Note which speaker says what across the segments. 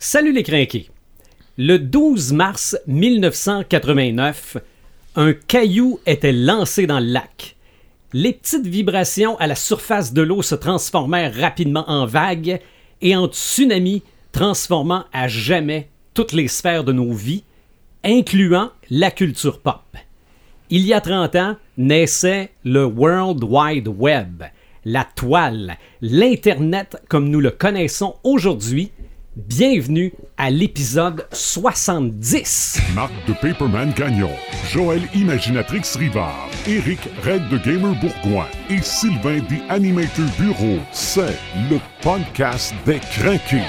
Speaker 1: Salut les crinqués. Le 12 mars 1989, un caillou était lancé dans le lac. Les petites vibrations à la surface de l'eau se transformèrent rapidement en vagues et en tsunami, transformant à jamais toutes les sphères de nos vies, incluant la culture pop. Il y a 30 ans, naissait le World Wide Web, la toile, l'Internet comme nous le connaissons aujourd'hui. Bienvenue à l'épisode 70.
Speaker 2: Marc de Paperman Gagnon, Joël Imaginatrix Rivard, Eric Red de Gamer Bourgoin et Sylvain des Animator Bureau. C'est le podcast des craqués.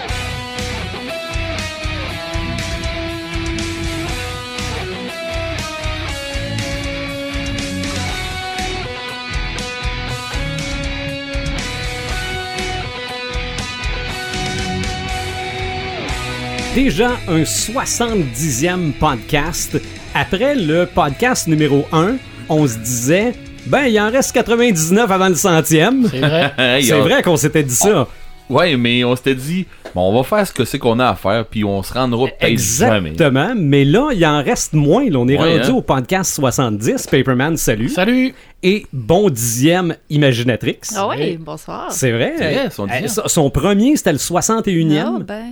Speaker 1: Déjà un 70e podcast. Après le podcast numéro 1, on se disait, ben il en reste 99 avant le centième.
Speaker 3: C'est vrai.
Speaker 4: Hey,
Speaker 1: C'est
Speaker 4: on-
Speaker 1: vrai qu'on s'était dit ça.
Speaker 4: Ouais, mais on s'était dit, bon, on va faire ce que c'est qu'on a à faire, puis on se rendra peut-être jamais.
Speaker 1: Exactement, mais là, il en reste moins. là. on est
Speaker 4: Ouais,
Speaker 1: rendu
Speaker 4: hein.
Speaker 1: au podcast 70. Paperman, salut.
Speaker 3: Salut.
Speaker 1: Et bon dixième Imaginatrix.
Speaker 5: Ah oui,
Speaker 3: Hey.
Speaker 5: bonsoir.
Speaker 1: C'est vrai.
Speaker 4: C'est vrai,
Speaker 1: Eh,
Speaker 4: son
Speaker 1: eh,
Speaker 4: dixième.
Speaker 1: son, son premier, c'était le 61e.
Speaker 5: Ah, ben,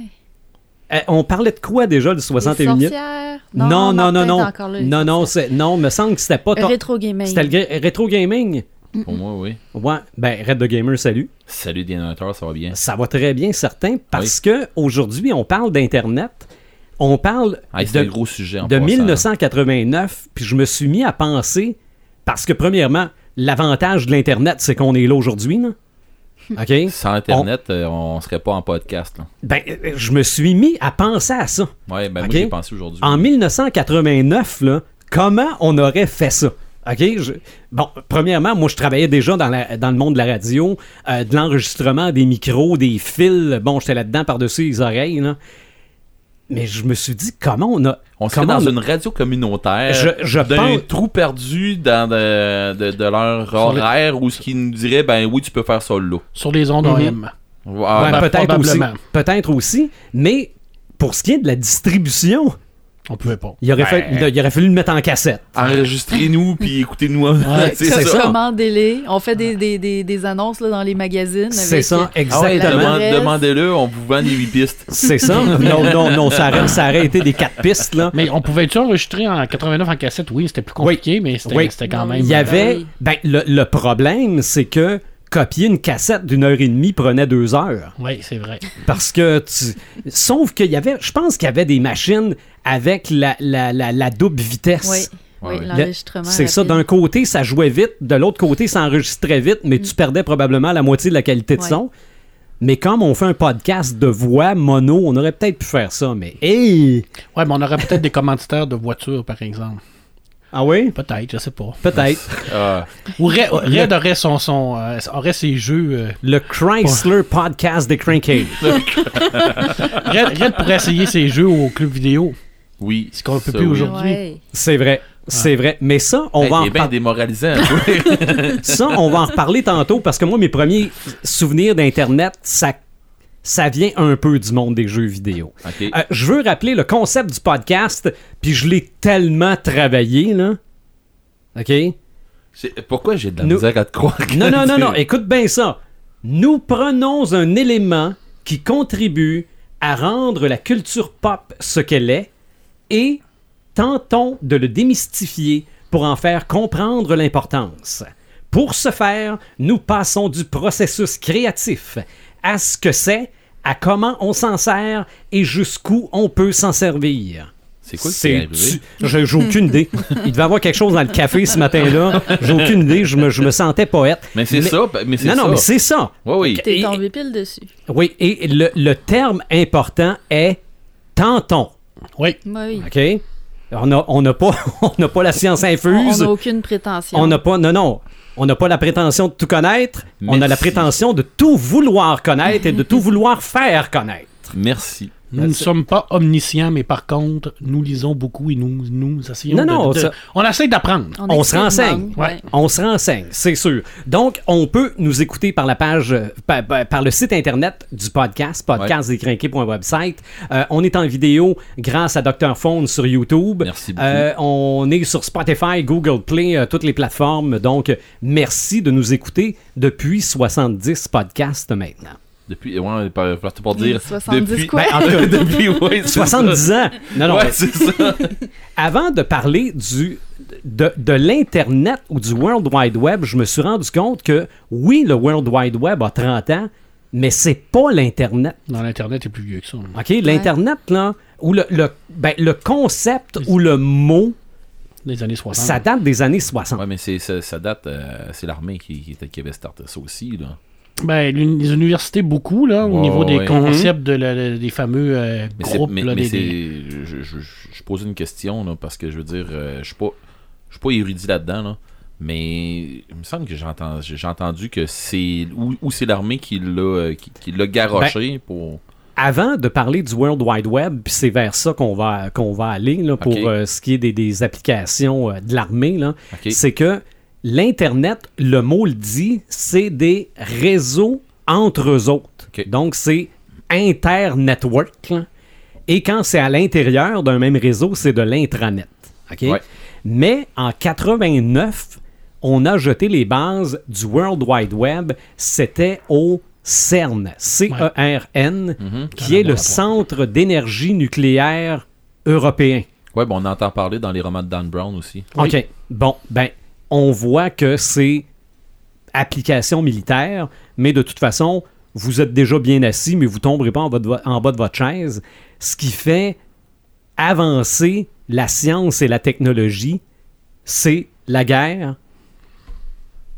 Speaker 1: Eh, on parlait de quoi déjà, le 61e?
Speaker 5: les sorcières.
Speaker 1: non, non, non,
Speaker 5: Martin est
Speaker 1: non.
Speaker 5: encore là, les
Speaker 1: Non, non,
Speaker 5: sorcières.
Speaker 1: c'est non, me semble que c'était pas tant-
Speaker 5: Rétro gaming.
Speaker 1: C'était le gra- rétro gaming.
Speaker 4: Pour moi, oui.
Speaker 1: Ouais, ben Red the Gamer, salut.
Speaker 4: Salut, Dénonateur, ça va bien.
Speaker 1: Ça va très bien certain parce que aujourd'hui, on parle d'internet. On parle
Speaker 4: Hey, c'est
Speaker 1: de
Speaker 4: un Ah, gros sujet en
Speaker 1: de
Speaker 4: passant.
Speaker 1: 1989, puis je me suis mis à penser, parce que premièrement, l'avantage de l'Internet, c'est qu'on est là aujourd'hui. là. OK?
Speaker 4: Sans Internet, euh, on serait pas en podcast. Là.
Speaker 1: Ben, euh, je me suis mis à penser à ça.
Speaker 4: Ouais, ben
Speaker 1: Ok.
Speaker 4: moi, j'ai pensé aujourd'hui.
Speaker 1: En 1989, là, comment on aurait fait ça? OK? Je- Bon, premièrement, moi, je travaillais déjà dans, la- dans le monde de la radio, euh, de l'enregistrement, des micros, des fils. Bon, j'étais là-dedans par-dessus les oreilles, là. Mais je me suis dit, comment on a.
Speaker 4: On serait
Speaker 1: comment
Speaker 4: dans
Speaker 1: on-
Speaker 4: une radio communautaire.
Speaker 1: Je- je
Speaker 4: d'un
Speaker 1: pense-
Speaker 4: trou perdu dans de, de- de leur horaire ou ce qui nous dirait, ben oui, tu peux faire ça là.
Speaker 3: Sur les ondes
Speaker 1: Mhm.
Speaker 3: OM.
Speaker 4: Ah,
Speaker 1: Ouais,
Speaker 4: ben,
Speaker 3: ben,
Speaker 1: peut-être aussi.
Speaker 3: probablement.
Speaker 1: Peut-être aussi, mais pour ce qui est de la distribution,
Speaker 3: On pouvait pas.
Speaker 1: il aurait,
Speaker 4: Ben.
Speaker 1: fallu, il aurait fallu le mettre en cassette.
Speaker 4: Enregistrez-nous, puis écoutez-nous. c'est
Speaker 1: c'est
Speaker 4: ça.
Speaker 1: ça.
Speaker 5: Commandez-les. On fait des, des, des, des annonces là, dans les magazines.
Speaker 1: C'est
Speaker 5: avec- euh,
Speaker 1: ça,
Speaker 4: Ah ouais,
Speaker 1: exactement.
Speaker 4: demande- Demandez-le, on vous vend les 8 pistes.
Speaker 1: C'est ça. Non, non, non, ça aurait, ça aurait été des quatre pistes, là.
Speaker 3: Mais on pouvait tu enregistrer en 89 en cassette? Oui, c'était plus compliqué, mais c'était
Speaker 1: Oui.
Speaker 3: c'était quand
Speaker 5: Non,
Speaker 3: même.
Speaker 1: Il y
Speaker 5: Ben
Speaker 1: avait.
Speaker 5: oui.
Speaker 1: Ben, le, le problème, c'est que copier une cassette d'une heure et demie prenait deux heures.
Speaker 3: Oui, c'est vrai.
Speaker 1: Parce que tu. Sauf qu'il y avait. Je pense qu'il y avait des machines avec la, la, la, la double vitesse.
Speaker 5: Oui,
Speaker 4: Ouais,
Speaker 5: oui,
Speaker 4: ouais.
Speaker 5: l'enregistrement.
Speaker 1: C'est ça, d'un
Speaker 5: rapide.
Speaker 1: côté, ça jouait vite, de l'autre côté, ça enregistrait vite, mais
Speaker 4: Mm.
Speaker 1: tu perdais probablement la moitié de la qualité de
Speaker 5: Ouais.
Speaker 1: son. Mais comme on fait un podcast de voix mono, on aurait peut-être pu faire ça, mais hey!
Speaker 3: Ouais, mais on aurait peut-être des commanditaires de voitures, par exemple.
Speaker 1: Ah oui?
Speaker 3: Peut-être, je sais pas.
Speaker 1: Peut-être.
Speaker 4: Ah.
Speaker 3: Ou Red, Red aurait son, son euh, aurait ses jeux. euh,
Speaker 1: Le Chrysler Podcast des Crankheads.
Speaker 3: Red, Red pourrait essayer ses jeux au club vidéo.
Speaker 4: Oui.
Speaker 3: Ce qu'on peut
Speaker 4: ça,
Speaker 3: plus
Speaker 4: oui.
Speaker 3: aujourd'hui.
Speaker 5: Ouais.
Speaker 1: C'est vrai. C'est vrai. Mais ça, on
Speaker 4: Ah. Hey,
Speaker 1: va en reparler.
Speaker 4: t'es bien démoralisant. toi.
Speaker 1: Ça, on va en reparler tantôt parce que moi, mes premiers souvenirs d'Internet, ça, ça vient un peu du monde des jeux vidéo.
Speaker 4: Ok.
Speaker 1: Euh, je veux rappeler le concept du podcast, puis je l'ai tellement travaillé, là. OK?
Speaker 4: C'est- Pourquoi j'ai de la
Speaker 1: Nous-
Speaker 4: misère à te croire que-
Speaker 1: Non, non, non, non, écoute bien ça. Nous prenons un élément qui contribue à rendre la culture pop ce qu'elle est et tentons de le démystifier pour en faire comprendre l'importance. Pour ce faire, nous passons du processus créatif à ce que c'est, à comment on s'en sert et jusqu'où on peut s'en servir.
Speaker 4: C'est quoi qui est arrivé?
Speaker 1: tu- je- J'ai aucune idée. Il devait avoir quelque chose dans le café ce matin-là. J'ai aucune idée. Je me, je me sentais poète.
Speaker 4: Mais c'est ça, pa- mais c'est
Speaker 1: Non, non,
Speaker 4: ça.
Speaker 1: mais c'est ça.
Speaker 4: Ouais, oui.
Speaker 5: T'es
Speaker 1: Et-
Speaker 5: tombé pile dessus.
Speaker 1: Oui, et le, le terme important est tentons.
Speaker 3: Oui.
Speaker 5: Oui.
Speaker 1: OK? On n'a on n'a pas, on n'a pas la science
Speaker 5: On
Speaker 1: infuse.
Speaker 5: n'a aucune prétention.
Speaker 1: On n'a pas. Non, non. On n'a pas la prétention de tout connaître. On a la
Speaker 4: Merci.
Speaker 1: prétention de tout vouloir connaître et de tout vouloir faire connaître.
Speaker 4: Merci.
Speaker 3: Nous ne sommes pas omniscients, mais par contre, nous lisons beaucoup et nous, nous essayons
Speaker 1: Non,
Speaker 3: de-
Speaker 1: non,
Speaker 3: de-
Speaker 1: ça-
Speaker 3: On essaie d'apprendre.
Speaker 1: On se renseigne.
Speaker 5: expérimente, ouais.
Speaker 1: On se renseigne, c'est sûr. Donc, on peut nous écouter par la page, euh, pa- pa- par, le site internet du podcast, podcastdécrinqué.website. Euh, on est en vidéo grâce à Dr. Phone sur YouTube.
Speaker 4: Merci beaucoup.
Speaker 1: Euh, on est sur Spotify, Google Play, euh, toutes les plateformes. Donc, merci de nous écouter depuis 70 podcasts maintenant.
Speaker 4: Depuis, ouais, par- par- pour
Speaker 5: Oui,
Speaker 4: dire.
Speaker 5: 70
Speaker 4: depuis,
Speaker 5: quoi?
Speaker 4: Ben, en tout cas, depuis, ouais, c'est
Speaker 1: 70 ans! Non,
Speaker 4: ça.
Speaker 1: non,
Speaker 4: Ouais,
Speaker 1: mais
Speaker 4: c'est ça.
Speaker 1: avant de parler du, de, de l'Internet ou du World Wide Web, je me suis rendu compte que, oui, le World Wide Web a 30 ans, mais c'est pas l'Internet.
Speaker 3: Dans l'Internet est plus vieux que ça. hein.
Speaker 1: OK? L'Internet, là, ou le, le, ben, le concept ou le mot,
Speaker 3: Les années 60.
Speaker 1: ça date des années 60.
Speaker 4: Ouais, mais c'est, ça, ça date, euh, c'est l'armée qui, qui, était- qui avait starté ça aussi, là.
Speaker 3: Ben, l'uni- les universités, beaucoup, là, au
Speaker 4: Ouais,
Speaker 3: niveau des
Speaker 4: ouais.
Speaker 3: concepts de la- la- des fameux euh,
Speaker 4: Mais c'est,
Speaker 3: groupes.
Speaker 4: mais,
Speaker 3: là,
Speaker 4: mais
Speaker 3: des-
Speaker 4: c'est,
Speaker 3: des-
Speaker 4: je, je, je pose une question, là, parce que je veux dire, euh, je suis pas, je suis pas érudit là-dedans, là. Mais il me semble que j'ai entendu, j'ai entendu que c'est ou, ou c'est l'armée qui l'a euh, qui, qui l'a garoché
Speaker 1: Ben.
Speaker 4: pour
Speaker 1: Avant de parler du World Wide Web, puis c'est vers ça qu'on va, qu'on va aller là, pour
Speaker 4: OK.
Speaker 1: euh, ce qui est des, des applications euh, de l'armée, là,
Speaker 4: OK.
Speaker 1: c'est que l'Internet, le mot le dit, c'est des réseaux entre eux autres.
Speaker 4: OK.
Speaker 1: Donc, c'est inter-network. là. Et quand c'est à l'intérieur d'un même réseau, c'est de l'intranet. OK?
Speaker 4: Ouais.
Speaker 1: Mais en 89, on a jeté les bases du World Wide Web. C'était au CERN, C-E-R-N, qui est le Centre d'énergie nucléaire européen.
Speaker 4: Ouais, ben on entend parler dans les romans de Dan Brown aussi.
Speaker 1: OK. Bon, ben, on voit que c'est application militaire, mais de toute façon, vous êtes déjà bien assis, mais vous tomberez pas en, bas de vo- en bas de votre chaise, ce qui fait avancer la science et la technologie, c'est la guerre,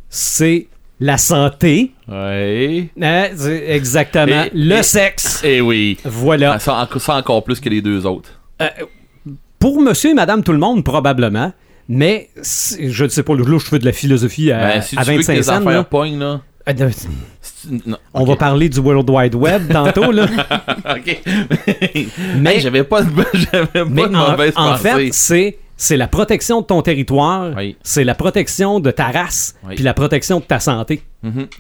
Speaker 1: c'est la santé,
Speaker 4: Ouais.
Speaker 1: hein, c'est exactement,
Speaker 4: Et-
Speaker 1: le
Speaker 4: et-
Speaker 1: sexe.
Speaker 4: Eh oui.
Speaker 1: Voilà.
Speaker 4: Ah, Ça, en- ça encore plus que les deux autres.
Speaker 1: Pour monsieur et madame tout le monde, probablement. Mais si- je ne sais pas, là, je fais de la philosophie à,
Speaker 4: Ben, si
Speaker 1: Euh, à
Speaker 4: tu veux que
Speaker 1: 25
Speaker 4: les
Speaker 1: ans.
Speaker 4: affaires
Speaker 1: là.
Speaker 4: pognent, là.
Speaker 1: Ah, non,
Speaker 4: si tu- non,
Speaker 1: On
Speaker 4: Euh, ok.
Speaker 1: va parler du World Wide Web tantôt, là.
Speaker 4: OK.
Speaker 1: Mais-
Speaker 4: Mais j'avais pas de, j'avais pas
Speaker 1: Mais
Speaker 4: de
Speaker 1: en,
Speaker 4: mauvaise
Speaker 1: en
Speaker 4: pensée.
Speaker 1: fait, c'est, c'est la protection de ton territoire,
Speaker 4: Oui.
Speaker 1: c'est la protection de ta race,
Speaker 4: Oui. Mm-hmm.
Speaker 1: puis la protection de ta santé.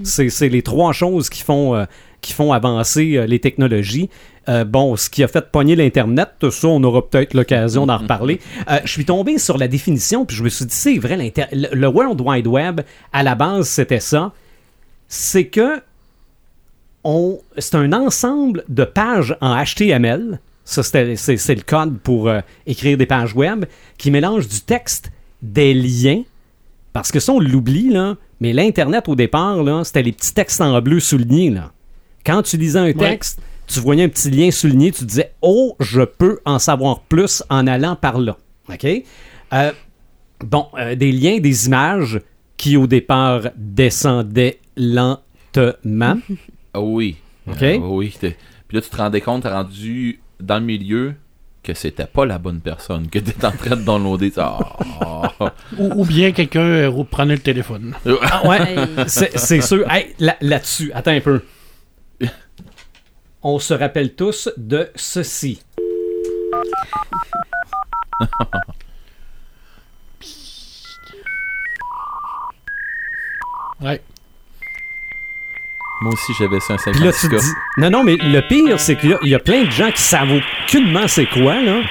Speaker 1: C'est, c'est les trois choses qui font, euh, qui font avancer euh, les technologies. Euh, bon, ce qui a fait pogner l'Internet, ça, on aura peut-être l'occasion d'en reparler.
Speaker 4: Mm-hmm.
Speaker 1: Euh, je suis tombé sur la définition, puis je me suis dit, c'est vrai, l'inter- le le World Wide Web, à la base, c'était ça. C'est que on- c'est un ensemble de pages en HTML. Ça, c'était- c'est c'est le code pour euh, écrire des pages web qui mélange du texte, des liens, parce que ça, on l'oublie, là. Mais l'Internet, au départ, là, c'était les petits textes en bleu soulignés, là. Quand tu lisais un texte, tu voyais un petit lien souligné, tu disais « Oh, je peux en savoir plus en allant par là. » OK? Euh, bon, euh, des liens, des images qui, au départ, descendaient lentement.
Speaker 4: Ah oui.
Speaker 1: OK.
Speaker 4: Euh, oui. t'es- Puis là, tu te rendais compte, t'es rendu dans le milieu que c'était pas la bonne personne que t'es en train de downloader. Ah, ah.
Speaker 3: Ou, ou bien quelqu'un euh, prenait le téléphone.
Speaker 1: Ah ouais,
Speaker 5: Hey.
Speaker 1: c'est c'est sûr. Hey, là- Là-dessus, attends un peu. On se rappelle tous de ceci.
Speaker 3: Ouais.
Speaker 4: Moi aussi, j'avais ça un
Speaker 1: Puis là, tu
Speaker 4: 50
Speaker 1: te dis... Non, non, mais le pire, c'est qu'il y a- il y, a plein de gens qui savent aucunement c'est quoi, là.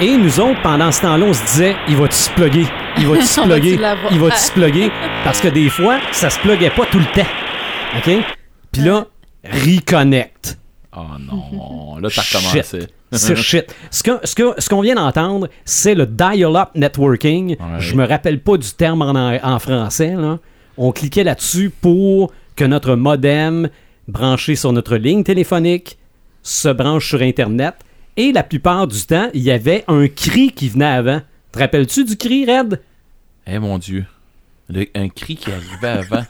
Speaker 1: Et nous autres, pendant ce temps-là, on se disait, il va-tu se plugger? Il va-tu se
Speaker 5: On va-tu
Speaker 1: plugger?
Speaker 5: l'avoir?
Speaker 1: Il va-tu se plugger? Parce que des fois, ça se pluguait pas tout le temps. OK? Puis là, reconnect.
Speaker 4: Oh non. Là, t'as recommencé.
Speaker 1: Shit. C'est shit. Ce que- ce que- ce qu'on vient d'entendre, c'est le dial-up networking. Je me rappelle pas du terme en, en français. là. On cliquait là-dessus pour que notre modem branché sur notre ligne téléphonique se branche sur Internet. Et la plupart du temps, il y avait un cri qui venait avant. Te rappelles-tu du cri, Red?
Speaker 4: Eh mon Dieu. Le- un cri qui arrivait avant.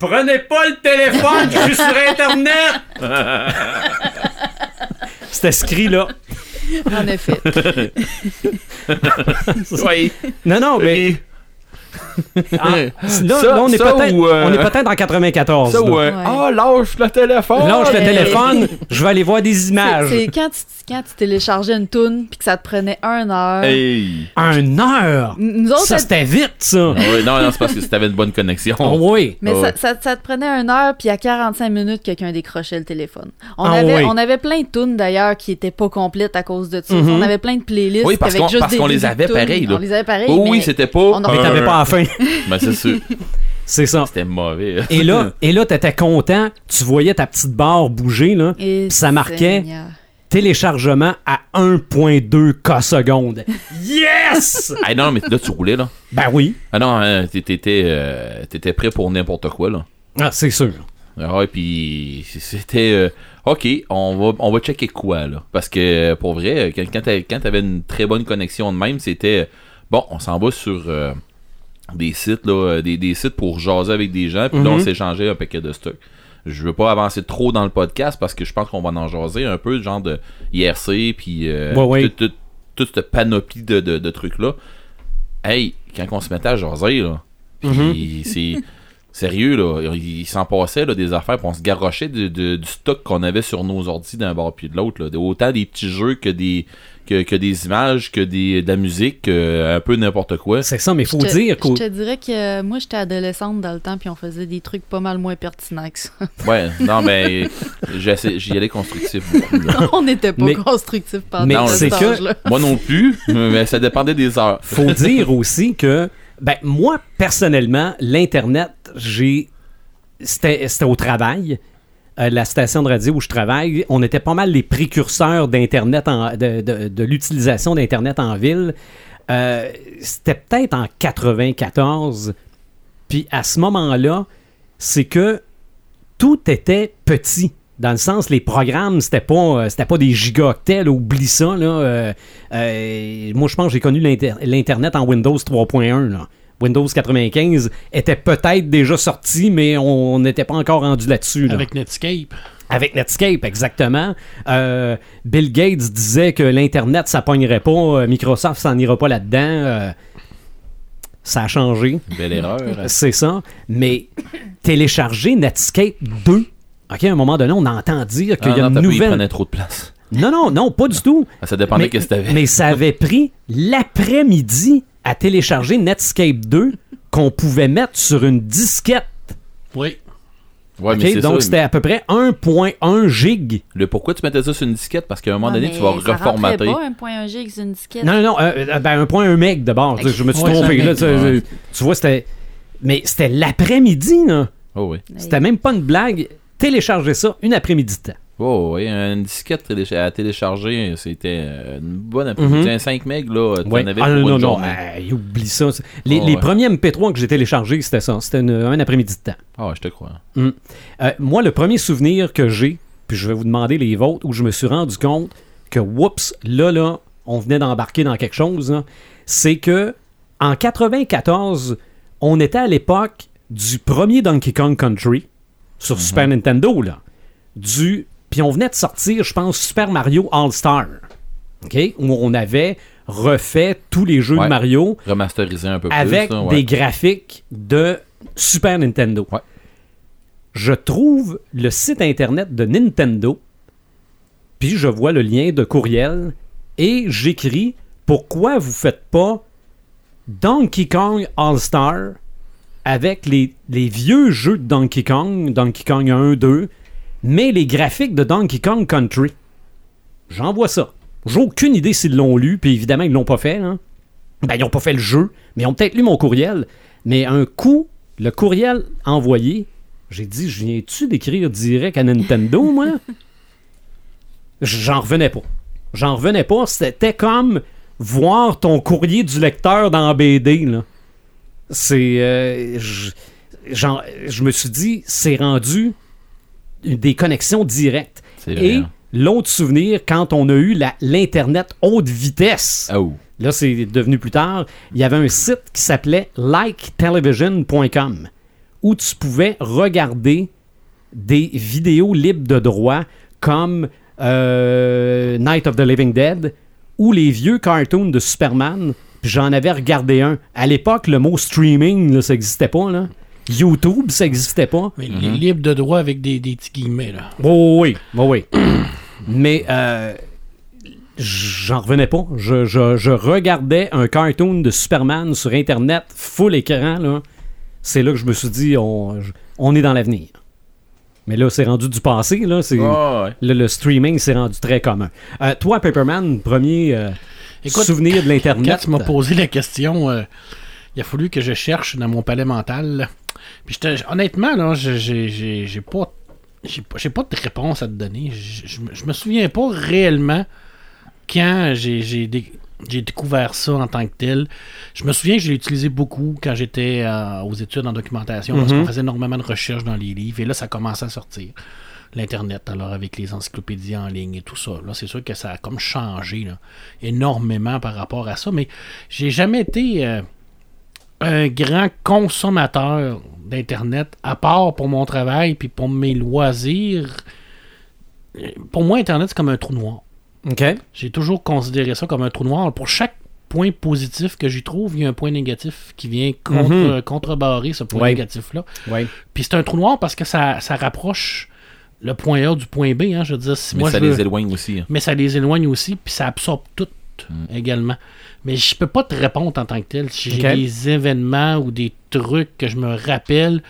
Speaker 1: Prenez pas le téléphone, je suis sur Internet! C'était ce cri-là.
Speaker 5: En effet.
Speaker 4: oui.
Speaker 1: Non, non, mais...
Speaker 4: Et-
Speaker 1: Ah, là, là, on est
Speaker 4: ça
Speaker 1: peut-être
Speaker 4: ou, euh,
Speaker 1: on est peut-être en 94.
Speaker 4: Ça, euh, Oh,
Speaker 1: là.
Speaker 4: ouais.
Speaker 5: Ouais.
Speaker 4: Ah, lâche le téléphone!
Speaker 1: Lâche le
Speaker 5: mais-
Speaker 1: téléphone, je vais aller voir des
Speaker 5: C'est
Speaker 1: images.
Speaker 5: c'est quand tu, quand tu téléchargeais une toune puis que ça te prenait un heure.
Speaker 4: Hey!
Speaker 1: Un heure!
Speaker 5: N- Nous autres,
Speaker 1: Ça,
Speaker 5: Oh, ça-
Speaker 1: c'était vite, ça!
Speaker 4: Ah ouais, non, non, c'est parce que si t'avais une bonne connexion.
Speaker 1: Oh oui!
Speaker 5: mais
Speaker 4: Ah ouais.
Speaker 5: ça, ça- ça te prenait un heure, puis à 45 minutes, quelqu'un décrochait le téléphone. On,
Speaker 1: Ah
Speaker 5: avait,
Speaker 1: ouais.
Speaker 5: on avait plein de tunes d'ailleurs qui étaient pas complètes à cause de ça.
Speaker 1: Mhm.
Speaker 5: On avait plein de playlists.
Speaker 4: Mm-hmm. Oui, parce
Speaker 5: avec
Speaker 4: qu'on-
Speaker 5: juste
Speaker 4: parce
Speaker 5: des
Speaker 4: qu'on les
Speaker 5: débuts de
Speaker 4: avait
Speaker 5: tunes.
Speaker 4: pareil, là.
Speaker 5: On les avait pareil.
Speaker 4: Oh
Speaker 5: mais-
Speaker 4: oui, c'était pas.
Speaker 5: on en-
Speaker 1: Mais t'avais pas la fin,
Speaker 4: Ben, c'est sûr.
Speaker 1: c'est ça.
Speaker 4: C'était mauvais.
Speaker 1: Et là, et là, t'étais content, tu voyais ta petite barre bouger, là.
Speaker 5: Et
Speaker 1: Ça marquait.
Speaker 5: Seigneur.
Speaker 1: Téléchargement à 1.2K secondes. Yes!
Speaker 4: Ah non, mais là, tu roulais, là.
Speaker 1: ben oui,
Speaker 4: Ah non, hein, t'é- t'étais euh, t'étais prêt pour n'importe quoi, là.
Speaker 1: ah, c'est sûr.
Speaker 4: Ah, et puis c'était. euh, ok, on va, on va checker quoi, là. Parce que euh, pour vrai, euh, quand, quand t'a- quand t'avais une très bonne connexion de même, c'était. euh, Bon, on s'en va sur. euh, des sites là, euh, des, des sites pour jaser avec des gens puis là on
Speaker 1: Mhm.
Speaker 4: s'échangeait un paquet de stocks. Je veux pas avancer trop dans le podcast parce que je pense qu'on va en jaser un peu genre de IRC puis euh,
Speaker 1: Ouais, ouais.
Speaker 4: tout- tout- toute cette panoplie de, de- de trucs là. Hey, quand on se mettait à jaser là, puis
Speaker 1: Mhm.
Speaker 4: c'est sérieux là, il, il s'en passait là, des affaires puis on se garrochait de- de- du stock qu'on avait sur nos ordi d'un bord puis de l'autre là, autant des petits jeux que des que, que des images, que des de la musique, que un peu n'importe quoi.
Speaker 1: C'est ça, mais faut
Speaker 5: Je te-
Speaker 1: dire qu'au.
Speaker 5: Je te dirais que euh, moi, j'étais adolescente dans le temps, puis on faisait des trucs pas mal moins pertinents que ça.
Speaker 4: Ouais, non, mais j'essa- j'y allais constructif beaucoup. là.
Speaker 5: on n'était pas
Speaker 1: Mais-
Speaker 5: constructifs pendant
Speaker 1: mais
Speaker 5: non,
Speaker 4: c'est
Speaker 5: cet
Speaker 1: que-
Speaker 5: âge-là.
Speaker 4: Moi non plus, mais ça dépendait des heures.
Speaker 1: faut dire aussi que, ben, moi, personnellement, l'Internet, j'ai. C'était c'était au travail. Euh, la station de radio où je travaille, on était pas mal les précurseurs d'Internet, en- de, de- de l'utilisation d'Internet en ville. Euh, C'était peut-être en 94. Puis à ce moment-là, c'est que tout était petit. Dans le sens, les programmes, c'était pas, euh, c'était pas des gigaoctets, là, oublie ça. Là, euh, euh, moi, je pense que j'ai connu l'inter- l'Internet en Windows 3.1. là. Windows 95 était peut-être déjà sorti, mais on n'était pas encore rendu là-dessus. là.
Speaker 3: Avec Netscape.
Speaker 1: Avec Netscape, exactement. Euh, Bill Gates disait que l'Internet, ça pognerait pas, euh, Microsoft s'en ira pas là-dedans. euh, ça a changé.
Speaker 4: Belle erreur.
Speaker 1: Euh, C'est ça. Mais télécharger Netscape 2, OK, à un moment donné, on entend dire qu'il y a
Speaker 4: Ah non,
Speaker 1: une
Speaker 4: t'as pas, il
Speaker 1: nouvelle.
Speaker 4: prenait trop de place.
Speaker 1: Non, non, non, pas du tout.
Speaker 4: Ah, Ça dépendait
Speaker 1: mais,
Speaker 4: qu'est-ce que t'avais.
Speaker 1: mais ça avait pris l'après-midi à télécharger Netscape 2 qu'on pouvait mettre sur une disquette.
Speaker 3: Oui.
Speaker 4: Ouais,
Speaker 1: OK,
Speaker 4: Ah, mais c'est
Speaker 1: donc
Speaker 4: ça.
Speaker 1: c'était à peu près 1.1 gig.
Speaker 4: Le pourquoi tu mettais ça sur une disquette Parce qu'à un moment
Speaker 5: Ouais,
Speaker 4: donné,
Speaker 5: mais
Speaker 4: tu vas
Speaker 5: ça rentrait
Speaker 4: reformater.
Speaker 5: pas un point un G, c'est une disquette.
Speaker 1: Non, non, non, euh, euh, ben 1.1 meg de bord. Tu sais, Je me suis
Speaker 3: Ouais,
Speaker 1: trompé.
Speaker 3: c'est un
Speaker 1: là,
Speaker 3: meg.
Speaker 1: tu, sais,
Speaker 4: Ouais.
Speaker 1: tu vois, c'était. Mais c'était l'après-midi, là.
Speaker 4: Oh oui.
Speaker 5: Mais-
Speaker 1: C'était même pas une blague. Télécharger ça une après-midi de temps.
Speaker 4: Oh oui, une disquette télé- à télécharger, c'était euh, une bonne après-midi.
Speaker 1: Mhm.
Speaker 4: Un 5 megs, là, t'en
Speaker 1: Ouais.
Speaker 4: avais
Speaker 1: Ah
Speaker 4: pour
Speaker 1: non,
Speaker 4: une
Speaker 1: non, non,
Speaker 4: journée.
Speaker 1: hey, oublie ça. Les,
Speaker 4: Ah
Speaker 1: les
Speaker 4: ouais.
Speaker 1: premiers MP3 que j'ai téléchargés, c'était ça. C'était une- un après-midi de temps.
Speaker 4: Ah, je te crois.
Speaker 1: Euh, moi, le premier souvenir que j'ai, puis je vais vous demander les vôtres, où je me suis rendu compte que, whoops, là, là, on venait d'embarquer dans quelque chose, là, c'est que en 94, on était à l'époque du premier Donkey Kong Country sur Super Nintendo, là. Du, puis on venait de sortir, je pense, Super Mario All-Star, OK? Où on avait refait tous les jeux
Speaker 4: Ouais.
Speaker 1: de Mario
Speaker 4: Remasteriser un peu
Speaker 1: avec
Speaker 4: plus. là,
Speaker 1: des
Speaker 4: ouais.
Speaker 1: graphiques de Super Nintendo.
Speaker 4: Ouais.
Speaker 1: Je trouve le site internet de Nintendo, puis je vois le lien de courriel et j'écris pourquoi vous faites pas Donkey Kong All Star avec les, les vieux jeux de Donkey Kong, Donkey Kong 1, 2, mais les graphiques de Donkey Kong Country. J'envoie ça. J'ai aucune idée s'ils l'ont lu, puis évidemment, ils l'ont pas fait. hein. Ben, ils n'ont pas fait le jeu, mais ils ont peut-être lu mon courriel. Mais un coup, le courriel envoyé, j'ai dit, je viens-tu d'écrire direct à Nintendo, moi? J'en revenais pas. J'en revenais pas. C'était comme voir ton courrier du lecteur dans la BD, là. C'est... euh, je- j'en- je me suis dit, c'est rendu des connexions directes.
Speaker 4: C'est vrai,
Speaker 1: Et
Speaker 4: hein.
Speaker 1: l'autre souvenir, quand on a eu la- l'Internet haute vitesse,
Speaker 4: Ah, ouh.
Speaker 1: Là, c'est devenu plus tard. Il y avait un site qui s'appelait liketelevision.com où tu pouvais regarder des vidéos libres de droit comme euh, Night of the Living Dead ou les vieux cartoons de Superman. Puis j'en avais regardé un. À l'époque, le mot streaming, là, ça n'existait pas. Là. YouTube, ça n'existait pas.
Speaker 3: Mais il est
Speaker 4: Mhm.
Speaker 3: libre de droit avec des, des petits guillemets, là.
Speaker 1: Oh, oui, oh, oui. Mais euh, j'en revenais pas. Je, je- je regardais un cartoon de Superman sur Internet, full écran. là. C'est là que je me suis dit, on, je- on est dans l'avenir. Mais là, c'est rendu du passé. Là. C'est-
Speaker 4: Ah, ouais.
Speaker 1: le, le streaming s'est rendu très commun. Euh, toi, Paperman, premier euh,
Speaker 3: Écoute,
Speaker 1: souvenir de
Speaker 3: Quand
Speaker 1: l'Internet.
Speaker 3: tu m'as posé la question, euh, il a fallu que je cherche dans mon palais mental. là. Puis j'étais- honnêtement, là, j'ai- j'ai j'ai- j'ai pas. J'ai pas, j'ai pas de réponse à te donner. Je je me- je me souviens pas réellement quand j'ai j'ai dé- j'ai découvert ça en tant que tel. Je me souviens que je l'ai utilisé beaucoup quand j'étais euh, aux études en documentation parce
Speaker 1: Mhm.
Speaker 3: qu'on faisait énormément de recherches dans les livres et là ça commençait à sortir. L'Internet, alors avec les encyclopédies en ligne et tout ça. Là, c'est sûr que ça a comme changé là, énormément par rapport à ça, mais j'ai jamais été euh, un grand consommateur d'Internet, à part pour mon travail puis pour mes loisirs. Euh, Pour moi, Internet, c'est comme un trou noir.
Speaker 1: OK.
Speaker 3: J'ai toujours considéré ça comme un trou noir. Pour chaque point positif que j'y trouve, il y a un point négatif qui vient contre, euh,
Speaker 1: Mhm.
Speaker 3: contrebarrer ce point
Speaker 1: Ouais.
Speaker 3: négatif-là.
Speaker 1: Ouais.
Speaker 3: Puis c'est un trou noir parce que ça, ça rapproche le point A du point B. hein. je veux dire, si
Speaker 4: Mais
Speaker 3: moi,
Speaker 4: ça
Speaker 3: je
Speaker 4: les
Speaker 3: veux-
Speaker 4: éloigne aussi. hein.
Speaker 3: mais ça les éloigne aussi, puis ça absorbe tout également. Mais je peux pas te répondre en tant que tel. Si j'ai
Speaker 1: Ok.
Speaker 3: des événements ou des trucs que je me rappelle,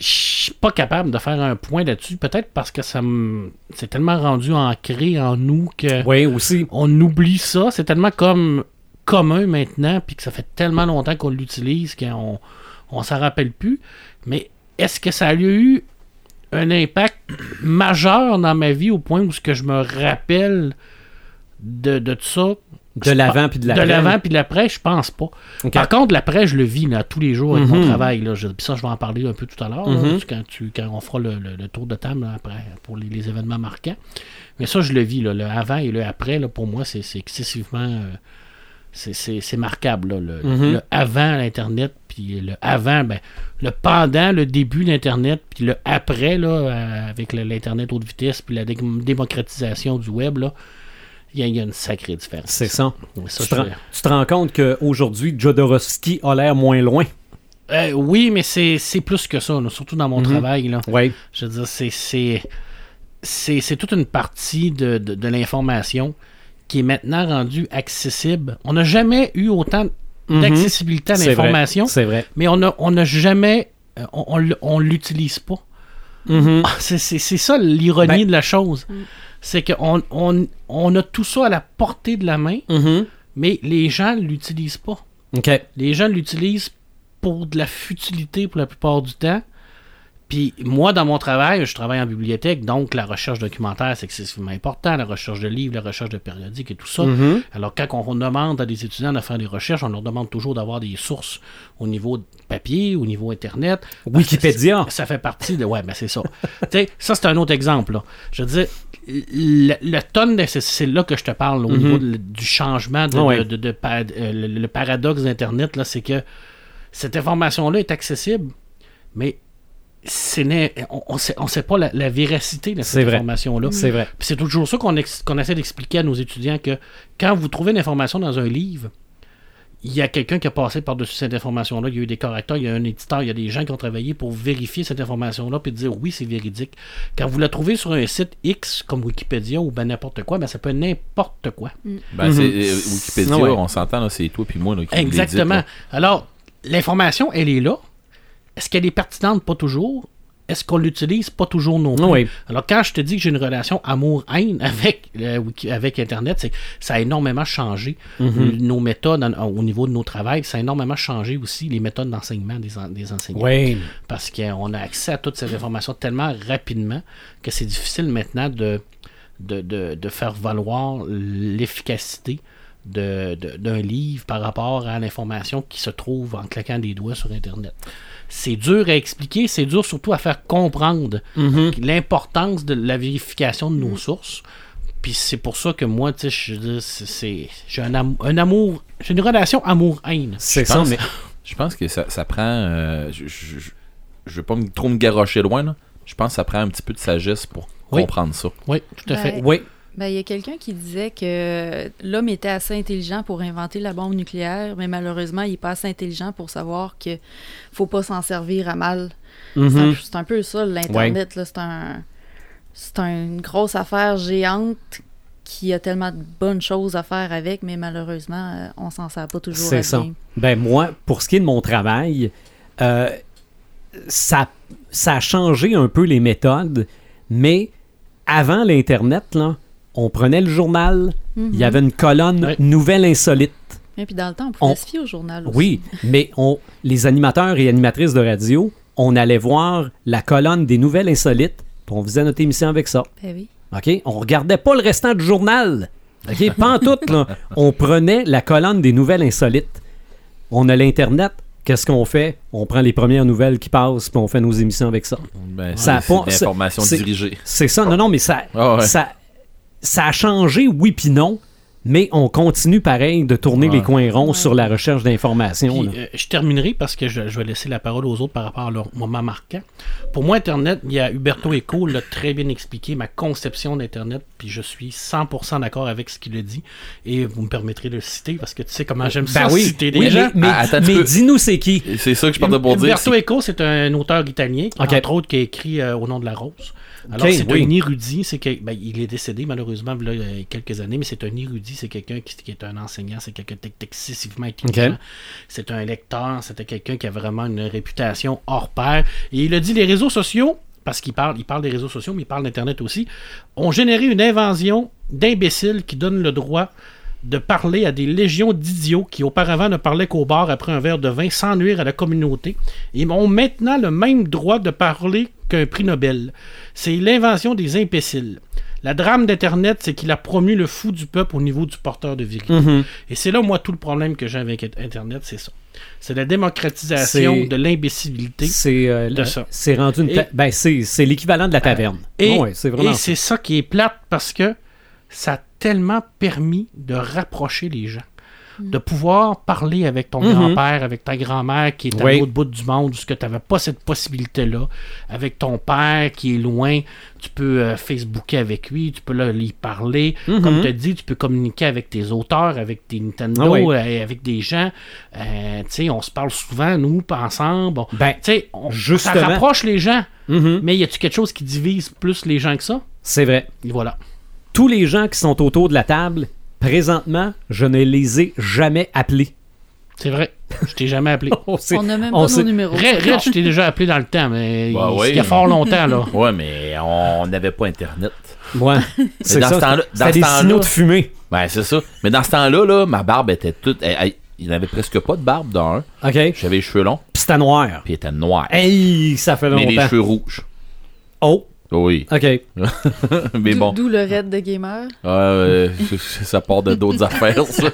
Speaker 3: je suis pas capable de faire un point là-dessus. Peut-être parce que ça me... c'est tellement rendu ancré en nous que
Speaker 1: Oui, aussi.
Speaker 3: on oublie ça. C'est tellement comme commun maintenant, puis que ça fait tellement longtemps qu'on l'utilise qu'on on s'en rappelle plus. Mais est-ce que ça a eu un impact majeur dans ma vie au point où ce que je me rappelle de, de tout ça?
Speaker 1: De l'avant puis de
Speaker 3: De
Speaker 1: l'après.
Speaker 3: l'avant Ah. puis de l'après, je pense pas.
Speaker 1: OK.
Speaker 3: Par contre, l'après, je le vis là, tous les jours avec
Speaker 1: Mhm.
Speaker 3: mon travail. Là. Je, puis ça, je vais en parler un peu tout à l'heure, là,
Speaker 1: Mhm.
Speaker 3: quand, tu- quand on fera le, le- le tour de table là, après pour les, les événements marquants. Mais ça, je le vis. là. le avant et le après, là, pour moi, c'est c'est excessivement. euh, c'est- c'est c'est marquable. là. le,
Speaker 1: Mhm.
Speaker 3: le avant l'Internet, puis le avant, ben, le pendant, le début d'Internet, puis le après, là, euh, avec le- l'Internet haute vitesse, puis la dé- démocratisation du web, là, il y, a- il y a une sacrée différence.
Speaker 1: C'est ça.
Speaker 3: Ouais, ça,
Speaker 1: Tu
Speaker 3: je
Speaker 1: te, rends-
Speaker 3: fais-
Speaker 1: tu te rends compte qu'aujourd'hui, Jodorowsky a l'air moins loin.
Speaker 3: Euh, oui, mais c'est c'est plus que ça, là, surtout dans mon
Speaker 1: Mhm.
Speaker 3: travail. Là.
Speaker 1: Oui.
Speaker 3: Je veux dire, c'est- c'est- c'est c'est toute une partie de, de- de l'information qui est maintenant rendue accessible. On n'a jamais eu autant d'accessibilité à l'information,
Speaker 1: Mhm. C'est vrai.
Speaker 3: mais on n'a on n'a jamais. euh, On, on l- on l'utilise pas.
Speaker 1: Mhm.
Speaker 3: Ah, c'est- C'est c'est ça l'ironie
Speaker 1: Ben-
Speaker 3: de la chose. C'est qu'on on, on a tout ça à la portée de la main,
Speaker 1: Mhm.
Speaker 3: mais les gens l'utilisent pas.
Speaker 1: OK.
Speaker 3: Les gens l'utilisent pour de la futilité pour la plupart du temps. Puis moi, dans mon travail, je travaille en bibliothèque, donc la recherche documentaire, c'est excessivement important, la recherche de livres, la recherche de périodiques et tout ça.
Speaker 1: Mhm.
Speaker 3: Alors quand on demande à des étudiants de faire des recherches, on leur demande toujours d'avoir des sources au niveau de papier, au niveau Internet. Parce que
Speaker 1: Wikipédia.
Speaker 3: c'est- Ça fait partie de... Ouais, ben c'est ça. tu sais, ça, c'est un autre exemple. là. Je veux dire, le, le tonne de... c'est- C'est là que je te parle, au niveau de- du changement, de,
Speaker 1: Ah Mhm. ouais.
Speaker 3: de- de- de pa- euh, le, le paradoxe d'Internet, là, c'est que cette information-là est accessible, mais c'est n'est- on ne sait, on sait pas la, la véracité de
Speaker 1: C'est
Speaker 3: cette
Speaker 1: vrai.
Speaker 3: information-là.
Speaker 1: C'est vrai.
Speaker 3: Puis c'est toujours ça qu'on ex- qu'on essaie d'expliquer à nos étudiants que quand vous trouvez une information dans un livre, il y a quelqu'un qui a passé par-dessus cette information-là, il y a eu des correcteurs, il y a un éditeur, il y a des gens qui ont travaillé pour vérifier cette information-là puis dire oui, c'est véridique. Quand vous la trouvez sur un site X comme Wikipédia ou ben n'importe quoi, ben ça peut être n'importe quoi.
Speaker 4: Ben, c'est, euh, Wikipédia,
Speaker 1: Mhm. Ouais.
Speaker 4: on s'entend, là, c'est toi puis moi là, qui
Speaker 3: Exactement.
Speaker 4: l'édite,
Speaker 3: Alors, l'information, elle est là. Est-ce qu'elle est pertinente? Pas toujours. Est-ce qu'on l'utilise? Pas toujours non plus.
Speaker 1: Oui.
Speaker 3: Alors, quand je te dis que j'ai une relation amour-haine avec, le wiki- avec Internet, c'est que ça a énormément changé
Speaker 4: Mm-hmm.
Speaker 3: nos méthodes en- au niveau de nos travails. Ça a énormément changé aussi les méthodes d'enseignement des, en- des enseignants
Speaker 1: Oui.
Speaker 3: parce qu'on a accès à toutes ces informations tellement rapidement que c'est difficile maintenant de, de, de- de faire valoir l'efficacité de- de- d'un livre par rapport à l'information qui se trouve en claquant des doigts sur Internet. C'est dur à expliquer, c'est dur surtout à faire comprendre
Speaker 1: Mm-hmm.
Speaker 3: l'importance de la vérification de nos sources. Puis c'est pour ça que moi, tu sais, je veux dire, c'est- c'est- j'ai un, am- un amour, j'ai une relation amour-haine.
Speaker 1: C'est
Speaker 4: Je
Speaker 1: ça,
Speaker 4: pense-
Speaker 1: mais.
Speaker 4: Je pense que ça, ça prend. euh, je, je, je- je veux pas me- trop me garrocher loin. Là. Je pense que ça prend un petit peu de sagesse pour
Speaker 3: Oui.
Speaker 4: comprendre ça.
Speaker 3: Oui, tout à fait.
Speaker 5: Ouais.
Speaker 1: Oui.
Speaker 5: Ben, il y a quelqu'un qui disait que l'homme était assez intelligent pour inventer la bombe nucléaire, mais malheureusement, il n'est pas assez intelligent pour savoir que faut pas s'en servir à mal. C'est un-
Speaker 1: Mhm.
Speaker 5: C'est un, peu ça, l'Internet. là. C'est un, c'est une grosse affaire géante qui a tellement de bonnes choses à faire avec, mais malheureusement, euh, on s'en sert pas toujours
Speaker 1: C'est
Speaker 5: à
Speaker 1: ça.
Speaker 5: bien.
Speaker 1: Ben moi, pour ce qui est de mon travail, euh, ça, ça a changé un peu les méthodes, mais avant l'Internet, là, on prenait le journal, il
Speaker 5: Mm-hmm.
Speaker 1: y avait une colonne
Speaker 3: Ouais.
Speaker 1: Nouvelle Insolite.
Speaker 5: Et puis dans le temps, on pouvait
Speaker 1: On-
Speaker 5: se fier au journal aussi.
Speaker 1: Oui, mais on, les animateurs et animatrices de radio, on allait voir la colonne des Nouvelles Insolites, puis on faisait notre émission avec ça.
Speaker 5: Ben oui.
Speaker 1: OK? On regardait pas le restant du journal. OK? Pas en tout, là. On prenait la colonne des nouvelles insolites. On a l'Internet. Qu'est-ce qu'on fait? On prend les premières nouvelles qui passent, puis on fait nos émissions avec ça.
Speaker 4: Ben,
Speaker 1: Ça a
Speaker 4: c'est
Speaker 1: pas-
Speaker 4: c'est de l'information
Speaker 1: c'est-
Speaker 4: dirigée.
Speaker 1: C'est ça. Non, non, mais ça,
Speaker 4: Ah ouais.
Speaker 1: ça, ça a changé, oui puis non, mais on continue pareil de tourner
Speaker 4: Ouais.
Speaker 1: les coins ronds
Speaker 5: Ouais.
Speaker 1: sur la recherche d'informations.
Speaker 3: Puis,
Speaker 1: là.
Speaker 3: euh, je terminerai parce que je, je vais laisser la parole aux autres par rapport à leur moment marquant. Pour moi, Internet, il y a Huberto Eco l'a très bien expliqué, ma conception d'Internet, puis je suis 100% d'accord avec ce qu'il a dit. Et vous me permettrez de le citer parce que tu sais comment j'aime ça,
Speaker 1: Ben oui,
Speaker 3: citer des
Speaker 1: oui,
Speaker 3: gens.
Speaker 1: mais, mais-
Speaker 4: Ah, attends, tu
Speaker 1: mais
Speaker 4: peux-
Speaker 1: dis-nous c'est qui.
Speaker 4: Et C'est ça que je partais pour dire.
Speaker 3: Umberto
Speaker 4: c'est-
Speaker 3: Eco, c'est un auteur italien, qui,
Speaker 1: Ok.
Speaker 3: entre autres, qui a écrit euh, Au nom de la rose. Alors,
Speaker 1: Ok,
Speaker 3: c'est
Speaker 1: oui.
Speaker 3: un érudit. C'est que, ben, il est décédé, malheureusement, il y a quelques années, mais c'est un érudit. C'est quelqu'un qui, qui est un enseignant. C'est quelqu'un d'ex- excessivement intelligent.
Speaker 1: Ok.
Speaker 3: C'est un lecteur. C'était quelqu'un qui a vraiment une réputation hors pair. Et il a dit les réseaux sociaux, parce qu'il parle, il parle des réseaux sociaux, mais il parle d'Internet aussi, ont généré une invention d'imbéciles qui donne le droit de parler à des légions d'idiots qui auparavant ne parlaient qu'au bar après un verre de vin sans nuire à la communauté. Ils ont maintenant le même droit de parler qu'un prix Nobel. C'est l'invention des imbéciles. La drame d'Internet, c'est qu'il a promu le fou du peuple au niveau du porteur de vérité.
Speaker 4: Mm-hmm.
Speaker 1: Mhm.
Speaker 3: Et c'est là, moi, tout le problème que j'ai avec Internet, c'est ça. C'est la
Speaker 1: C'est-
Speaker 3: démocratisation de l'imbécilité.
Speaker 1: C'est euh,
Speaker 3: de
Speaker 1: la-
Speaker 3: ça.
Speaker 1: c'est rendu une
Speaker 3: Et- Ah.
Speaker 1: ta- ben, c'est c'est l'équivalent de la taverne.
Speaker 3: Et,
Speaker 1: Ouais, c'est vraiment
Speaker 3: et c'est ça qui est plate parce que ça a tellement permis de rapprocher les gens. De pouvoir parler avec ton
Speaker 1: Mhm.
Speaker 3: grand-père, avec ta grand-mère qui est à
Speaker 1: Oui.
Speaker 3: l'autre bout du monde, où ce que tu n'avais pas cette possibilité-là, avec ton père qui est loin, tu peux euh, Facebooker avec lui, tu peux là, lui parler.
Speaker 1: Mm-hmm.
Speaker 3: Comme tu dit, tu peux communiquer avec tes auteurs, avec tes Nintendo,
Speaker 1: Ah oui.
Speaker 3: euh, avec des gens. Euh, tu sais, on se parle souvent, nous, ensemble. On-
Speaker 1: Ben,
Speaker 3: tu sais, on- ça
Speaker 1: justement.
Speaker 3: rapproche les gens.
Speaker 1: Mhm.
Speaker 3: Mais y a-tu quelque chose qui divise plus les gens que ça?
Speaker 1: C'est vrai.
Speaker 3: Et voilà.
Speaker 1: tous les gens qui sont autour de la table, présentement, je ne les ai jamais appelés.
Speaker 3: C'est vrai. Je t'ai jamais appelé.
Speaker 1: On s'est-
Speaker 5: On n'a même
Speaker 1: on
Speaker 5: pas
Speaker 1: s'est-
Speaker 5: nos numéros.
Speaker 3: Red, Red, je t'ai déjà appelé dans le temps, mais
Speaker 4: Bah
Speaker 3: il,
Speaker 4: oui.
Speaker 3: il y a fort longtemps, là.
Speaker 4: Ouais, mais on n'avait pas Internet.
Speaker 1: Ouais, c'est
Speaker 4: dans
Speaker 1: ça.
Speaker 4: ce temps-là-
Speaker 1: C'était
Speaker 4: dans ce
Speaker 1: des
Speaker 4: temps-là-
Speaker 1: signaux de fumée.
Speaker 4: Ouais, Ben, c'est ça. Mais dans ce temps-là, là, ma barbe était toute. elle- elle- il n'avait presque pas de barbe d'un.
Speaker 1: OK? Puis
Speaker 4: J'avais les cheveux longs,
Speaker 1: c'était noir.
Speaker 4: puis il était noir.
Speaker 1: Hey, ça fait
Speaker 4: mais
Speaker 1: longtemps.
Speaker 4: les cheveux rouges.
Speaker 1: Oh,
Speaker 4: Oui,
Speaker 1: OK. Ben,
Speaker 4: mais
Speaker 5: D'où-
Speaker 4: bon,
Speaker 5: D'où le raid de gamer.
Speaker 4: Euh, ça part de d'autres affaires, ça.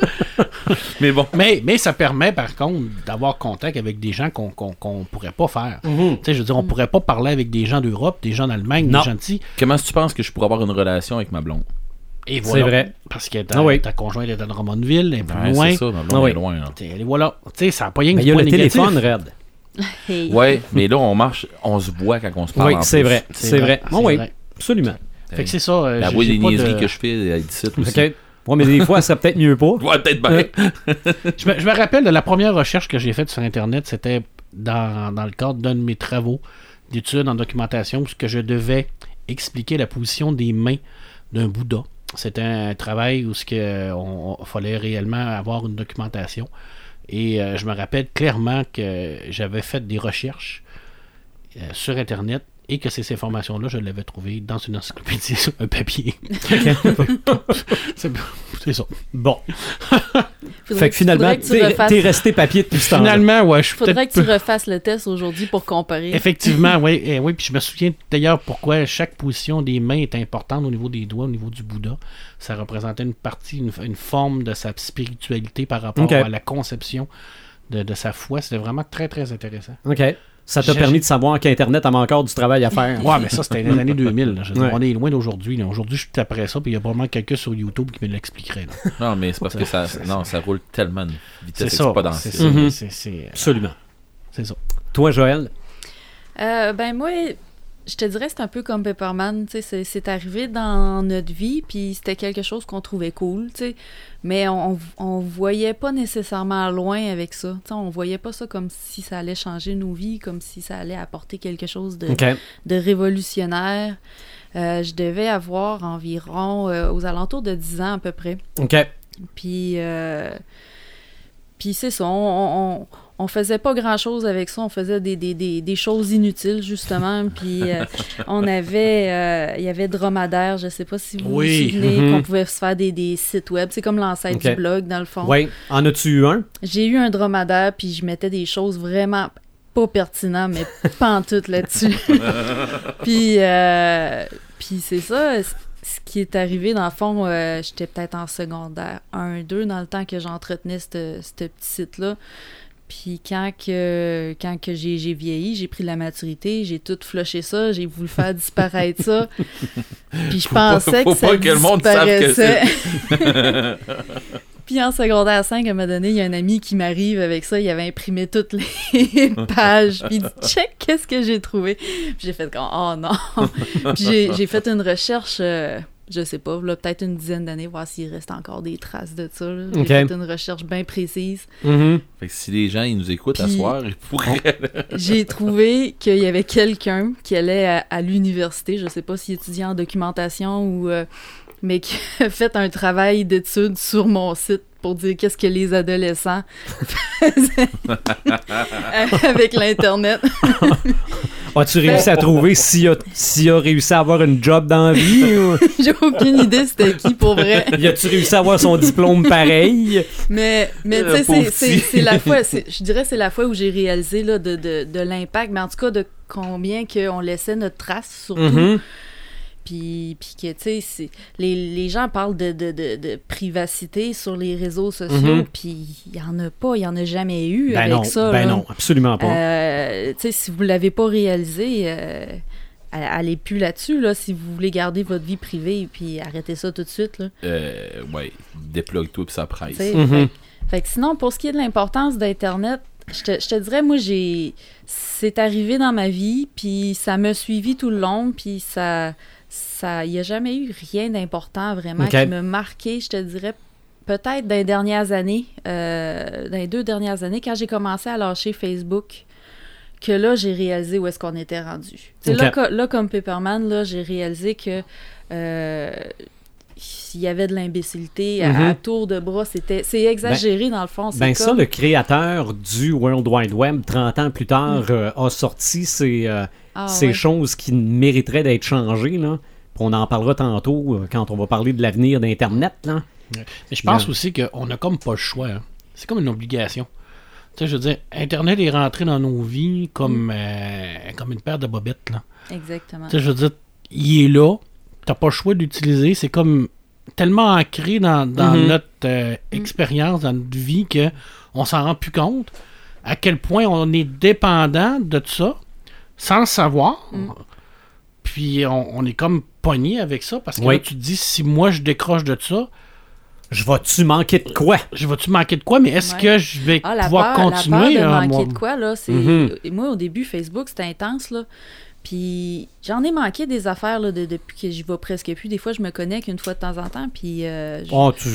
Speaker 4: Mais bon,
Speaker 3: Mais, mais ça permet, par contre, d'avoir contact avec des gens qu'on qu'on- qu'on pourrait pas faire. Tu sais, je veux dire, on pourrait pas parler avec des gens d'Europe, des gens d'Allemagne,
Speaker 1: Non.
Speaker 3: des gens de ci.
Speaker 4: comment est-ce que tu penses que je pourrais avoir une relation avec ma blonde?
Speaker 3: Et voilà.
Speaker 1: C'est vrai.
Speaker 3: Parce que ta,
Speaker 1: Ah oui.
Speaker 3: ta conjointe est à Drummondville, elle est plus
Speaker 4: Ouais,
Speaker 3: loin.
Speaker 4: c'est ça, ma blonde
Speaker 1: Ah oui.
Speaker 4: est loin. hein. là.
Speaker 3: Tu sais, elle est voilà. Tu sais, ça n'a pas rien que
Speaker 1: Mais il
Speaker 3: du
Speaker 1: y a
Speaker 3: point
Speaker 1: le
Speaker 3: négatif.
Speaker 1: téléphone, Red.
Speaker 5: Hey.
Speaker 4: Ouais, mais là, on marche, on se voit quand on se parle.
Speaker 1: Oui,
Speaker 4: en
Speaker 1: c'est
Speaker 4: plus.
Speaker 1: vrai.
Speaker 3: C'est
Speaker 1: C'est
Speaker 3: vrai,
Speaker 1: vrai.
Speaker 3: c'est
Speaker 1: Oh, oui,
Speaker 3: vrai.
Speaker 1: absolument.
Speaker 3: Fait que c'est ça. euh,
Speaker 4: La
Speaker 3: j'ai-
Speaker 4: voix
Speaker 3: j'ai
Speaker 4: des
Speaker 3: pas de-
Speaker 4: niaiseries que je fais, elle dit ça
Speaker 1: OK.
Speaker 4: aussi.
Speaker 1: Ouais, mais des fois, ça serait peut-être mieux pas.
Speaker 4: Ouais, peut-être bien.
Speaker 3: Je me, je me rappelle de la première recherche que j'ai faite sur Internet, c'était dans, dans le cadre d'un de mes travaux d'études en documentation, puisque je devais expliquer la position des mains d'un Bouddha. C'était un travail où ce que on, on- fallait réellement avoir une documentation. Et euh, je me rappelle clairement que j'avais fait des recherches euh, sur Internet et que ces informations-là, je l'avais trouvées dans une encyclopédie sur un papier. c'est c'est ça.
Speaker 1: Bon.
Speaker 5: Faudrait
Speaker 1: Fait que finalement,
Speaker 5: faudrait que tu
Speaker 1: t'es
Speaker 5: refasses-
Speaker 1: t'es resté papier depuis ce temps-là.
Speaker 3: Finalement, ouais, je suis peut-être
Speaker 5: Faudrait que tu refasses le test aujourd'hui pour comparer.
Speaker 3: Effectivement, oui. eh oui, puis je me souviens d'ailleurs pourquoi chaque position des mains est importante au niveau des doigts, au niveau du Bouddha. Ça représentait une partie, une, une forme de sa spiritualité par rapport
Speaker 1: Ok.
Speaker 3: à la conception de, de sa foi. C'était vraiment très, très intéressant.
Speaker 1: OK. Ça t'a
Speaker 3: Cherche-
Speaker 1: permis de savoir qu'Internet avait encore du travail à faire.
Speaker 3: Ouais, mais ça, c'était dans les années 2000. là. Je veux dire,
Speaker 1: Ouais.
Speaker 3: On est loin d'aujourd'hui. là. Aujourd'hui, je suis après ça, puis il y a probablement quelqu'un sur YouTube qui me l'expliquerait. là.
Speaker 4: Non, mais c'est parce que ça, non, ça roule tellement de
Speaker 3: C'est
Speaker 4: vitesse
Speaker 3: ça. C'est ça.
Speaker 4: exponentielle.
Speaker 1: Mhm.
Speaker 3: c'est- c'est-
Speaker 1: Absolument.
Speaker 3: C'est ça.
Speaker 1: Toi, Joël?
Speaker 5: Euh, ben moi, je te dirais, c'est un peu comme Pepperman, tu sais, c'est- c'est arrivé dans notre vie, puis c'était quelque chose qu'on trouvait cool, tu sais, mais on, on voyait pas nécessairement loin avec ça, tu sais, on voyait pas ça comme si ça allait changer nos vies, comme si ça allait apporter quelque chose de,
Speaker 1: OK.
Speaker 5: de révolutionnaire. Euh, je devais avoir environ, euh, aux alentours de 10 ans à peu près,
Speaker 1: OK.
Speaker 5: puis, euh, puis c'est ça, on, on, on- on faisait pas grand-chose avec ça, on faisait des, des, des, des choses inutiles, justement. Puis euh, on avait, euh, il y avait Dromadaire, je sais pas si vous
Speaker 3: Oui.
Speaker 5: vous souvenez,
Speaker 1: Mhm.
Speaker 5: qu'on pouvait se faire des, des sites web. C'est comme l'ancêtre
Speaker 1: Ok.
Speaker 5: du blog, dans le fond.
Speaker 1: Ouais. En as-tu eu un?
Speaker 5: J'ai eu un Dromadaire, puis je mettais des choses vraiment pas pertinentes, mais pantoute là-dessus. puis euh, puis c'est ça, c- ce qui est arrivé, dans le fond, euh, j'étais peut-être en secondaire 1, 2, dans le temps que j'entretenais ce ce petit site-là. Puis quand que, quand que j'ai j'ai vieilli, j'ai pris de la maturité, j'ai tout flushé ça, j'ai voulu faire disparaître ça. Puis je
Speaker 4: pas-
Speaker 5: pensais
Speaker 4: faut
Speaker 5: que ça
Speaker 4: pas que le monde sache que
Speaker 5: disparaissait. Puis en secondaire 5, à un moment donné, il y a un ami qui m'arrive avec ça, il avait imprimé toutes les pages, puis il dit « Check, qu'est-ce que j'ai trouvé? » Puis j'ai fait comme « Oh non! » Puis j'ai- j'ai fait une recherche... euh, je sais pas, là, peut-être une dizaine d'années, voir s'il reste encore des traces de ça. là. J'ai
Speaker 1: Ok.
Speaker 5: fait une recherche bien précise.
Speaker 4: Fait que si les gens ils nous écoutent à
Speaker 5: Puis-
Speaker 4: soir, ils pourraient.
Speaker 5: J'ai trouvé qu'il y avait quelqu'un qui allait à, à l'université, je sais pas s'il étudiait en documentation ou. euh, mais qui a fait un travail d'étude sur mon site pour dire qu'est-ce que les adolescents faisaient avec l'Internet.
Speaker 1: As-tu réussi à
Speaker 5: Ben, oh.
Speaker 1: trouver s'il a, s'il a réussi à avoir une job dans la vie? ou-
Speaker 5: J'ai aucune idée c'était qui pour vrai.
Speaker 1: Y a-tu réussi à avoir son diplôme pareil?
Speaker 5: Mais, mais
Speaker 1: Euh,
Speaker 4: Le
Speaker 5: tu sais,
Speaker 4: pauvre
Speaker 5: c'est- c'est
Speaker 4: petit.
Speaker 5: c'est la fois, c'est- je dirais c'est la fois où j'ai réalisé là, de, de, de l'impact, mais en tout cas de combien qu'on laissait notre trace, surtout.
Speaker 1: Mhm.
Speaker 5: Puis, puis que, tu sais, c'est- les, les gens parlent de, de, de, de privacité sur les réseaux sociaux,
Speaker 1: Mhm.
Speaker 5: puis il n'y en a pas, il n'y en a jamais eu
Speaker 1: Ben
Speaker 5: avec
Speaker 1: non,
Speaker 5: ça.
Speaker 1: ben
Speaker 5: là.
Speaker 1: non, absolument pas.
Speaker 5: Euh, tu sais, si vous ne l'avez pas réalisé, euh, allez plus là-dessus, là, si vous voulez garder votre vie privée, puis arrêtez ça tout de suite, là.
Speaker 4: Euh, ouais, déplogue-toi pis ça presse.
Speaker 5: Tu sais,
Speaker 1: Mhm.
Speaker 5: Fait que sinon, pour ce qui est de l'importance d'Internet, je te, je te dirais, moi, j'ai. C'est arrivé dans ma vie, puis ça m'a suivi tout le long, puis ça. ça il n'y a jamais eu rien d'important vraiment
Speaker 1: Ok.
Speaker 5: qui me marquait, je te dirais. Peut-être dans les dernières années, euh, dans les deux dernières années, quand j'ai commencé à lâcher Facebook, que là, j'ai réalisé où est-ce qu'on était rendu. Tu sais, Là,
Speaker 1: Ok.
Speaker 5: co- là, comme Pepperman, là, j'ai réalisé que euh, il y avait de l'imbécilité à- à,
Speaker 1: Mhm.
Speaker 5: tour de bras. C'était, c'est exagéré, dans le fond. C'est
Speaker 1: Ben ça,
Speaker 5: comme-
Speaker 1: le créateur du World Wide Web, 30 ans plus tard, euh, a sorti ces, euh,
Speaker 5: Mm. Ah,
Speaker 1: ces
Speaker 5: ouais.
Speaker 1: choses qui mériteraient d'être changées. Là. Puis on en parlera tantôt euh, quand on va parler de l'avenir d'Internet. Là.
Speaker 3: Mais je pense
Speaker 1: Non.
Speaker 3: aussi qu'on n'a comme pas le choix. hein. C'est comme une obligation. Tu sais, je veux dire, Internet est rentré dans nos vies comme, euh, comme une paire de bobettes. Là.
Speaker 5: Exactement.
Speaker 3: Tu sais, je veux dire, il est là, t'as pas le choix d'utiliser, c'est comme tellement ancré dans, dans
Speaker 1: Mhm.
Speaker 3: notre euh, expérience, dans notre vie, que on s'en rend plus compte à quel point on est dépendant de ça, sans le savoir. Puis on, on est comme pogné avec ça, parce que
Speaker 1: Oui.
Speaker 3: là, tu te dis, si moi je décroche de ça,
Speaker 1: Je vais-tu manquer de quoi?
Speaker 3: je vais-tu manquer de quoi, mais est-ce
Speaker 5: Ouais.
Speaker 3: que je vais
Speaker 5: Ah, la
Speaker 3: pouvoir
Speaker 5: peur,
Speaker 3: continuer?
Speaker 5: la peur de
Speaker 3: hein,
Speaker 5: manquer
Speaker 3: moi?
Speaker 5: de quoi, là. C'est...
Speaker 1: Mhm.
Speaker 5: Et Moi, au début, Facebook, c'était intense, là. Puis j'en ai manqué des affaires là, de- depuis que j'y vais presque plus. Des fois, je me connecte une fois de temps en temps, puis euh, je,
Speaker 1: Oh, tu,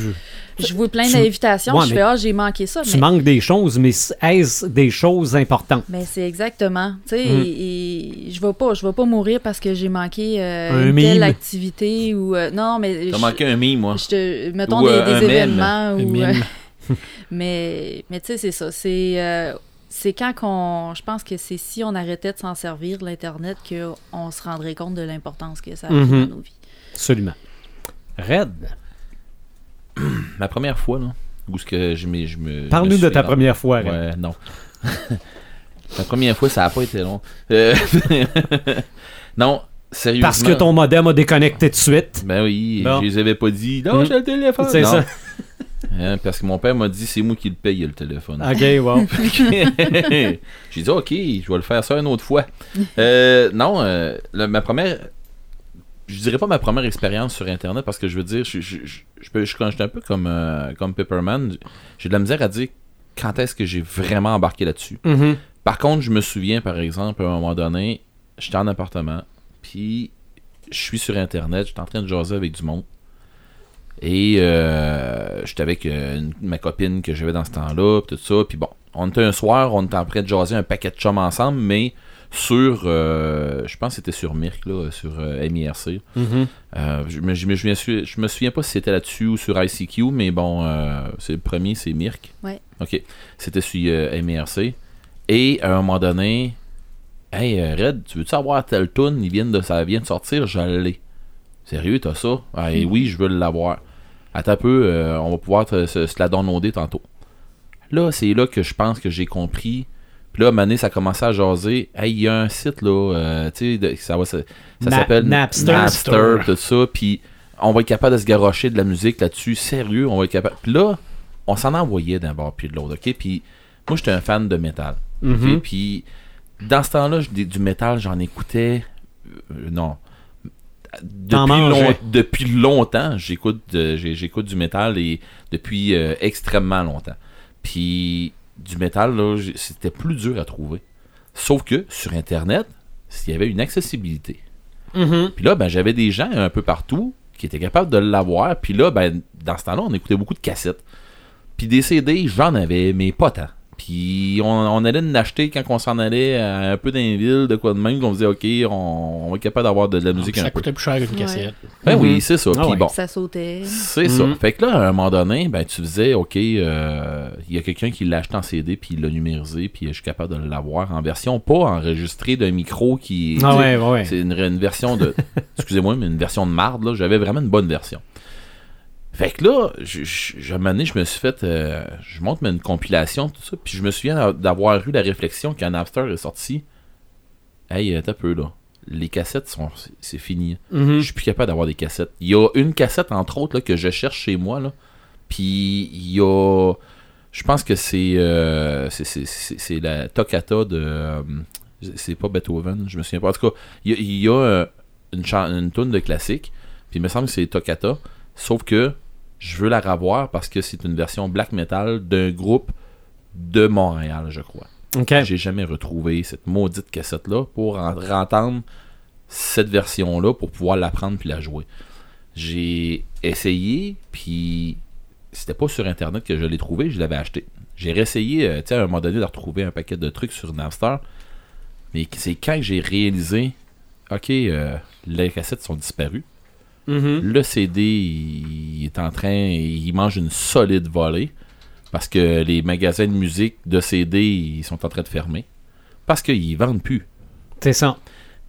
Speaker 5: je vois plein
Speaker 1: tu-
Speaker 5: d'invitations.
Speaker 1: Ouais,
Speaker 5: je
Speaker 1: mais-
Speaker 5: fais « Ah, j'ai manqué ça »,
Speaker 1: tu
Speaker 5: mais
Speaker 1: manques des choses, mais est-ce des choses importantes?
Speaker 5: Ben, c'est exactement. Tu sais,
Speaker 1: Mm.
Speaker 5: et, et je vais pas, je vais pas mourir parce que j'ai manqué euh,
Speaker 1: Un
Speaker 5: une
Speaker 1: mime.
Speaker 5: telle activité ou euh, non, mais
Speaker 4: T'as
Speaker 5: je-
Speaker 4: manqué un mi, moi.
Speaker 5: je te- mettons
Speaker 4: Ou,
Speaker 5: des,
Speaker 4: euh,
Speaker 5: des
Speaker 4: un mème.
Speaker 5: événements
Speaker 3: Un
Speaker 5: ou
Speaker 3: mime.
Speaker 5: euh, mais mais tu sais c'est ça. C'est euh, c'est quand qu'on, je pense que c'est si on arrêtait de s'en servir l'internet que on se rendrait compte de l'importance que ça a pris
Speaker 4: Mm-hmm.
Speaker 1: Mhm.
Speaker 5: dans nos vies.
Speaker 1: Absolument. Red,
Speaker 4: Ma première fois, là. Où ce que je, me- je me.
Speaker 1: parle-nous
Speaker 4: je me
Speaker 1: de
Speaker 4: suis
Speaker 1: ta
Speaker 4: fait-
Speaker 1: première fois. Red.
Speaker 4: Ouais, non. La première fois, ça a pas été long. Euh, non, sérieusement.
Speaker 1: Parce que ton modem a déconnecté de suite.
Speaker 4: Ben oui,
Speaker 1: Bon.
Speaker 4: je les avais pas dit. Non,
Speaker 1: Mm.
Speaker 4: j'ai le téléphone.
Speaker 1: C'est
Speaker 4: Non.
Speaker 1: ça.
Speaker 4: Hein, parce que mon père m'a dit, c'est moi qui le paye le téléphone.
Speaker 1: OK, wow.
Speaker 4: J'ai dit, OK, je vais le faire ça une autre fois. Euh, non, euh, le- ma première. Je dirais pas ma première expérience sur Internet parce que je veux dire, je, je, je, je peux- je- quand j'étais un peu comme, euh, comme Pepperman, j'ai de la misère à dire quand est-ce que j'ai vraiment embarqué là-dessus.
Speaker 1: Mhm.
Speaker 4: Par contre, je me souviens, par exemple, à un moment donné, j'étais en appartement, Puis je suis sur Internet, j'étais en train de jaser avec du monde. Et euh, j'étais avec euh, une- ma copine que j'avais dans ce temps-là, puis tout ça. Puis bon, on était un soir, on était en train de jaser un paquet de chums ensemble, mais sur, euh, je pense que c'était sur Mirc, là, sur euh, MIRC. Euh, je, me- je me- je me souviens- je me souviens pas si c'était là-dessus ou sur ICQ, mais bon, euh, c'est le premier, c'est Mirk.
Speaker 5: Ouais.
Speaker 4: Ok. C'était sur euh, MRC. Et à un moment donné, Hey euh, Red, tu veux-tu avoir telle tune Il vient de, ça vient de sortir, je l'ai. Sérieux, t'as ça Ah, et Oui, je veux l'avoir. Attends un peu, euh, on va pouvoir te- se, se la downloader tantôt. Là, c'est là que je pense que j'ai compris. Puis là, à un moment donné, ça commençait à jaser. Hey, il y a un site, là, euh, tu sais, de- ça, va se- ça
Speaker 1: Na-
Speaker 4: s'appelle
Speaker 1: Napster.
Speaker 4: Napster, tout ça. Puis on va être capable de se garrocher de la musique là-dessus. Sérieux, on va être capable. Puis là, on s'en envoyait d'un bord puis de l'autre, ok? Puis moi, j'étais un fan de métal. ok?
Speaker 1: Mhm.
Speaker 4: Puis dans ce temps-là, je dis du métal, j'en écoutais. euh, non.
Speaker 1: T'en
Speaker 4: Depuis,
Speaker 1: mangeais.
Speaker 4: long- depuis longtemps, j'écoute de- j'ai- j'écoute du métal et depuis euh, extrêmement longtemps. Puis du métal, là, j'ai- c'était plus dur à trouver. Sauf que sur Internet, il y avait une accessibilité.
Speaker 1: Mhm.
Speaker 4: Puis là, ben, j'avais des gens un peu partout qui étaient capables de l'avoir. Puis là, ben, dans ce temps-là, on écoutait beaucoup de cassettes. Puis des CD, j'en avais, mais pas tant. Puis on, on allait en acheter quand on s'en allait euh, un peu dans les villes, de quoi de même, qu'on disait, OK, on, on va être capable d'avoir de, de la musique
Speaker 3: ça
Speaker 4: un peu.
Speaker 3: coûtait plus cher qu'une
Speaker 5: Ouais.
Speaker 3: cassette.
Speaker 4: Ben
Speaker 1: Ah, Mhm.
Speaker 4: oui, c'est ça.
Speaker 1: Ah
Speaker 4: Puis
Speaker 1: ouais.
Speaker 4: bon.
Speaker 5: Ça sautait.
Speaker 4: C'est
Speaker 1: Mhm.
Speaker 4: ça. Fait que là, à un moment donné, ben, tu faisais, OK, euh, il y a quelqu'un qui l'a acheté en CD, puis il l'a numérisé, puis je suis capable de l'avoir en version pas enregistrée d'un micro qui
Speaker 1: Ah
Speaker 4: tu sais,
Speaker 1: ouais, ouais, ouais.
Speaker 4: c'est une, une version de. Excusez-moi, mais une version de marde, là. J'avais vraiment une bonne version. Fait que là, je, je, je- à un moment donné, je me suis fait. euh, je monte mais une compilation, tout ça. Puis je me souviens d'a- d'avoir eu la réflexion quand Napster est sorti. Hey, euh, t'as peu, là. Les cassettes sont. c'est- C'est fini.
Speaker 1: Mhm.
Speaker 4: Je suis plus capable d'avoir des cassettes. Il y a une cassette, entre autres, là, que je cherche chez moi, là. Puis il y a. Je pense que c'est. euh, c'est- c'est- c'est c'est la toccata de. euh, c'est pas Beethoven, je me souviens pas. En tout cas, il y a, il y a, euh, une, chan- une toune de classique, puis il me semble que c'est Toccata, sauf que je veux la revoir parce que c'est une version black metal d'un groupe de Montréal, je crois.
Speaker 1: Ok.
Speaker 4: J'ai jamais retrouvé cette maudite cassette-là pour en- entendre cette version-là pour pouvoir la prendre puis la jouer. J'ai essayé, puis c'était pas sur Internet que je l'ai trouvé, je l'avais acheté. J'ai réessayé, euh, tu sais, à un moment donné, de retrouver un paquet de trucs sur Napster, mais c'est quand que j'ai réalisé, ok, euh, les cassettes sont disparues.
Speaker 1: Mhm.
Speaker 4: Le CD, il est en train, il mange une solide volée parce que les magasins de musique de CD, ils sont en train de fermer parce qu'ils vendent plus.
Speaker 1: C'est ça.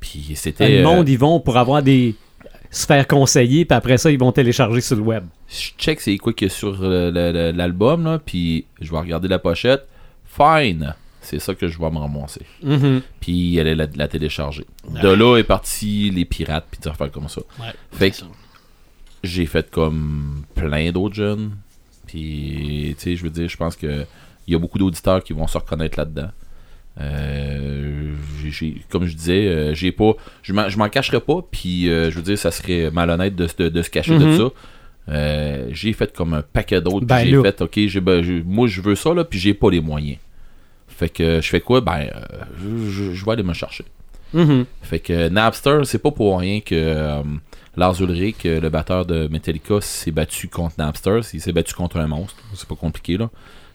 Speaker 4: Puis
Speaker 1: le
Speaker 4: c'était euh,
Speaker 1: monde, ils vont pour avoir des. se faire conseiller, puis après ça, ils vont télécharger sur le web.
Speaker 4: je check c'est quoi qu'il y a sur euh, le- le- l'album là, puis je vais regarder la pochette. Fine, c'est ça que je vais me ramasser.
Speaker 1: Mhm.
Speaker 4: Puis elle est la, la télécharger. De là est parti les pirates puis des affaires comme ça.
Speaker 3: Ouais,
Speaker 4: Fait
Speaker 3: c'est ça.
Speaker 4: j'ai fait comme plein d'autres jeunes. Puis, tu sais, je veux dire, je pense que il y a beaucoup d'auditeurs qui vont se reconnaître là-dedans. Euh, j'ai- j'ai- comme je disais, euh, j'ai pas, je m'en je m'en cacherai pas. Puis, euh, je veux dire, ça serait malhonnête de, se- de- de se cacher
Speaker 1: Mhm.
Speaker 4: de ça. Euh, j'ai fait comme un paquet d'autres.
Speaker 1: Ben
Speaker 4: puis
Speaker 1: là.
Speaker 4: j'ai fait, ok, j'ai- ben, j'ai- moi je veux ça là, puis j'ai pas les moyens. Fait que je fais quoi Ben, euh, je- je- je vais aller me chercher.
Speaker 1: Mhm.
Speaker 4: Fait que Napster, c'est pas pour rien que euh, Lars Ulrich, euh, le batteur de Metallica, s'est battu contre Napster. Il s'est battu contre un monstre. C'est pas compliqué, là.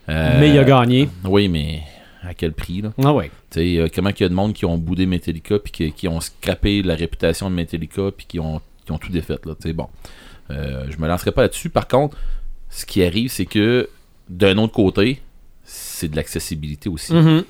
Speaker 4: Euh,
Speaker 1: Mais il a gagné.
Speaker 4: Oui, mais à quel prix, là?
Speaker 1: Ah ouais.
Speaker 4: Tu sais, euh, comment qu'il y a de monde qui ont boudé Metallica, puis qui, qui ont scrappé la réputation de Metallica, puis qui ont, qui ont tout défait, là. Tu sais, bon. Euh, je me lancerai pas là-dessus. Par contre, ce qui arrive, c'est que d'un autre côté, c'est de l'accessibilité aussi
Speaker 1: Mhm.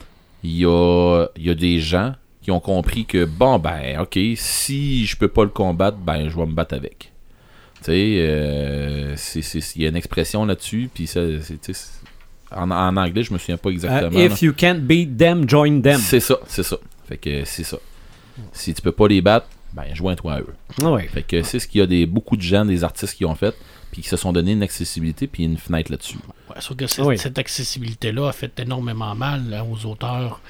Speaker 4: il y a, il y a des gens qui ont compris que bon ben ok si je peux pas le combattre ben je vais me battre avec tu sais euh, c'est- c'est- il y a une expression là-dessus puis ça c'est- tu sais, c'est- en, en anglais je me souviens pas
Speaker 1: Euh,
Speaker 4: exactement là.
Speaker 1: if you can't beat them, join them.
Speaker 4: c'est ça c'est ça fait que c'est ça si tu peux pas les battre ben joins-toi à eux
Speaker 1: Ah ouais.
Speaker 4: fait que c'est ce qu'il y a des beaucoup de gens des artistes qui ont fait puis qui se sont donné une accessibilité puis une fenêtre là-dessus
Speaker 3: Ouais, sauf que c'est-
Speaker 1: Oui.
Speaker 3: cette accessibilité-là a fait énormément mal hein, aux auteurs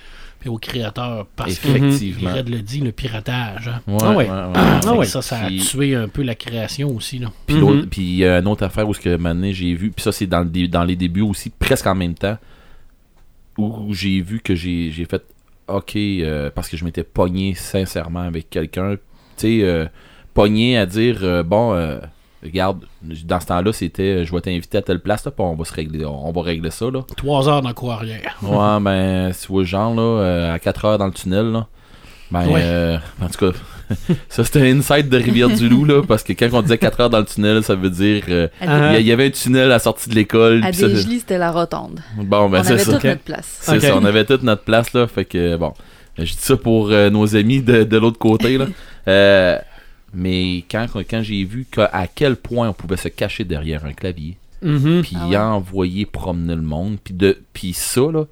Speaker 3: et aux créateurs parce que,
Speaker 4: effectivement
Speaker 3: Red le dit, le piratage. hein.
Speaker 4: Ouais,
Speaker 1: Ah ouais.
Speaker 3: Fait que
Speaker 1: ouais.
Speaker 3: Ça, ça a
Speaker 4: Puis-
Speaker 3: tué un peu la création aussi. Là.
Speaker 4: Puis
Speaker 1: Mhm.
Speaker 4: l'autre- puis il y a une autre affaire où ce que maintenant j'ai vu, puis ça c'est dans, le dé- dans les débuts aussi, presque en même temps, où où j'ai vu que j'ai j'ai fait OK, euh, parce que je m'étais pogné sincèrement avec quelqu'un. Tu tu sais, euh, pogné à dire euh, bon, euh, regarde, dans ce temps-là, c'était euh, je vais t'inviter à telle place, là, puis on va se régler, on va régler ça, là.
Speaker 3: Trois heures dans le cours arrière.
Speaker 4: Ouais, ben, si vous voyez le genre, là, euh, à 4 heures dans le tunnel, là, ben,
Speaker 3: Ouais.
Speaker 4: euh, en tout cas, ça c'était un insight de Rivière-du-Loup, là, parce que quand on disait 4 heures dans le tunnel, ça veut dire. euh, il
Speaker 1: Ah.
Speaker 4: y, a- il y avait un tunnel à la sortie de l'école.
Speaker 5: À
Speaker 4: puis ça-
Speaker 5: Desgelis, c'était la rotonde.
Speaker 4: Bon, ben,
Speaker 5: on
Speaker 4: c'est
Speaker 5: avait
Speaker 4: ça.
Speaker 1: Ok.
Speaker 5: toute notre place.
Speaker 4: C'est
Speaker 1: Ok.
Speaker 4: ça, on avait toute notre place là, fait que bon, je dis ça pour euh, nos amis de, de l'autre côté là. Euh, mais quand, quand j'ai vu qu'à- à quel point on pouvait se cacher derrière un clavier,
Speaker 1: Mhm.
Speaker 4: puis
Speaker 5: Ah ouais.
Speaker 4: envoyer promener le monde, puis de puis ça là,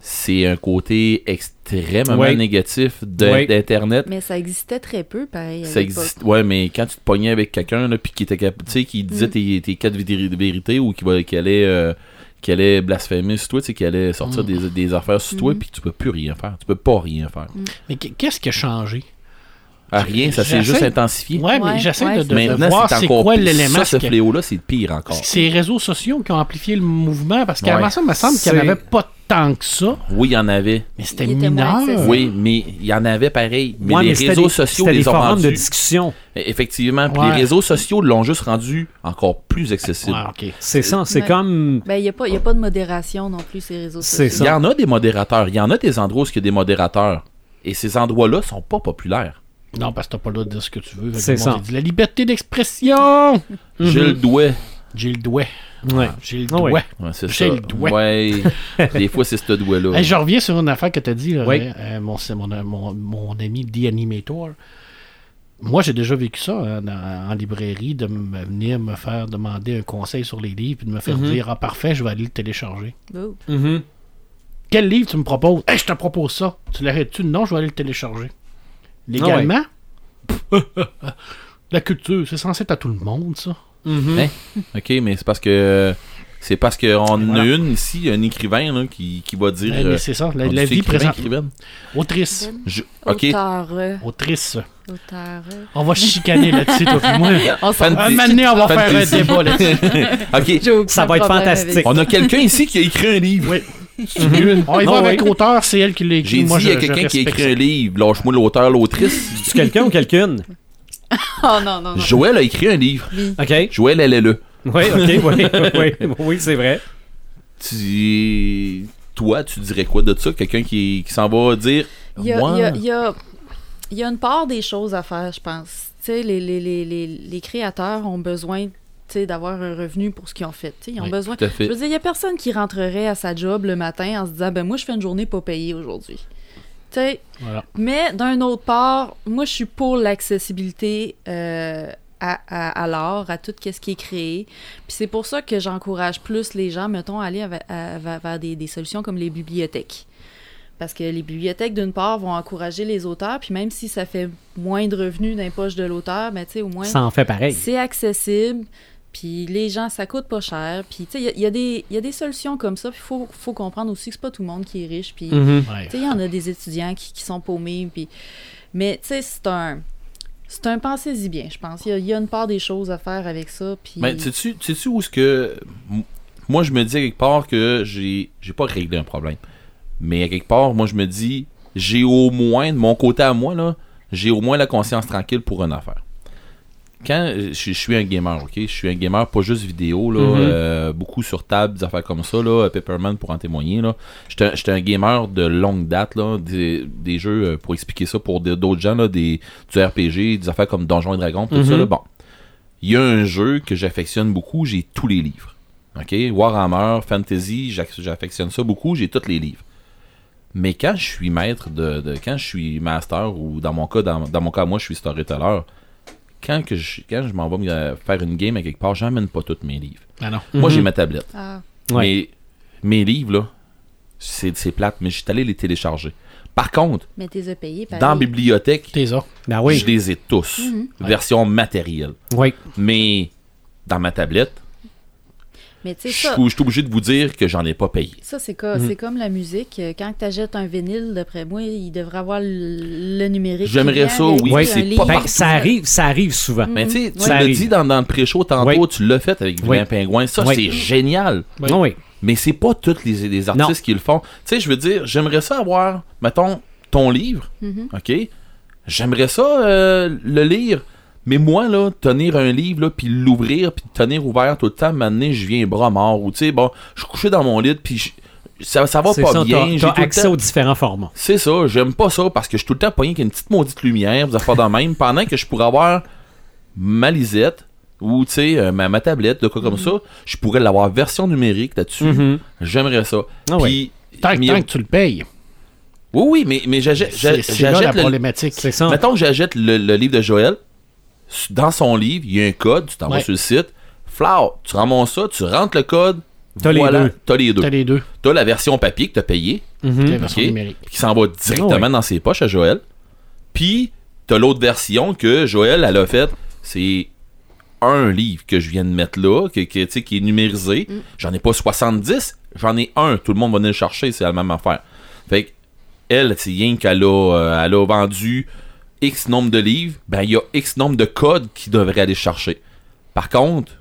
Speaker 4: c'est un côté extrêmement
Speaker 1: Ouais.
Speaker 4: négatif de-
Speaker 1: Ouais.
Speaker 4: d'internet.
Speaker 5: Mais ça existait très peu, pareil. à
Speaker 4: Ça
Speaker 5: l'époque.
Speaker 4: existe, ouais, mais quand tu te pognais avec quelqu'un là, puis qui était cap- tu sais, qui disait
Speaker 5: Mm.
Speaker 4: tes, tes quatre véri- vérités ou qui, va- qui allait euh, qui allait blasphémer sur toi, tu sais, qui allait sortir
Speaker 3: Mm.
Speaker 4: des, des affaires sur toi,
Speaker 5: Mhm.
Speaker 4: puis tu peux plus rien faire, tu peux pas rien faire.
Speaker 5: Mm.
Speaker 3: Mais qu- qu'est-ce qui a changé?
Speaker 4: Ah, rien, ça s'est
Speaker 3: J'essaie-
Speaker 4: juste intensifié.
Speaker 3: Ouais,
Speaker 5: Ouais,
Speaker 3: mais j'essaie
Speaker 5: ouais.
Speaker 3: de, de- de
Speaker 4: Maintenant,
Speaker 3: voir
Speaker 4: c'est
Speaker 3: c'est
Speaker 4: encore
Speaker 3: quoi
Speaker 4: pire.
Speaker 3: l'élément.
Speaker 4: Ça, ce
Speaker 3: qui-
Speaker 4: fléau-là, c'est pire encore.
Speaker 3: parce que c'est les réseaux sociaux qui ont amplifié le mouvement parce qu'avant
Speaker 4: Ouais.
Speaker 3: ça, il me semble qu'il n'y en
Speaker 1: C'est-
Speaker 3: avait pas tant que ça,
Speaker 4: Oui, il y en avait.
Speaker 3: mais c'était
Speaker 5: Il était moins
Speaker 3: mineur.
Speaker 5: accessible.
Speaker 4: Oui, mais il y en avait pareil. Mais
Speaker 1: Ouais,
Speaker 4: les
Speaker 1: c'était
Speaker 4: réseaux
Speaker 1: des-
Speaker 4: sociaux
Speaker 1: c'était
Speaker 4: les
Speaker 1: des
Speaker 4: ont
Speaker 1: forums de
Speaker 4: rendus.
Speaker 1: discussion.
Speaker 4: Effectivement, puis les
Speaker 3: Ouais.
Speaker 4: réseaux sociaux l'ont juste rendu encore plus accessible.
Speaker 3: Ouais, ok.
Speaker 1: C'est ça, c'est
Speaker 5: Ouais.
Speaker 1: comme.
Speaker 5: Ben, il n'y a, pas- y a pas de modération non plus, ces réseaux
Speaker 1: C'est
Speaker 5: sociaux.
Speaker 4: Il y en a des modérateurs. Il y en a des endroits où il y a des modérateurs. Et ces endroits-là sont pas populaires.
Speaker 3: Non, parce que t'as pas le droit de dire ce que tu veux. Fait que
Speaker 1: C'est
Speaker 3: le monde,
Speaker 1: ça.
Speaker 3: il dit, la liberté d'expression!
Speaker 4: J'ai le doigt.
Speaker 3: J'ai le doigt.
Speaker 1: Ouais.
Speaker 3: J'ai le
Speaker 1: Ah
Speaker 3: doigt.
Speaker 1: ouais.
Speaker 4: Ouais, c'est
Speaker 3: J'ai
Speaker 4: ça.
Speaker 3: le doigt.
Speaker 4: Ouais. Des fois, c'est ce doigt-là.
Speaker 3: Hey, je reviens sur une affaire que t'as dit, là,
Speaker 1: Oui.
Speaker 3: euh, euh, mon, c'est mon, mon- mon ami The Animator. Moi, j'ai déjà vécu ça hein, dans- en librairie, de me venir me faire demander un conseil sur les livres, puis de me faire
Speaker 1: Mhm.
Speaker 3: dire Ah, parfait, je vais aller le télécharger.
Speaker 5: Oh.
Speaker 4: mm-hmm.
Speaker 1: Mhm.
Speaker 3: Quel livre tu me proposes Hey, je te propose ça. Tu l'arrêtes-tu Non, je vais aller le télécharger.
Speaker 1: Ah
Speaker 3: Légalement Pff, La culture, c'est censé être à tout le monde, ça.
Speaker 1: Mhm.
Speaker 4: Hein?
Speaker 3: Mm-hmm.
Speaker 4: OK, mais c'est parce que. C'est parce qu'on a une ici, un écrivain, là, qui, qui va dire.
Speaker 3: Mais-
Speaker 4: euh,
Speaker 3: mais Ben c'est ça, la,
Speaker 4: on
Speaker 3: la
Speaker 4: dit, c'est
Speaker 3: vie
Speaker 4: écrivain,
Speaker 3: présente.
Speaker 4: écrivaine?
Speaker 3: Autrice.
Speaker 4: Je- OK.
Speaker 5: Auteur, euh,
Speaker 3: Autrice.
Speaker 5: auteur, euh.
Speaker 3: On va se chicaner là-dessus, toi puis moi.
Speaker 5: On s'en
Speaker 4: Fan-
Speaker 5: fout.
Speaker 3: Un moment donné, on va faire un
Speaker 4: Fantasy.
Speaker 3: débat là-dessus.
Speaker 4: OK.
Speaker 5: J'ai aucun
Speaker 1: Ça va être
Speaker 5: problème avec
Speaker 1: fantastique.
Speaker 5: ça.
Speaker 4: On a quelqu'un ici qui a écrit un livre.
Speaker 3: Mhm. On y va
Speaker 1: Non,
Speaker 3: avec l'auteur, c'est elle qui l'a écrit.
Speaker 4: J'ai dit,
Speaker 3: Moi,
Speaker 4: il y a
Speaker 3: je- je
Speaker 4: quelqu'un qui a
Speaker 3: respecte
Speaker 4: écrit un livre. Lâche-moi l'auteur, l'autrice.
Speaker 1: C'est quelqu'un ou quelqu'une?
Speaker 5: Oh non, non, non.
Speaker 4: Joël a écrit un livre.
Speaker 1: OK.
Speaker 4: Joël, elle est là.
Speaker 1: Oui, OK, oui. Oui, oui c'est vrai.
Speaker 4: Tu. Toi, tu dirais quoi de ça? Quelqu'un qui, qui s'en va dire.
Speaker 5: Il y a,
Speaker 4: Moi,
Speaker 5: il y a- il y a- il y a une part des choses à faire, je pense. Tu sais, les, les, les, les, les créateurs ont besoin tu sais, d'avoir un revenu pour ce qu'ils ont fait. Tu sais, Ils ont
Speaker 3: Oui,
Speaker 5: besoin.
Speaker 4: tout à
Speaker 5: Je
Speaker 4: fait.
Speaker 5: veux dire, il n'y a personne qui rentrerait à sa job le matin en se disant ben moi je fais une journée pas payée aujourd'hui. Tu sais,
Speaker 3: ça. Voilà.
Speaker 5: Mais d'un autre part, moi, je suis pour l'accessibilité euh, à, à- à l'art, à tout ce qui est créé. Puis c'est pour ça que j'encourage plus les gens, mettons, à aller ava- à- va- vers des, des solutions comme les bibliothèques. Parce que les bibliothèques, d'une part, vont encourager les auteurs, puis même si ça fait moins de revenus dans les poches de l'auteur, mais tu sais, au moins,
Speaker 1: Ça en fait pareil.
Speaker 5: c'est accessible, puis les gens, ça coûte pas cher. Puis tu sais, il y a- il y, a des- il y a des solutions comme ça, puis il faut, faut comprendre aussi que c'est pas tout le monde qui est riche, puis
Speaker 4: Mm-hmm.
Speaker 1: Mhm.
Speaker 3: Ouais.
Speaker 5: tu sais, il y en a des étudiants qui, qui sont paumés. Puis... Mais tu sais, c'est un. C'est un pensez-y bien, je pense. Il y a- il y, a une part des choses à faire avec ça. Puis...
Speaker 4: Ben, sais-tu, sais-tu où ce que. m- Moi, je me dis à quelque part que j'ai, j'ai pas réglé un problème. Mais à quelque part, moi, je me dis, j'ai au moins, de mon côté à moi, là, j'ai au moins la conscience tranquille pour une affaire. Quand je, je suis un gamer, ok? Je suis un gamer, pas juste vidéo, là,
Speaker 1: Mhm.
Speaker 4: euh, beaucoup sur table, des affaires comme ça, là, Pepperman pour en témoigner, là. J'étais un- j'étais un gamer de longue date, là, des, des jeux, euh, pour expliquer ça pour de- d'autres gens, là, des, du RPG, des affaires comme Donjons et Dragons, tout ça,
Speaker 1: Mhm.
Speaker 4: là. Bon. Il y a un jeu que j'affectionne beaucoup, j'ai tous les livres. OK? Warhammer, Fantasy, j'ac- j'affectionne ça beaucoup, j'ai tous les livres. Mais quand je suis maître de, de- Quand je suis master, ou dans mon cas, dans, dans mon cas, moi, je suis storyteller, quand, que je, quand je m'en vais me- euh, faire une game à quelque part, j'emmène pas tous mes livres.
Speaker 3: Ah non.
Speaker 4: Moi,
Speaker 1: Mhm.
Speaker 4: j'ai ma tablette.
Speaker 5: Ah,
Speaker 1: Ouais.
Speaker 4: Mais mes livres, là, c'est c'est plate, mais j'étais allé les télécharger. Par contre,
Speaker 5: mais t'es a payé. pareil.
Speaker 4: dans la bibliothèque,
Speaker 3: T'es ça.
Speaker 1: Ben oui.
Speaker 4: je les ai tous. Version matérielle.
Speaker 1: Oui.
Speaker 4: Mais dans ma tablette,
Speaker 5: Mais tu
Speaker 4: je
Speaker 5: sais,
Speaker 4: suis Mhm.
Speaker 5: ça, Mm-hmm.
Speaker 4: je suis obligé de vous dire que j'en ai pas payé.
Speaker 5: ça c'est, co- c'est comme la musique. Euh, Quand t'achètes un vinyle, d'après moi, il devrait avoir le, le numérique. qui
Speaker 4: J'aimerais
Speaker 5: vient
Speaker 4: ça,
Speaker 5: avec,
Speaker 4: oui,
Speaker 5: puis
Speaker 4: c'est
Speaker 5: un
Speaker 4: pas
Speaker 5: livre.
Speaker 1: Ben,
Speaker 4: partout.
Speaker 1: ça arrive, ça arrive souvent.
Speaker 4: Mais tu sais, tu
Speaker 1: Ça
Speaker 4: l'as
Speaker 1: arrive.
Speaker 4: dit dans, dans le pré-show tantôt,
Speaker 1: Oui.
Speaker 4: tu l'as fait avec
Speaker 1: Oui.
Speaker 4: Vilain Pingouin. Ça,
Speaker 1: Oui.
Speaker 4: c'est génial.
Speaker 1: Ah Oui.
Speaker 4: Mais c'est pas tous les, les artistes
Speaker 1: Non.
Speaker 4: qui le font. Tu sais, je veux dire, j'aimerais ça avoir, mettons, ton livre, OK? J'aimerais ça euh, le lire. Mais moi, là, tenir un livre, là, puis l'ouvrir, puis le tenir ouvert tout le temps, m'amener, je viens bras mort. Ou, tu sais, bon, je suis couché dans mon lit, puis je- ça, ça va
Speaker 1: C'est
Speaker 4: pas
Speaker 1: ça,
Speaker 4: bien.
Speaker 1: t'as-
Speaker 4: j'ai
Speaker 1: T'as
Speaker 4: tout le
Speaker 1: accès
Speaker 4: temps-
Speaker 1: aux différents formats.
Speaker 4: c'est ça, j'aime pas ça parce que je suis tout le temps pogné qu'il y a une petite maudite lumière, vous affaires dans le même, pendant que je pourrais avoir ma lisette ou tu sais euh, ma, ma tablette de quoi
Speaker 3: Mhm.
Speaker 4: comme ça, je pourrais l'avoir version numérique là-dessus.
Speaker 1: Mhm.
Speaker 4: J'aimerais ça.
Speaker 1: Ah
Speaker 4: Puis
Speaker 3: Tant, que-
Speaker 4: mais-
Speaker 3: tant que tu le payes.
Speaker 4: Oui oui, mais mais j'achète
Speaker 3: C'est c'est là la
Speaker 4: j'achète le,
Speaker 3: problématique.
Speaker 1: C'est ça.
Speaker 4: mettons que j'achète le, le livre de Joël. S- Dans son livre, il y a un code, tu t'en vas
Speaker 3: Ouais.
Speaker 4: sur le site. Flower, tu ramasses ça, tu rentres le code.
Speaker 1: T'as les
Speaker 4: voilà,
Speaker 1: deux.
Speaker 4: T'as les deux.
Speaker 3: T'as les deux.
Speaker 4: T'as la version papier que t'as payée.
Speaker 1: Mhm.
Speaker 3: T'as la version
Speaker 4: Ok.
Speaker 3: numérique.
Speaker 4: qui s'en va directement
Speaker 1: Ah ouais.
Speaker 4: dans ses poches à Joël. Puis, t'as l'autre version que Joël, elle a faite. C'est un livre que je viens de mettre là, que, que, tu sais, qui est numérisé. J'en ai pas 70, j'en ai un. Tout le monde va venir le chercher, c'est la même affaire. Fait que, elle, c'est rien qu'elle a, euh, elle a vendu X nombre de livres, ben il y a X nombre de codes qu'il devrait aller chercher. Par contre,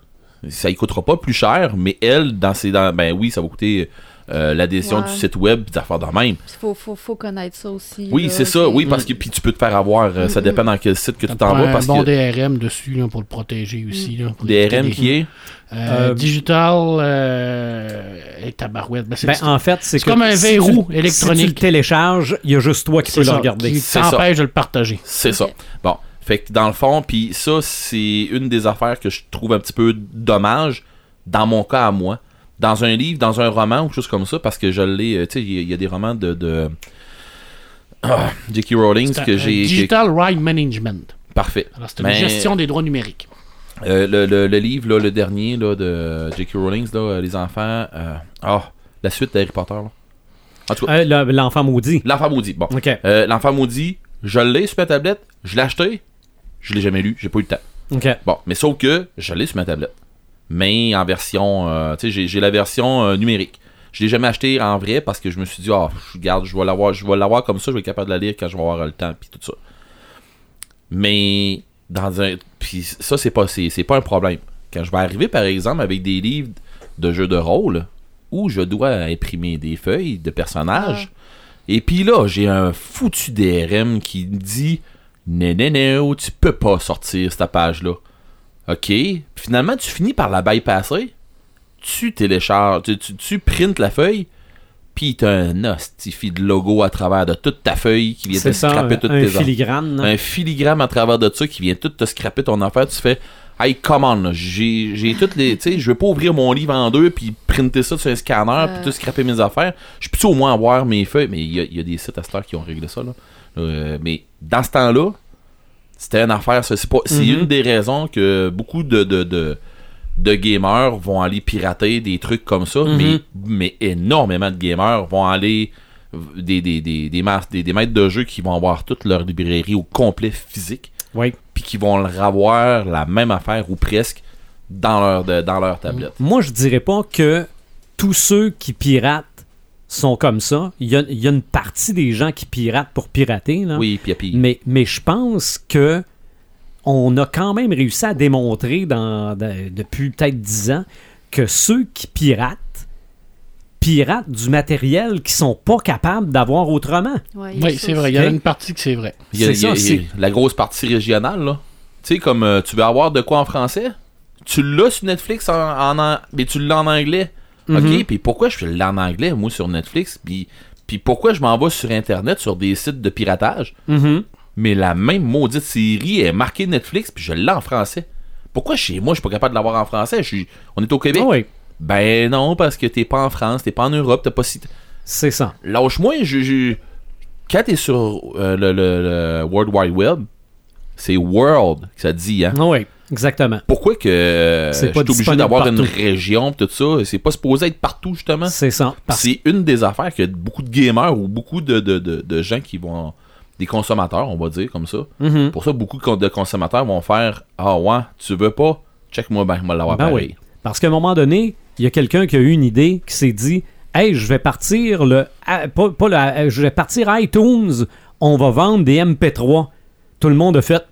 Speaker 4: ça ne coûtera pas plus cher, mais elle, dans ses. dans- ben oui, ça va coûter euh, l'adhésion
Speaker 5: Ouais.
Speaker 4: du site web, des affaires de même.
Speaker 5: Il faut, faut, faut connaître ça aussi.
Speaker 4: Oui,
Speaker 5: là,
Speaker 4: c'est ça.
Speaker 5: t'sais.
Speaker 4: Oui, parce que puis tu peux te faire avoir. euh, Ça dépend dans quel site que tu
Speaker 3: T'as
Speaker 4: t'en vas.
Speaker 3: un
Speaker 4: Parce
Speaker 3: bon
Speaker 4: que
Speaker 3: DRM dessus là, pour le protéger aussi. Là, pour éviter
Speaker 4: DRM
Speaker 3: des-
Speaker 4: qui est.
Speaker 3: Euh,
Speaker 1: Euh,
Speaker 3: digital euh, et tabarouette. Ben, c'est
Speaker 1: Ben,
Speaker 3: c'est-
Speaker 1: en fait, c'est
Speaker 3: c'est
Speaker 1: que
Speaker 3: comme un
Speaker 1: si
Speaker 3: verrou
Speaker 1: tu- Si tu le
Speaker 3: électronique.
Speaker 1: télécharges, il y a juste toi qui
Speaker 3: c'est
Speaker 1: peux le
Speaker 3: ça,
Speaker 1: regarder.
Speaker 3: Qui
Speaker 4: C'est ça.
Speaker 3: t'empêche de le partager.
Speaker 4: C'est ça.
Speaker 5: Ok.
Speaker 4: Bon. Fait que dans le fond, puis ça, c'est une des affaires que je trouve un petit peu dommage dans mon cas à moi. Dans un livre, dans un roman ou quelque chose comme ça, parce que je l'ai. euh, Tu sais, il y a- il y, a des romans de. de... Ah, J.K. Rowling
Speaker 3: C'est un-
Speaker 4: que
Speaker 3: un
Speaker 4: j'ai. que-
Speaker 3: euh, Digital Right Management.
Speaker 4: Parfait.
Speaker 3: Alors, c'est une
Speaker 4: Mais-
Speaker 3: gestion des droits numériques.
Speaker 4: Euh, le, le- le livre, là, le dernier là, de J.K. Rowling, là, euh, Les enfants. euh, Ah, la suite d'Harry Potter. Là. En tout cas,
Speaker 1: Euh, le- L'enfant maudit.
Speaker 4: L'enfant maudit. Bon.
Speaker 1: OK.
Speaker 4: Euh, L'enfant maudit, je l'ai sur ma tablette, je l'ai acheté, je l'ai jamais lu, j'ai pas eu le temps.
Speaker 1: OK.
Speaker 4: Bon, mais sauf que je l'ai sur ma tablette. Mais en version, euh, tu sais, j'ai- j'ai la version euh, numérique. Je l'ai jamais acheté en vrai parce que je me suis dit, ah, je garde, je vais l'avoir, je vais l'avoir comme ça, je vais être capable de la lire quand je vais avoir le temps, puis tout ça. Mais dans un, puis ça c'est pas, c'est c'est pas un problème. Quand je vais arriver par exemple avec des livres de jeux de rôle où je dois imprimer des feuilles de personnages, et puis là, j'ai un foutu DRM qui me dit Non, non, non, oh, tu peux pas sortir cette page-là. OK. Finalement, tu finis par la bypasser. Tu télécharges, tu, tu, tu printes la feuille, puis t'as un hostifie de logo à travers de toute ta feuille qui vient te
Speaker 1: C'est ça, un,
Speaker 4: scraper toutes
Speaker 1: un
Speaker 4: tes affaires
Speaker 1: filigrane. non?
Speaker 4: un filigrame à travers de ça qui vient tout te scraper ton affaire, tu fais Hey, come on, là, j'ai j'ai toutes les. Tu sais, je veux pas ouvrir mon livre en deux, puis printer ça sur un scanner, puis tout scraper mes affaires. Je peux au moins avoir mes feuilles, mais il y, a- il y a des sites à cette heure qui ont réglé ça, là. Euh, mais dans ce temps-là, c'était une affaire, ça, c'est pas. C'est
Speaker 1: Mhm.
Speaker 4: une des raisons que beaucoup de. de, de de gamers vont aller pirater des trucs comme ça,
Speaker 1: Mhm.
Speaker 4: mais, mais énormément de gamers vont aller des, des, des, des, mas- des- des maîtres de jeu qui vont avoir toute leur librairie au complet physique,
Speaker 1: Oui.
Speaker 4: puis qui vont le revoir la même affaire ou presque dans leur, de- dans leur tablette.
Speaker 1: Moi, je dirais pas que tous ceux qui piratent sont comme ça. Il y a, il y a une partie des gens qui piratent pour pirater. Là.
Speaker 4: Oui, puis puis-
Speaker 1: Mais, mais je pense que on a quand même réussi à démontrer dans, de- depuis peut-être 10 ans que ceux qui piratent piratent du matériel qu'ils sont pas capables d'avoir autrement.
Speaker 5: Ouais, il y a
Speaker 3: Oui,
Speaker 5: ça
Speaker 3: c'est
Speaker 5: aussi.
Speaker 3: vrai. Il y en a
Speaker 1: Ok.
Speaker 3: une partie que c'est vrai.
Speaker 4: il y a-
Speaker 1: c'est
Speaker 4: il y
Speaker 1: ça,
Speaker 4: a- il y a
Speaker 1: c'est-
Speaker 4: la grosse partie régionale, là. Tu sais, comme euh, tu veux avoir de quoi en français, tu l'as sur Netflix, en, en- en- mais tu l'as en anglais.
Speaker 1: Mhm.
Speaker 4: OK, puis pourquoi je l'ai en anglais, moi, sur Netflix, puis puis pourquoi je m'en vais sur Internet, sur des sites de piratage,
Speaker 1: Mhm.
Speaker 4: mais la même maudite série est marquée Netflix puis je l'ai en français. Pourquoi chez moi je suis pas capable de l'avoir en français Je suis- On est au Québec.
Speaker 1: Ah oui,
Speaker 4: Ben non parce que t'es pas en France, t'es pas en Europe, t'as pas si.
Speaker 1: c'est ça.
Speaker 4: Lâche-moi, je, je- quand t'es sur euh, le, le- le World Wide Web, c'est World que ça dit hein.
Speaker 1: Ah Oui, exactement.
Speaker 4: Pourquoi que euh, je
Speaker 1: C'est
Speaker 4: suis
Speaker 1: pas
Speaker 4: obligé
Speaker 1: disponible
Speaker 4: d'avoir une
Speaker 1: partout.
Speaker 4: région pis tout ça C'est pas supposé être partout justement.
Speaker 1: C'est ça. Parce
Speaker 4: C'est une des affaires que beaucoup de gamers ou beaucoup de, de- de- de gens qui vont des consommateurs, on va dire comme ça.
Speaker 1: Mhm.
Speaker 4: Pour ça, beaucoup de con- de consommateurs vont faire Ah ouais, tu veux pas Check-moi, ben, moi l'avoir
Speaker 1: Ben
Speaker 4: pareil.
Speaker 1: Parce qu'à un moment donné, il y a quelqu'un qui a eu une idée, qui s'est dit Hey, je vais partir le. ah, Pas, pas le. ah, Je vais partir iTunes, on va vendre des MP3. Tout le monde a fait.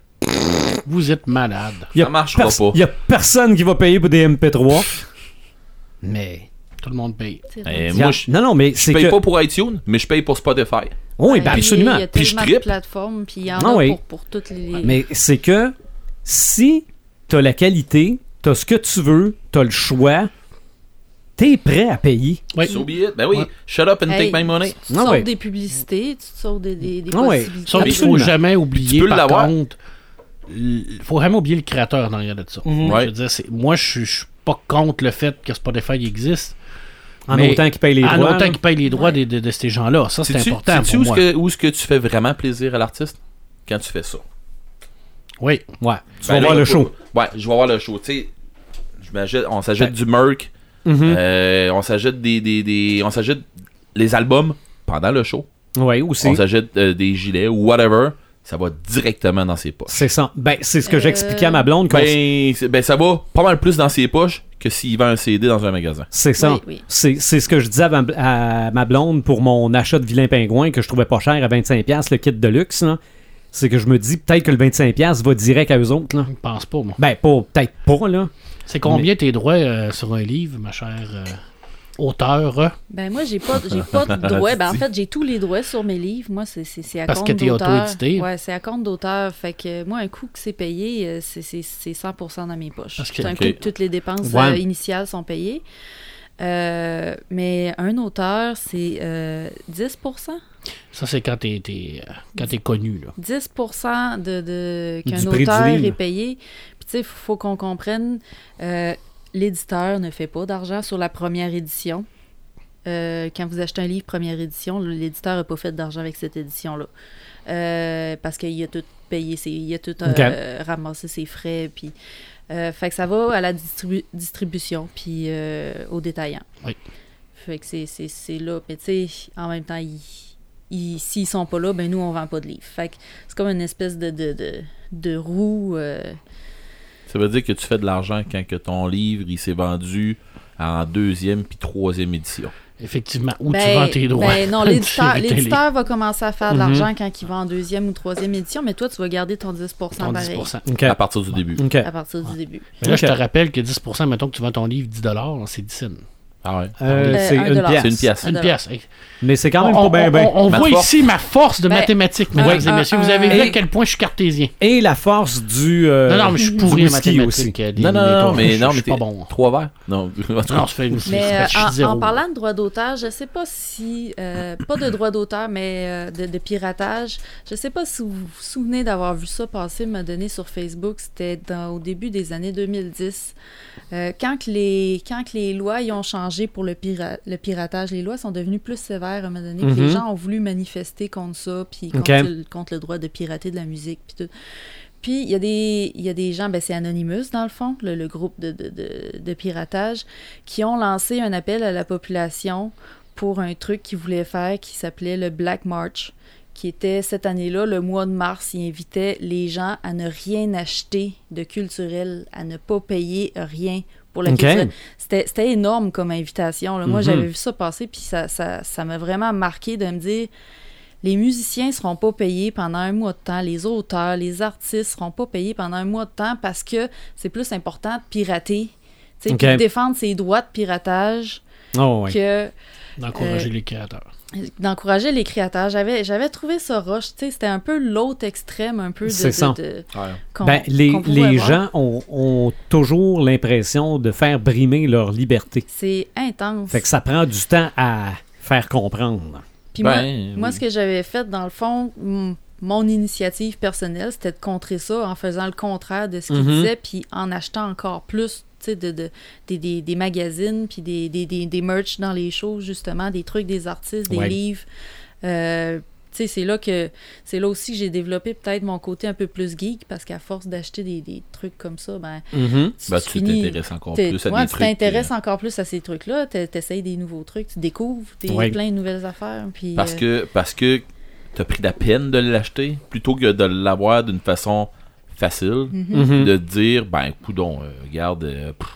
Speaker 3: Vous êtes malade.
Speaker 1: Il y a
Speaker 4: Ça marchera
Speaker 1: pers-
Speaker 4: pas.
Speaker 1: Il y a personne qui va payer pour des MP3. Mais.
Speaker 3: tout le monde paye.
Speaker 5: C'est
Speaker 4: Eh,
Speaker 5: vrai.
Speaker 4: moi, je,
Speaker 1: non, non, mais
Speaker 4: je
Speaker 1: c'est
Speaker 4: paye
Speaker 1: que...
Speaker 4: pas pour iTunes, mais je paye pour Spotify.
Speaker 1: Oui, ben
Speaker 5: Puis,
Speaker 1: absolument.
Speaker 5: Il y a
Speaker 4: Puis je
Speaker 5: tellement de
Speaker 4: trippe.
Speaker 5: plateformes, puis il y en
Speaker 1: Ah
Speaker 5: a
Speaker 1: oui.
Speaker 5: pour, pour toutes les.
Speaker 1: Mais c'est que si t'as la qualité, t'as ce que tu veux, t'as le choix, t'es prêt à payer.
Speaker 3: Oui.
Speaker 4: So be it. Ben oui,
Speaker 3: Ouais.
Speaker 4: shut up and
Speaker 5: Hey,
Speaker 4: take my money.
Speaker 5: Tu te
Speaker 1: Ah
Speaker 5: sauves
Speaker 1: ouais.
Speaker 5: des publicités, tu te sauves des, des, des
Speaker 1: Ah ouais.
Speaker 5: possibilités.
Speaker 3: Sauf qu'il faut
Speaker 1: Absolument.
Speaker 3: jamais
Speaker 4: Tu
Speaker 3: oublier,
Speaker 4: peux
Speaker 3: par
Speaker 4: l'avoir.
Speaker 3: contre, il faut jamais oublier le créateur dans de ça.
Speaker 4: Mhm. Ouais.
Speaker 3: Je veux dire, c'est- moi, je suis- je suis pas contre le fait que Spotify existe.
Speaker 1: En
Speaker 3: Mais-
Speaker 1: autant qu'ils payent les
Speaker 3: en
Speaker 1: droits.
Speaker 3: autant
Speaker 1: là.
Speaker 3: qu'ils payent les droits des- de, de ces gens-là. Ça, c'est
Speaker 4: Sais-tu-
Speaker 3: important
Speaker 4: sais-tu
Speaker 3: pour
Speaker 4: où
Speaker 3: moi.
Speaker 4: ce que- où est-ce que tu fais vraiment plaisir à l'artiste? Quand tu fais ça.
Speaker 3: Oui.
Speaker 1: Ouais. Tu
Speaker 4: Ben
Speaker 1: vas
Speaker 4: là,
Speaker 1: voir le
Speaker 4: faut-
Speaker 1: show.
Speaker 4: Ouais, je vais voir le show. Tu sais, je m'achète- on
Speaker 3: Ben-
Speaker 4: s'achète du Merc,
Speaker 1: Mhm.
Speaker 4: euh, on s'achète des, des, des- On s'achète les albums pendant le show.
Speaker 1: Ouais, aussi.
Speaker 4: On s'achète euh, des gilets ou whatever. Ça va directement dans ses poches.
Speaker 1: C'est ça. Ben, c'est ce que
Speaker 5: Euh,
Speaker 1: j'expliquais à ma blonde. qu'on s-
Speaker 4: Ben, c'est- ben, ça va pas mal plus dans ses poches que s'il vend un CD dans un magasin.
Speaker 1: C'est ça.
Speaker 5: Oui, oui.
Speaker 1: C'est c'est ce que je disais à ma, bl- à ma blonde pour mon achat de vilain pingouin que je trouvais pas cher à 25$, le kit de luxe. là. C'est que je me dis peut-être que le 25$ va direct à eux autres. Là.
Speaker 3: Je pense pas, moi.
Speaker 1: Ben, pas- peut-être pas, là.
Speaker 3: C'est combien tes droits euh, sur un livre, ma chère euh, auteur? euh,
Speaker 5: Ben moi, j'ai pas, j'ai pas de droits. Ben en fait, j'ai tous les droits sur mes livres. Moi, c'est, c'est, c'est à
Speaker 3: Parce
Speaker 5: compte
Speaker 3: que t'es
Speaker 5: d'auteur.
Speaker 3: auto-édité.
Speaker 5: Ouais, c'est à compte d'auteur. Fait que moi, un coup que c'est payé, euh, c'est, c'est, c'est 100% dans mes poches.
Speaker 3: Parce que-
Speaker 5: C'est un
Speaker 4: Ok.
Speaker 5: coup que toutes les dépenses
Speaker 1: Ouais.
Speaker 5: euh, initiales sont payées. Euh, mais un auteur, c'est euh, 10%?
Speaker 3: Ça, c'est quand t'es t'es, euh, quand t'es connu. Là.
Speaker 5: 10 de, de-
Speaker 1: Du
Speaker 5: qu'un
Speaker 1: prix du
Speaker 5: auteur
Speaker 1: livre.
Speaker 5: est payé. Puis tu sais, il faut qu'on comprenne, euh, l'éditeur ne fait pas d'argent sur la première édition. Euh, quand vous achetez un livre première édition, l'éditeur n'a pas fait d'argent avec cette édition-là. Euh, parce qu'il a tout payé, ses- il a tout euh, ramassé ses frais. Puis, euh, fait que ça va à la distribu- distribution, puis euh, au détaillant.
Speaker 3: Oui.
Speaker 5: Fait que c'est- c'est c'est là. Mais tu sais, en même temps, ils- ils- s'ils sont pas là, ben nous, on vend pas de livres. Fait que c'est comme une espèce de, de, de, de roue. euh,
Speaker 4: Ça veut dire que tu fais de l'argent quand que ton livre il s'est vendu en deuxième puis troisième édition.
Speaker 3: Effectivement. Où tu
Speaker 5: Ben-
Speaker 3: vends tes droits. Mm-hmm.
Speaker 5: ben non,
Speaker 3: Tu
Speaker 5: l'éditeur,
Speaker 3: étais
Speaker 5: l'éditeur va commencer à faire
Speaker 1: Mhm.
Speaker 5: de l'argent quand il va en deuxième ou troisième édition, mais toi, tu vas garder ton 10
Speaker 3: les- ton
Speaker 5: pareil
Speaker 3: 10%.
Speaker 1: OK.
Speaker 4: À partir du début.
Speaker 1: OK.
Speaker 5: à partir du début.
Speaker 3: Mais là, je te
Speaker 1: Ok.
Speaker 3: rappelle que 10%, mettons que tu vends ton livre 10 là, c'est 10 cents.
Speaker 4: Ah ouais.
Speaker 1: Euh,
Speaker 5: Euh,
Speaker 1: c'est
Speaker 5: un
Speaker 1: une
Speaker 5: dollar.
Speaker 1: pièce.
Speaker 4: C'est une pièce.
Speaker 5: Un
Speaker 3: Une
Speaker 5: dollar.
Speaker 3: pièce. hey.
Speaker 1: Mais c'est quand même
Speaker 3: on
Speaker 1: pas bien,
Speaker 3: on-
Speaker 1: bien.
Speaker 3: on- on
Speaker 4: Ma
Speaker 3: voit
Speaker 4: force.
Speaker 3: ici ma force de
Speaker 5: Ben,
Speaker 3: mathématiques,
Speaker 5: un,
Speaker 3: mesdames et
Speaker 5: un,
Speaker 3: messieurs. Vous
Speaker 5: un.
Speaker 3: avez vu à
Speaker 1: Et-
Speaker 3: quel point je suis cartésien.
Speaker 1: Et la force du. euh,
Speaker 3: non, non, mais je suis
Speaker 1: du
Speaker 3: pourri en
Speaker 1: whisky
Speaker 3: mathématiques.
Speaker 1: aussi.
Speaker 3: euh, des-
Speaker 4: Non, non,
Speaker 3: des-
Speaker 4: non,
Speaker 3: des-
Speaker 4: mais
Speaker 3: je-
Speaker 4: non,
Speaker 3: je
Speaker 4: mais
Speaker 3: suis pas
Speaker 4: t'es
Speaker 3: bon.
Speaker 4: trois verres. Non, en tout cas,
Speaker 3: Non, je fais une
Speaker 5: Mais euh,
Speaker 3: je suis
Speaker 5: en- en,
Speaker 3: zéro.
Speaker 5: parlant de droit d'auteur, je sais pas si euh, pas de droit d'auteur, mais euh, de, de piratage. Je sais pas si vous vous souvenez d'avoir vu ça passer, m'a donné sur Facebook. C'était dans- au début des années 2010, Euh, quand que les quand que les lois y ont changé pour le, pira- le piratage. Les lois sont devenues plus sévères à un moment donné. puis
Speaker 3: Mm-hmm.
Speaker 1: Mhm.
Speaker 5: Les gens ont voulu manifester contre ça, puis contre,
Speaker 1: Ok.
Speaker 5: le, contre le droit de pirater de la musique, puis tout. Puis il y, a des- il y a des gens, ben c'est Anonymous dans le fond, le, le groupe de, de- de- de piratage, qui ont lancé un appel à la population pour un truc qu'ils voulaient faire qui s'appelait le Black March, qui était cette année-là, le mois de mars. Ils invitaient les gens à ne rien acheter de culturel, à ne pas payer rien pour la
Speaker 1: Ok.
Speaker 5: culture. C'était c'était énorme comme invitation. là. Moi,
Speaker 1: Mhm.
Speaker 5: j'avais vu ça passer, puis ça ça- ça m'a vraiment marqué de me dire les musiciens seront pas payés pendant un mois de temps, les auteurs, les artistes seront pas payés pendant un mois de temps parce que c'est plus important de pirater, tu sais,
Speaker 1: Ok.
Speaker 5: puis de défendre ses droits de piratage
Speaker 1: Oh, ouais.
Speaker 5: que
Speaker 3: D'encourager
Speaker 5: Euh,
Speaker 3: les créateurs.
Speaker 5: d'encourager les créateurs. J'avais j'avais trouvé ça roche, tu sais, c'était un peu l'autre extrême un peu de,
Speaker 1: C'est
Speaker 5: de-
Speaker 1: ça.
Speaker 5: de-
Speaker 4: Ouais.
Speaker 5: qu'on-
Speaker 1: Ben, les
Speaker 5: qu'on pouvait
Speaker 1: les
Speaker 5: avoir.
Speaker 1: gens ont, ont toujours l'impression de faire brimer leur liberté.
Speaker 5: c'est intense.
Speaker 1: Fait que ça prend du temps à faire comprendre.
Speaker 5: Puis moi,
Speaker 4: Ben,
Speaker 5: Moi,
Speaker 4: oui.
Speaker 5: ce que j'avais fait, dans le fond, m- mon initiative personnelle, c'était de contrer ça en faisant le contraire de ce qu'il
Speaker 1: Mhm.
Speaker 5: disait, puis en achetant encore plus tu sais, de, de- des, des- des magazines, puis des, des, des, des merch dans les shows, justement, des trucs des artistes, des
Speaker 1: Ouais.
Speaker 5: livres. Euh, tu sais, c'est là que c'est là aussi que j'ai développé peut-être mon côté un peu plus geek parce qu'à force d'acheter des, des trucs comme ça, ben
Speaker 3: Mm-hmm.
Speaker 5: tu,
Speaker 4: Ben,
Speaker 5: tu
Speaker 4: tu
Speaker 5: finis-
Speaker 4: t'intéresses encore
Speaker 5: t'es-
Speaker 4: plus à
Speaker 5: ouais,
Speaker 4: des
Speaker 5: tu
Speaker 4: trucs. euh,
Speaker 5: t'intéresses encore plus à ces trucs-là, t'es- t'essayes des nouveaux trucs, tu découvres des,
Speaker 1: Ouais.
Speaker 5: plein de nouvelles affaires. Puis,
Speaker 4: Parce
Speaker 5: euh,
Speaker 4: que parce que t'as pris la peine de l'acheter plutôt que de l'avoir d'une façon facile,
Speaker 5: mhm.
Speaker 1: Mhm.
Speaker 3: Mm-hmm.
Speaker 4: de te dire ben coudon, euh, regarde, euh, pff,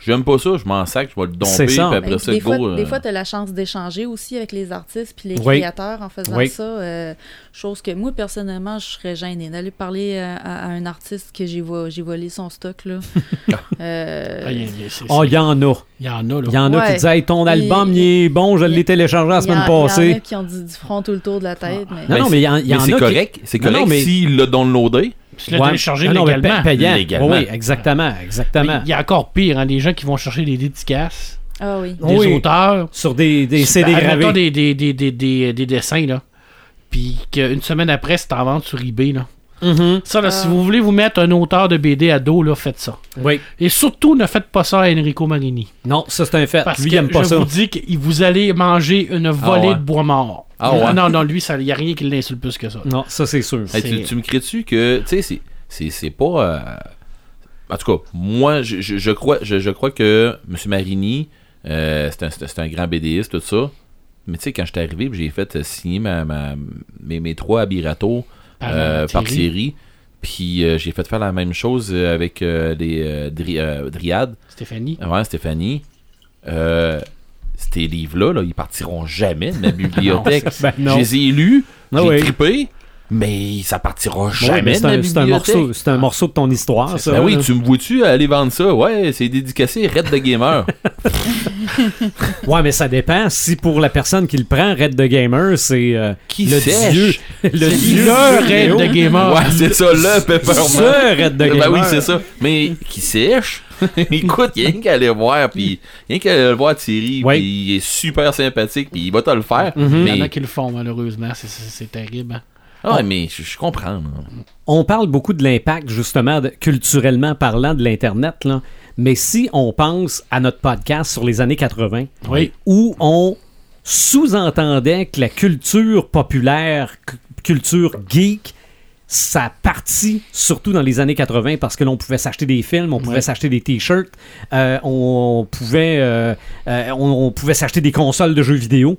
Speaker 4: J'aime pas ça, je m'en sac, je vais le domper,
Speaker 1: C'est
Speaker 4: puis
Speaker 1: ça.
Speaker 4: après
Speaker 5: Ben,
Speaker 4: ça,
Speaker 5: des,
Speaker 4: go.
Speaker 5: fois,
Speaker 4: euh,
Speaker 5: des fois, t'as la chance d'échanger aussi avec les artistes puis les
Speaker 1: Oui.
Speaker 5: créateurs en faisant
Speaker 1: Oui.
Speaker 5: ça. euh, chose que moi, personnellement, je serais gênée d'aller parler euh, à, à un artiste que j'ai vo- j'ai volé son stock. Là. Euh,
Speaker 3: Ah, il y a- il y a- c'est-
Speaker 1: Oh, il y en a.
Speaker 3: il y en a, là.
Speaker 1: Il y en a qui
Speaker 5: Ouais.
Speaker 1: disent Hey, ton
Speaker 5: Il-
Speaker 1: album, il est bon, je
Speaker 5: il-
Speaker 1: l'ai téléchargé la
Speaker 5: il y en-
Speaker 1: semaine
Speaker 5: Il y en a
Speaker 1: passée.
Speaker 5: qui ont du, du front tout le tour de la tête. Mais...
Speaker 1: Non, non, mais il y en, il y en a.
Speaker 4: c'est
Speaker 1: qui-
Speaker 4: correct, c'est
Speaker 1: Non, non,
Speaker 4: correct
Speaker 1: mais-
Speaker 4: s'il l'a downloadé.
Speaker 3: Tu l'as
Speaker 1: Ouais.
Speaker 3: téléchargé
Speaker 1: Ah, Non, non, mais
Speaker 3: légalement.
Speaker 1: pa- payant.
Speaker 4: Légalement.
Speaker 1: Oui, exactement. exactement.
Speaker 3: Il y a encore pire, hein, les gens qui vont chercher des dédicaces,
Speaker 5: Ah oui.
Speaker 1: Oui.
Speaker 3: des auteurs.
Speaker 1: Sur des, des
Speaker 3: Ben,
Speaker 1: CD
Speaker 3: admettons
Speaker 1: gravés.
Speaker 3: Des, des, des, des, des, euh, des dessins, là. Puis qu'une semaine après, c'est en vente sur eBay, là.
Speaker 1: Mhm.
Speaker 3: Ça, là,
Speaker 5: Ah.
Speaker 3: si vous voulez vous mettre un auteur de BD à dos, là, faites ça.
Speaker 1: Oui.
Speaker 3: Et surtout, ne faites pas ça à Enrico Marini.
Speaker 1: Non, ça, c'est un fait.
Speaker 3: Parce
Speaker 1: Ah, Lui,
Speaker 3: que
Speaker 1: il aime pas
Speaker 3: je
Speaker 1: ça.
Speaker 3: vous dis que vous allez manger une volée
Speaker 4: ouais.
Speaker 3: de bois mort.
Speaker 4: Ah ouais.
Speaker 3: Non, non, lui, il n'y a rien qui l'insulte plus que ça.
Speaker 1: Non, ça, c'est sûr.
Speaker 4: Hey, tu,
Speaker 3: C'est-
Speaker 4: tu me crées-tu que, tu sais, c'est- c'est- c'est pas. euh, En tout cas, moi, je, je- je crois, je, je crois que M. Marini, euh, c'est un, c'est un- c'est un grand BDiste, tout ça. Mais tu sais, quand j'étais arrivé, puis j'ai fait euh, signer ma, ma- mes, mes trois abirato
Speaker 3: Par, euh,
Speaker 4: par
Speaker 3: Thierry.
Speaker 4: Thierry. Puis euh, j'ai fait faire la même chose euh, avec euh, les euh, dri- euh, Dryades.
Speaker 3: Stéphanie.
Speaker 4: Ouais, Stéphanie. Euh, ces livres-là, là, ils partiront jamais de ma bibliothèque.
Speaker 1: Ben non.
Speaker 4: Je les ai lus,
Speaker 1: Ah
Speaker 4: j'ai
Speaker 1: oui.
Speaker 4: trippé, mais ça partira
Speaker 1: Ouais, mais
Speaker 4: jamais
Speaker 1: c'est
Speaker 4: de ma
Speaker 1: un, c'est un
Speaker 4: bibliothèque.
Speaker 1: morceau, c'est un morceau de ton histoire, ça.
Speaker 4: Ben oui,
Speaker 1: là.
Speaker 4: tu me vois-tu aller vendre ça? Ouais, c'est dédicacé Red de Gamer.
Speaker 1: Ouais, mais ça dépend. Si pour la personne qui le prend, Red the Gamer, c'est euh,
Speaker 4: Qui
Speaker 1: le
Speaker 4: sèche?
Speaker 1: dieu, le
Speaker 3: C'est
Speaker 1: dieu
Speaker 3: le
Speaker 1: du jeu
Speaker 3: Red
Speaker 1: vidéo.
Speaker 3: the Gamer.
Speaker 4: ouais, c'est ça, le Pepperman.
Speaker 1: Ce Red the
Speaker 4: Ben
Speaker 1: Gamer.
Speaker 4: oui, c'est ça. Mais qui sèche? Écoute, il y a rien qu'à aller voir, puis il y a rien qu'à aller voir Thierry,
Speaker 1: Ouais. Mhm.
Speaker 4: puis il est super sympathique, puis il va te le faire.
Speaker 3: Il y en
Speaker 4: Mais,
Speaker 3: a qui le font, malheureusement. C'est- C'est c'est terrible. hein.
Speaker 4: Ah, mais je je comprends. là.
Speaker 1: On parle beaucoup de l'impact, justement, de- culturellement parlant, de l'Internet. là. Mais si on pense à notre podcast sur les années 80,
Speaker 3: Oui.
Speaker 1: où on sous-entendait que la culture populaire, cu- culture geek, ça partit surtout dans les années 80 parce que l'on pouvait s'acheter des films, on pouvait
Speaker 3: Ouais.
Speaker 1: s'acheter des t-shirts, euh, on, on pouvait, euh, euh, on, on pouvait s'acheter des consoles de jeux vidéo.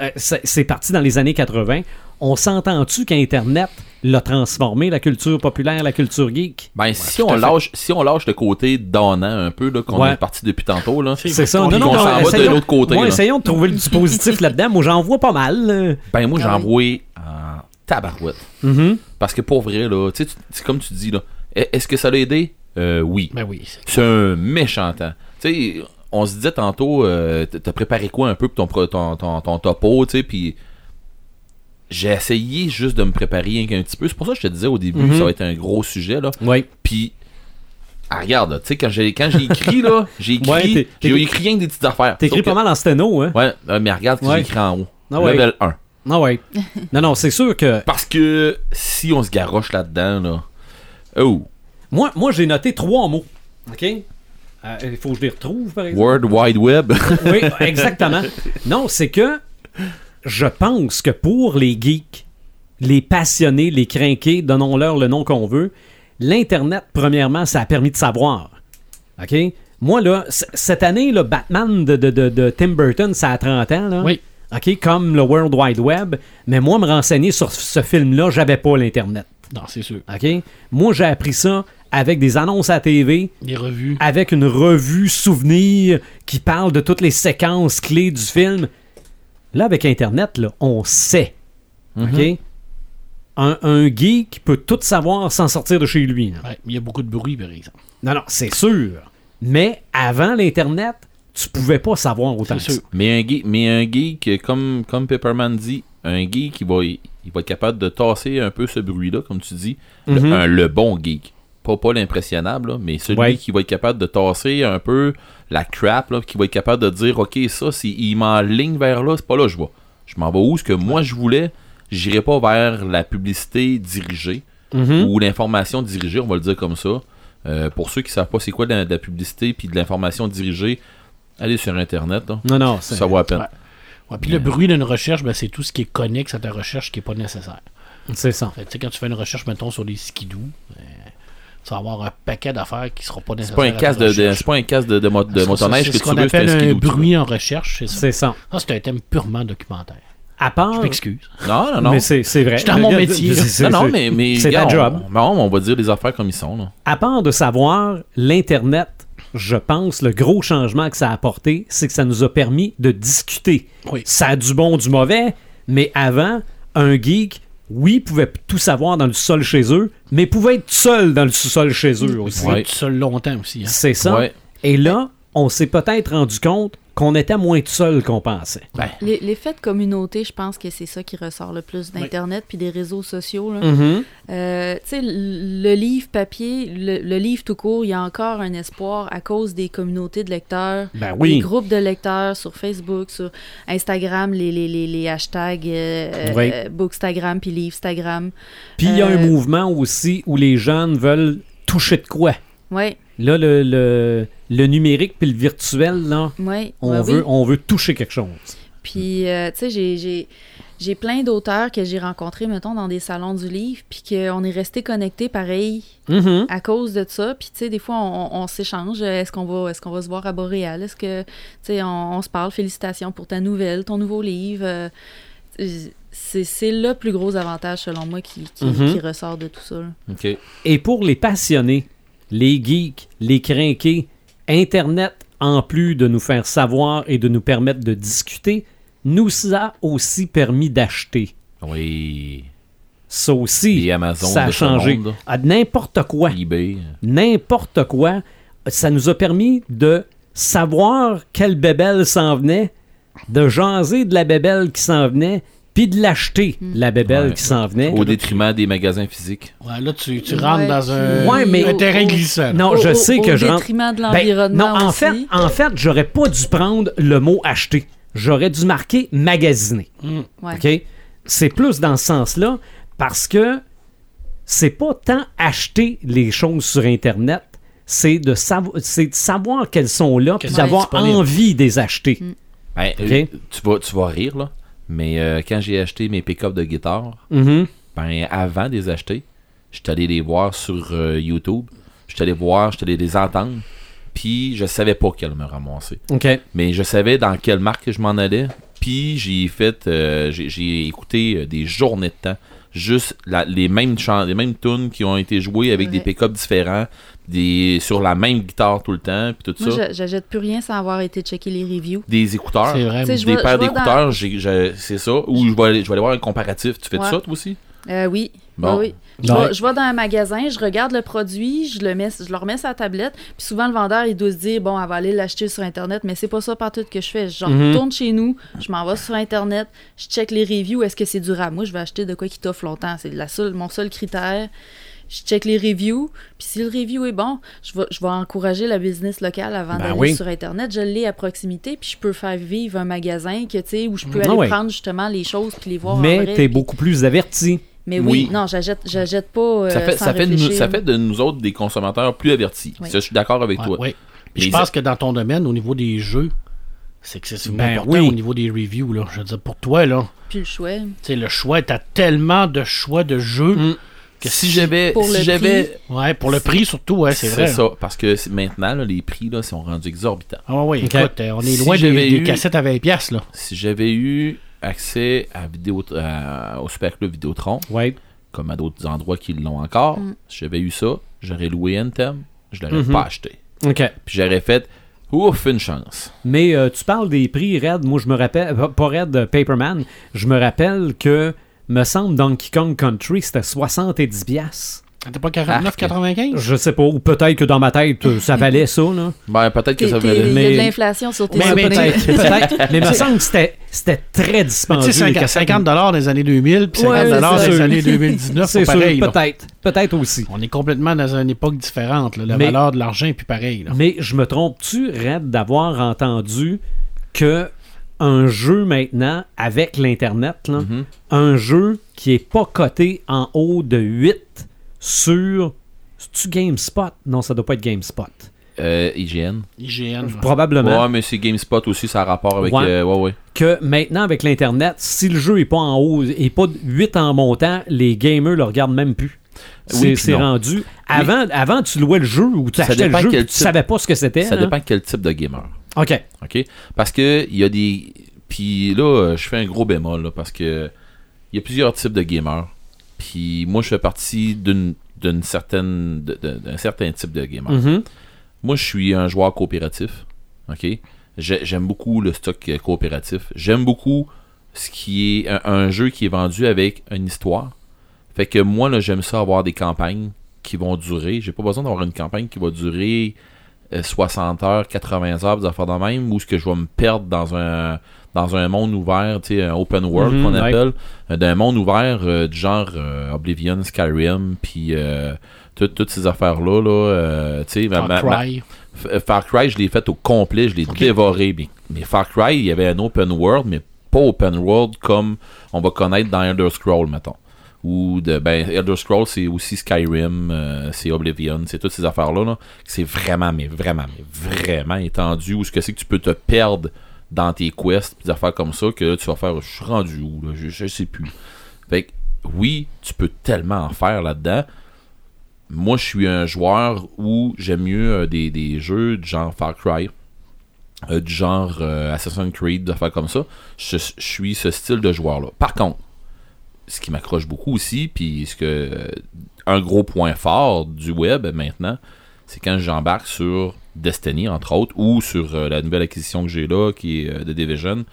Speaker 1: Euh, c'est c'est parti dans les années 80. On s'entend-tu qu'Internet l'a transformé, la culture populaire, la culture geek?
Speaker 4: Ben, si, on lâche, si on lâche le côté donnant un peu, là, qu'on
Speaker 1: Ouais.
Speaker 4: est parti depuis tantôt, là,
Speaker 3: C'est-
Speaker 1: C'est ça.
Speaker 4: Puis qu'on s'en va de
Speaker 1: essayons-
Speaker 4: l'autre côté,
Speaker 1: ouais,
Speaker 4: là.
Speaker 1: essayons de trouver le positif là-dedans. Moi, j'en vois pas mal. là.
Speaker 4: ben moi, j'ai
Speaker 5: Ah oui.
Speaker 4: envoyé en tabarouette.
Speaker 1: Mhm.
Speaker 4: Parce que pour vrai, là, tu sais, tu- c'est comme tu dis, là, e- est-ce que ça l'a aidé? Euh, oui.
Speaker 3: Ben oui. c'est-
Speaker 4: C'est un méchant temps. Tu sais, on se disait tantôt, euh, t- t'as préparé quoi un peu pour ton, pro- ton, ton, ton topo, tu sais, puis j'ai essayé juste de me préparer rien qu'un petit peu. C'est pour ça que je te disais au début
Speaker 1: Mm-hmm.
Speaker 4: que ça va être un gros sujet, là.
Speaker 1: Oui.
Speaker 4: Puis, ah, regarde, là, tu sais, quand j'ai quand j'ai écrit, là, j'ai écrit,
Speaker 1: Ouais, t'es-
Speaker 4: j'ai
Speaker 1: t'es-
Speaker 4: écrit rien que des petites affaires.
Speaker 1: T'écris
Speaker 4: Sauf que-
Speaker 1: pas mal en sténo, hein?
Speaker 4: Ouais, euh, mais regarde ce que
Speaker 1: Ouais.
Speaker 4: j'ai écrit en haut.
Speaker 1: Ah ouais.
Speaker 4: Level 1.
Speaker 1: Non, ouais. non, non, c'est sûr que.
Speaker 4: Parce que si on se garoche là-dedans, là. Oh,
Speaker 1: Moi, moi j'ai noté trois mots. OK? Euh, Il faut que je les retrouve, par exemple.
Speaker 4: World Wide Web.
Speaker 1: Oui, exactement. Non, c'est que je pense que pour les geeks, les passionnés, les crinqués, donnons-leur le nom qu'on veut, l'Internet, premièrement, ça a permis de savoir. OK? Moi, là, c- cette année, le Batman de, de- de- de Tim Burton, ça a 30 ans, là.
Speaker 3: Oui.
Speaker 1: OK? Comme le World Wide Web. Mais moi, me renseigner sur ce film-là, j'avais pas l'Internet.
Speaker 3: Non, c'est sûr.
Speaker 1: OK? Moi, j'ai appris ça avec des annonces à TV,
Speaker 3: Les revues.
Speaker 1: avec une revue souvenir qui parle de toutes les séquences clés du film. Là, avec Internet, là, on sait.
Speaker 3: Mhm.
Speaker 1: OK? Un, un geek peut tout savoir sans sortir de chez lui. là.
Speaker 3: Ouais, mais il y a beaucoup de bruit, par exemple.
Speaker 1: Non, non, c'est sûr. Mais avant l'Internet, tu pouvais pas savoir autant.
Speaker 3: C'est
Speaker 1: que ça.
Speaker 3: sûr.
Speaker 4: mais, un geek, mais un geek, euh, comme, comme Pepperman dit, un geek, il va, il va être capable de tasser un peu ce bruit-là, comme tu dis. Le,
Speaker 1: Mhm.
Speaker 4: un- le bon geek. Pas, pas l'impressionnable, là, mais celui
Speaker 1: Ouais.
Speaker 4: qui va être capable de tasser un peu la crap, là, qui va être capable de dire Ok, ça, s'il m'enligne vers là, c'est pas là que je vais. Je m'en vais où ce que moi je voulais, j'irai pas vers la publicité dirigée
Speaker 1: Mhm.
Speaker 4: ou l'information dirigée, on va le dire comme ça. Euh, pour ceux qui savent pas c'est quoi de la, de la publicité puis de l'information dirigée, allez sur Internet. hein.
Speaker 1: Non,
Speaker 4: là.
Speaker 1: non, c'est-
Speaker 4: Ça vaut la peine.
Speaker 3: Ouais, puis le bruit d'une recherche, ben, c'est tout ce qui est connexe à ta recherche qui n'est pas nécessaire.
Speaker 1: c'est ça.
Speaker 3: Fait que, Euh, tu sais, quand tu fais une recherche, mettons, sur les skidoo, euh, tu vas avoir un paquet d'affaires qui ne seront pas
Speaker 4: C'est pas, un
Speaker 3: nécessaires.
Speaker 4: casque de, de- c'est pas un casque de, de, mo- de motoneige que
Speaker 3: C'est ce
Speaker 4: tu
Speaker 3: qu'on
Speaker 4: veux, c'est
Speaker 3: appelle
Speaker 4: un ski
Speaker 3: un
Speaker 4: doux, tu veux.
Speaker 3: bruit en recherche, c'est ça.
Speaker 1: C'est Ah. ça.
Speaker 3: Ça, c'est un thème purement documentaire.
Speaker 1: À part.
Speaker 3: Je m'excuse.
Speaker 4: Non, non, non.
Speaker 1: Mais c'est c'est vrai.
Speaker 3: Je suis dans mon métier, là.
Speaker 1: C'est-
Speaker 4: non, non,
Speaker 1: c'est-
Speaker 4: mais, mais
Speaker 1: C'est ta
Speaker 4: gars, on-
Speaker 1: job.
Speaker 4: on- non, mais on va dire les affaires comme ils sont. Là.
Speaker 1: à part de savoir, l'Internet je pense, le gros changement que ça a apporté, c'est que ça nous a permis de discuter.
Speaker 3: Oui.
Speaker 1: Ça a du bon, du mauvais, mais avant, un geek, oui, pouvait tout savoir dans le sol chez eux, mais pouvait être seul dans le sous-sol chez eux aussi.
Speaker 3: Faut être seul longtemps aussi. hein.
Speaker 1: C'est ça.
Speaker 4: Ouais.
Speaker 1: Et là, on s'est peut-être rendu compte qu'on était moins tout seul qu'on pensait.
Speaker 3: Ben,
Speaker 5: Les- L'effet de communauté, je pense que c'est ça qui ressort le plus d'Internet puis des réseaux sociaux.
Speaker 1: Mm.
Speaker 5: Là. Euh, tu sais, l- le livre papier, le, le livre tout court, il y a encore un espoir à cause des communautés de lecteurs,
Speaker 1: Ben
Speaker 5: des
Speaker 1: oui.
Speaker 5: groupes de lecteurs sur Facebook, sur Instagram, les, les, les, les hashtags euh,
Speaker 1: Oui.
Speaker 5: euh, Bookstagram puis Livestagram.
Speaker 1: Puis il y a un
Speaker 5: Euh,
Speaker 1: mouvement aussi où les jeunes veulent toucher de quoi.
Speaker 5: Oui,
Speaker 1: Là, le, le, le numérique puis le virtuel, là,
Speaker 5: Bah oui.
Speaker 1: on, veut, on veut toucher quelque chose.
Speaker 5: Puis, euh, tu sais, j'ai- j'ai. J'ai plein d'auteurs que j'ai rencontrés, mettons, dans des salons du livre, puis qu'on est resté connectés pareil
Speaker 1: Mhm.
Speaker 5: à cause de ça. Puis, tu sais, des fois, on, on s'échange. Euh, Est-ce qu'on va, est qu'on va se voir à Boréal? Est-ce que, tu sais, on, on se parle? Félicitations pour ta nouvelle, ton nouveau livre. Euh, c'est c'est le plus gros avantage, selon moi, qui, qui,
Speaker 1: Mhm.
Speaker 5: qui ressort de tout ça. là.
Speaker 4: OK.
Speaker 1: Et pour les passionnés, les geeks, les crinqués, Internet, en plus de nous faire savoir et de nous permettre de discuter, nous a aussi permis d'acheter.
Speaker 4: Oui.
Speaker 1: Ça aussi,
Speaker 4: Et Amazon
Speaker 1: ça a
Speaker 4: de ce
Speaker 1: changé.
Speaker 4: monde.
Speaker 1: À n'importe quoi.
Speaker 4: eBay.
Speaker 1: n'importe quoi. Ça nous a permis de savoir quelle bébelle s'en venait, de jaser de la bébelle qui s'en venait, puis de l'acheter, la bébelle
Speaker 4: Ouais.
Speaker 1: qui s'en venait.
Speaker 4: Au détriment des magasins physiques.
Speaker 3: ouais, là, tu, tu rentres
Speaker 5: Ouais,
Speaker 3: dans un,
Speaker 5: puis-
Speaker 1: Ouais, mais-
Speaker 3: un
Speaker 5: au-
Speaker 3: terrain
Speaker 5: au-
Speaker 3: glissant. là.
Speaker 1: Non,
Speaker 5: Au-
Speaker 1: je
Speaker 5: au-
Speaker 1: sais
Speaker 5: au
Speaker 1: que je rentre...
Speaker 5: détriment de
Speaker 1: Ben,
Speaker 5: l'environnement
Speaker 1: non, en
Speaker 5: aussi.
Speaker 1: fait, en fait, j'aurais pas dû prendre le mot acheter. J'aurais dû marquer magasiner.
Speaker 5: Ouais.
Speaker 1: OK? C'est plus dans ce sens-là parce que c'est pas tant acheter les choses sur Internet, c'est de, savo- c'est de savoir qu'elles sont là puis
Speaker 3: Qu'elles sont
Speaker 1: d'avoir
Speaker 3: disponibles.
Speaker 1: envie de les acheter.
Speaker 5: Mm.
Speaker 4: Hey,
Speaker 1: Ok.
Speaker 4: euh, tu, vas, tu vas rire, là. Mais euh, quand j'ai acheté mes pick-up de guitare,
Speaker 1: Mhm.
Speaker 4: ben, avant de les acheter, je suis allé les voir sur euh, YouTube. Je suis allé voir, je suis allé les entendre. Puis je savais pas qu'elle me ramasser.
Speaker 1: OK.
Speaker 4: Mais je savais dans quelle marque je m'en allais. Puis j'ai fait, euh, j'ai- j'ai écouté euh, des journées de temps. Juste la- les mêmes chants, les mêmes tunes qui ont été jouées avec des
Speaker 5: Ouais.
Speaker 4: pick-up différents, des, sur la même guitare tout le temps, puis tout
Speaker 5: Moi,
Speaker 4: ça.
Speaker 5: je- j'achète plus rien sans avoir été checker les reviews.
Speaker 4: Des écouteurs,
Speaker 3: C'est vrai.
Speaker 5: Tu sais, je
Speaker 4: des
Speaker 5: vois-
Speaker 4: paires
Speaker 5: vois
Speaker 4: d'écouteurs, j'ai- j'ai- c'est ça. Ou je vais, aller, je vais aller voir un comparatif. Tu fais de
Speaker 5: Ouais.
Speaker 4: ça toi aussi?
Speaker 5: Euh, oui.
Speaker 4: Bon.
Speaker 5: Oui, oui. Je,
Speaker 1: Ouais.
Speaker 5: vais, je vais dans un magasin, je regarde le produit, je le mets, je le remets sur la tablette, puis souvent le vendeur il doit se dire bon, elle va aller l'acheter sur internet, mais c'est pas ça partout que je fais. Je
Speaker 1: Mhm.
Speaker 5: retourne chez nous, je m'en vais sur internet, je check les reviews, est-ce que c'est durable Moi, je vais acheter de quoi qui t'offre longtemps, c'est la seule, mon seul critère. Je check les reviews, puis si le review est bon, je vais, je vais encourager la business locale avant
Speaker 1: Ben
Speaker 5: d'aller
Speaker 1: oui.
Speaker 5: sur internet. Je l'ai à proximité, puis je peux faire vivre un magasin que tu sais où je peux
Speaker 1: Ah
Speaker 5: aller
Speaker 1: ouais.
Speaker 5: prendre justement les choses puis les voir en
Speaker 1: Mais
Speaker 5: vrai.
Speaker 1: t'es
Speaker 5: puis-
Speaker 1: beaucoup plus averti.
Speaker 5: mais oui,
Speaker 4: Oui.
Speaker 5: non, j'achète, j'achète pas. euh,
Speaker 4: ça, fait,
Speaker 5: sans
Speaker 4: ça, fait de nous,
Speaker 5: réfléchir.
Speaker 4: ça fait de nous autres des consommateurs plus avertis.
Speaker 5: Oui.
Speaker 4: Ça, je suis d'accord avec
Speaker 3: Ouais,
Speaker 4: toi.
Speaker 3: ouais. Puis
Speaker 4: Les-
Speaker 3: je pense que dans ton domaine, au niveau des jeux, c'est excessivement
Speaker 1: Ben
Speaker 3: important
Speaker 1: oui.
Speaker 3: au niveau des reviews. Là. Je veux dire, pour toi, là,
Speaker 5: Plus le choix.
Speaker 3: tu sais, le choix, t'as tellement de choix de jeux
Speaker 1: Mm.
Speaker 3: que
Speaker 4: Si j'avais.
Speaker 5: Pour le
Speaker 4: Si j'avais.
Speaker 3: Ouais, pour le prix surtout, ouais, c'est vrai. hein.
Speaker 4: ça. Parce que c'est- maintenant, là, les prix là, sont rendus exorbitants.
Speaker 3: Ah ouais,
Speaker 1: Ok.
Speaker 3: écoute, euh, on est
Speaker 4: Si
Speaker 3: loin des,
Speaker 4: j'avais
Speaker 3: des
Speaker 4: eu-
Speaker 3: cassettes à 20$, piastres, là.
Speaker 4: Si j'avais eu accès à vidéo, à- au Super Club Vidéotron,
Speaker 1: Ouais.
Speaker 4: comme à d'autres endroits qui l'ont encore, si j'avais eu ça, j'aurais loué Anthem, je l'aurais
Speaker 1: Mm-hmm.
Speaker 4: pas acheté.
Speaker 1: OK.
Speaker 4: Puis j'aurais fait, ouf, une chance.
Speaker 1: Mais euh, tu parles des prix Red. Moi, je me rappelle, pas- pas Red, euh, Paperman. Je me rappelle que, me semble, Donkey Kong Country, c'était 70$. piastres.
Speaker 3: T'es pas 49,95$?
Speaker 1: Je sais pas, ou peut-être que dans ma tête, euh, ça valait ça, là.
Speaker 4: Ben, peut-être que
Speaker 5: T'es-
Speaker 4: ça
Speaker 5: t'es- Il
Speaker 4: valait.
Speaker 5: y a
Speaker 1: mais-
Speaker 5: de l'inflation sur tes
Speaker 1: Mais, mais
Speaker 5: abonnés.
Speaker 1: peut-être, peut-être. Mais il me semble que c'était, c'était très
Speaker 3: Mais
Speaker 1: dispendieux.
Speaker 3: Tu sais,
Speaker 1: les
Speaker 3: 50$,
Speaker 1: cassettes.
Speaker 3: 50 dans les années 2000, puis 50$
Speaker 5: Ouais,
Speaker 3: dans
Speaker 5: c'est
Speaker 3: les
Speaker 1: sûr.
Speaker 3: années 2019,
Speaker 1: C'est
Speaker 3: c'est
Speaker 1: sûr,
Speaker 3: pareil. là.
Speaker 1: peut-être. Peut-être aussi.
Speaker 3: On est complètement dans une époque différente. là. La
Speaker 1: Mais-
Speaker 3: valeur de l'argent est plus pareille. là.
Speaker 1: Mais je me trompe-tu, Red, d'avoir entendu que un jeu maintenant, avec l'Internet, là,
Speaker 4: Mhm.
Speaker 1: un jeu qui est pas coté en haut de 8 sur... C'est-tu GameSpot? Non, ça doit pas être GameSpot.
Speaker 4: Euh, IGN.
Speaker 3: IGN. ouais.
Speaker 1: Probablement.
Speaker 4: Ouais, mais c'est GameSpot aussi, ça a rapport avec.
Speaker 1: Ouais.
Speaker 4: euh, ouais, ouais.
Speaker 1: que maintenant avec l'internet, si le jeu est pas en haut et pas 8 en montant, les gamers le regardent même plus.
Speaker 4: Oui,
Speaker 1: C'est
Speaker 4: puis
Speaker 1: c'est
Speaker 4: non.
Speaker 1: rendu. Avant, avant, tu louais le jeu ou tu
Speaker 4: Ça
Speaker 1: achetais le
Speaker 4: dépend
Speaker 1: jeu,
Speaker 4: quel
Speaker 1: puis tu
Speaker 4: type.
Speaker 1: savais pas ce que c'était.
Speaker 4: Ça
Speaker 1: hein?
Speaker 4: dépend quel type de gamer.
Speaker 1: Ok.
Speaker 4: OK? Parce que il y a des. Puis là, euh, je fais un gros bémol, là, parce que il y a plusieurs types de gamers. Puis moi, je fais partie d'une d'une certaine de- de- d'un certain type de gamer.
Speaker 1: Mhm.
Speaker 4: Moi, je suis un joueur coopératif. OK? J'ai- J'aime beaucoup le stock euh, coopératif. J'aime beaucoup ce qui est un, un jeu qui est vendu avec une histoire. Fait que moi, là, j'aime ça avoir des campagnes qui vont durer. J'ai pas besoin d'avoir une campagne qui va durer euh, 60 heures, 80 heures, des affaires de même, ou ce que je vais me perdre dans un dans un monde ouvert, tu sais, un open world
Speaker 1: Mhm,
Speaker 4: qu'on
Speaker 1: ouais.
Speaker 4: appelle, euh, d'un monde ouvert euh, du genre euh, Oblivion, Skyrim, puis euh, tout- toutes ces affaires-là, là, euh, tu sais, ma-
Speaker 3: Far
Speaker 4: ma- ma-
Speaker 3: Cry.
Speaker 4: F- euh, Far Cry, je l'ai fait au complet, je l'ai dévoré. Mais, mais Far Cry, il y avait un open world, mais pas open world comme on va connaître dans Elder Scrolls, mettons. Ou de, ben, Elder Scrolls, c'est aussi Skyrim, euh, c'est Oblivion, c'est toutes ces affaires-là. là. C'est vraiment, mais vraiment, mais vraiment étendu. Où ce que c'est que tu peux te perdre dans tes quests, pis des affaires comme ça, que là, tu vas faire, je suis rendu où, là? je, je sais plus. Fait que, oui, tu peux tellement en faire là-dedans, moi, je suis un joueur où j'aime mieux euh, des, des jeux du genre Far Cry, euh, du genre euh, Assassin's Creed, des affaires comme ça. Je, je suis ce style de joueur-là. Par contre, ce qui m'accroche beaucoup aussi, puis ce que euh, un gros point fort du web maintenant, c'est quand j'embarque sur Destiny, entre autres, ou sur euh, la nouvelle acquisition que j'ai là, qui est euh, The Division,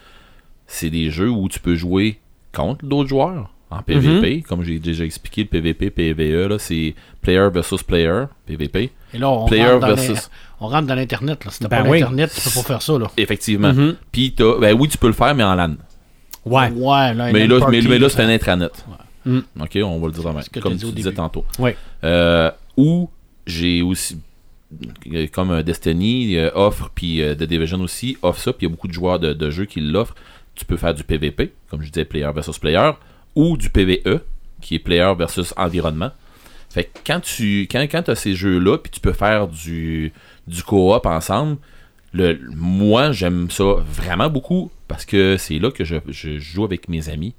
Speaker 4: c'est des jeux où tu peux jouer contre d'autres joueurs en PvP. Comme j'ai déjà expliqué, le PvP, PvE, E, là, c'est player versus player, PvP.
Speaker 3: Et là, on
Speaker 4: Player
Speaker 3: rentre, dans
Speaker 4: versus-
Speaker 3: les- on rentre dans l'Internet. là. Si t'as
Speaker 1: Ben
Speaker 3: pas
Speaker 1: oui.
Speaker 3: l'Internet, tu peux pas faire ça. Là.
Speaker 4: Effectivement. Puis t'as- ben oui, tu peux le faire, mais en LAN.
Speaker 1: Ouais.
Speaker 3: Ouais, là,
Speaker 4: Mais
Speaker 3: une
Speaker 4: là,
Speaker 3: party,
Speaker 4: mais, mais là, c'est un intranet.
Speaker 1: Mm.
Speaker 4: Ok, on va le dire en
Speaker 3: ce que
Speaker 4: comme
Speaker 3: t'as dit
Speaker 4: tu
Speaker 3: au
Speaker 4: disais
Speaker 3: début.
Speaker 4: tantôt.
Speaker 1: Ouais.
Speaker 4: Euh, ou j'ai aussi, euh, comme euh, Destiny euh, offre, puis euh, The Division aussi offre ça, puis il y a beaucoup de joueurs de, de jeux qui l'offrent. Tu peux faire du PVP, comme je disais, player versus player, ou du PVE, qui est player versus environnement. Fait que quand tu quand, quand as ces jeux-là, puis tu peux faire du, du co-op ensemble, le, moi, j'aime ça vraiment beaucoup parce que c'est là que je, je joue avec mes amis.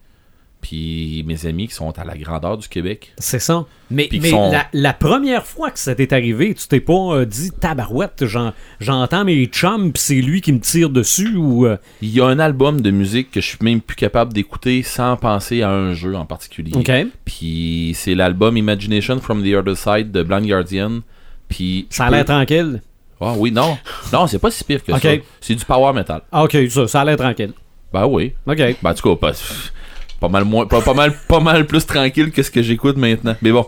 Speaker 4: Puis mes amis qui sont à la grandeur du Québec.
Speaker 1: C'est ça. Mais,
Speaker 4: Puis
Speaker 1: mais
Speaker 4: qui sont-
Speaker 1: la, la première fois que ça t'est arrivé, tu t'es pas euh, dit tabarouette, j'en- j'entends mes chums, pis c'est lui qui me tire dessus ou. euh,
Speaker 4: Il y a un album de musique que je suis même plus capable d'écouter sans penser à un jeu en particulier.
Speaker 1: OK.
Speaker 4: Puis c'est l'album Imagination from the Other Side de Blind Guardian. Puis
Speaker 1: Ça a
Speaker 4: je peux-
Speaker 1: l'air tranquille.
Speaker 4: Ah oui, non. Non, c'est pas si pire que
Speaker 1: Ok.
Speaker 4: ça. C'est du power metal.
Speaker 1: Ah, ok, ça, ça a l'air tranquille.
Speaker 4: Ben oui.
Speaker 1: Ok.
Speaker 4: Ben, en tout cas, pas, pff, pas mal moins, pas, pas mal, pas mal plus tranquille que ce que j'écoute maintenant. Mais bon,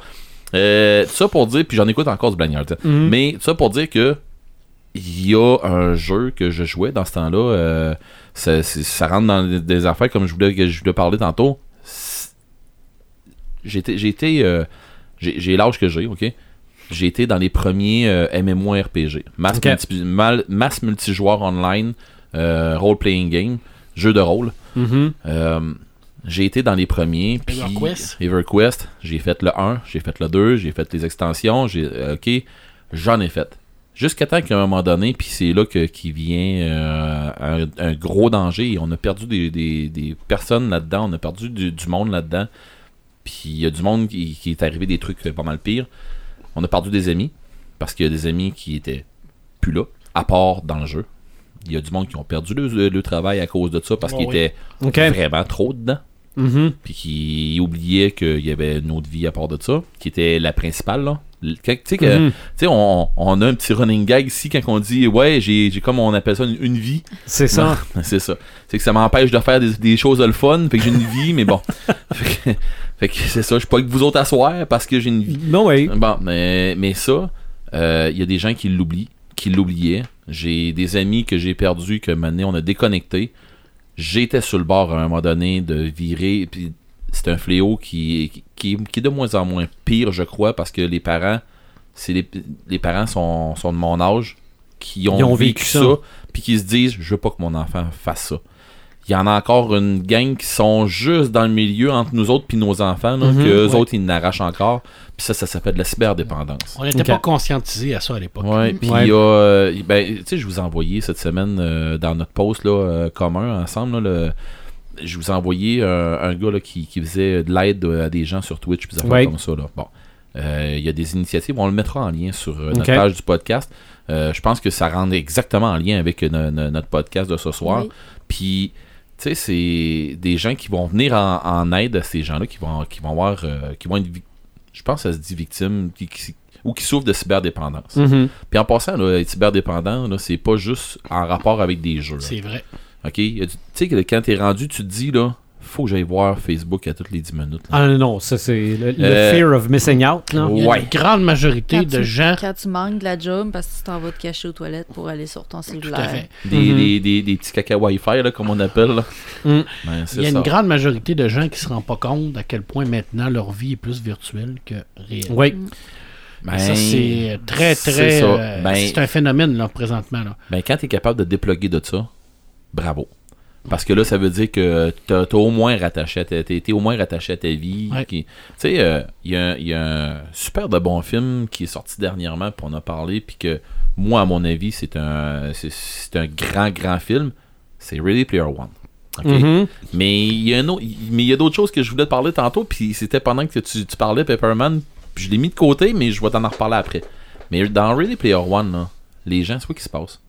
Speaker 4: euh, ça pour dire, puis j'en écoute encore du Blagnard. Mais ça pour dire que il y a un jeu que je jouais dans ce temps-là. euh, ça, c'est- ça rentre dans des- des affaires comme je voulais que je voulais parler tantôt. C'est- J'ai été, j'ai été, euh, j'ai j'ai l'âge que j'ai, ok. J'ai été dans les premiers euh, MMORPG, mass,
Speaker 1: Ok.
Speaker 4: multi- mal- mass multijoueur online, euh, role-playing game, jeu de rôle.
Speaker 1: Mhm.
Speaker 4: Euh, j'ai été dans les premiers. puis-
Speaker 3: EverQuest.
Speaker 4: EverQuest. J'ai fait le 1, j'ai fait le 2, j'ai fait les extensions. J'ai, euh, ok, j'en ai fait. Jusqu'à temps qu'à un moment donné, puis c'est là que, qui vient euh, un, un gros danger. et On a perdu des, des- des personnes là-dedans, on a perdu du, du monde là-dedans. Puis il y a du monde qui, qui est arrivé des trucs euh, pas mal pires. On a perdu des amis, parce qu'il y a des amis qui étaient plus là, à part dans le jeu. Il y a du monde qui ont perdu le, le- le travail à cause de ça, parce
Speaker 3: Ouais,
Speaker 4: qu'ils
Speaker 3: ouais.
Speaker 4: étaient
Speaker 1: Ok.
Speaker 4: vraiment trop dedans.
Speaker 1: Mhm.
Speaker 4: Puis qui oubliait qu'il y avait une autre vie à part de ça, qui était la principale. là. Le- quand- Tu sais, que-
Speaker 1: Mhm.
Speaker 4: tu sais, on, on a un petit running gag ici quand on dit Ouais, j'ai j'ai comme on appelle ça une, une vie.
Speaker 1: C'est ça.
Speaker 4: C'est ça. C'est que ça m'empêche de faire des, des choses le fun, fait que j'ai une vie, mais bon. fait que, fait que c'est ça, je suis pas avec vous autres à soir parce que j'ai une vie.
Speaker 1: Non, oui.
Speaker 4: Bon, mais, mais ça, euh, il y a des gens qui l'oublient, qui l'oubliaient. J'ai des amis que j'ai perdus, que maintenant on a déconnecté. J'étais sur le bord à un moment donné de virer. Puis c'est un fléau qui, qui, qui est de moins en moins pire, je crois, parce que les parents, c'est les, les parents sont, sont de mon âge qui ont,
Speaker 1: Ils ont
Speaker 4: vécu,
Speaker 1: vécu
Speaker 4: ça,
Speaker 1: ça.
Speaker 4: puis qui se disent je veux pas que mon enfant fasse ça. Il y en a encore une gang qui sont juste dans le milieu entre nous autres puis nos enfants, là,
Speaker 1: Mhm,
Speaker 4: que eux
Speaker 1: ouais.
Speaker 4: autres ils n'arrachent encore. Puis ça, ça s'appelle de la cyberdépendance.
Speaker 3: On n'était
Speaker 1: Ok.
Speaker 3: pas conscientisés à ça à l'époque.
Speaker 4: Ouais, puis
Speaker 1: Mhm. Ouais.
Speaker 4: il y a. euh, ben, tu sais, je vous ai envoyé cette semaine euh, dans notre post là, euh, commun ensemble. là, le- je vous ai envoyé euh, un gars là, qui, qui faisait de l'aide euh, à des gens sur Twitch, puis des affaires
Speaker 1: Ouais.
Speaker 4: comme ça. Là. Bon. Euh, Il y a des initiatives, on le mettra en lien sur euh, notre
Speaker 1: Ok.
Speaker 4: page du podcast. Euh, je pense que ça rend exactement en lien avec euh, no- no- notre podcast de ce soir.
Speaker 5: Oui.
Speaker 4: Puis, tu sais, c'est des gens qui vont venir en, en aide à ces gens-là, qui vont, qui vont avoir, euh, qui vont être, vic- je pense que ça se dit victime, qui, qui- ou qui souffrent de cyberdépendance.
Speaker 1: Mhm.
Speaker 4: Puis en passant, là, être cyberdépendant, là, c'est pas juste en rapport avec des jeux. là.
Speaker 3: C'est vrai.
Speaker 4: OK? Il y a du- Tu sais, que quand t'es rendu, tu te dis, là, faut que j'aille voir Facebook à toutes les 10 minutes. là.
Speaker 1: Ah non, non, ça c'est le, le
Speaker 4: Euh,
Speaker 1: fear of missing out. Là.
Speaker 3: Il y a
Speaker 4: Ouais.
Speaker 3: une grande majorité
Speaker 5: Quand
Speaker 3: de
Speaker 5: tu-
Speaker 3: gens.
Speaker 5: Quand tu manques de la job parce que tu t'en vas te cacher aux toilettes pour aller sur ton
Speaker 3: Tout
Speaker 5: cellulaire.
Speaker 3: à fait.
Speaker 4: Des,
Speaker 1: Mhm.
Speaker 4: des, des, des petits caca Wi-Fi, là, comme on appelle. là.
Speaker 1: Mm.
Speaker 4: Ben, c'est
Speaker 3: Il y a
Speaker 4: ça.
Speaker 3: une grande majorité de gens qui se rendent pas compte à quel point maintenant leur vie est plus virtuelle que réelle.
Speaker 1: Oui.
Speaker 4: Ben,
Speaker 3: ça, c'est très,
Speaker 4: c'est
Speaker 3: très.
Speaker 4: ça.
Speaker 3: euh,
Speaker 4: Ben-
Speaker 3: c'est un phénomène, là, présentement. Là.
Speaker 4: ben, quand t'es capable de déploguer de ça, bravo. Parce que là, ça veut dire que t'as t'as au moins rattaché à ta, t'es- t'es au moins rattaché à ta vie.
Speaker 3: Ouais.
Speaker 4: qui- Tu sais, euh, il y, a un- il y a un super de bon film qui est sorti dernièrement, puis on a parlé, puis que moi, à mon avis, c'est un, c'est- c'est un grand, grand film. C'est Ready Player One. OK?
Speaker 1: Mhm.
Speaker 4: Mais il y a un autre- mais il y a d'autres choses que je voulais te parler tantôt, puis c'était pendant que tu, tu parlais Pepperman, puis je l'ai mis de côté, mais je vais t'en en reparler après. Mais dans Ready Player One, là, les gens, c'est quoi qui se passe?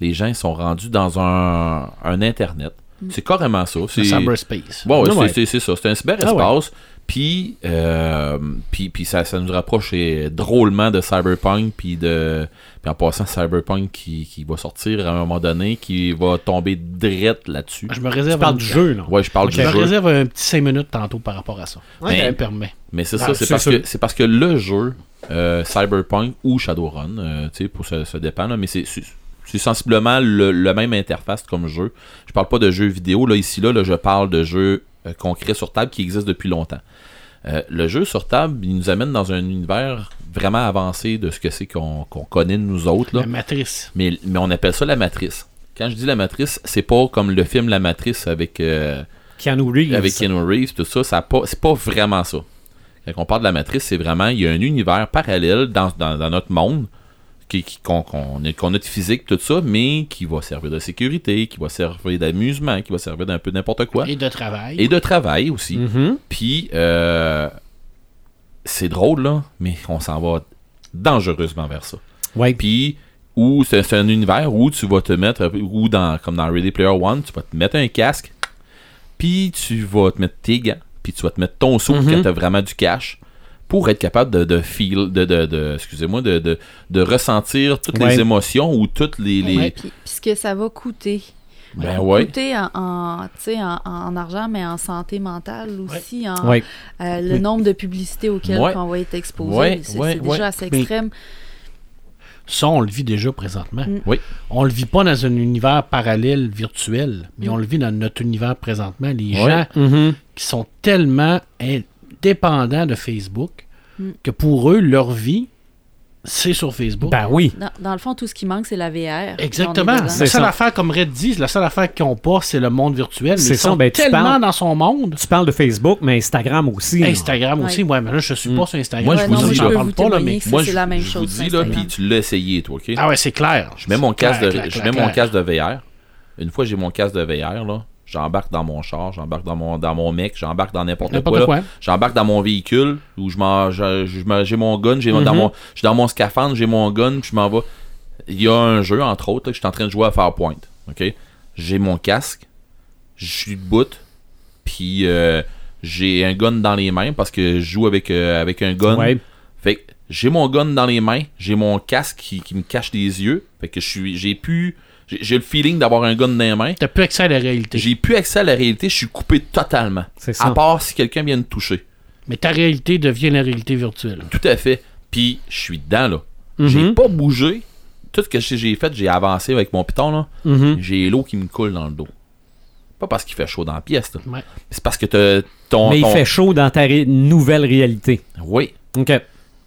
Speaker 4: Les gens ils sont rendus dans un, un internet. C'est carrément ça.
Speaker 3: Le
Speaker 4: C'est
Speaker 3: cyberspace.
Speaker 4: Ouais, ouais,
Speaker 1: Mm. Ah ouais.
Speaker 4: c'est- c'est c'est ça. C'est un cyberespace.
Speaker 1: Ah
Speaker 4: Puis, euh, puis, puis ça, ça nous rapproche euh, drôlement de Cyberpunk. Puis, de, puis en passant, Cyberpunk qui, qui va sortir à un moment donné, qui va tomber direct là-dessus.
Speaker 3: Je me
Speaker 1: Tu
Speaker 3: réserve,
Speaker 1: parles
Speaker 3: un-
Speaker 1: du jeu, là.
Speaker 4: euh, Ouais, je parle
Speaker 3: je
Speaker 4: du
Speaker 3: me
Speaker 4: jeu. Ben,
Speaker 3: réserve un petit 5 minutes tantôt par rapport à ça.
Speaker 1: Ouais,
Speaker 3: Ça
Speaker 4: mais-
Speaker 3: me permet.
Speaker 4: Mais c'est
Speaker 1: Ah,
Speaker 4: ça, c'est
Speaker 1: c'est
Speaker 4: parce,
Speaker 1: sûr.
Speaker 4: que- c'est parce que le jeu, euh, Cyberpunk ou Shadowrun, euh, tu sais, pour ça, ça dépend, là, mais c'est, c'est- c'est sensiblement le, le même interface comme jeu. Je parle pas de jeux vidéo, là, ici, là, là, je parle de jeux euh, concrets sur table qui existent depuis longtemps. Euh, le jeu sur table, il nous amène dans un univers vraiment avancé de ce que c'est qu'on, qu'on connaît nous autres. Là.
Speaker 3: La matrice.
Speaker 4: Mais, mais on appelle ça la matrice. Quand je dis la matrice, c'est pas comme le film La Matrice avec euh,
Speaker 1: Keanu Reeves.
Speaker 4: avec Keanu Reeves, tout ça, ça a pas- c'est pas vraiment ça. Quand on parle de la matrice, c'est vraiment, il y a un univers parallèle dans, dans- dans notre monde, qui, qui- qu'on, qu'on est- qu'on a de physique, tout ça, mais qui va servir de sécurité, qui va servir d'amusement, qui va servir d'un peu n'importe quoi.
Speaker 3: Et de travail.
Speaker 4: Et de travail aussi.
Speaker 1: Mhm.
Speaker 4: Puis, euh, c'est drôle, là, mais on s'en va dangereusement vers ça.
Speaker 1: Ouais.
Speaker 4: Puis, où c'est c'est un univers où tu vas te mettre, ou dans, comme dans Ready Player One, tu vas te mettre un casque, puis tu vas te mettre tes gants, puis tu vas te mettre ton saut
Speaker 1: Mhm.
Speaker 4: quand t'as vraiment du cash, pour être capable de, de feel, de, de, de- excusez-moi, de, de, de ressentir toutes
Speaker 1: Ouais.
Speaker 4: les émotions ou toutes les, les-
Speaker 5: Ouais, puis, puis ce que ça va coûter.
Speaker 4: ben ouais,
Speaker 5: Coûter en, en, tu sais, en- en argent, mais en santé mentale aussi. En,
Speaker 1: Ouais.
Speaker 5: euh, le nombre de publicités auxquelles
Speaker 4: Ouais.
Speaker 5: on va être exposé.
Speaker 4: Ouais,
Speaker 5: c'est
Speaker 4: ouais,
Speaker 5: c'est
Speaker 4: ouais.
Speaker 5: déjà assez
Speaker 3: Mais-
Speaker 5: extrême.
Speaker 3: Ça, on le vit déjà présentement.
Speaker 5: Mm.
Speaker 4: Oui.
Speaker 3: On le vit pas dans un univers parallèle virtuel, mais on le vit dans notre univers présentement. Les gens
Speaker 4: Mm-hmm.
Speaker 1: Mhm.
Speaker 3: qui sont tellement in- dépendants de Facebook
Speaker 5: Mm.
Speaker 3: que pour eux, leur vie, c'est sur Facebook.
Speaker 1: Ben oui.
Speaker 5: Dans, dans le fond, tout ce qui manque, c'est la VR. On est
Speaker 3: Exactement.
Speaker 5: dedans.
Speaker 1: C'est
Speaker 3: La seule
Speaker 1: ça.
Speaker 3: affaire, comme Red dit, la seule affaire qu'ils n'ont pas, c'est le monde virtuel. Mais
Speaker 1: C'est
Speaker 3: ils
Speaker 1: ça,
Speaker 3: sont
Speaker 1: ben, tu
Speaker 3: tellement
Speaker 1: parles-
Speaker 3: dans son monde.
Speaker 1: Tu parles de Facebook, mais Instagram aussi. là.
Speaker 3: Instagram aussi, ouais, mais là, je suis pas sur Instagram.
Speaker 4: Mm. Moi, je
Speaker 5: Ouais,
Speaker 4: vous
Speaker 5: non,
Speaker 4: dis,
Speaker 5: mais
Speaker 4: j'en
Speaker 5: peux
Speaker 3: parle
Speaker 5: vous
Speaker 3: pas, là,
Speaker 5: témoigner
Speaker 3: mais-
Speaker 5: que ça,
Speaker 4: moi
Speaker 5: c'est
Speaker 4: je,
Speaker 5: la même
Speaker 4: je vous
Speaker 5: chose.
Speaker 4: dis là,
Speaker 5: Instagram.
Speaker 4: puis tu l'as essayé toi, ok?
Speaker 3: Ah ouais, c'est clair.
Speaker 4: Je mets mon
Speaker 3: Clair,
Speaker 4: casque de,
Speaker 3: clair,
Speaker 4: je
Speaker 3: clair,
Speaker 4: mets mon
Speaker 3: clair.
Speaker 4: casque de VR. Une fois j'ai mon casque de VR là, j'embarque dans mon char, j'embarque dans mon dans mon mec, j'embarque dans n'importe
Speaker 3: N'importe
Speaker 4: quoi. là.
Speaker 3: quoi.
Speaker 4: J'embarque dans mon véhicule où je m'en je- je m'en- j'ai mon gun, j'ai mon-
Speaker 3: Mm-hmm.
Speaker 4: dans
Speaker 1: Mhm.
Speaker 4: mon je suis dans mon scaphandre, j'ai mon gun, puis je m'en vais. Il y a un jeu entre autres là, que je suis en train de jouer à Farpoint, OK J'ai mon casque, je suis debout, puis euh, j'ai un gun dans les mains parce que je joue avec euh, avec un gun.
Speaker 1: Ouais.
Speaker 4: Fait que j'ai mon gun dans les mains, j'ai mon casque qui, qui me cache les yeux. Fait que je suis, j'ai pu, j'ai j'ai le feeling d'avoir un gun dans les mains.
Speaker 3: T'as plus accès à la réalité.
Speaker 4: J'ai plus accès à la réalité, je suis coupé totalement.
Speaker 1: C'est ça.
Speaker 4: À part si quelqu'un vient me toucher.
Speaker 3: Mais ta réalité devient la réalité virtuelle.
Speaker 4: Tout à fait. Puis je suis dedans là.
Speaker 1: Mhm.
Speaker 4: J'ai pas bougé. Tout ce que j'ai- j'ai fait, j'ai avancé avec mon piton là.
Speaker 1: Mhm.
Speaker 4: J'ai l'eau qui me coule dans le dos. Pas parce qu'il fait chaud dans la pièce. là.
Speaker 3: Ouais.
Speaker 4: C'est parce que t'as- ton,
Speaker 1: Mais il
Speaker 4: ton-
Speaker 1: fait chaud dans ta ré- nouvelle réalité.
Speaker 4: Oui.
Speaker 1: OK.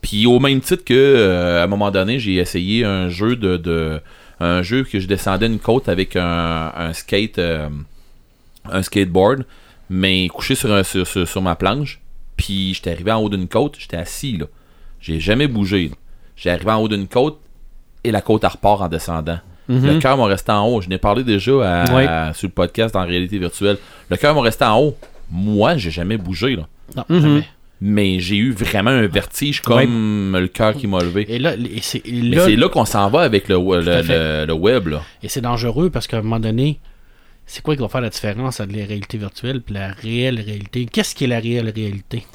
Speaker 4: Puis au même titre que euh, à un moment donné, j'ai essayé un jeu de, de- un jeu que je descendais une côte avec un, un skate euh, un skateboard, mais couché sur, un- sur, sur- sur ma planche. Puis j'étais arrivé en haut d'une côte, j'étais assis là. J'ai jamais bougé. là. J'ai arrivé en haut d'une côte et la côte elle repart en descendant. Le cœur m'a resté en haut. Je n'ai parlé déjà à-
Speaker 1: Ouais.
Speaker 4: à- sur le podcast en réalité virtuelle. Le cœur m'a resté en haut. Moi, j'ai jamais bougé là.
Speaker 3: Non,
Speaker 4: Mm-hmm.
Speaker 1: Mhm.
Speaker 3: jamais.
Speaker 4: Mais j'ai eu vraiment un vertige comme le cœur qui m'a levé.
Speaker 3: Et là, et c'est et
Speaker 4: Mais
Speaker 3: là-
Speaker 4: c'est là qu'on s'en va avec le, le,
Speaker 3: à fait.
Speaker 4: le- le web. Là.
Speaker 3: et c'est dangereux parce qu'à un moment donné, c'est quoi qui va faire la différence entre les réalités virtuelles et la réelle réalité? Qu'est-ce qui est la réelle réalité?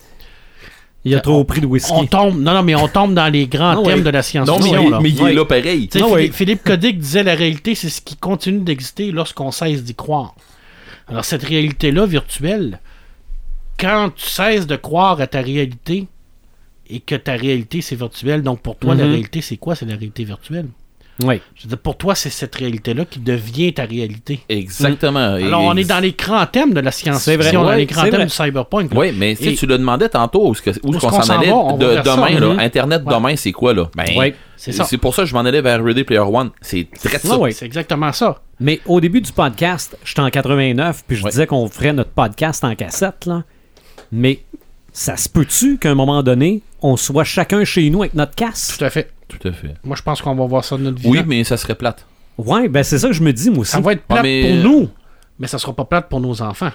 Speaker 1: Il
Speaker 4: Euh,
Speaker 1: a trop pris de whisky.
Speaker 3: On tombe, non, non, mais on tombe dans les grands
Speaker 1: Ah ouais.
Speaker 3: thèmes de la
Speaker 4: Non, mais,
Speaker 3: science-fiction. là.
Speaker 4: mais il
Speaker 1: Ouais.
Speaker 4: est là pareil.
Speaker 3: Tu sais,
Speaker 1: Ah
Speaker 3: Philippe,
Speaker 1: ouais.
Speaker 3: Philippe Codic disait la réalité, c'est ce qui continue d'exister lorsqu'on cesse d'y croire. Alors cette réalité-là virtuelle, quand tu cesses de croire à ta réalité et que ta réalité c'est virtuelle, donc pour toi la
Speaker 4: Mm-hmm.
Speaker 1: Mhm.
Speaker 3: réalité c'est quoi C'est la réalité virtuelle.
Speaker 1: Oui.
Speaker 3: Je veux dire, pour toi c'est cette réalité-là qui devient ta réalité.
Speaker 4: Exactement.
Speaker 3: Mm. Alors on est dans les grands thèmes de la
Speaker 1: C'est vrai.
Speaker 3: science-fiction, dans
Speaker 1: Ouais,
Speaker 3: les grands
Speaker 1: c'est
Speaker 3: thèmes
Speaker 1: vrai.
Speaker 3: du cyberpunk. là.
Speaker 4: Oui, mais tu sais,
Speaker 3: Et-
Speaker 4: tu le demandais tantôt, où est-ce que- où est-ce
Speaker 3: est-ce
Speaker 4: qu'on s'en allait
Speaker 3: va? On va
Speaker 4: de-
Speaker 3: vers ça,
Speaker 4: demain,
Speaker 3: mhm.
Speaker 4: là. Internet
Speaker 3: Ouais.
Speaker 4: demain, c'est quoi, là? Ben,
Speaker 1: Ouais.
Speaker 3: C'est ça.
Speaker 4: C'est pour ça que je m'en allais vers Ready Player One. C'est très ça.
Speaker 1: Ah ouais.
Speaker 3: C'est exactement ça.
Speaker 1: Mais au début du podcast, j'étais en 89, puis je
Speaker 4: Ouais.
Speaker 1: disais qu'on ferait notre podcast en cassette, là. Mais ça se peut-tu qu'à un moment donné, on soit chacun chez nous avec notre casse?
Speaker 3: Tout à fait.
Speaker 4: Tout à fait.
Speaker 3: Moi je pense qu'on va voir ça de notre vie.
Speaker 4: Oui, mais ça serait plate.
Speaker 1: Ouais, ben c'est ça que je me dis, moi aussi.
Speaker 3: ça va être plate
Speaker 4: mais-
Speaker 3: pour nous, mais ça sera pas plate pour nos enfants.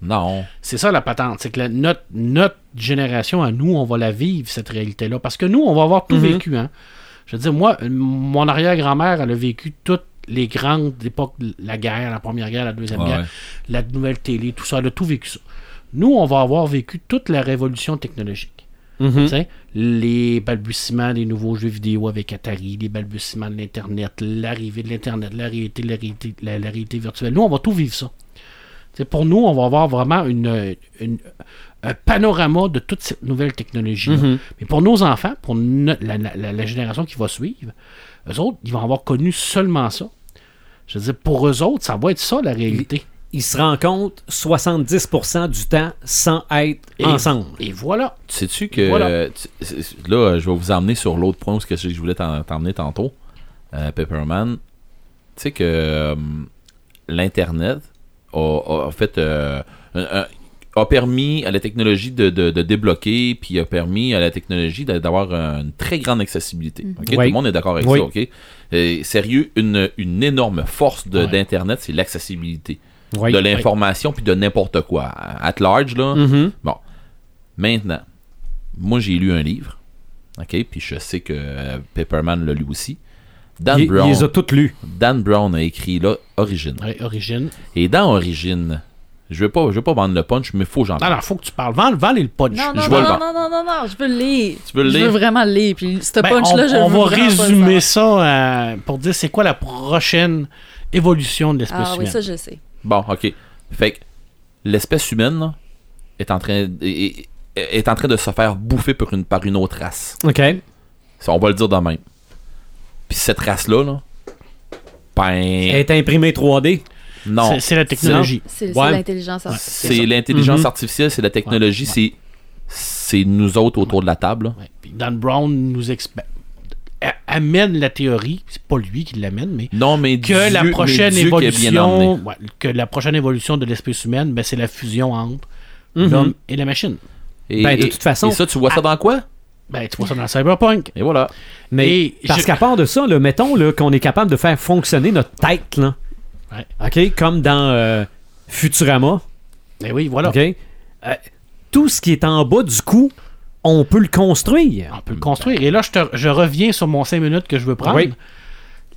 Speaker 4: Non.
Speaker 3: C'est ça la patente, c'est que la- notre, notre génération à nous, on va la vivre, cette réalité-là. Parce que nous, on va avoir tout
Speaker 4: Mhm.
Speaker 3: vécu. Hein. Je veux dire, moi, m- mon arrière-grand-mère, elle a vécu toutes les grandes époques, la guerre, la première guerre, la deuxième
Speaker 4: Ouais.
Speaker 3: guerre, la nouvelle télé, tout ça, elle a tout vécu ça. Nous, on va avoir vécu toute la révolution technologique.
Speaker 1: Mhm.
Speaker 3: Tu sais, Les balbutiements des nouveaux jeux vidéo avec Atari, les balbutiements de l'Internet, l'arrivée de l'Internet, la réalité, la réalité, la, la réalité virtuelle. Nous, on va tout vivre ça. Tu sais, pour nous, on va avoir vraiment une, une- un panorama de toute cette nouvelle technologie.
Speaker 1: Mhm.
Speaker 3: Mais pour nos enfants, pour no- la, la- la- la génération qui va suivre, eux autres, ils vont avoir connu seulement ça. Je veux dire, pour eux autres, ça va être ça la réalité.
Speaker 1: Ils se rencontrent 70% du temps sans être
Speaker 3: Et-
Speaker 1: ensemble.
Speaker 3: Et voilà.
Speaker 4: Sais-tu que.
Speaker 3: Voilà.
Speaker 4: euh, tu- c'est- c'est- Là, euh, je vais vous emmener sur l'autre point où ce que je je voulais t'en- t'emmener tantôt, euh, Pepperman. Tu sais que euh, l'Internet a, a- a fait. euh, un- un- a permis à la technologie de, de- de débloquer, puis a permis à la technologie d'a- d'avoir une très grande accessibilité. ok? Tout
Speaker 1: Ouais.
Speaker 4: le monde est d'accord avec
Speaker 1: Mm-hmm. Oui.
Speaker 4: ça. ok? Et sérieux, une, une énorme force de-
Speaker 3: Ouais.
Speaker 4: d'Internet, c'est l'accessibilité
Speaker 1: Oui.
Speaker 4: de l'information puis de n'importe quoi. At large, là.
Speaker 1: Mhm.
Speaker 4: Bon. Maintenant, moi, j'ai lu un livre. OK? Puis je sais que euh, Pepperman l'a lu aussi. Dan
Speaker 1: Il, il
Speaker 4: Brown.
Speaker 1: les a toutes lues.
Speaker 4: Dan Brown a écrit, là, Origine.
Speaker 3: Ouais, origine.
Speaker 4: Et dans Origine, je veux pas, je veux pas vendre le punch, mais faut que j'en parle.
Speaker 3: Alors, faut que tu parles. Vends, vends le punch.
Speaker 5: Non,
Speaker 4: je
Speaker 5: non,
Speaker 4: vois le
Speaker 5: non,
Speaker 4: vent.
Speaker 5: non, non, non, non, non, je veux le lire.
Speaker 4: Tu veux le
Speaker 5: Je
Speaker 4: lire?
Speaker 5: veux vraiment le lire. Puis ce
Speaker 3: Ben,
Speaker 5: punch-là,
Speaker 3: on,
Speaker 5: je
Speaker 3: on
Speaker 5: veux
Speaker 3: va
Speaker 5: vraiment pas le
Speaker 3: résumer
Speaker 5: savoir.
Speaker 3: ça euh, pour dire c'est quoi la prochaine évolution de l'espèce
Speaker 5: Ah oui,
Speaker 3: humaine.
Speaker 5: ça, je sais.
Speaker 4: Bon, OK. Fait que l'espèce humaine là, est, en train, est, est- est en train de se faire bouffer par une, par une autre race.
Speaker 1: OK.
Speaker 4: Ça, on va le dire de même. Puis cette race-là, là,
Speaker 1: Elle
Speaker 4: ben,
Speaker 1: est imprimée 3D.
Speaker 4: non.
Speaker 3: C'est- c'est la technologie.
Speaker 5: C'est c'est
Speaker 1: Ouais.
Speaker 5: l'intelligence artificielle.
Speaker 4: C'est l'intelligence
Speaker 1: Mhm.
Speaker 4: artificielle, c'est la technologie,
Speaker 3: Ouais,
Speaker 4: c'est c'est nous autres autour de la table. là.
Speaker 3: Ouais. Puis Dan Brown nous explique amène la théorie, c'est pas lui qui l'amène, mais
Speaker 4: Non, mais
Speaker 3: que
Speaker 4: Dieu-
Speaker 3: la
Speaker 4: mais
Speaker 3: prochaine
Speaker 4: Dieu qui est bien
Speaker 3: évolution,
Speaker 4: emmené.
Speaker 3: ouais, que la prochaine évolution de l'espèce humaine, ben, c'est la fusion entre
Speaker 4: Mm-hmm.
Speaker 3: l'homme et la machine.
Speaker 4: Et,
Speaker 1: Ben, de
Speaker 4: et-
Speaker 1: toute façon-
Speaker 4: Et ça, tu vois ça dans quoi
Speaker 3: Ben, tu vois ça dans le cyberpunk.
Speaker 4: Et voilà.
Speaker 1: Mais
Speaker 3: Et
Speaker 1: parce
Speaker 3: je-
Speaker 1: qu'à part de ça, là, mettons là, qu'on est capable de faire fonctionner notre tête, là.
Speaker 3: Ouais.
Speaker 1: OK? Comme dans euh, Futurama.
Speaker 3: Ben oui, voilà.
Speaker 1: OK? Euh, tout ce qui est en bas du cou, on peut le construire.
Speaker 3: On peut le construire. Et là, je, te- je reviens sur mon 5 minutes que je veux prendre.
Speaker 1: Oui.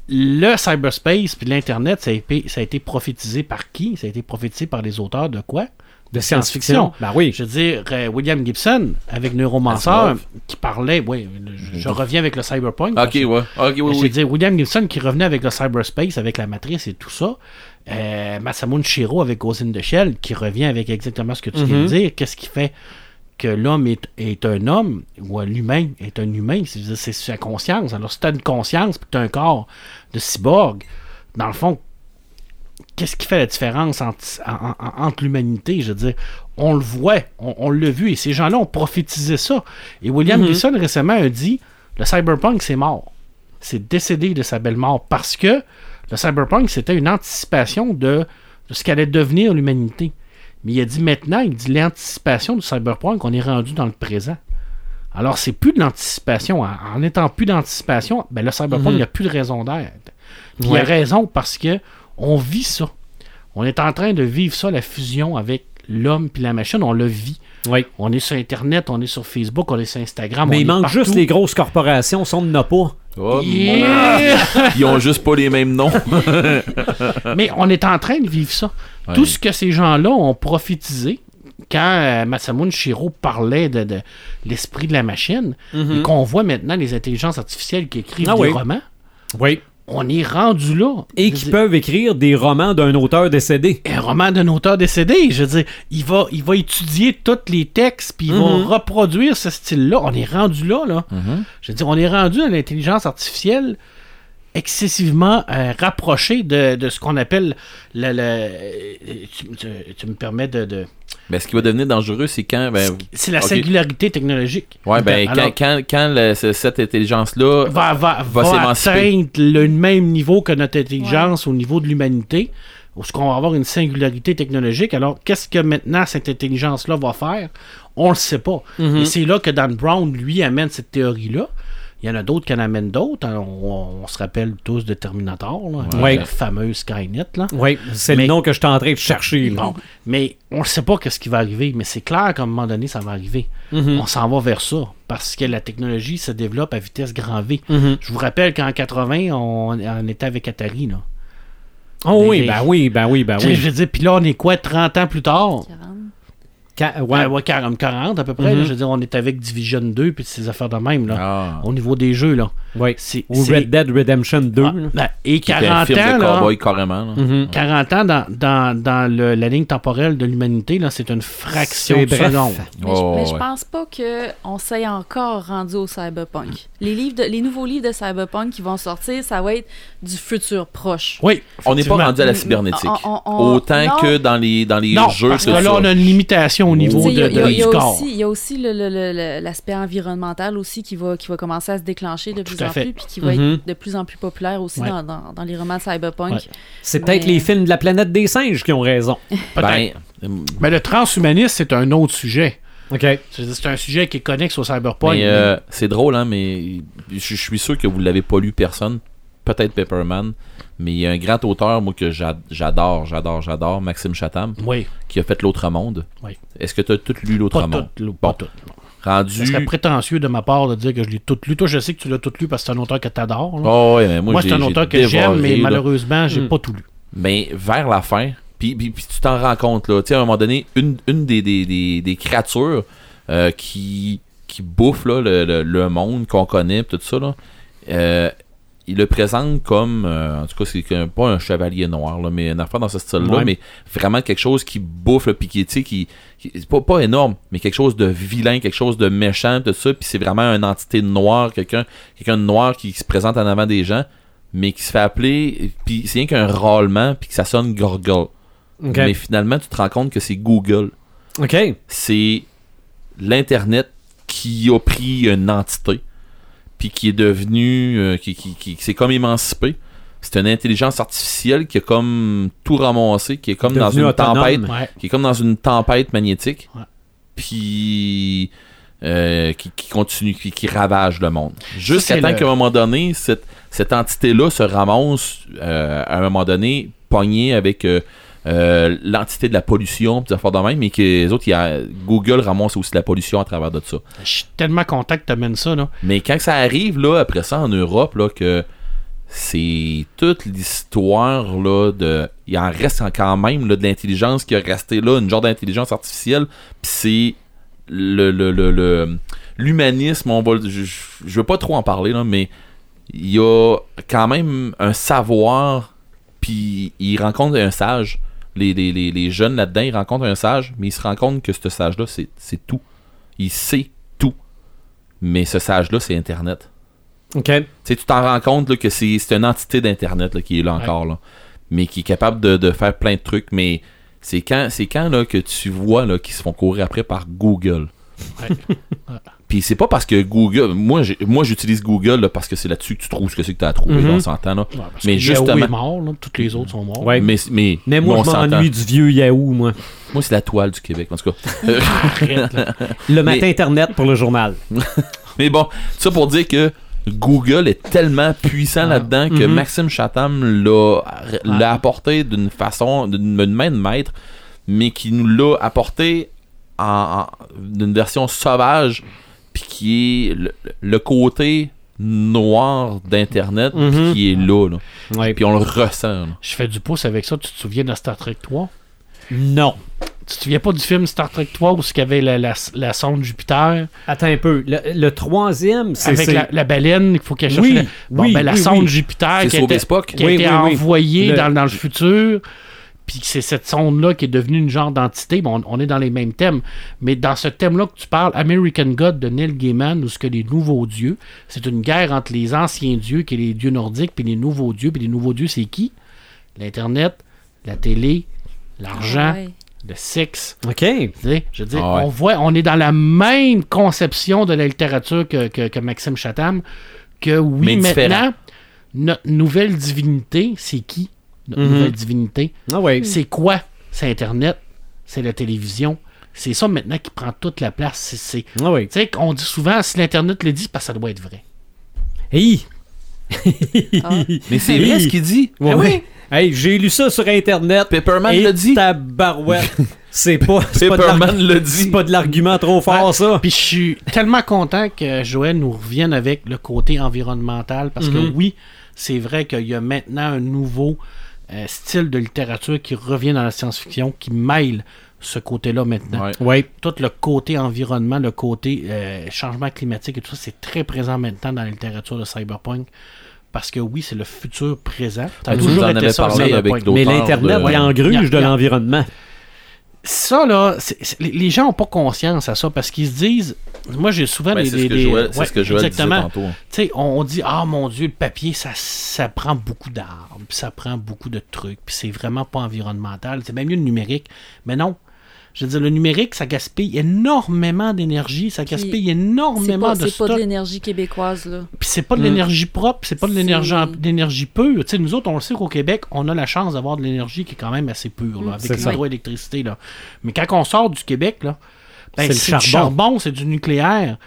Speaker 3: Le cyberspace puis l'Internet, ça, a été- ça a été prophétisé par qui Ça a été prophétisé par les auteurs de quoi
Speaker 1: De
Speaker 3: science-fiction.
Speaker 1: Ben oui.
Speaker 3: Je veux dire, euh, William Gibson, avec Neuromancer,
Speaker 4: Asimov.
Speaker 3: qui parlait. Oui, je, je reviens avec le cyberpunk.
Speaker 4: Ok, ouais. Ok, oui,
Speaker 3: Je veux
Speaker 4: oui.
Speaker 3: dire, William Gibson qui revenait avec le cyberspace, avec la matrice et tout ça. Euh, Masamune Shiro avec Ghost in the Shell qui revient avec exactement ce que tu viens
Speaker 4: Mhm.
Speaker 3: de dire. Qu'est-ce qui fait que l'homme est, est un homme ou l'humain est un humain C'est- je veux dire, C'est sa conscience. Alors, si tu as une conscience puis tu as un corps de cyborg, dans le fond, qu'est-ce qui fait la différence entre, en- en- entre l'humanité Je veux dire, on le voit, on, on l'a vu et ces gens-là ont prophétisé ça. Et William Gibson récemment a dit le cyberpunk, c'est mort c'est décédé de sa belle mort parce que le cyberpunk, c'était une anticipation de, de ce qu'allait devenir l'humanité. Mais il a dit maintenant, il dit l'anticipation du cyberpunk, on est rendu dans le présent. Alors, c'est plus de l'anticipation. En- En n'étant plus d'anticipation, ben, le cyberpunk, il n'y a plus de raison d'être. Puis Il y a
Speaker 1: Ouais.
Speaker 3: raison parce que on vit ça. On est en train de vivre ça, la fusion avec l'homme puis la machine, on le vit.
Speaker 1: Oui.
Speaker 3: On est sur Internet, on est sur Facebook, on est sur Instagram. on
Speaker 1: Mais
Speaker 3: est
Speaker 1: il manque
Speaker 3: partout.
Speaker 1: juste les grosses corporations, ça on n'en a pas.
Speaker 4: Oh,
Speaker 3: Yeah!
Speaker 4: mon- Ils ont juste pas les mêmes noms.
Speaker 3: Mais on est en train de vivre ça.
Speaker 4: Ouais.
Speaker 3: Tout ce que ces gens-là ont prophétisé, quand euh, Masamune Shiro parlait de, de l'esprit de la machine, et qu'on voit maintenant les intelligences artificielles qui écrivent
Speaker 1: Mm-hmm. Ah
Speaker 3: des
Speaker 1: oui.
Speaker 3: romans,
Speaker 1: Oui.
Speaker 3: on est rendu là.
Speaker 1: Et
Speaker 3: Je
Speaker 1: qui
Speaker 3: veux
Speaker 1: peuvent écrire des romans d'un auteur décédé.
Speaker 3: un roman d'un auteur décédé. Je veux dire, il va, il va étudier tous les textes, puis il
Speaker 1: Mhm.
Speaker 3: va reproduire ce style-là. On est rendu là, là.
Speaker 4: Mhm.
Speaker 3: Je veux dire, on est rendu à l'intelligence artificielle excessivement euh, rapprochée de, de ce qu'on appelle le... le- euh, tu, tu- tu me permets de... de-
Speaker 4: Mais ce qui va devenir dangereux, c'est quand. Ben,
Speaker 3: c'est la
Speaker 4: ok.
Speaker 3: singularité technologique.
Speaker 4: Ouais, ben,
Speaker 3: Alors,
Speaker 4: quand, quand, quand le- ce- cette intelligence-là.
Speaker 3: va, va,
Speaker 4: va
Speaker 3: va
Speaker 4: s'émanciper.
Speaker 3: atteindre le même niveau que notre intelligence au niveau de l'humanité, où ce qu'on va avoir une singularité technologique. Alors, qu'est-ce que maintenant cette intelligence-là va faire? On le sait pas.
Speaker 4: Mm-hmm.
Speaker 3: Et c'est là que Dan Brown, lui, amène cette théorie-là. Il y en a d'autres qui en amènent d'autres. hein. On, on se rappelle tous de Terminator, là, avec
Speaker 1: Ouais.
Speaker 3: la fameuse Skynet. Là.
Speaker 1: Oui, c'est le
Speaker 3: Mais-
Speaker 1: nom que je suis en train de chercher. là.
Speaker 3: Bon, mais on ne sait pas qu'est-ce qui va arriver, mais c'est clair qu'à un moment donné, ça va arriver.
Speaker 4: Mm-hmm.
Speaker 3: On s'en va vers ça parce que la technologie se développe à vitesse grand V.
Speaker 4: Mm-hmm.
Speaker 1: Mhm.
Speaker 3: Je vous rappelle qu'en 80, on, on était avec Atari. Là.
Speaker 1: Oh
Speaker 3: Mais-
Speaker 1: oui, ben oui, ben oui,
Speaker 4: Ah
Speaker 1: ben
Speaker 3: Tu sais,
Speaker 1: oui.
Speaker 3: Je veux dire, puis là, on est quoi, 30 ans plus tard? Euh,
Speaker 1: Ca- ouais.
Speaker 3: Ah, Ouais, ouais, 40, 40 à peu près. là. je veux dire, on est avec Division 2 puis ces affaires de même, là,
Speaker 4: Mm-hmm. Ah.
Speaker 3: au niveau des jeux. là.
Speaker 1: Ouais.
Speaker 3: C'est-
Speaker 1: Ou
Speaker 3: c'est-
Speaker 1: Red Dead Redemption 2.
Speaker 3: Ah,
Speaker 1: là.
Speaker 3: ben, et
Speaker 4: Qui était
Speaker 3: 40
Speaker 4: un film
Speaker 3: ans,
Speaker 4: de
Speaker 3: là, Mhm.
Speaker 4: cowboy carrément. là.
Speaker 3: 40 ans dans, dans, dans le- la ligne temporelle de l'humanité, là, c'est une fraction
Speaker 1: C'est
Speaker 3: de
Speaker 1: bref.
Speaker 3: seconde.
Speaker 5: Mais,
Speaker 4: Oh,
Speaker 5: je, mais je
Speaker 4: ouais.
Speaker 5: pense pas qu'on s'est encore rendu au cyberpunk. Les, livres de- les nouveaux livres de cyberpunk qui vont sortir, ça va être du futur proche.
Speaker 3: Oui.
Speaker 4: On n'est pas
Speaker 3: effectivement.
Speaker 4: rendu à la cybernétique.
Speaker 5: On- on- on-
Speaker 4: Autant
Speaker 5: non.
Speaker 4: que dans les, dans les
Speaker 3: Non,
Speaker 4: jeux.
Speaker 3: parce que
Speaker 4: tout
Speaker 3: là,
Speaker 4: ça.
Speaker 3: on a une limitation au niveau
Speaker 5: Tu sais, Il y
Speaker 3: de,
Speaker 5: a- il y a-
Speaker 3: de-
Speaker 5: il y a
Speaker 3: du corps.
Speaker 5: aussi- il y a aussi le- le- le- le- l'aspect environnemental aussi qui va, qui va commencer à se déclencher de plus
Speaker 3: à
Speaker 5: en
Speaker 3: fait.
Speaker 5: plus, puis qui va
Speaker 1: Mhm.
Speaker 4: Mm-hmm.
Speaker 5: être de plus en plus populaire aussi
Speaker 3: Ouais.
Speaker 5: dans, dans- dans les romans de cyberpunk.
Speaker 3: Ouais.
Speaker 1: C'est peut-être
Speaker 5: Mais-
Speaker 1: les films de la planète des singes qui ont raison.
Speaker 3: Peut-être.
Speaker 4: Ben, euh,
Speaker 3: Mais le transhumanisme, c'est un autre sujet.
Speaker 1: OK.
Speaker 3: Je veux dire, C'est un sujet qui est connexe au cyberpunk.
Speaker 4: mais, euh, c'est drôle, hein, mais je, je suis sûr que vous l'avez pas lu personne. Peut-être Pepperman. Mais il y a un grand auteur, moi, que j'a- j'adore, j'adore, j'adore, Maxime Chatham,
Speaker 3: Oui,
Speaker 4: qui a fait L'Autre Monde.
Speaker 3: Oui.
Speaker 4: Est-ce que tu as tout lu L'Autre
Speaker 3: pas
Speaker 4: Monde?
Speaker 3: tout.
Speaker 4: Bon,
Speaker 3: Pas tout. Ce
Speaker 4: rendu.
Speaker 3: serait prétentieux de ma part de dire que je l'ai tout lu. Toi, je sais que tu l'as tout lu parce que c'est un auteur que t'adores. là.
Speaker 4: Oh, ouais, mais moi,
Speaker 3: Moi,
Speaker 4: j'ai-
Speaker 3: c'est un
Speaker 4: j'ai
Speaker 3: auteur que j'aime,
Speaker 4: dévoré,
Speaker 3: mais
Speaker 4: là. Hmm.
Speaker 3: malheureusement, j'ai pas tout lu.
Speaker 4: Mais vers la fin, puis, puis- puis tu t'en rends compte, là. Tu sais, à un moment donné, une, une des, des, des, des créatures euh, qui, qui bouffe là, le, le- le monde qu'on connaît, pis tout ça, là, euh, il le présente comme, euh, en tout cas, c'est que- pas un chevalier noir, là, mais une affaire dans ce style-là,
Speaker 1: Ouais.
Speaker 4: mais vraiment quelque chose qui bouffe, là, puis qui, tu sais, qui, qui- c'est pas, pas énorme, mais quelque chose de vilain, quelque chose de méchant, tout ça, puis c'est vraiment une entité noire, quelqu'un quelqu'un de noir qui se présente en avant des gens, mais qui se fait appeler, puis c'est rien qu'un râlement, puis que ça sonne gorgol.
Speaker 1: OK.
Speaker 4: Mais finalement, tu te rends compte que c'est Google.
Speaker 1: OK.
Speaker 4: C'est l'Internet qui a pris une entité, puis qui est devenu, euh, qui, qui, qui, qui s'est comme émancipé. C'est une intelligence artificielle qui a comme tout ramassé, qui est comme
Speaker 1: Devenu
Speaker 4: dans une
Speaker 1: autonome.
Speaker 4: tempête
Speaker 3: Ouais.
Speaker 4: qui est comme dans une tempête magnétique,
Speaker 3: Ouais.
Speaker 4: puis euh, qui, qui continue, qui, qui ravage le monde. Jusqu'à
Speaker 3: c'est
Speaker 4: temps
Speaker 3: le-
Speaker 4: qu'à un moment donné, cette, cette entité-là se ramasse, euh, à un moment donné, pognée avec euh, euh, l'entité de la pollution, puis des affaires de même, mais que les autres, il y a, Google ramasse aussi la pollution à travers de ça.
Speaker 3: Je suis tellement content que tu amènes ça. Là.
Speaker 4: Mais quand ça arrive, là, après ça, en Europe, là, que c'est toute l'histoire, là, de... Il en reste quand même, là, de l'intelligence qui a resté là, une genre d'intelligence artificielle, puis c'est le... le, le, le- l'humanisme, on va... le- Je, je- je veux pas trop en parler, là, mais il y a quand même un savoir, puis il rencontre un sage. Les, les, les, les jeunes là-dedans, ils rencontrent un sage, mais ils se rendent compte que ce sage-là, c'est, c'est tout. Il sait tout. Mais ce sage-là, c'est Internet.
Speaker 1: OK.
Speaker 4: Tu sais, tu t'en rends compte là, que c'est c'est une entité d'Internet là, qui est là encore, là, mais qui est capable de, de faire plein de trucs. Mais c'est quand, c'est quand là, que tu vois là, qu'ils se font courir après par Google. Puis c'est pas parce que Google. Moi, j'ai- moi j'utilise Google là, parce que c'est là-dessus que tu trouves ce que c'est que tu as trouvé,
Speaker 1: Mhm.
Speaker 4: là, on s'entend. Là.
Speaker 3: Ouais, parce
Speaker 4: mais
Speaker 3: que Yahoo
Speaker 4: justement.
Speaker 3: est mort, là, toutes les autres sont morts.
Speaker 1: Ouais.
Speaker 4: Mais, mais,
Speaker 1: Mais moi,
Speaker 4: on
Speaker 1: je
Speaker 4: s'entend.
Speaker 1: m'ennuie du vieux Yahoo, moi.
Speaker 4: Moi, c'est la toile du Québec, en tout cas.
Speaker 3: Arrête, là.
Speaker 1: Le matin Internet pour le journal.
Speaker 4: Mais bon, ça pour dire que Google est tellement puissant
Speaker 1: Ah.
Speaker 4: là-dedans
Speaker 1: Mm-hmm.
Speaker 4: que Maxime Chatham l'a l'a apporté d'une façon, d'une d'une main de maître, mais qui nous l'a apporté en, en- d'une version sauvage, puis qui est le, le côté noir d'Internet puis
Speaker 1: Mhm.
Speaker 4: qui est là, là.
Speaker 1: Ouais.
Speaker 4: Puis on le ressent. là.
Speaker 3: Je fais du pouce avec ça. Tu te souviens de Star Trek 3?
Speaker 1: Non.
Speaker 3: Tu te souviens pas du film Star Trek 3 où il y avait la, la, la sonde Jupiter
Speaker 1: Attends un peu. Le, le troisième, c'est.
Speaker 3: avec
Speaker 1: c'est-
Speaker 3: la, la baleine qu'il faut qu'elle cherche
Speaker 1: Oui,
Speaker 3: la- bon,
Speaker 1: oui,
Speaker 3: ben, la
Speaker 1: oui,
Speaker 3: sonde
Speaker 1: oui.
Speaker 3: Jupiter
Speaker 4: C'est
Speaker 3: qui a
Speaker 4: sauver
Speaker 3: été,
Speaker 4: Spock.
Speaker 3: qui a
Speaker 1: Oui,
Speaker 3: été
Speaker 1: oui, oui.
Speaker 3: envoyée
Speaker 1: Le-
Speaker 3: Dans, dans le futur. Puis c'est cette sonde-là qui est devenue une genre d'entité. Bon, on, on est dans les mêmes thèmes. Mais dans ce thème-là que tu parles, American God de Neil Gaiman, où ce que les nouveaux dieux, c'est une guerre entre les anciens dieux, qui est les dieux nordiques, puis les nouveaux dieux. Puis les nouveaux dieux, c'est qui L'Internet, la télé, l'argent,
Speaker 5: Ouais.
Speaker 3: le sexe.
Speaker 1: OK.
Speaker 3: Tu sais, Je veux dire,
Speaker 4: Ah ouais.
Speaker 3: on voit, on est dans la même conception de la littérature que, que- que Maxime Chatham, que oui,
Speaker 4: Mais différent.
Speaker 3: maintenant, notre nouvelle divinité, c'est qui? Notre
Speaker 1: Mhm.
Speaker 3: nouvelle divinité,
Speaker 1: Ah ouais.
Speaker 3: c'est quoi? C'est Internet, c'est la télévision, c'est ça maintenant qui prend toute la place. C'est, c'est-
Speaker 1: Ah ouais.
Speaker 3: Tu sais, on dit souvent, si l'Internet le dit, c'est parce que ça doit être vrai.
Speaker 1: Hey.
Speaker 4: Mais c'est vrai
Speaker 1: Oui.
Speaker 4: ce qu'il dit.
Speaker 1: Ouais,
Speaker 4: Ah
Speaker 1: ouais. Hey, j'ai lu ça sur Internet.
Speaker 4: Pepperman
Speaker 1: Et
Speaker 4: le dit.
Speaker 1: tabarouette. C'est pas, c'est pas de
Speaker 4: Pepperman
Speaker 1: l'argu-
Speaker 4: le dit.
Speaker 1: c'est pas de l'argument trop fort,
Speaker 3: Ouais.
Speaker 1: ça.
Speaker 3: Puis je suis tellement content que Joël nous revienne avec le côté environnemental parce
Speaker 1: Mhm.
Speaker 3: que oui, c'est vrai qu'il y a maintenant un nouveau euh, style de littérature qui revient dans la science-fiction qui mêle ce côté-là maintenant.
Speaker 4: Ouais.
Speaker 1: Ouais.
Speaker 3: Tout le côté environnement, le côté euh, changement climatique et tout ça, c'est très présent maintenant dans la littérature de cyberpunk. Parce que oui, c'est le futur présent. Ça a
Speaker 4: Mais tu
Speaker 3: toujours
Speaker 4: nous en
Speaker 3: été
Speaker 4: avais
Speaker 3: ça, le
Speaker 4: parlé avec
Speaker 3: cyberpunk.
Speaker 4: d'autres
Speaker 1: Mais
Speaker 4: Auteur
Speaker 1: l'Internet,
Speaker 4: de-
Speaker 1: il
Speaker 3: Il y
Speaker 1: engruge
Speaker 3: a-
Speaker 1: de
Speaker 3: il y a-
Speaker 1: l'environnement.
Speaker 3: ça là, c'est- c'est- les- les gens ont pas conscience à ça parce qu'ils se disent, moi j'ai souvent
Speaker 4: Ben,
Speaker 3: des,
Speaker 4: c'est ce
Speaker 3: des-
Speaker 4: que
Speaker 3: des-
Speaker 4: Joël- c'est
Speaker 3: ouais,
Speaker 4: ce que Joël disait
Speaker 3: exactement.
Speaker 4: tantôt. hein.
Speaker 3: Tu sais, on, on dit ah mon dieu le papier ça ça prend beaucoup d'arbres, puis ça prend beaucoup de trucs, puis c'est vraiment pas environnemental, c'est même mieux le numérique, mais non. Je veux dire, le numérique, ça gaspille énormément d'énergie, ça gaspille
Speaker 5: C'est
Speaker 3: énormément
Speaker 5: pas,
Speaker 3: de
Speaker 5: c'est pas de
Speaker 3: stock.
Speaker 5: l'énergie québécoise, là.
Speaker 3: Puis c'est pas de
Speaker 1: Mm.
Speaker 3: l'énergie propre, c'est pas de
Speaker 5: C'est-
Speaker 3: l'énergie en- d'énergie pure. Tu sais, nous autres, on le sait qu'au Québec, on a la chance d'avoir de l'énergie qui est quand même assez pure,
Speaker 1: Mm.
Speaker 3: là,
Speaker 1: c'est
Speaker 3: avec
Speaker 1: ça.
Speaker 3: l'hydroélectricité. Là. Mais quand on sort du Québec, là, ben,
Speaker 1: C'est le
Speaker 3: c'est
Speaker 1: charbon.
Speaker 3: du charbon, c'est du nucléaire.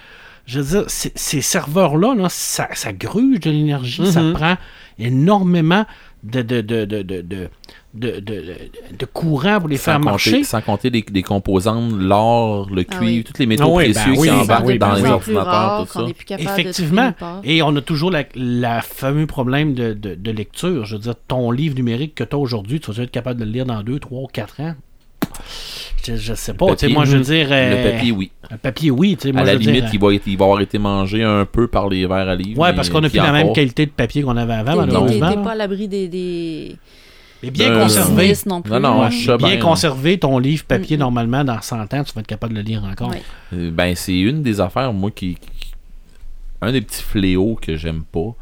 Speaker 3: Je veux dire, c'est- ces serveurs-là, là, ça, ça gruge de l'énergie, ça
Speaker 1: Mhm.
Speaker 3: prend énormément de, de, de, de, de, de, de- de- de courant pour les
Speaker 4: Sans
Speaker 3: faire marcher.
Speaker 4: compter, sans compter les, les composantes, l'or, le
Speaker 5: Ah
Speaker 4: cuivre,
Speaker 5: oui.
Speaker 4: tous les métaux
Speaker 1: Ah oui, ben
Speaker 4: précieux
Speaker 1: oui,
Speaker 4: qui
Speaker 1: ben
Speaker 4: embarquent
Speaker 1: oui,
Speaker 4: dans
Speaker 1: ben
Speaker 4: les
Speaker 1: oui.
Speaker 4: ordinateurs, tout ça.
Speaker 5: qu'on est plus capable de
Speaker 3: Effectivement.
Speaker 5: trouver une part.
Speaker 3: Et on a toujours la, la fameux problème de, de- de lecture. Je veux dire, ton livre numérique que tu as aujourd'hui, tu vas être capable de le lire dans 2, 3 ou 4 ans. Je, je sais pas.
Speaker 4: Le
Speaker 3: tu sais, moi,
Speaker 4: papier,
Speaker 3: je veux dire.
Speaker 4: Le
Speaker 3: euh,
Speaker 4: papier, oui.
Speaker 3: le papier, oui. tu sais, moi,
Speaker 4: à la
Speaker 3: je veux dire,
Speaker 4: limite,
Speaker 3: euh,
Speaker 4: il va, être- il va avoir été mangé un peu par les vers à livre.
Speaker 3: Ouais,
Speaker 4: mais-
Speaker 3: parce qu'on n'a
Speaker 4: puis
Speaker 3: plus la même
Speaker 4: encore.
Speaker 3: qualité de papier qu'on avait
Speaker 4: Ah,
Speaker 3: avant,
Speaker 5: T'es- t'es-
Speaker 3: malheureusement.
Speaker 5: T'es
Speaker 3: là.
Speaker 5: pas à l'abri des, des...
Speaker 3: Mais bien
Speaker 4: Euh,
Speaker 3: conservé.
Speaker 5: pessimistes non plus.
Speaker 4: Non, ben, non,
Speaker 5: là.
Speaker 4: je sais
Speaker 3: bien
Speaker 4: bien.
Speaker 3: conservé ton livre papier,
Speaker 5: Mm.
Speaker 3: normalement, dans 100 ans, tu vas être capable de le lire encore.
Speaker 5: Ouais.
Speaker 4: Euh, Ben, c'est une des affaires, moi, qui. qui- Un des petits fléaux que j'aime pas.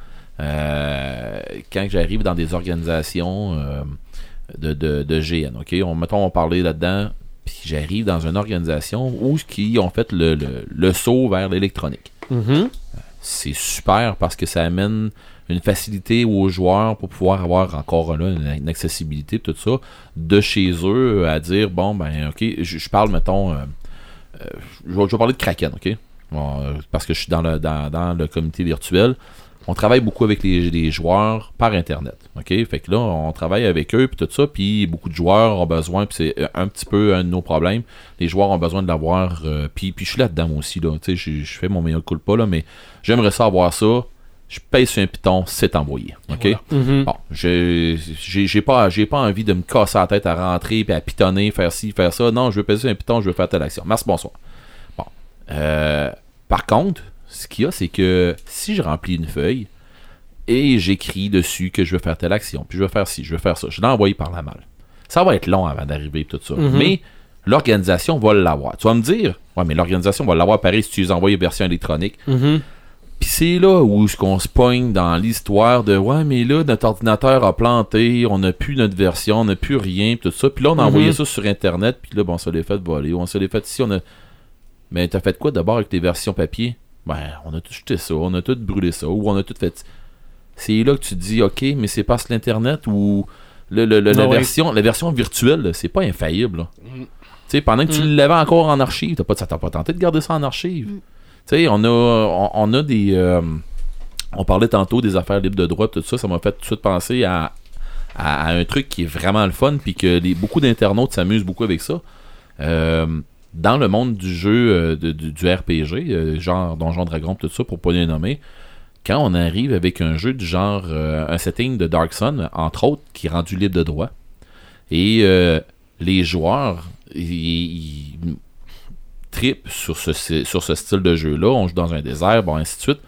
Speaker 4: euh, quand j'arrive dans des organisations euh, de, de, de GN, OK? On, mettons, on parlait là-dedans, puis j'arrive dans une organisation où qui ont fait le, le- le saut vers l'électronique. Mm-hmm.
Speaker 1: Mhm.
Speaker 4: C'est super parce que ça amène une facilité aux joueurs pour pouvoir avoir encore là une, une accessibilité tout ça de chez eux à dire bon ben ok je, je parle mettons euh, euh, je, vais- je vais parler de Kraken ok Bon, euh, parce que je suis dans le dans, dans le comité virtuel on travaille beaucoup avec les, les joueurs par internet ok fait que là on travaille avec eux puis tout ça puis beaucoup de joueurs ont besoin puis c'est euh, un petit peu un de nos problèmes les joueurs ont besoin de l'avoir euh, puis puis je suis là dedans moi aussi là tu sais je, je fais mon meilleur coup pas là mais j'aimerais ça avoir ça je paye sur un piton, c'est envoyé. OK?
Speaker 1: Mhm.
Speaker 4: Bon, je- j'ai j'ai pas, j'ai pas envie de me casser la tête à rentrer, puis à pitonner, faire ci, faire ça. Non, je veux payer sur un piton, je veux faire telle action. Merci, bonsoir. Bon. Euh, par contre, ce qu'il y a, c'est que si je remplis une feuille et j'écris dessus que je veux faire telle action, puis je veux faire ci, je veux faire ça, je l'ai envoyé par la malle. Ça va être long avant d'arriver, puis tout ça. Mais l'organisation va l'avoir. Tu vas me dire, ouais, mais l'organisation va l'avoir pareil si tu les envoies version électronique.
Speaker 1: Mhm.
Speaker 4: Puis c'est là où ce qu'on se pogne dans l'histoire de ouais mais là notre ordinateur a planté, on n'a plus notre version, on n'a plus rien, pis tout ça. Puis là on a envoyé ça sur internet, puis là bon, on se l'est fait voler, on se l'est fait ici, on a Mais t'as fait quoi d'abord avec tes versions papier Ben, on a tout jeté ça, on a tout brûlé ça ou on a tout fait C'est là que tu te dis OK, mais c'est parce que l'internet ou le, le- le- la
Speaker 1: Ah ouais.
Speaker 4: version la version virtuelle, là, c'est pas infaillible. là. Tu sais, pendant que tu l'avais encore en archive, t'as pas, ça t'a pas tenté de garder ça en archive. Tu sais, on a, on, on a des. euh, on parlait tantôt des affaires libres de droit, tout ça, ça m'a fait tout de suite penser à, à, à un truc qui est vraiment le fun, puis que les, beaucoup d'internautes s'amusent beaucoup avec ça. Euh, dans le monde du jeu, euh, de- du, du RPG, euh, genre Donjon Dragon, tout ça, pour pas les nommer, quand on arrive avec un jeu du genre, euh, un setting de Dark Sun, entre autres, qui est rendu libre de droit, et euh, les joueurs, ils, ils tripent sur ce, sur ce style de jeu-là. On joue dans un désert, bon, ainsi de suite.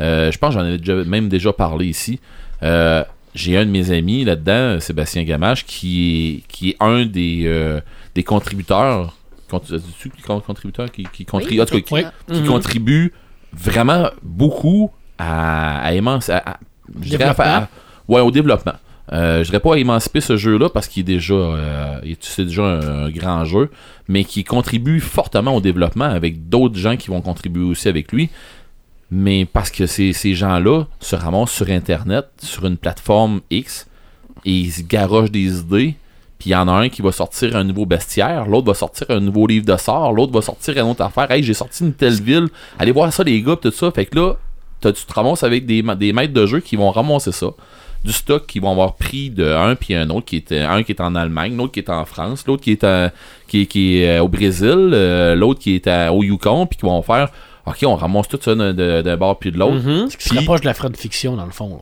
Speaker 4: Euh, je pense que j'en ai déjà- même déjà parlé ici. Euh, j'ai un de mes amis là-dedans, Sébastien Gamache, qui est, qui est un des, euh, des contributeurs. Cont- dis-tu con- contributeur qui, qui contribue en tout cas, qui-
Speaker 3: Oui.
Speaker 4: qui contribue vraiment beaucoup à, à émanci- à- à- je dirais à-
Speaker 3: Développement.
Speaker 4: à- ouais, au développement. Euh, je dirais pas à émanciper ce jeu-là parce qu'il est déjà, euh, il est- c'est déjà un, un grand jeu, mais qui contribue fortement au développement avec d'autres gens qui vont contribuer aussi avec lui. Mais parce que ces, ces gens-là se ramassent sur Internet, sur une plateforme X, et ils se garochent des idées. Puis il y en a un qui va sortir un nouveau bestiaire, l'autre va sortir un nouveau livre de sort, l'autre va sortir une autre affaire. Hey, j'ai sorti une telle ville, allez voir ça, les gars, pis tout ça. Fait que là, t'as- tu te ramasses avec des, ma- des maîtres de jeu qui vont ramasser ça. Du stock qui vont avoir pris de un puis un autre qui est un qui est en Allemagne, l'autre qui est en France, l'autre qui est à- qui, qui est euh, au Brésil, euh, l'autre qui est à- au Yukon, puis qui vont faire OK, on ramasse tout ça d'un- d'un d'un bord puis de l'autre.
Speaker 1: Mhm.
Speaker 3: Ce qui se
Speaker 4: Puis-
Speaker 3: rapproche de la fraude fiction, dans le fond. là.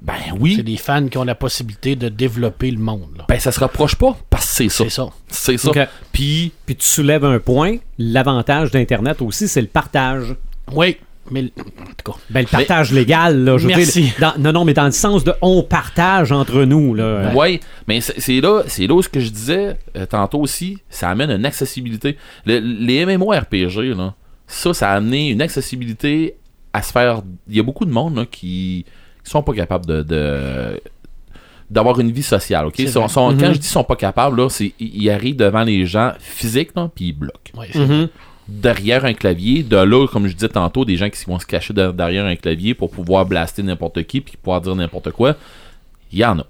Speaker 4: Ben oui.
Speaker 3: Mm-hmm. C'est des fans qui ont la possibilité de développer le monde. là.
Speaker 4: Ben ça se rapproche pas parce que c'est ça.
Speaker 3: C'est ça.
Speaker 4: C'est ça.
Speaker 1: Ok.
Speaker 4: Puis
Speaker 1: Puis tu soulèves un point. L'avantage d'Internet aussi, c'est le partage.
Speaker 3: Oui, mais en tout cas,
Speaker 1: Ben, le partage légal, là, je veux
Speaker 3: Merci.
Speaker 1: dire. dans- non, non, mais dans le sens de on partage entre nous, là.
Speaker 4: Ouais, mais c'est c'est là, c'est là où ce que je disais euh, tantôt aussi, ça amène une accessibilité. Le- les MMORPG, là, ça, ça a amené une accessibilité à se faire. Il y a beaucoup de monde là, qui, qui sont pas capables de. de- d'avoir une vie sociale, ok?
Speaker 3: C'est
Speaker 4: Sont-
Speaker 3: vrai. Mhm.
Speaker 4: sont- Quand je dis sont pas capables, là, c'est ils ils arrivent devant les gens physiques, là, puis ils bloquent
Speaker 3: ouais, c'est-
Speaker 1: Mhm.
Speaker 4: derrière un clavier. De là, comme je disais tantôt, des gens qui vont se cacher de- derrière un clavier pour pouvoir blaster n'importe qui puis pouvoir dire n'importe quoi. Il y en a.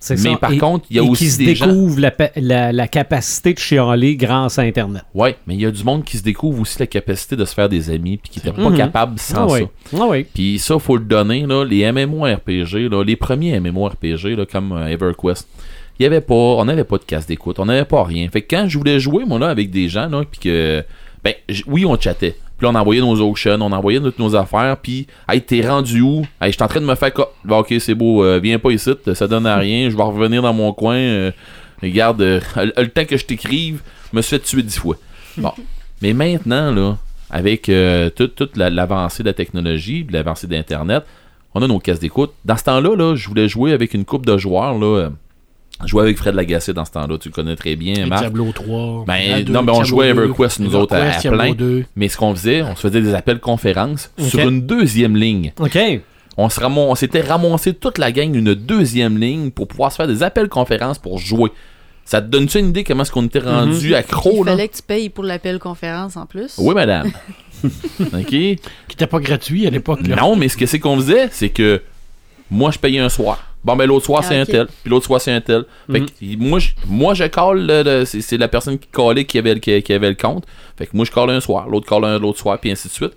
Speaker 1: C'est
Speaker 4: Mais
Speaker 1: ça.
Speaker 4: par
Speaker 1: Et-
Speaker 4: contre, il y a
Speaker 1: et
Speaker 4: aussi
Speaker 1: qui se
Speaker 4: des gens-
Speaker 1: découvrent la, pa- la- la capacité de chialer grâce à Internet.
Speaker 4: Ouais, mais il y a du monde qui se découvre aussi la capacité de se faire des amis puis qui n'était pas
Speaker 1: Mhm.
Speaker 4: capable sans
Speaker 1: ah
Speaker 4: ça.
Speaker 1: oui. Ah oui.
Speaker 4: Puis ça, faut le donner, là, les MMORPG, là, les premiers MMORPG, là, comme euh, EverQuest, il y avait pas, on n'avait pas de casse d'écoute, on n'avait pas rien. Fait que quand je voulais jouer, moi, là, avec des gens, là, puis que, ben, j- oui, on chattait. Puis là, on envoyait nos auctions, on envoyait toutes nos affaires, puis, hey, t'es rendu où? Hey, je suis en train de me faire, co- Bon, ok, c'est beau, euh, viens pas ici, ça donne à rien, je vais revenir dans mon coin, euh, regarde, euh, le- le temps que je t'écrive, je me suis fait tuer dix fois. Bon. Mais maintenant, là, avec euh, tout- toute la- l'avancée de la technologie, de l'avancée d'Internet, on a nos caisses d'écoute. Dans ce temps-là, là, je voulais jouer avec une coupe de joueurs. Là, euh, je jouais avec Fred Lagacé dans ce temps-là. Tu le connais très bien,
Speaker 3: Et
Speaker 4: Marc.
Speaker 3: Diablo 3.
Speaker 4: Ben,
Speaker 3: Diablo
Speaker 4: non, mais on
Speaker 3: Diablo
Speaker 4: jouait à
Speaker 3: 2,
Speaker 4: EverQuest, nous autres, à- à
Speaker 3: EverQuest, Diablo
Speaker 4: plein.
Speaker 3: 2.
Speaker 4: Mais ce qu'on faisait, on se faisait des appels conférences sur
Speaker 1: Ok.
Speaker 4: une deuxième ligne.
Speaker 1: OK.
Speaker 4: On se ramon- on s'était ramassé toute la gang une deuxième ligne pour pouvoir se faire des appels conférences pour jouer. Ça te donne-tu une idée comment est-ce qu'on était rendu accro,
Speaker 5: Il
Speaker 4: là?
Speaker 5: fallait que tu payes pour l'appel conférence en plus.
Speaker 4: Oui, madame. OK?
Speaker 3: Qui n'était pas gratuit à l'époque. là.
Speaker 4: Non, mais ce que c'est qu'on faisait, c'est que moi, je payais un soir. Bon, ben l'autre soir,
Speaker 5: Ah,
Speaker 4: c'est un
Speaker 5: ok.
Speaker 4: tel. Puis l'autre soir, c'est un tel. Fait que moi, je, moi, je colle. le- le- c'est, c'est la personne qui collait qui avait, le- qui, qui avait le compte. Fait que moi, je colle un soir. L'autre colle un l'autre soir, puis ainsi de suite.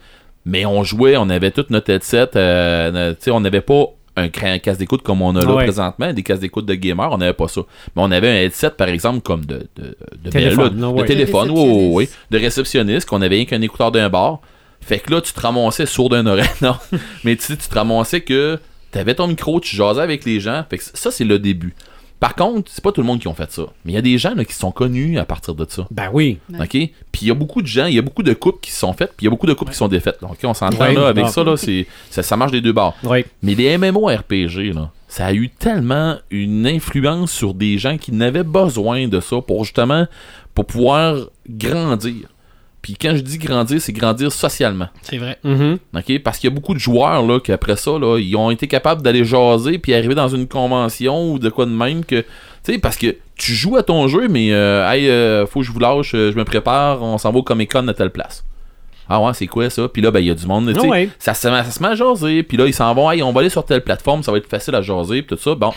Speaker 4: Mais on jouait, on avait toute notre headset. euh, euh, tu sais, on n'avait pas un, cra- un casque d'écoute comme on a là
Speaker 1: Ouais.
Speaker 4: présentement, des casques d'écoute de gamer, on n'avait pas ça. Mais on avait un headset, par exemple, comme de, de, de
Speaker 1: Téléphone,
Speaker 4: Bell,
Speaker 1: là,
Speaker 4: là,
Speaker 1: ouais.
Speaker 4: de téléphone,
Speaker 5: De
Speaker 4: ouais, ouais, ouais,
Speaker 5: réceptionniste.
Speaker 4: de réceptionniste, qu'on avait rien qu'un écouteur d'un bar. Fait que là, tu te ramassais sourd d'un oreille, non. Mais tu sais, tu te ramassais que t'avais ton micro, tu jasais avec les gens. Fait que ça, c'est le début. Par contre, c'est pas tout le monde qui ont fait ça. Mais il y a des gens là, qui sont connus à partir de ça.
Speaker 1: Ben oui.
Speaker 5: Ouais.
Speaker 4: OK? Puis il y a beaucoup de gens, il y a beaucoup de couples qui se sont faites, puis il y a beaucoup de couples qui sont défaites. Donc, on s'entend
Speaker 1: Ouais.
Speaker 4: là avec
Speaker 1: Ah.
Speaker 4: ça, là, c'est, ça, ça marche des deux bords.
Speaker 1: Oui.
Speaker 4: Mais les MMORPG, là, ça a eu tellement une influence sur des gens qui n'avaient besoin de ça pour justement pour pouvoir grandir. Puis quand je dis grandir, c'est grandir socialement.
Speaker 3: C'est vrai.
Speaker 1: Mhm.
Speaker 4: OK? Parce qu'il y a beaucoup de joueurs là, qui, après ça, là, ils ont été capables d'aller jaser puis arriver dans une convention ou de quoi de même que. Tu sais, parce que tu joues à ton jeu, mais euh, hey, euh, faut que je vous lâche, euh, je me prépare, on s'en va au Comic Con à telle place. Ah ouais, c'est quoi ça? Puis là, ben, il y a du monde. tu sais,
Speaker 1: Ah ouais.
Speaker 4: ça, se- ça se met à jaser. Puis là, ils s'en vont, hey, on va aller sur telle plateforme, ça va être facile à jaser, puis tout ça. Bon.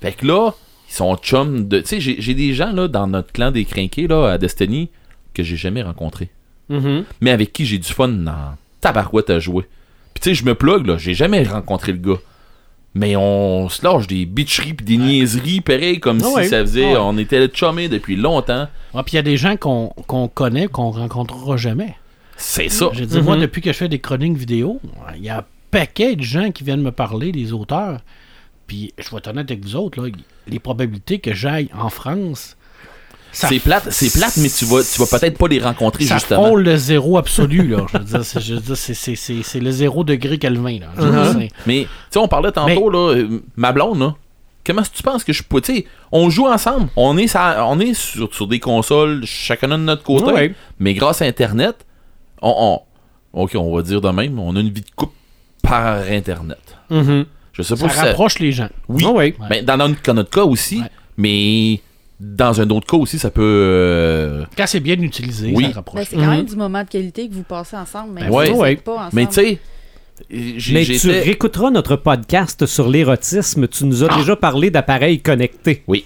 Speaker 4: Fait que là, ils sont chums de. Tu sais, j'ai j'ai des gens là, dans notre clan des crinqués là, à Destiny que j'ai jamais rencontrés
Speaker 1: Mhm.
Speaker 4: mais avec qui j'ai du fun dans tabarouette à jouer. Puis tu sais, je me plug, là, j'ai jamais rencontré le gars. Mais on se lâche des bitcheries puis des niaiseries, pareil, comme
Speaker 1: Ah
Speaker 4: si
Speaker 1: ouais.
Speaker 4: ça faisait,
Speaker 1: Ah ouais.
Speaker 4: on était chummés depuis longtemps.
Speaker 3: Ouais, Ah, Puis il y a des gens qu'on qu'on connaît, qu'on rencontrera jamais.
Speaker 4: C'est ça.
Speaker 3: Je veux dire, moi,
Speaker 1: Mhm.
Speaker 3: depuis que je fais des chroniques vidéo, il y a un paquet de gens qui viennent me parler, des auteurs. Puis, je vais être honnête avec vous autres, là, les probabilités que j'aille en France Ça-
Speaker 4: C'est plate, c'est plate, mais tu vas, tu vas peut-être pas les rencontrer
Speaker 3: Ça
Speaker 4: justement.
Speaker 3: frôle le zéro absolu, là. Je veux dire, c'est- je veux dire, c'est- c'est- c'est c'est le zéro degré Calvin, là. Je veux
Speaker 1: Mhm.
Speaker 3: dire, c'est-
Speaker 4: Hein? Mais tu sais, on parlait tantôt là, euh, ma blonde là. Comment est-ce que tu penses que je peux, tu sais, on joue ensemble, on est, sa- on est sur, sur des consoles, chacun de notre côté,
Speaker 1: Ouais.
Speaker 4: mais grâce à Internet, on, on- ok, on va dire de même, on a une vie de couple par Internet.
Speaker 1: Mhm.
Speaker 4: Je sais
Speaker 3: Mm-hmm. Ça
Speaker 4: pas si ça-
Speaker 3: rapproche les gens.
Speaker 4: Oui.
Speaker 1: Ah ouais.
Speaker 4: Ben, dans, notre, dans notre cas aussi,
Speaker 3: Ouais.
Speaker 4: mais dans un autre cas aussi, ça peut. euh,
Speaker 3: Quand c'est bien utilisé,
Speaker 4: Oui.
Speaker 3: ça
Speaker 5: Ben,
Speaker 3: rapproche.
Speaker 5: c'est quand même
Speaker 1: Mhm.
Speaker 5: du moment de qualité que vous passez ensemble, mais
Speaker 4: Ben,
Speaker 5: vous
Speaker 4: ouais.
Speaker 5: le
Speaker 1: Ouais.
Speaker 5: faites pas ensemble.
Speaker 4: Mais tu sais, j'ai-
Speaker 1: Mais tu
Speaker 4: j'étais- Ah!
Speaker 1: réécouteras notre podcast sur l'érotisme. Tu nous as déjà parlé d'appareils connectés.
Speaker 4: Oui.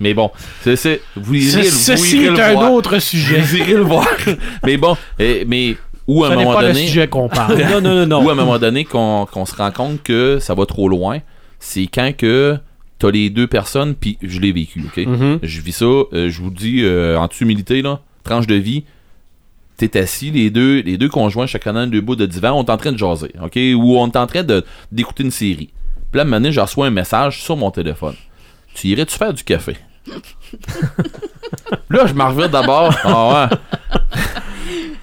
Speaker 4: Mais bon, c'est c'est- vous irez,
Speaker 3: Ce-
Speaker 4: le-
Speaker 3: Ceci
Speaker 4: vous irez
Speaker 3: est
Speaker 4: le
Speaker 3: un
Speaker 4: voir.
Speaker 3: autre sujet.
Speaker 4: Vous irez le voir. mais bon, eh, mais ou à
Speaker 3: Ce
Speaker 4: un
Speaker 3: n'est
Speaker 4: moment
Speaker 3: pas le
Speaker 4: donné,
Speaker 3: sujet qu'on parle.
Speaker 1: Non, non, non, non.
Speaker 4: ou à un moment donné qu'on qu'on se rend compte que ça va trop loin, c'est quand que t'as les deux personnes, puis je l'ai vécu, ok?
Speaker 1: Mhm.
Speaker 4: Je vis ça, euh, je vous dis euh, en toute humilité, là, tranche de vie, t'es assis, les deux, les deux conjoints, chacun dans deux bouts de divan, on est en train de jaser, ok? Ou on est en train de- d'écouter une série. Puis là, à un moment donné, je reçois un message sur mon téléphone. Tu irais-tu faire du café? là, je m'en reviens d'abord. Ah ouais.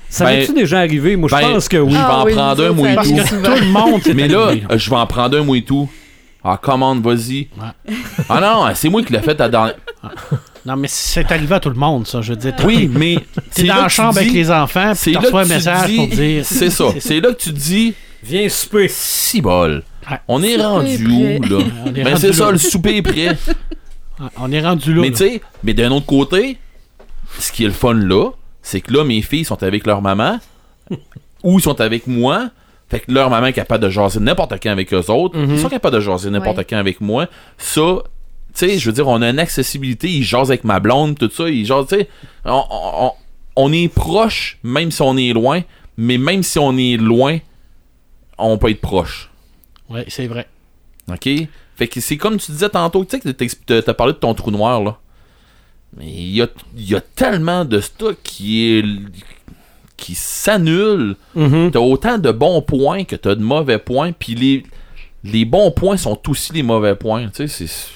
Speaker 1: Ça
Speaker 4: Ben-
Speaker 1: m'est-tu déjà arrivé? Moi, je
Speaker 4: ben,
Speaker 1: pense que oui.
Speaker 4: je vais en prendre un,
Speaker 5: Ah vous
Speaker 4: moi,
Speaker 5: autres,
Speaker 4: et
Speaker 5: ça
Speaker 4: tout.
Speaker 5: arrive souvent.
Speaker 3: Tout le monde. s'est
Speaker 4: Mais là,
Speaker 3: allumé,
Speaker 4: euh, je vais en prendre un, moi et tout. Ah, commande, vas-y. Ah non, c'est moi qui l'ai fait à dernière.
Speaker 3: Non, mais c'est arrivé à tout le monde, ça. Je veux dire,
Speaker 4: Oui, mais.
Speaker 3: t'es dans
Speaker 4: là
Speaker 3: la
Speaker 4: que tu
Speaker 3: chambre avec
Speaker 4: dis-
Speaker 3: les enfants,
Speaker 4: C'est
Speaker 3: puis tu reçois
Speaker 4: là
Speaker 3: un
Speaker 4: que tu
Speaker 3: message
Speaker 4: dis-
Speaker 3: pour dire.
Speaker 4: C'est ça. C'est là que tu te dis,
Speaker 1: Viens souper.
Speaker 4: si bol.
Speaker 3: Ouais.
Speaker 4: On est
Speaker 5: Souper
Speaker 4: rendu
Speaker 5: prêt.
Speaker 4: où, là?
Speaker 3: On est
Speaker 4: Ben,
Speaker 3: rendu
Speaker 4: c'est ça,
Speaker 3: là.
Speaker 4: le souper est prêt.
Speaker 3: On est rendu là.
Speaker 4: mais
Speaker 3: là.
Speaker 4: tu sais, mais d'un autre côté, ce qui est le fun là, c'est que là, mes filles sont avec leur maman ou ils sont avec moi. Fait que leur maman est capable de jaser n'importe quand avec eux autres.
Speaker 3: Mhm.
Speaker 4: Ils sont capables de jaser n'importe
Speaker 5: Ouais.
Speaker 4: quand avec moi. Ça, tu sais, je veux dire, on a une accessibilité. Ils jasent avec ma blonde, tout ça. Ils jasent, tu sais. On, on- on est proche, même si on est loin. Mais même si on est loin, on peut être proche.
Speaker 3: Ouais, c'est vrai.
Speaker 4: OK? Fait que c'est comme tu disais tantôt, tu sais, que t'ex- t'as t'as parlé de ton trou noir, là. Mais il y a, il y a tellement de stock qui est qui s'annule.
Speaker 1: Mhm.
Speaker 4: T'as autant de bons points que t'as de mauvais points, puis les, les bons points sont aussi les mauvais points. Tu sais, c'est...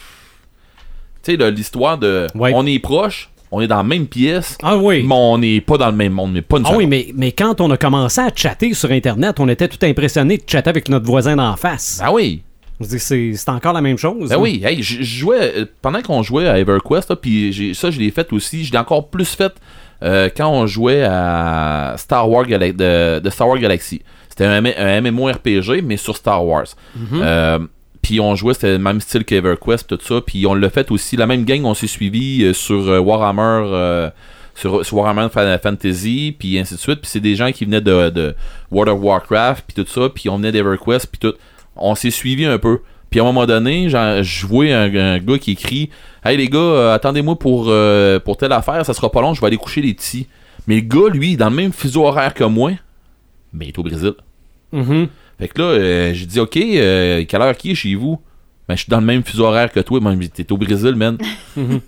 Speaker 4: Tu sais, là, l'histoire de...
Speaker 1: Ouais.
Speaker 4: On est proche, on est dans la même pièce,
Speaker 1: Ah oui.
Speaker 4: mais on n'est pas dans le même monde, mais pas une
Speaker 1: Ah oui,
Speaker 4: seconde.
Speaker 1: mais, mais quand on a commencé à chatter sur Internet, on était tout impressionnés de chatter avec notre voisin d'en face.
Speaker 4: Ah oui,
Speaker 1: On se dit, C'est c'est encore la même chose. hein?
Speaker 4: Ben oui, hey, je je jouais euh, pendant qu'on jouait à EverQuest, là, puis j'ai- ça je l'ai fait aussi, je l'ai encore plus fait euh, quand on jouait à Star Wars Gala- de, de Star Wars Galaxy. C'était un, M- un MMORPG mais sur Star Wars. Euh, puis on jouait, c'était le même style qu'EverQuest, tout ça. Puis on l'a fait aussi, la même gang, on s'est suivi euh, sur euh, Warhammer, euh, sur, sur Warhammer Fan- Fantasy, puis ainsi de suite. Puis c'est des gens qui venaient de, de World of Warcraft, puis tout ça. Puis on venait d'EverQuest, puis tout. On s'est suivi un peu. Puis à un moment donné, j'en- je vois un, un gars qui écrit Hey les gars, euh, attendez-moi pour, euh, pour telle affaire, ça sera pas long, je vais aller coucher les petits. Mais le gars, lui, dans le même fuseau horaire que moi, mais il est au Brésil.
Speaker 1: Mhm.
Speaker 4: Fait que là, euh, j'ai dit, OK, euh, quelle heure qui est chez vous? Ben, je suis dans le même fuseau horaire que toi. Moi, je dis, t'es au Brésil, man.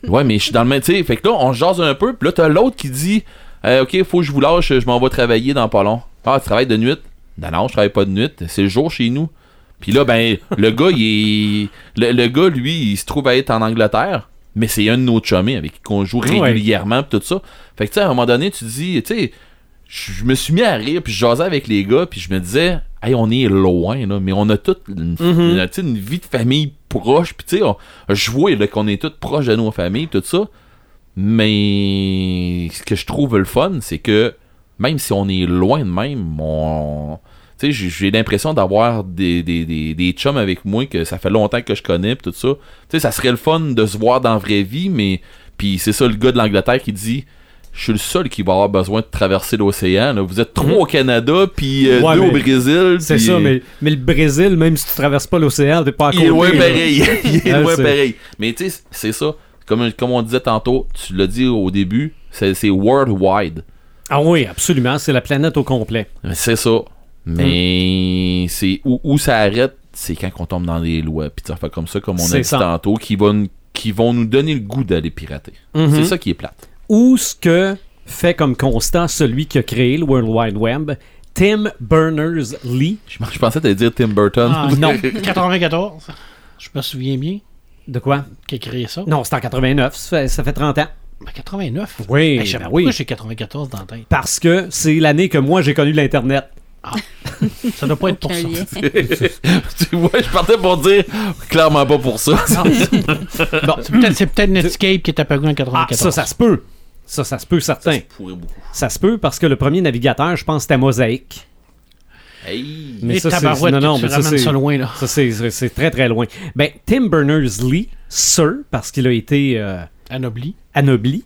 Speaker 4: ouais, mais je suis dans le même. Tu sais, fait que là, on se jase un peu. Puis là, t'as l'autre qui dit, Euh, OK, faut que je vous lâche, je m'en vais travailler dans pas long. Ah, tu travailles de nuit? Non, non, je travaille pas de nuit. C'est le jour chez nous. Puis là, ben, le gars, il est. Le, le gars, lui, il se trouve à être en Angleterre. Mais c'est un de nos chummies avec qui on joue
Speaker 1: Ouais.
Speaker 4: régulièrement, pis tout ça. Fait que, tu sais, à un moment donné, tu dis, tu sais, je je me suis mis à rire, puis je jasais avec les gars, puis je me disais, hey, on est loin, là, mais on a toute une, une- tu sais, une vie de famille proche, puis tu sais, on- je vois là, qu'on est tous proches de nos familles, tout ça. Mais ce que je trouve le fun, c'est que même si on est loin de même, on. Tu sais, j'ai- j'ai l'impression d'avoir des, des, des, des chums avec moi que ça fait longtemps que je connais, pis tout ça. Tu sais, ça serait le fun de se voir dans la vraie vie, mais. Puis c'est ça le gars de l'Angleterre qui dit Je suis le seul qui va avoir besoin de traverser l'océan. là. Vous êtes trois au Canada, puis euh,
Speaker 1: Mm-hmm. Ouais,
Speaker 4: deux au
Speaker 1: mais
Speaker 4: Brésil.
Speaker 1: C'est
Speaker 4: puis,
Speaker 1: ça,
Speaker 4: euh,
Speaker 1: mais, mais le Brésil, même si tu traverses pas l'océan, t'es pas à
Speaker 4: il
Speaker 1: côté.
Speaker 4: est loin
Speaker 1: là.
Speaker 4: pareil. Il est
Speaker 1: Ouais,
Speaker 4: loin
Speaker 1: c'est-
Speaker 4: pareil. Mais tu sais, c'est ça. Comme, comme on disait tantôt, tu l'as dit au début, c'est c'est worldwide.
Speaker 1: Ah oui, absolument. C'est la planète au complet.
Speaker 4: C'est ça.
Speaker 1: Hmm.
Speaker 4: Mais c'est où, où ça arrête, c'est quand on tombe dans les lois. Puis ça fait comme ça, comme on a
Speaker 1: C'est
Speaker 4: dit
Speaker 1: ça.
Speaker 4: tantôt, qui, va nous- qui vont nous donner le goût d'aller pirater.
Speaker 1: Mhm.
Speaker 4: C'est ça qui est plate.
Speaker 1: Ou ce que fait comme constat celui qui a créé le World Wide Web, Tim Berners-Lee.
Speaker 4: Je, je pensais t'allais dire Tim Burton.
Speaker 3: Ah, non. 94, je me souviens bien,
Speaker 1: De quoi?
Speaker 3: qui a créé ça.
Speaker 1: Non, c'est en 89. Ça fait, ça fait 30 ans.
Speaker 3: Ben, 89?
Speaker 1: Oui,
Speaker 3: Hey, je sais
Speaker 1: ben
Speaker 3: pas
Speaker 1: oui.
Speaker 3: pourquoi j'ai 94 dans la tête.
Speaker 1: Parce que c'est l'année que moi j'ai connu l'Internet.
Speaker 3: Ça doit pas être pour
Speaker 5: Aucun
Speaker 3: ça.
Speaker 5: lien.
Speaker 4: tu vois, je partais pour dire clairement pas pour ça.
Speaker 3: Bon, c'est peut-être, c'est peut-être Netscape qui est apparu en
Speaker 1: Ah,
Speaker 3: 94.
Speaker 1: ça, ça se peut. Ça, ça se peut, certain.
Speaker 4: pourrait beaucoup.
Speaker 1: Ça se peut parce que le premier navigateur, je pense, c'était Mosaïque.
Speaker 4: Hey.
Speaker 1: Mais
Speaker 3: Et
Speaker 1: ça, c'est
Speaker 3: tabarouette,
Speaker 1: non, non,
Speaker 3: tu
Speaker 1: mais ça,
Speaker 3: ramènes
Speaker 1: c'est-
Speaker 3: ça loin, là.
Speaker 1: Ça, c'est- c'est c'est très, très loin. Ben, Tim Berners-Lee, Sir, parce qu'il a été euh,
Speaker 3: Anobli.
Speaker 1: anobli,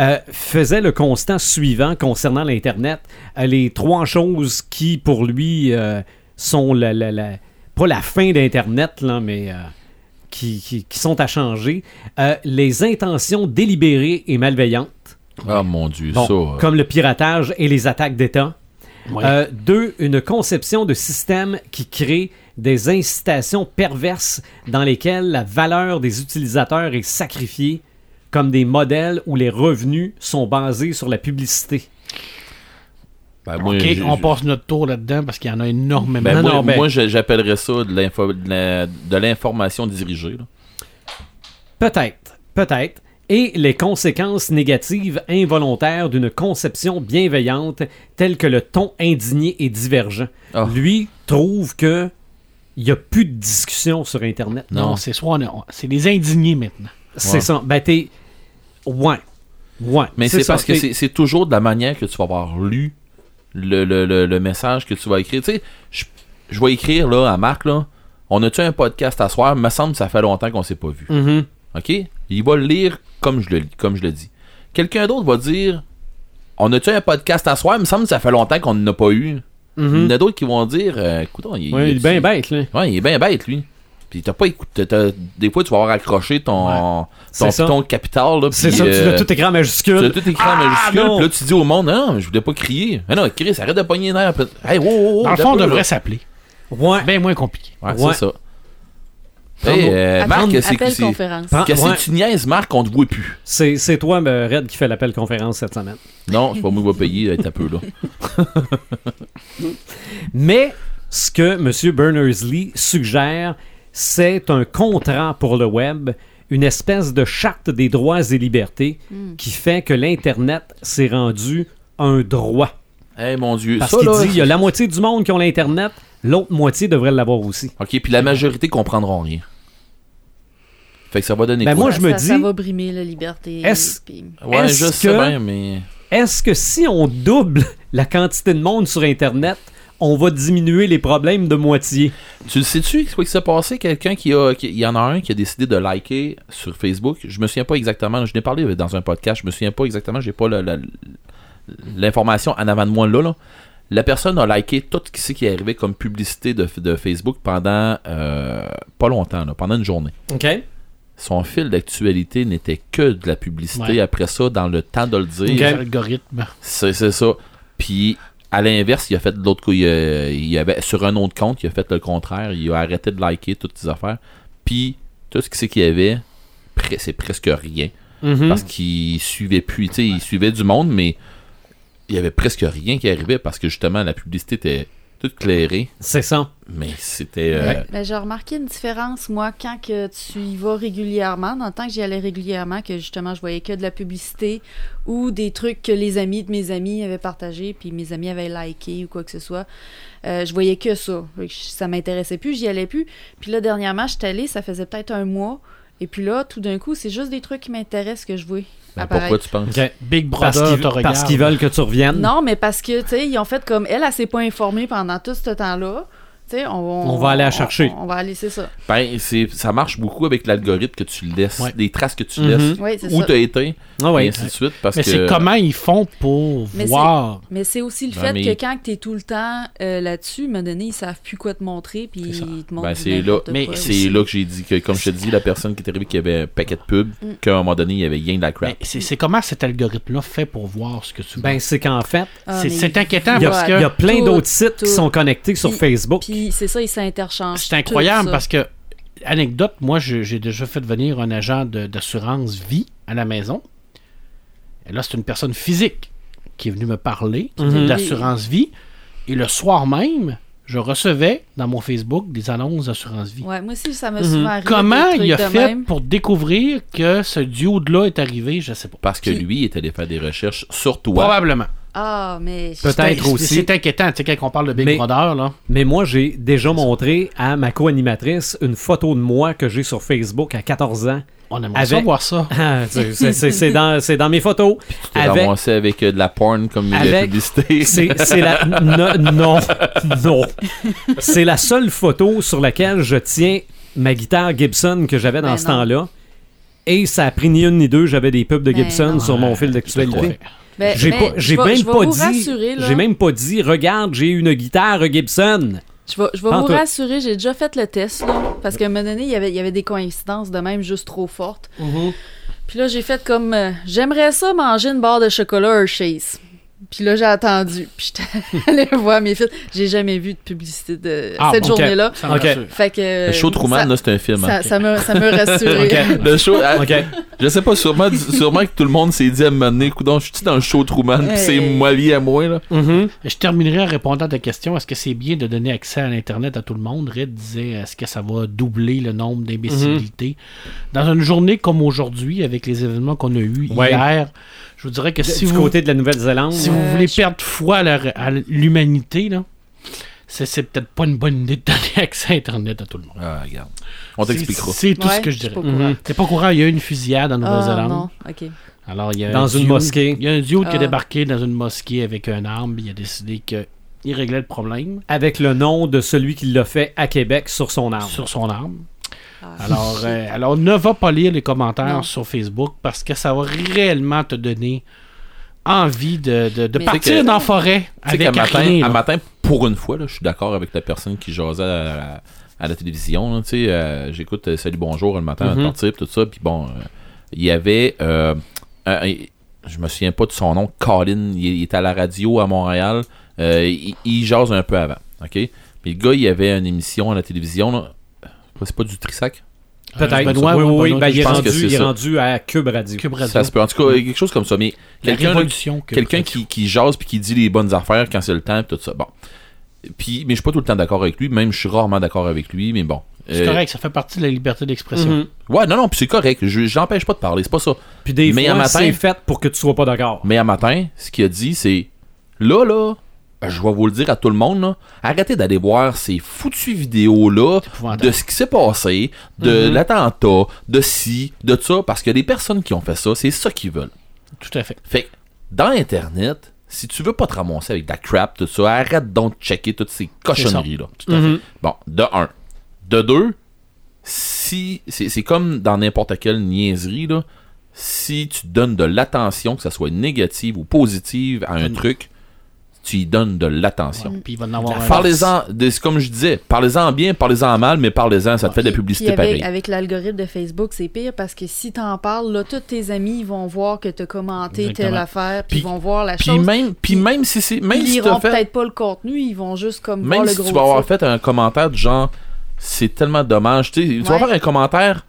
Speaker 1: euh, faisait le constat suivant concernant l'Internet. Euh, les trois choses qui, pour lui, euh, sont la, la- la- pas la fin d'Internet, là, mais euh, qui, qui- qui sont à changer. Euh, les intentions délibérées et malveillantes,
Speaker 4: Ah mon dieu,
Speaker 1: Bon,
Speaker 4: ça. euh,
Speaker 1: comme le piratage et les attaques d'État.
Speaker 3: Ouais.
Speaker 1: Euh, deux, une conception de système qui crée des incitations perverses dans lesquelles la valeur des utilisateurs est sacrifiée comme des modèles où les revenus sont basés sur la publicité.
Speaker 4: ben, moi,
Speaker 3: OK,
Speaker 4: j'ai-
Speaker 3: on passe notre tour là-dedans parce qu'il y en a énormément.
Speaker 4: ben,
Speaker 1: Non,
Speaker 4: moi,
Speaker 1: non, ben-
Speaker 4: moi, je- j'appellerais ça de, l'info- de la- de l'information dirigée. là.
Speaker 1: Peut-être, peut-être. Et les conséquences négatives involontaires d'une conception bienveillante telle que le ton indigné et divergent.
Speaker 4: Ah.
Speaker 1: Lui trouve que il n'y a plus de discussion sur Internet.
Speaker 3: non, c'est soit on est- on- c'est les indignés maintenant.
Speaker 1: C'est
Speaker 4: Ouais.
Speaker 1: ça. Ben, t'es... Ouais. Ouais.
Speaker 4: Mais c'est
Speaker 1: ça.
Speaker 4: parce que
Speaker 1: T'es-
Speaker 4: c'est c'est toujours de la manière que tu vas avoir lu le, le- le- le message que tu vas écrire. Tu sais, je, je vais écrire là, à Marc, là, on a-tu un podcast à soir? Me semble que ça fait longtemps qu'on s'est pas vu.
Speaker 1: Mhm.
Speaker 4: OK? Il va le lire comme je le, comme je le dis. Quelqu'un d'autre va dire On a-tu un podcast à soir? Il me semble que ça fait longtemps qu'on n'en a pas eu. Il y en a d'autres qui vont dire euh, Coudon, il,
Speaker 1: Mm-hmm. Ouais, il est
Speaker 4: a-tu-
Speaker 1: bien bête, là.
Speaker 4: Ouais, il est bien bête, lui. Puis t'as pas écouté. t'as- Des fois, tu vas avoir accroché ton, ton
Speaker 1: C'est ça.
Speaker 4: piton capital. là,
Speaker 1: C'est
Speaker 4: puis,
Speaker 1: ça, tu
Speaker 4: euh,
Speaker 1: l'as tout écran
Speaker 4: tu
Speaker 1: majuscule.
Speaker 4: l'as tout écrit en majuscule,
Speaker 1: non.
Speaker 4: puis là tu dis au monde, non, mais je voulais pas crier. Ah non, Chris, arrête de pogner les nerfs. puis- Hey, wow, wow, wow,
Speaker 3: Dans le fond, on
Speaker 4: Oh, t'as pas,
Speaker 3: devrait
Speaker 4: là.
Speaker 3: s'appeler.
Speaker 1: Ouais.
Speaker 3: Bien moins compliqué.
Speaker 4: Ouais,
Speaker 1: Ouais.
Speaker 4: c'est ça. Hey, euh, Marc,
Speaker 5: Appel-
Speaker 4: c'est que
Speaker 5: appel
Speaker 4: c'est.
Speaker 5: conférence.
Speaker 1: Pan-
Speaker 4: Qu'est-ce
Speaker 1: Ah, Ouais.
Speaker 4: que tu niaises, Marc, on te voit plus.
Speaker 1: C'est c'est toi, ben, Red, qui fait l'appel conférence cette semaine.
Speaker 4: Non, c'est pas moi qui va payer, euh, t'as peu, là.
Speaker 1: Mais ce que M. Berners-Lee suggère, c'est un contrat pour le web, une espèce de charte des droits et libertés qui fait que l'Internet s'est rendu un droit.
Speaker 4: Hey, mon Dieu.
Speaker 1: Parce
Speaker 4: ça,
Speaker 1: qu'il
Speaker 4: là,
Speaker 1: dit, il y a la moitié du monde qui ont l'Internet, l'autre moitié devrait l'avoir aussi.
Speaker 4: Ok, puis la majorité comprendront rien. Fait que ça va donner
Speaker 1: Ben,
Speaker 4: quoi?
Speaker 1: moi,
Speaker 5: Ça-
Speaker 1: je me
Speaker 5: ça- Ça
Speaker 1: dis-
Speaker 5: va brimer la liberté.
Speaker 1: Est-ce-
Speaker 5: puis-
Speaker 4: Ouais,
Speaker 1: est-ce
Speaker 4: je sais
Speaker 1: que-
Speaker 4: bien, mais.
Speaker 1: Est-ce que si on double la quantité de monde sur Internet, on va diminuer les problèmes de moitié?
Speaker 4: Tu le sais-tu, quoi qui s'est passé? Quelqu'un qui a. qui- Il y en a un qui a décidé de liker sur Facebook. Je me souviens pas exactement. Je n'ai parlé dans un podcast. Je me souviens pas exactement. J'ai pas le- le- l'information en avant de moi là. là. La personne a liké tout ce qui c'est qui est arrivé comme publicité de, de Facebook pendant euh, pas longtemps, là, pendant une journée.
Speaker 1: OK.
Speaker 4: Son fil d'actualité n'était que de la publicité
Speaker 3: Ouais.
Speaker 4: après ça, dans le temps de le dire.
Speaker 3: Les
Speaker 1: Ok.
Speaker 3: algorithmes.
Speaker 4: C'est, c'est ça. Puis, à l'inverse, il a fait de l'autre coup, il, a- il avait, sur un autre compte, il a fait le contraire. Il a arrêté de liker toutes ses affaires. Puis, tout ce qu'il sait qu'il y avait, pre- c'est presque rien.
Speaker 3: Hmm.
Speaker 1: Mhm.
Speaker 4: Parce qu'il suivait plus, tu sais, il suivait du monde, mais il y avait presque rien qui arrivait parce que justement, la publicité était toute clairée.
Speaker 1: C'est ça.
Speaker 4: Mais c'était. euh,
Speaker 3: Ouais.
Speaker 5: Ben, j'ai remarqué une différence, moi, quand que tu y vas régulièrement, dans le temps que j'y allais régulièrement, que justement, je voyais que de la publicité ou des trucs que les amis de mes amis avaient partagés, puis mes amis avaient liké ou quoi que ce soit. Euh, je voyais que ça. Fait que je- Ça m'intéressait plus, j'y allais plus. Puis là, dernièrement, je suis allée, ça faisait peut-être un mois. Et puis là, tout d'un coup, c'est juste des trucs qui m'intéressent que je vois.
Speaker 4: ben,
Speaker 5: apparaître.
Speaker 4: pourquoi tu penses?
Speaker 3: Big
Speaker 1: Parce
Speaker 3: Brother,
Speaker 1: qu'ils
Speaker 3: te
Speaker 1: parce
Speaker 3: regarde.
Speaker 1: qu'ils veulent que tu reviennes.
Speaker 5: Non, mais parce que, tu sais, ils ont fait comme elle, elle s'est pas informée pendant tout ce temps-là. Tu sais, on,
Speaker 1: On va aller la chercher.
Speaker 5: On, on va aller, c'est ça.
Speaker 4: Ben, c'est, ça marche beaucoup avec l'algorithme que tu laisses,
Speaker 3: Ouais.
Speaker 4: les traces que tu
Speaker 1: Mhm.
Speaker 4: laisses,
Speaker 5: Oui, c'est
Speaker 4: où
Speaker 5: ça.
Speaker 4: tu as été,
Speaker 1: Ah
Speaker 4: et
Speaker 1: oui.
Speaker 4: ainsi de suite. Parce
Speaker 3: Mais
Speaker 4: que...
Speaker 3: c'est comment ils font pour
Speaker 5: Mais c'est-
Speaker 3: voir.
Speaker 5: Mais c'est aussi le
Speaker 4: Ben,
Speaker 5: fait
Speaker 4: mais-
Speaker 5: que quand tu es tout le temps euh, là-dessus, à un moment donné, ils savent plus quoi te montrer, puis
Speaker 3: C'est ça.
Speaker 5: ils te montrent.
Speaker 4: Ben,
Speaker 5: du
Speaker 4: c'est là,
Speaker 5: n'importe
Speaker 4: mais
Speaker 5: quoi
Speaker 4: c'est
Speaker 5: aussi.
Speaker 4: là que j'ai dit que, comme je te dis, la personne qui est arrivée qui avait un paquet de pubs,
Speaker 5: Mm.
Speaker 4: qu'à un moment donné, il y avait rien de la crap.
Speaker 3: Mais c'est c'est comment cet algorithme-là fait pour voir ce que tu
Speaker 1: Ben, c'est qu'en fait,
Speaker 5: Ah,
Speaker 3: c'est-
Speaker 5: mais
Speaker 3: c'est
Speaker 5: ils-
Speaker 3: inquiétant
Speaker 1: il y a,
Speaker 3: parce
Speaker 5: Ouais.
Speaker 3: que-
Speaker 1: il y a plein
Speaker 5: Tout,
Speaker 1: d'autres sites qui
Speaker 5: tout.
Speaker 1: sont connectés sur
Speaker 5: Puis-
Speaker 1: Facebook.
Speaker 5: Puis c'est ça, ils s'interchangent.
Speaker 3: C'est incroyable parce que, anecdote, moi, je- j'ai déjà fait venir un agent de- d'assurance vie à la maison. Et là, c'est une personne physique qui est venue me parler
Speaker 1: Mhm.
Speaker 3: d'assurance vie. Et le soir même, je recevais dans mon Facebook des annonces d'assurance vie.
Speaker 5: Ouais, moi aussi, ça m'a
Speaker 1: Mhm.
Speaker 5: souvent arrivé.
Speaker 3: Comment
Speaker 5: des trucs
Speaker 3: il a
Speaker 5: de
Speaker 3: fait
Speaker 5: même.
Speaker 3: pour découvrir que ce duo-là est arrivé, je sais pas.
Speaker 4: Parce que
Speaker 3: Qui-
Speaker 4: lui, il est allé faire des recherches sur toi.
Speaker 3: Probablement.
Speaker 5: Ah, mais. je-
Speaker 1: Peut-être
Speaker 3: C'est-
Speaker 1: aussi.
Speaker 3: C'est inquiétant, tu sais, quand on parle de Big
Speaker 1: Mais-
Speaker 3: Brother, là.
Speaker 1: Mais moi, j'ai déjà montré à ma co-animatrice une photo de moi que j'ai sur Facebook à 14 ans.
Speaker 3: On aimerait ça
Speaker 1: Avec-
Speaker 3: voir ça.
Speaker 1: Ah, c'est- c'est c'est dans, c'est dans mes photos.
Speaker 4: Tu t'es
Speaker 1: Avec-
Speaker 4: ramassé avec euh, de la porn comme la
Speaker 1: Avec-
Speaker 4: publicité.
Speaker 1: C'est c'est la. no- non, non. C'est la seule photo sur laquelle je tiens ma guitare Gibson que j'avais dans
Speaker 5: Ben
Speaker 1: ce
Speaker 5: non.
Speaker 1: temps-là. Et ça a pris ni une ni deux, j'avais des pubs de
Speaker 5: Ben
Speaker 1: Gibson
Speaker 5: non.
Speaker 1: sur mon fil
Speaker 3: Ouais.
Speaker 1: d'actualité.
Speaker 5: Ben,
Speaker 1: J'ai
Speaker 5: mais
Speaker 1: pas, j'ai
Speaker 5: je vais-
Speaker 1: même
Speaker 5: je vais
Speaker 1: pas
Speaker 5: vous
Speaker 1: dit,
Speaker 5: rassurer, là.
Speaker 1: j'ai même pas dit, regarde, j'ai une guitare Gibson.
Speaker 5: Je vais, je vais
Speaker 1: Pas en
Speaker 5: vous
Speaker 1: tout.
Speaker 5: rassurer, j'ai déjà fait le test, là, parce qu'à un moment donné, il y avait, il y avait des coïncidences de même juste trop fortes. Puis là, j'ai fait comme, euh, j'aimerais ça manger une barre de chocolat Hershey's. Puis là, j'ai attendu. Puis j'étais allée voir mes films. J'ai jamais vu de publicité de
Speaker 3: Ah,
Speaker 5: cette
Speaker 3: bon,
Speaker 1: ok.
Speaker 5: journée-là.
Speaker 3: Ça me
Speaker 1: Ok.
Speaker 3: rassure.
Speaker 5: Fait que...
Speaker 4: Le show Truman,
Speaker 5: Euh, ça,
Speaker 4: là, c'est un film. hein.
Speaker 5: ça, ça me, ça me rassurait.
Speaker 4: Le show, ah,
Speaker 1: Ok.
Speaker 4: je sais pas, sûrement, sûrement que tout le monde s'est dit à un moment donné, coudonc, je suis dans le show Truman, pis c'est
Speaker 5: Hey.
Speaker 4: ma vie à moi, là.
Speaker 1: Mhm.
Speaker 3: Je terminerai en répondant à ta question. Est-ce que c'est bien de donner accès à l'Internet à tout le monde? Red disait, est-ce que ça va doubler le nombre d'imbécilités? Dans une journée comme aujourd'hui, avec les événements qu'on a eus
Speaker 1: Mm-hmm. Ouais.
Speaker 3: hier, je vous dirais que si
Speaker 1: du
Speaker 3: vous,
Speaker 1: côté de la Nouvelle-Zélande.
Speaker 3: si vous
Speaker 5: Euh,
Speaker 3: voulez
Speaker 5: je-
Speaker 3: perdre foi à la- à l'humanité, là, c'est, c'est peut-être pas une bonne idée de donner accès à Internet à tout le monde.
Speaker 4: Ah, regarde. On
Speaker 3: C'est-
Speaker 4: t'expliquera.
Speaker 3: C'est, tout ce
Speaker 5: Ouais,
Speaker 3: que je
Speaker 5: je suis
Speaker 3: dirais.
Speaker 5: pas au
Speaker 1: Mhm.
Speaker 3: T'es pas au courant, il y a eu une fusillade en
Speaker 5: Ah,
Speaker 3: Nouvelle-Zélande.
Speaker 5: non, OK.
Speaker 3: Alors, il y a
Speaker 1: Dans
Speaker 3: un
Speaker 1: une
Speaker 3: dude-
Speaker 1: mosquée.
Speaker 3: Il y a un dude qui a
Speaker 5: Ah.
Speaker 3: débarqué dans une mosquée avec un arme, il a décidé que il réglait le problème.
Speaker 1: avec le nom de celui qui l'a fait à Québec sur son arme.
Speaker 3: sur son arme.
Speaker 5: Ah.
Speaker 3: Alors, euh, alors, ne va pas lire les commentaires
Speaker 5: Non.
Speaker 3: sur Facebook parce que ça va réellement te donner envie de, de- de
Speaker 4: Tu sais
Speaker 5: Mais-
Speaker 3: partir
Speaker 4: que-
Speaker 3: dans la forêt
Speaker 4: Tu sais qu'à
Speaker 3: avec
Speaker 4: matin,
Speaker 3: rien.
Speaker 4: à
Speaker 3: là.
Speaker 4: matin, pour une fois, là, je suis d'accord avec la personne qui jasait à, la- à la télévision. là, tu sais, euh, J'écoute euh, Salut Bonjour le matin à
Speaker 3: Mm-hmm.
Speaker 1: Mhm.
Speaker 4: partir, pis tout ça. Puis bon, euh, il y avait. euh, un- un- je me souviens pas de son nom, Colin. Il, il est à la radio à Montréal. Euh, il, il jase un peu avant. OK? Puis le gars, il y avait une émission à la télévision. là. C'est pas du Trissac
Speaker 1: Peut-être.
Speaker 3: Ah, Benoît,
Speaker 1: oui,
Speaker 3: Benoît,
Speaker 1: oui, oui. Ben, il est,
Speaker 4: je pense
Speaker 1: rendu,
Speaker 4: que c'est
Speaker 1: il est
Speaker 4: ça.
Speaker 1: rendu à Cube Radio.
Speaker 3: Cube Radio.
Speaker 4: Ça se peut. En tout cas, quelque chose comme ça. Mais
Speaker 3: La
Speaker 4: quelqu'un là,
Speaker 3: révolution que-
Speaker 4: quelqu'un qui, qui jase puis qui dit les bonnes affaires quand c'est le temps et tout ça. Bon. Puis, mais je suis pas tout le temps d'accord avec lui, même je suis rarement d'accord avec lui, mais bon.
Speaker 3: C'est
Speaker 4: Euh,
Speaker 3: correct, ça fait partie de la liberté d'expression.
Speaker 1: Mhm.
Speaker 4: Ouais, non, non, puis c'est correct. Je, je l'empêche pas de parler, c'est pas ça.
Speaker 1: Puis des
Speaker 4: Mais
Speaker 1: fois,
Speaker 4: un matin-
Speaker 1: c'est fait pour que tu sois pas d'accord.
Speaker 4: Mais à matin, ce qu'il a dit, c'est là, là, ben, je vais vous le dire à tout le monde, là, arrêtez d'aller voir ces foutues vidéos-là
Speaker 3: épouvantable. Mm-hmm.
Speaker 4: de ce qui s'est passé, de l'attentat, de ci, de ça, parce que les personnes qui ont fait ça, c'est ça qu'ils veulent.
Speaker 3: Tout à fait.
Speaker 4: Fait que, dans Internet, si tu veux pas te ramasser avec de la crap, tout ça, arrête donc de checker toutes ces cochonneries-là. Tout à fait.
Speaker 1: Mhm.
Speaker 4: Bon, de un. De deux, si. C'est c'est comme dans n'importe quelle niaiserie, là. Si tu donnes de l'attention, que ça soit négative ou positive à un truc, tu y donnes de l'attention.
Speaker 3: Puis il va en avoir un.
Speaker 4: Parlez-en, de- c'est comme je disais, parlez-en bien, parlez-en mal, mais parlez-en, ça te fait de la
Speaker 5: Puis-
Speaker 4: publicité
Speaker 5: puis avec,
Speaker 4: pareille.
Speaker 5: avec l'algorithme de Facebook, c'est pire parce que si t'en parles, là, tous tes amis ils vont voir que t'as commenté telle
Speaker 3: Exactement.
Speaker 5: affaire,
Speaker 4: Puis-
Speaker 5: puis ils vont voir la
Speaker 4: Puis
Speaker 5: chose.
Speaker 4: même, puis même si c'est. Même
Speaker 5: ils
Speaker 4: si
Speaker 5: liront
Speaker 4: t'as fait.
Speaker 5: peut-être pas le contenu, ils vont juste comme voir
Speaker 4: Même
Speaker 5: le
Speaker 4: si
Speaker 5: gros
Speaker 4: tu vas avoir
Speaker 5: titre.
Speaker 4: fait un commentaire du genre c'est tellement dommage, tu sais, tu vas
Speaker 5: Ouais. Mm.
Speaker 4: faire un commentaire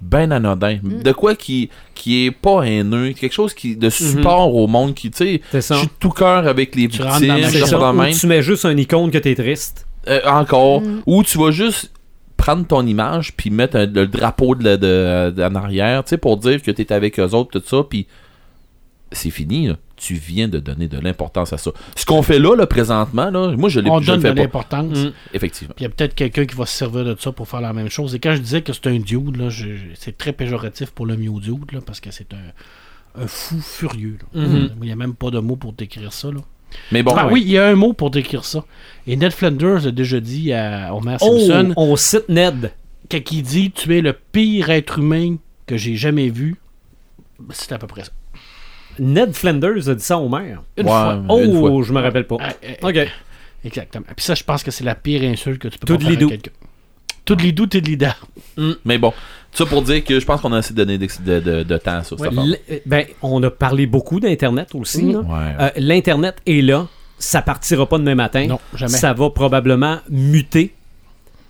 Speaker 4: ben anodin, de quoi qui qui est pas haineux, quelque chose qui
Speaker 3: Mhm.
Speaker 4: de support au monde qui tu sais, je
Speaker 1: C'est ça.
Speaker 4: suis de tout cœur avec les
Speaker 3: Tu rentres dans
Speaker 4: victimes,
Speaker 3: la
Speaker 4: je
Speaker 1: C'est
Speaker 3: genre
Speaker 4: suis
Speaker 1: ça.
Speaker 4: dans
Speaker 1: Ou
Speaker 4: le même
Speaker 1: tu mets juste un icône que t'es triste.
Speaker 4: Euh, encore
Speaker 5: Mm.
Speaker 4: ou tu vas juste prendre ton image puis mettre un- le drapeau de, la- de- de- en arrière, tu sais pour dire que tu es avec eux autres tout ça puis c'est fini là. Tu viens de donner de l'importance à ça. Ce qu'on fait là, là, présentement, là, moi, je l'ai
Speaker 3: On
Speaker 4: je le
Speaker 3: donne de
Speaker 4: fais pas.
Speaker 3: l'importance.
Speaker 1: Mhm.
Speaker 4: Effectivement.
Speaker 3: Puis il y a peut-être quelqu'un qui va se servir de ça pour faire la même chose. Et quand je disais que c'est un dude, là, je- je- c'est très péjoratif pour le mieux dude, là, parce que c'est un, un fou furieux. là. Euh,
Speaker 1: Mhm.
Speaker 3: Il n'y a même pas de mot pour décrire ça. Là.
Speaker 4: Mais bon,
Speaker 3: Ben
Speaker 1: ouais.
Speaker 3: oui, il y a un mot pour décrire ça. Et Ned Flanders a déjà dit à Homer
Speaker 1: Oh,
Speaker 3: Simpson,
Speaker 1: on cite Ned.
Speaker 3: quand il dit Tu es le pire être humain que j'ai jamais vu, c'est à peu près ça.
Speaker 1: Ned Flanders a dit ça au maire.
Speaker 3: Une
Speaker 4: Ouais,
Speaker 3: fois.
Speaker 4: mais une fois.
Speaker 1: Oh, je me rappelle pas.
Speaker 3: Ah, eh, eh,
Speaker 1: Ok.
Speaker 3: Exactement. Puis ça, je pense que c'est la pire insulte que tu peux
Speaker 1: Tout
Speaker 3: pas faire à
Speaker 1: lidou.
Speaker 3: quelqu'un. Tout lidou, tout lidou.
Speaker 4: Mais bon, ça pour dire que je pense qu'on a assez donné de, de- de- de temps sur
Speaker 1: Ouais,
Speaker 4: cette affaire.
Speaker 1: l- euh, ben, on a parlé beaucoup d'Internet aussi.
Speaker 3: Mhm.
Speaker 1: là.
Speaker 4: Ouais.
Speaker 1: Euh, L'Internet est là. Ça partira pas demain matin.
Speaker 3: Non, jamais.
Speaker 1: Ça va probablement muter.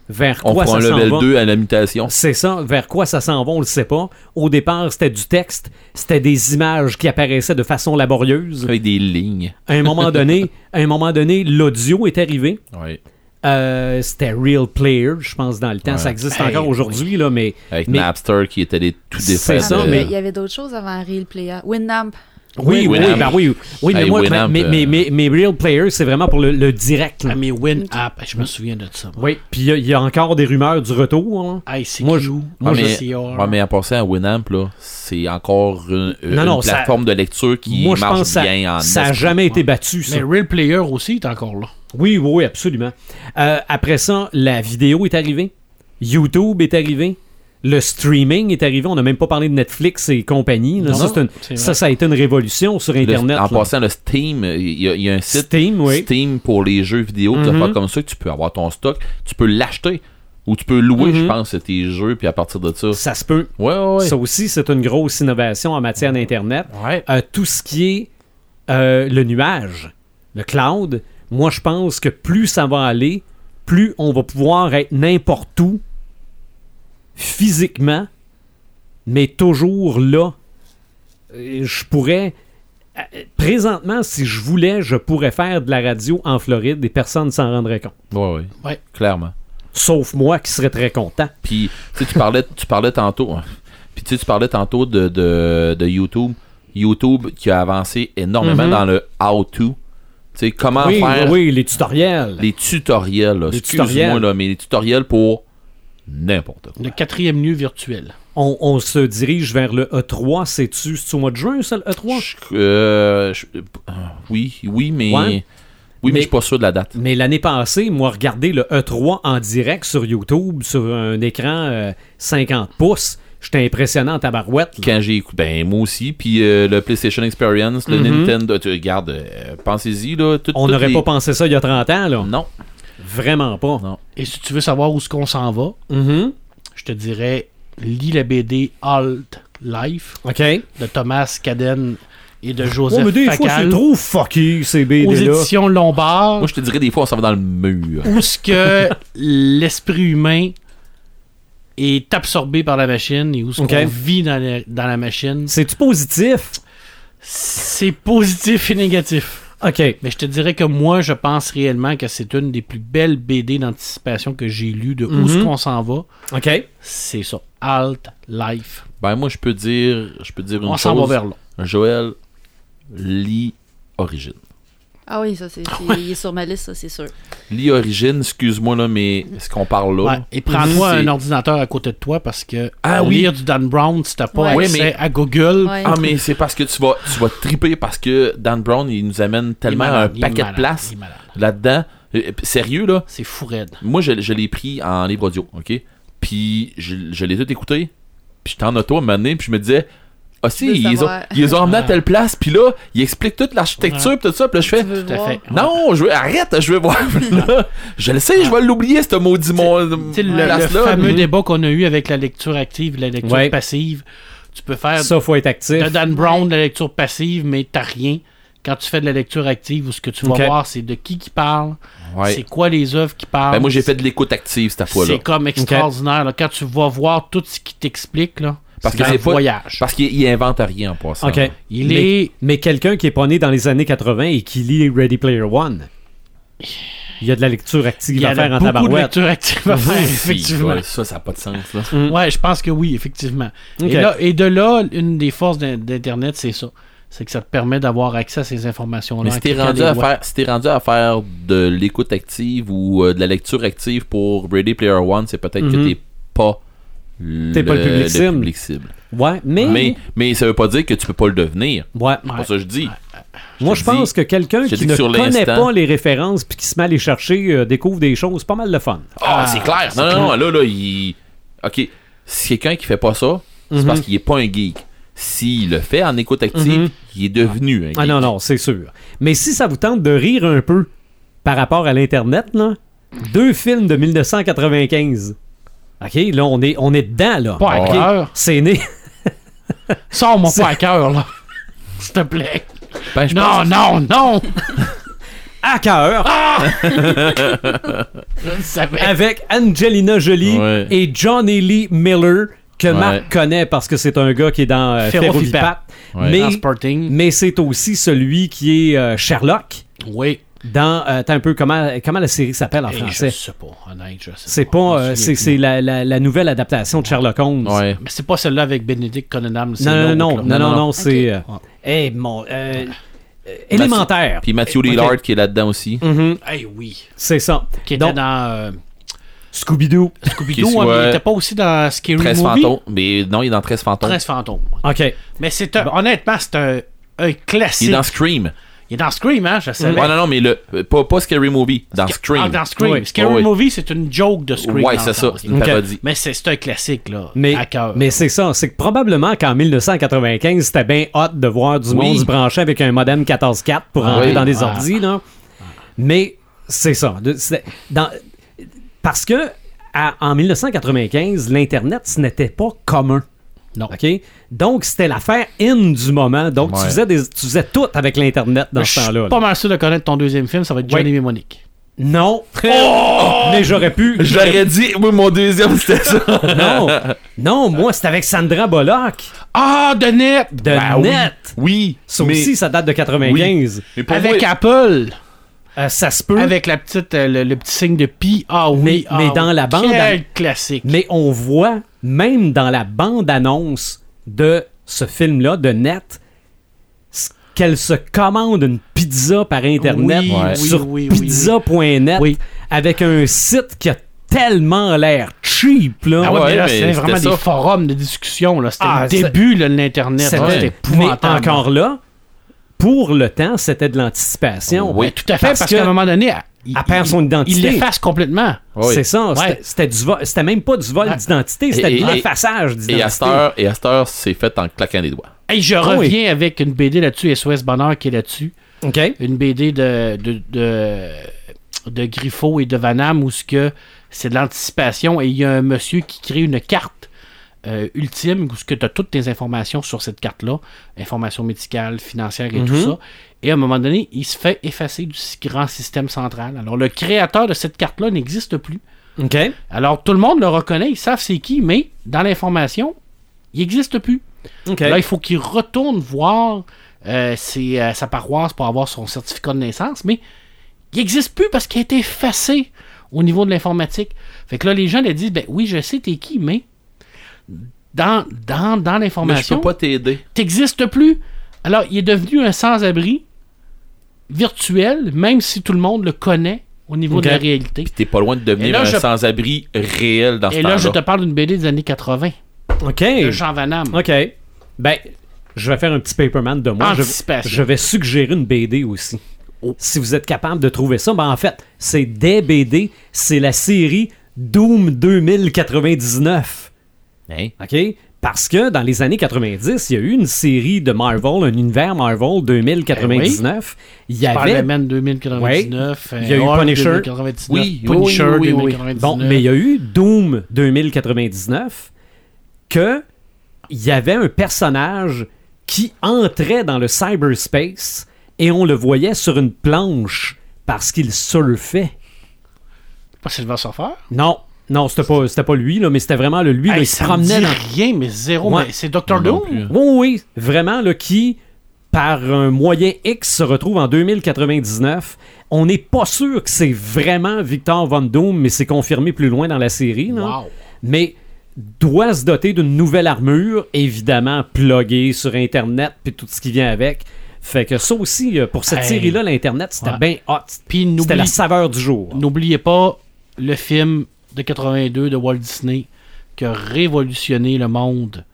Speaker 1: Vers
Speaker 4: On
Speaker 1: quoi
Speaker 4: prend
Speaker 1: ça
Speaker 4: le
Speaker 1: s'en
Speaker 4: level
Speaker 1: va.
Speaker 4: 2 à la mutation.
Speaker 1: C'est ça, vers quoi ça s'en va, on le sait pas. Au départ, c'était du texte, c'était des images qui apparaissaient de façon laborieuse.
Speaker 4: Avec des lignes.
Speaker 1: À un moment donné, à un moment donné, l'audio est arrivé.
Speaker 4: Ouais.
Speaker 1: Euh, c'était Real Player, je pense, dans le temps.
Speaker 4: Ouais.
Speaker 1: Ça existe
Speaker 3: Hey,
Speaker 1: encore aujourd'hui, là, mais
Speaker 4: Avec
Speaker 1: Mais-
Speaker 4: Napster qui était allé tout
Speaker 1: C'est
Speaker 4: défaire.
Speaker 1: ça,
Speaker 4: de-
Speaker 1: mais-
Speaker 5: Ah, Il y avait d'autres choses avant Real Player. Winamp.
Speaker 1: oui, oui,
Speaker 4: Winamp.
Speaker 1: ben oui, oui, mais
Speaker 4: Hey,
Speaker 1: moi,
Speaker 4: Winamp,
Speaker 1: mais,
Speaker 4: euh,
Speaker 1: mais, mais- mais Real Player, c'est vraiment pour le, le direct. là.
Speaker 3: Ah, mais Win App, je me souviens de ça.
Speaker 1: Oui, puis il y a- il y, a encore des rumeurs du retour. hein.
Speaker 3: ICQ,
Speaker 1: Moi, je- euh,
Speaker 4: Ouais,
Speaker 3: moi,
Speaker 4: mais,
Speaker 3: ICR.
Speaker 4: ouais, mais à passer à Winamp, là, c'est encore une, une
Speaker 1: Non, non, ça-
Speaker 4: plateforme de lecture qui
Speaker 1: moi, je
Speaker 4: marche
Speaker 1: pense que
Speaker 4: bien
Speaker 1: ça-
Speaker 4: en
Speaker 1: ça n'a
Speaker 4: esprit.
Speaker 1: jamais été battu, ça.
Speaker 3: Mais Real Player aussi est encore là.
Speaker 1: Oui, oui, oui, absolument. Euh, après ça, la vidéo est arrivée. YouTube est arrivé. Le streaming est arrivé. On n'a même pas parlé de Netflix et compagnie. là.
Speaker 3: Non,
Speaker 1: ça, c'est une-
Speaker 3: c'est vrai.
Speaker 1: ça, ça a été une révolution sur
Speaker 4: Le-
Speaker 1: Internet.
Speaker 4: en
Speaker 1: là.
Speaker 4: passant, le Steam, il y, a- il y a un site
Speaker 1: Steam, oui.
Speaker 4: Steam pour les jeux vidéo, des
Speaker 1: Mhm.
Speaker 4: affaires comme ça, que tu peux avoir ton stock, tu peux l'acheter ou tu peux louer,
Speaker 1: Mhm.
Speaker 4: je pense, tes jeux, puis à partir de ça.
Speaker 1: Ça se peut.
Speaker 4: Ouais, ouais, ouais.
Speaker 1: Ça aussi, c'est une grosse innovation en matière d'Internet.
Speaker 3: Ouais.
Speaker 1: Euh, tout ce qui est euh, le nuage, le cloud, moi, je pense que plus ça va aller, plus on va pouvoir être n'importe où, physiquement, mais toujours là. Euh, Je pourrais. euh, Présentement, si je voulais, je pourrais faire de la radio en Floride et personne ne s'en rendrait compte.
Speaker 4: Ouais, ouais.
Speaker 3: Ouais.
Speaker 4: Clairement.
Speaker 1: Sauf moi qui serais très content.
Speaker 4: Puis, tu sais, tu parlais, tu parlais tantôt. Puis, tu sais, tu parlais tantôt de, de, de YouTube. YouTube qui a avancé énormément
Speaker 1: Mhm.
Speaker 4: dans le how-to. Tu sais, comment
Speaker 1: Oui,
Speaker 4: faire
Speaker 1: oui, les tutoriels.
Speaker 4: les tutoriels. là.
Speaker 1: Les
Speaker 4: Excuse-moi,
Speaker 1: tutoriels.
Speaker 4: là, mais les tutoriels pour n'importe quoi.
Speaker 3: Le quatrième lieu virtuel.
Speaker 1: On, on se dirige vers le E3. C'est-tu c'est au mois de juin, ça, le E E3?
Speaker 4: Je- euh, je- euh, oui, oui, mais.
Speaker 1: Ouais.
Speaker 4: Oui,
Speaker 1: Mais-
Speaker 4: mais, je suis pas sûr de la date.
Speaker 1: Mais l'année passée, moi, regarder le E3 en direct sur YouTube, sur un écran euh, 50 pouces, j'étais impressionnant à tabarouette. là.
Speaker 4: Quand j'ai écouté, ben moi aussi, puis euh, le PlayStation Experience, le Nintendo, tu regardes, euh, pensez-y là, tout,
Speaker 1: Mm-hmm. On
Speaker 4: tout
Speaker 1: n'aurait
Speaker 4: les-
Speaker 1: pas pensé ça il y a 30 ans, là.
Speaker 4: Non,
Speaker 1: Vraiment pas.
Speaker 4: Non.
Speaker 3: Et si tu veux savoir où ce qu'on s'en va,
Speaker 1: Mhm.
Speaker 3: je te dirais, lis la BD Alt Life
Speaker 1: OK.
Speaker 3: de Thomas Caden et de Joseph
Speaker 1: Oh, mais des fois, c'est
Speaker 3: Facal
Speaker 1: trop fucky, ces
Speaker 3: aux
Speaker 1: BD-là.
Speaker 3: éditions Lombard.
Speaker 4: moi je te dirais des fois on s'en va dans le mur.
Speaker 3: où ce que l'esprit humain est absorbé par la machine et où ce
Speaker 1: Ok.
Speaker 3: qu'on vit dans la, dans la machine,
Speaker 1: C'est-tu positif?
Speaker 3: c'est positif et négatif.
Speaker 1: OK.
Speaker 3: Mais je te dirais que moi, je pense réellement que c'est une des plus belles BD d'anticipation que j'ai lues de où
Speaker 1: Mhm.
Speaker 3: ce qu'on s'en va.
Speaker 1: OK.
Speaker 3: C'est ça. Alt Life.
Speaker 4: Ben moi je peux dire, je peux dire une
Speaker 3: On
Speaker 4: chose.
Speaker 3: s'en va vers là.
Speaker 4: Joël lit Origine.
Speaker 5: Ah oui, ça, c'est, c'est- il est sur ma liste, ça, c'est sûr.
Speaker 4: Lit Origine, excuse-moi là, mais ce qu'on parle là.
Speaker 3: Ouais. Et prends-toi
Speaker 4: Oh. c'est-
Speaker 3: un ordinateur à côté de toi parce que
Speaker 4: Ah oui.
Speaker 3: lire du Dan Brown, si t'as pas
Speaker 5: Ouais.
Speaker 3: accès
Speaker 4: Ouais, mais-
Speaker 3: à Google,
Speaker 5: Ouais.
Speaker 4: Ah mais c'est parce que tu vas, tu vas triper parce que Dan Brown il nous amène
Speaker 3: il est
Speaker 4: tellement
Speaker 3: malade,
Speaker 4: un
Speaker 3: il est
Speaker 4: paquet de
Speaker 3: malade,
Speaker 4: places
Speaker 3: il est malade.
Speaker 4: là-dedans. Euh, p- Sérieux là,
Speaker 3: C'est fou raide.
Speaker 4: Moi, je, je l'ai pris en livre audio, OK? Puis, je, je l'ai tout écouté. Puis, j'étais en auto à un moment donné, puis je me disais... Ah si,
Speaker 5: veux
Speaker 4: ils les ont,
Speaker 5: savoir.
Speaker 4: ils les ont emmenés à telle place, puis là, ils expliquent toute l'architecture, puis tout ça, puis là, je fais...
Speaker 5: Tu veux
Speaker 3: Tout à
Speaker 5: voir.
Speaker 3: fait.
Speaker 4: Non, je veux, arrête, je veux voir. Puis là, je le sais, je vais l'oublier, ce maudit mon,
Speaker 3: Tu sais, le, le
Speaker 4: place-là.
Speaker 3: fameux
Speaker 4: Mhm.
Speaker 3: débat qu'on a eu avec la lecture active et la lecture
Speaker 1: Ouais.
Speaker 3: passive, tu peux faire
Speaker 1: Ça, faut être actif.
Speaker 3: de Dan Brown de la lecture passive, mais t'as rien. Quand tu fais de la lecture active, où ce que tu vas
Speaker 1: Ok.
Speaker 3: voir, c'est de qui qui parle,
Speaker 4: Ouais.
Speaker 3: c'est quoi les œuvres qui parlent.
Speaker 4: Ben, moi, j'ai fait de l'écoute active cette fois-là.
Speaker 3: C'est comme extraordinaire. là. Quand tu vas voir tout ce qui t'explique, là,
Speaker 4: Parce
Speaker 3: c'est
Speaker 4: que
Speaker 3: un
Speaker 4: des fois-
Speaker 3: voyage.
Speaker 4: Parce qu'il il invente rien en passant.
Speaker 1: OK.
Speaker 3: Il
Speaker 1: mais,
Speaker 3: est-
Speaker 1: Mais quelqu'un qui est pas né dans les années 80 et qui lit Ready Player One, il y a de la lecture active
Speaker 3: Il y
Speaker 1: à
Speaker 3: a
Speaker 1: faire en
Speaker 3: beaucoup de
Speaker 1: tabarouette.
Speaker 3: lecture active à faire, effectivement. Mm.
Speaker 4: Ouais, ça, ça n'a pas de sens, là.
Speaker 3: Ouais, je pense que oui, effectivement.
Speaker 1: Ok.
Speaker 3: Et, là- et de là, une des forces d'in- d'Internet, c'est ça. C'est que ça te permet d'avoir accès à ces informations-là.
Speaker 4: Mais
Speaker 3: en
Speaker 4: si t'es
Speaker 3: cliquant
Speaker 4: rendu,
Speaker 3: des
Speaker 4: à
Speaker 3: doigts.
Speaker 4: faire- si t'es rendu à faire de l'écoute active ou euh, de la lecture active pour Ready Player One, c'est peut-être
Speaker 1: Mhm.
Speaker 4: que t'es pas le,
Speaker 1: T'es pas le public cible.
Speaker 4: public cible.
Speaker 1: Ouais, mais,
Speaker 4: Mais, mais ça veut pas dire que tu peux pas le devenir.
Speaker 1: ouais.
Speaker 4: C'est
Speaker 3: Ouais.
Speaker 4: pour ça que je dis.
Speaker 1: Moi,
Speaker 4: te
Speaker 1: je pense
Speaker 4: dis-
Speaker 1: que quelqu'un
Speaker 4: je te
Speaker 1: qui
Speaker 4: dis que
Speaker 1: ne
Speaker 4: sur
Speaker 1: connaît
Speaker 4: l'instant-
Speaker 1: pas les références puis qui se met à les chercher euh, découvre des choses pas mal de fun.
Speaker 4: Ah,
Speaker 3: Ah,
Speaker 4: c'est clair.
Speaker 3: c'est
Speaker 4: Non, non, non, là, là, il. Ok. Si quelqu'un qui fait pas ça, c'est
Speaker 1: Mhm.
Speaker 4: parce qu'il est pas un geek. S'il le fait en écoute active,
Speaker 1: Mhm.
Speaker 4: il est devenu un geek.
Speaker 1: Ah non, non, c'est sûr. Mais si ça vous tente de rire un peu par rapport à l'Internet, là, deux films de 1995. OK, là, on est, on est dedans, là.
Speaker 4: Ah
Speaker 3: Pas à
Speaker 1: OK?
Speaker 3: cœur.
Speaker 1: C'est né.
Speaker 3: Sors-moi
Speaker 1: C'est-
Speaker 3: pas à cœur, là. S'il te plaît.
Speaker 4: Ben, je
Speaker 3: Non,
Speaker 4: pense-
Speaker 3: non, non.
Speaker 1: à E cœur
Speaker 3: Je le savais.
Speaker 1: avec Angelina Jolie
Speaker 4: Ouais.
Speaker 1: et Johnny Lee Miller que
Speaker 4: Ouais.
Speaker 1: Marc connaît parce que c'est un gars qui est dans euh,
Speaker 3: Ferrovipat.
Speaker 1: Ferrovipat.
Speaker 4: Ouais.
Speaker 1: Mais,
Speaker 3: Transporting.
Speaker 1: mais c'est aussi celui qui est euh, Sherlock.
Speaker 3: Oui.
Speaker 1: dans. euh, T'as un peu comment, comment la série s'appelle en
Speaker 3: Hey,
Speaker 1: français.
Speaker 3: Eh, Je sais pas, honnête, je sais
Speaker 1: C'est pas.
Speaker 3: Je me
Speaker 1: euh,
Speaker 3: souviens
Speaker 1: c'est c'est la, la- la nouvelle adaptation de Sherlock Holmes.
Speaker 4: Ouais.
Speaker 3: plus. Mais c'est pas celle-là avec Benedict Cumberbatch. c'est
Speaker 1: Non, non,
Speaker 3: l'autre,
Speaker 1: non,
Speaker 3: là.
Speaker 1: non, non, non,
Speaker 3: Ok.
Speaker 1: c'est. euh,
Speaker 3: Ouais. Bah,
Speaker 1: hey, mon. euh, euh, élémentaire.
Speaker 4: Puis Matthew
Speaker 1: Ok.
Speaker 4: Lillard qui est là-dedans aussi.
Speaker 1: Mhm,
Speaker 3: Hey, oui.
Speaker 1: c'est ça.
Speaker 3: Qui était
Speaker 1: Donc-
Speaker 3: dans euh,
Speaker 1: Scooby-Doo.
Speaker 3: Scooby-Doo,
Speaker 4: Qui
Speaker 3: hein, mais
Speaker 4: soit-
Speaker 3: il était pas aussi dans Scary
Speaker 4: 13
Speaker 3: Movie.
Speaker 4: fantômes. Mais non, il est dans 13 fantômes.
Speaker 3: 13 fantômes.
Speaker 1: OK.
Speaker 3: Mais c'est un- honnêtement, c'est un, un classique.
Speaker 4: Il est dans Scream.
Speaker 3: Scream, hein, je savais.
Speaker 4: Ouais, non, non, mais le, euh, pas, pas Scary Movie, dans Scream.
Speaker 3: Ah, dans Scream.
Speaker 1: Oui.
Speaker 3: Scary
Speaker 4: Oh, oui.
Speaker 3: Movie, c'est une joke de Scream.
Speaker 4: ouais,
Speaker 3: dans
Speaker 4: c'est
Speaker 3: le
Speaker 4: ça,
Speaker 3: fond.
Speaker 4: c'est une
Speaker 1: Ok.
Speaker 4: parodie.
Speaker 3: Mais c'est c'est un classique, là.
Speaker 1: Mais,
Speaker 3: à cœur.
Speaker 1: mais c'est ça, c'est que probablement qu'en 1995, c'était bien hot de voir du monde se brancher avec un modem 14.4 pour
Speaker 4: Ah
Speaker 1: rentrer
Speaker 4: oui.
Speaker 1: dans des
Speaker 3: Ah.
Speaker 1: ordis, là. Mais c'est ça. de- c'est- dans- parce que à- en 1995, l'Internet, ce n'était pas commun.
Speaker 3: Non.
Speaker 1: OK? Donc, c'était l'affaire in du moment. Donc, tu,
Speaker 4: Ouais.
Speaker 1: faisais des, tu faisais tout avec l'Internet dans
Speaker 3: Mais
Speaker 1: ce
Speaker 3: je
Speaker 1: temps-là.
Speaker 3: suis
Speaker 1: là.
Speaker 3: pas mal sûr de connaître ton deuxième film, ça va être
Speaker 1: Oui.
Speaker 3: Johnny Mnemonic.
Speaker 1: Non.
Speaker 3: Oh!
Speaker 1: Mais j'aurais pu.
Speaker 4: Je l'aurais dit, moi, mon deuxième, c'était ça.
Speaker 1: Non. Non, moi, c'était avec Sandra Bullock
Speaker 3: Ah, de net!
Speaker 1: de
Speaker 4: Ah oui.
Speaker 1: Net.
Speaker 4: Oui.
Speaker 1: Ça
Speaker 4: mais-
Speaker 1: aussi, ça date de 95.
Speaker 4: mais pour
Speaker 3: Avec
Speaker 4: moi,
Speaker 3: Apple,
Speaker 1: Euh, ça se peut.
Speaker 3: avec la petite, euh, le, le petit signe de pi. Ah oui,
Speaker 1: Mais-
Speaker 3: ah
Speaker 1: mais
Speaker 3: oui.
Speaker 1: dans la bande- hein.
Speaker 3: Quel classique.
Speaker 1: Mais on voit, même dans la bande-annonce de ce film-là, de Net, s- qu'elle se commande une pizza par Internet
Speaker 3: Oui,
Speaker 4: Ouais.
Speaker 1: sur
Speaker 3: oui, oui, oui, oui.
Speaker 1: pizza.net
Speaker 3: Oui.
Speaker 1: avec un site qui a tellement l'air cheap. Là.
Speaker 3: Ah ouais,
Speaker 4: Ouais,
Speaker 3: mais là,
Speaker 4: mais
Speaker 3: c'était vraiment
Speaker 4: c'était ça.
Speaker 3: des forums de discussion. là. C'était
Speaker 1: Ah,
Speaker 3: le
Speaker 1: c'est-
Speaker 3: début là, de l'Internet.
Speaker 1: C'était-
Speaker 3: là. C'était
Speaker 1: mais
Speaker 3: épouvantable.
Speaker 1: encore là, pour le temps, c'était de l'anticipation.
Speaker 4: Oui.
Speaker 3: Ben, tout à fait, parce,
Speaker 1: Parce
Speaker 3: qu'à
Speaker 1: que-
Speaker 3: un moment donné, il,
Speaker 1: Elle perd
Speaker 3: il-
Speaker 1: son identité. Ah
Speaker 3: Il l'efface complètement.
Speaker 4: Ouais.
Speaker 1: C'est ça,
Speaker 3: Ouais.
Speaker 1: c'était- c'était du vol- c'était même pas du vol
Speaker 3: Ouais.
Speaker 1: d'identité, c'était
Speaker 4: Et-
Speaker 1: de
Speaker 4: et-
Speaker 1: l'effaçage d'identité. Ah
Speaker 4: Et à cette heure, et à cette heure, c'est fait en claquant des doigts.
Speaker 3: Hey, je
Speaker 1: oui.
Speaker 3: reviens avec une BD là-dessus, SOS Bonheur qui est là-dessus.
Speaker 1: OK.
Speaker 3: Une BD de, de, de, de Griffo et de Vanham où ce que c'est de l'anticipation et il y a un monsieur qui crée une carte euh, ultime où ce que tu as toutes tes informations sur cette carte-là, informations médicales, financières et tout ça. Et à un moment donné, il se fait effacer du grand système central. Alors le créateur de cette carte-là n'existe plus.
Speaker 1: OK.
Speaker 3: Alors tout le monde le reconnaît, ils savent c'est qui, mais dans l'information, il n'existe plus.
Speaker 1: OK.
Speaker 3: Là, il faut qu'il retourne voir euh, ses, euh, sa paroisse pour avoir son certificat de naissance, mais il n'existe plus parce qu'il a été effacé au niveau de l'informatique. Fait que là, les gens le disent, ben oui, je sais t'es qui, mais dans, dans, dans
Speaker 4: Mais je
Speaker 3: l'information,
Speaker 4: peux pas t'aider.
Speaker 3: t'existes plus. Alors, il est devenu un sans-abri virtuel, même si tout le monde le connaît au niveau
Speaker 1: Ok.
Speaker 3: de la réalité.
Speaker 4: Puis t'es pas loin de devenir
Speaker 3: Et là,
Speaker 4: un
Speaker 3: je-
Speaker 4: sans-abri réel dans ce
Speaker 3: Et là, je te
Speaker 4: temps-là.
Speaker 3: parle d'une BD des années 80,
Speaker 1: OK.
Speaker 3: de Jean Vanham.
Speaker 1: OK. Ben, je vais faire un petit Paperman de moi. Je,
Speaker 3: Anticipation.
Speaker 1: je vais suggérer une BD aussi.
Speaker 4: Oh.
Speaker 1: Si vous êtes capable de trouver ça, ben en fait, c'est des BD, c'est la série Doom 2099.
Speaker 4: Hein?
Speaker 1: OK? Parce que dans les années 90, il y a eu une série de Marvel, un univers
Speaker 3: Ben
Speaker 1: Marvel 2099. Il y avait.
Speaker 3: Spider-Man 2099.
Speaker 1: Il y a eu
Speaker 3: Hulk
Speaker 1: Punisher.
Speaker 3: 2099,
Speaker 4: Oui, oui,
Speaker 3: Punisher
Speaker 4: oui, oui, oui.
Speaker 3: 2099.
Speaker 1: Bon, mais il y a eu Doom 2099 que il y avait un personnage qui entrait dans le cyberspace et on le voyait sur une planche parce qu'il surfait.
Speaker 3: Pas Ah, Sylvain Surfer.
Speaker 1: Non, non, c'était pas, c'était pas lui, là, mais c'était vraiment le lui là,
Speaker 3: Hey,
Speaker 1: il se
Speaker 3: ça me
Speaker 1: promenait
Speaker 3: dit
Speaker 1: dans.
Speaker 3: rien, mais zéro.
Speaker 1: Ouais.
Speaker 3: mais c'est Doctor
Speaker 4: Non
Speaker 3: Doom.
Speaker 4: plus.
Speaker 1: Oui, oui, vraiment, là, qui, par un moyen X, se retrouve en 2099. On n'est pas sûr que c'est vraiment Victor Von Doom, mais c'est confirmé plus loin dans la série. là.
Speaker 3: Wow.
Speaker 1: mais doit se doter d'une nouvelle armure, évidemment pluguée sur Internet puis tout ce qui vient avec. Fait que ça aussi, euh, pour cette
Speaker 3: Hey.
Speaker 1: série-là, l'Internet, c'était
Speaker 3: Ouais.
Speaker 1: bien hot.
Speaker 3: Puis
Speaker 1: C'était la
Speaker 3: n'oublie-
Speaker 1: saveur du jour.
Speaker 3: n'oubliez pas le film de 82 de Walt Disney qui a révolutionné le monde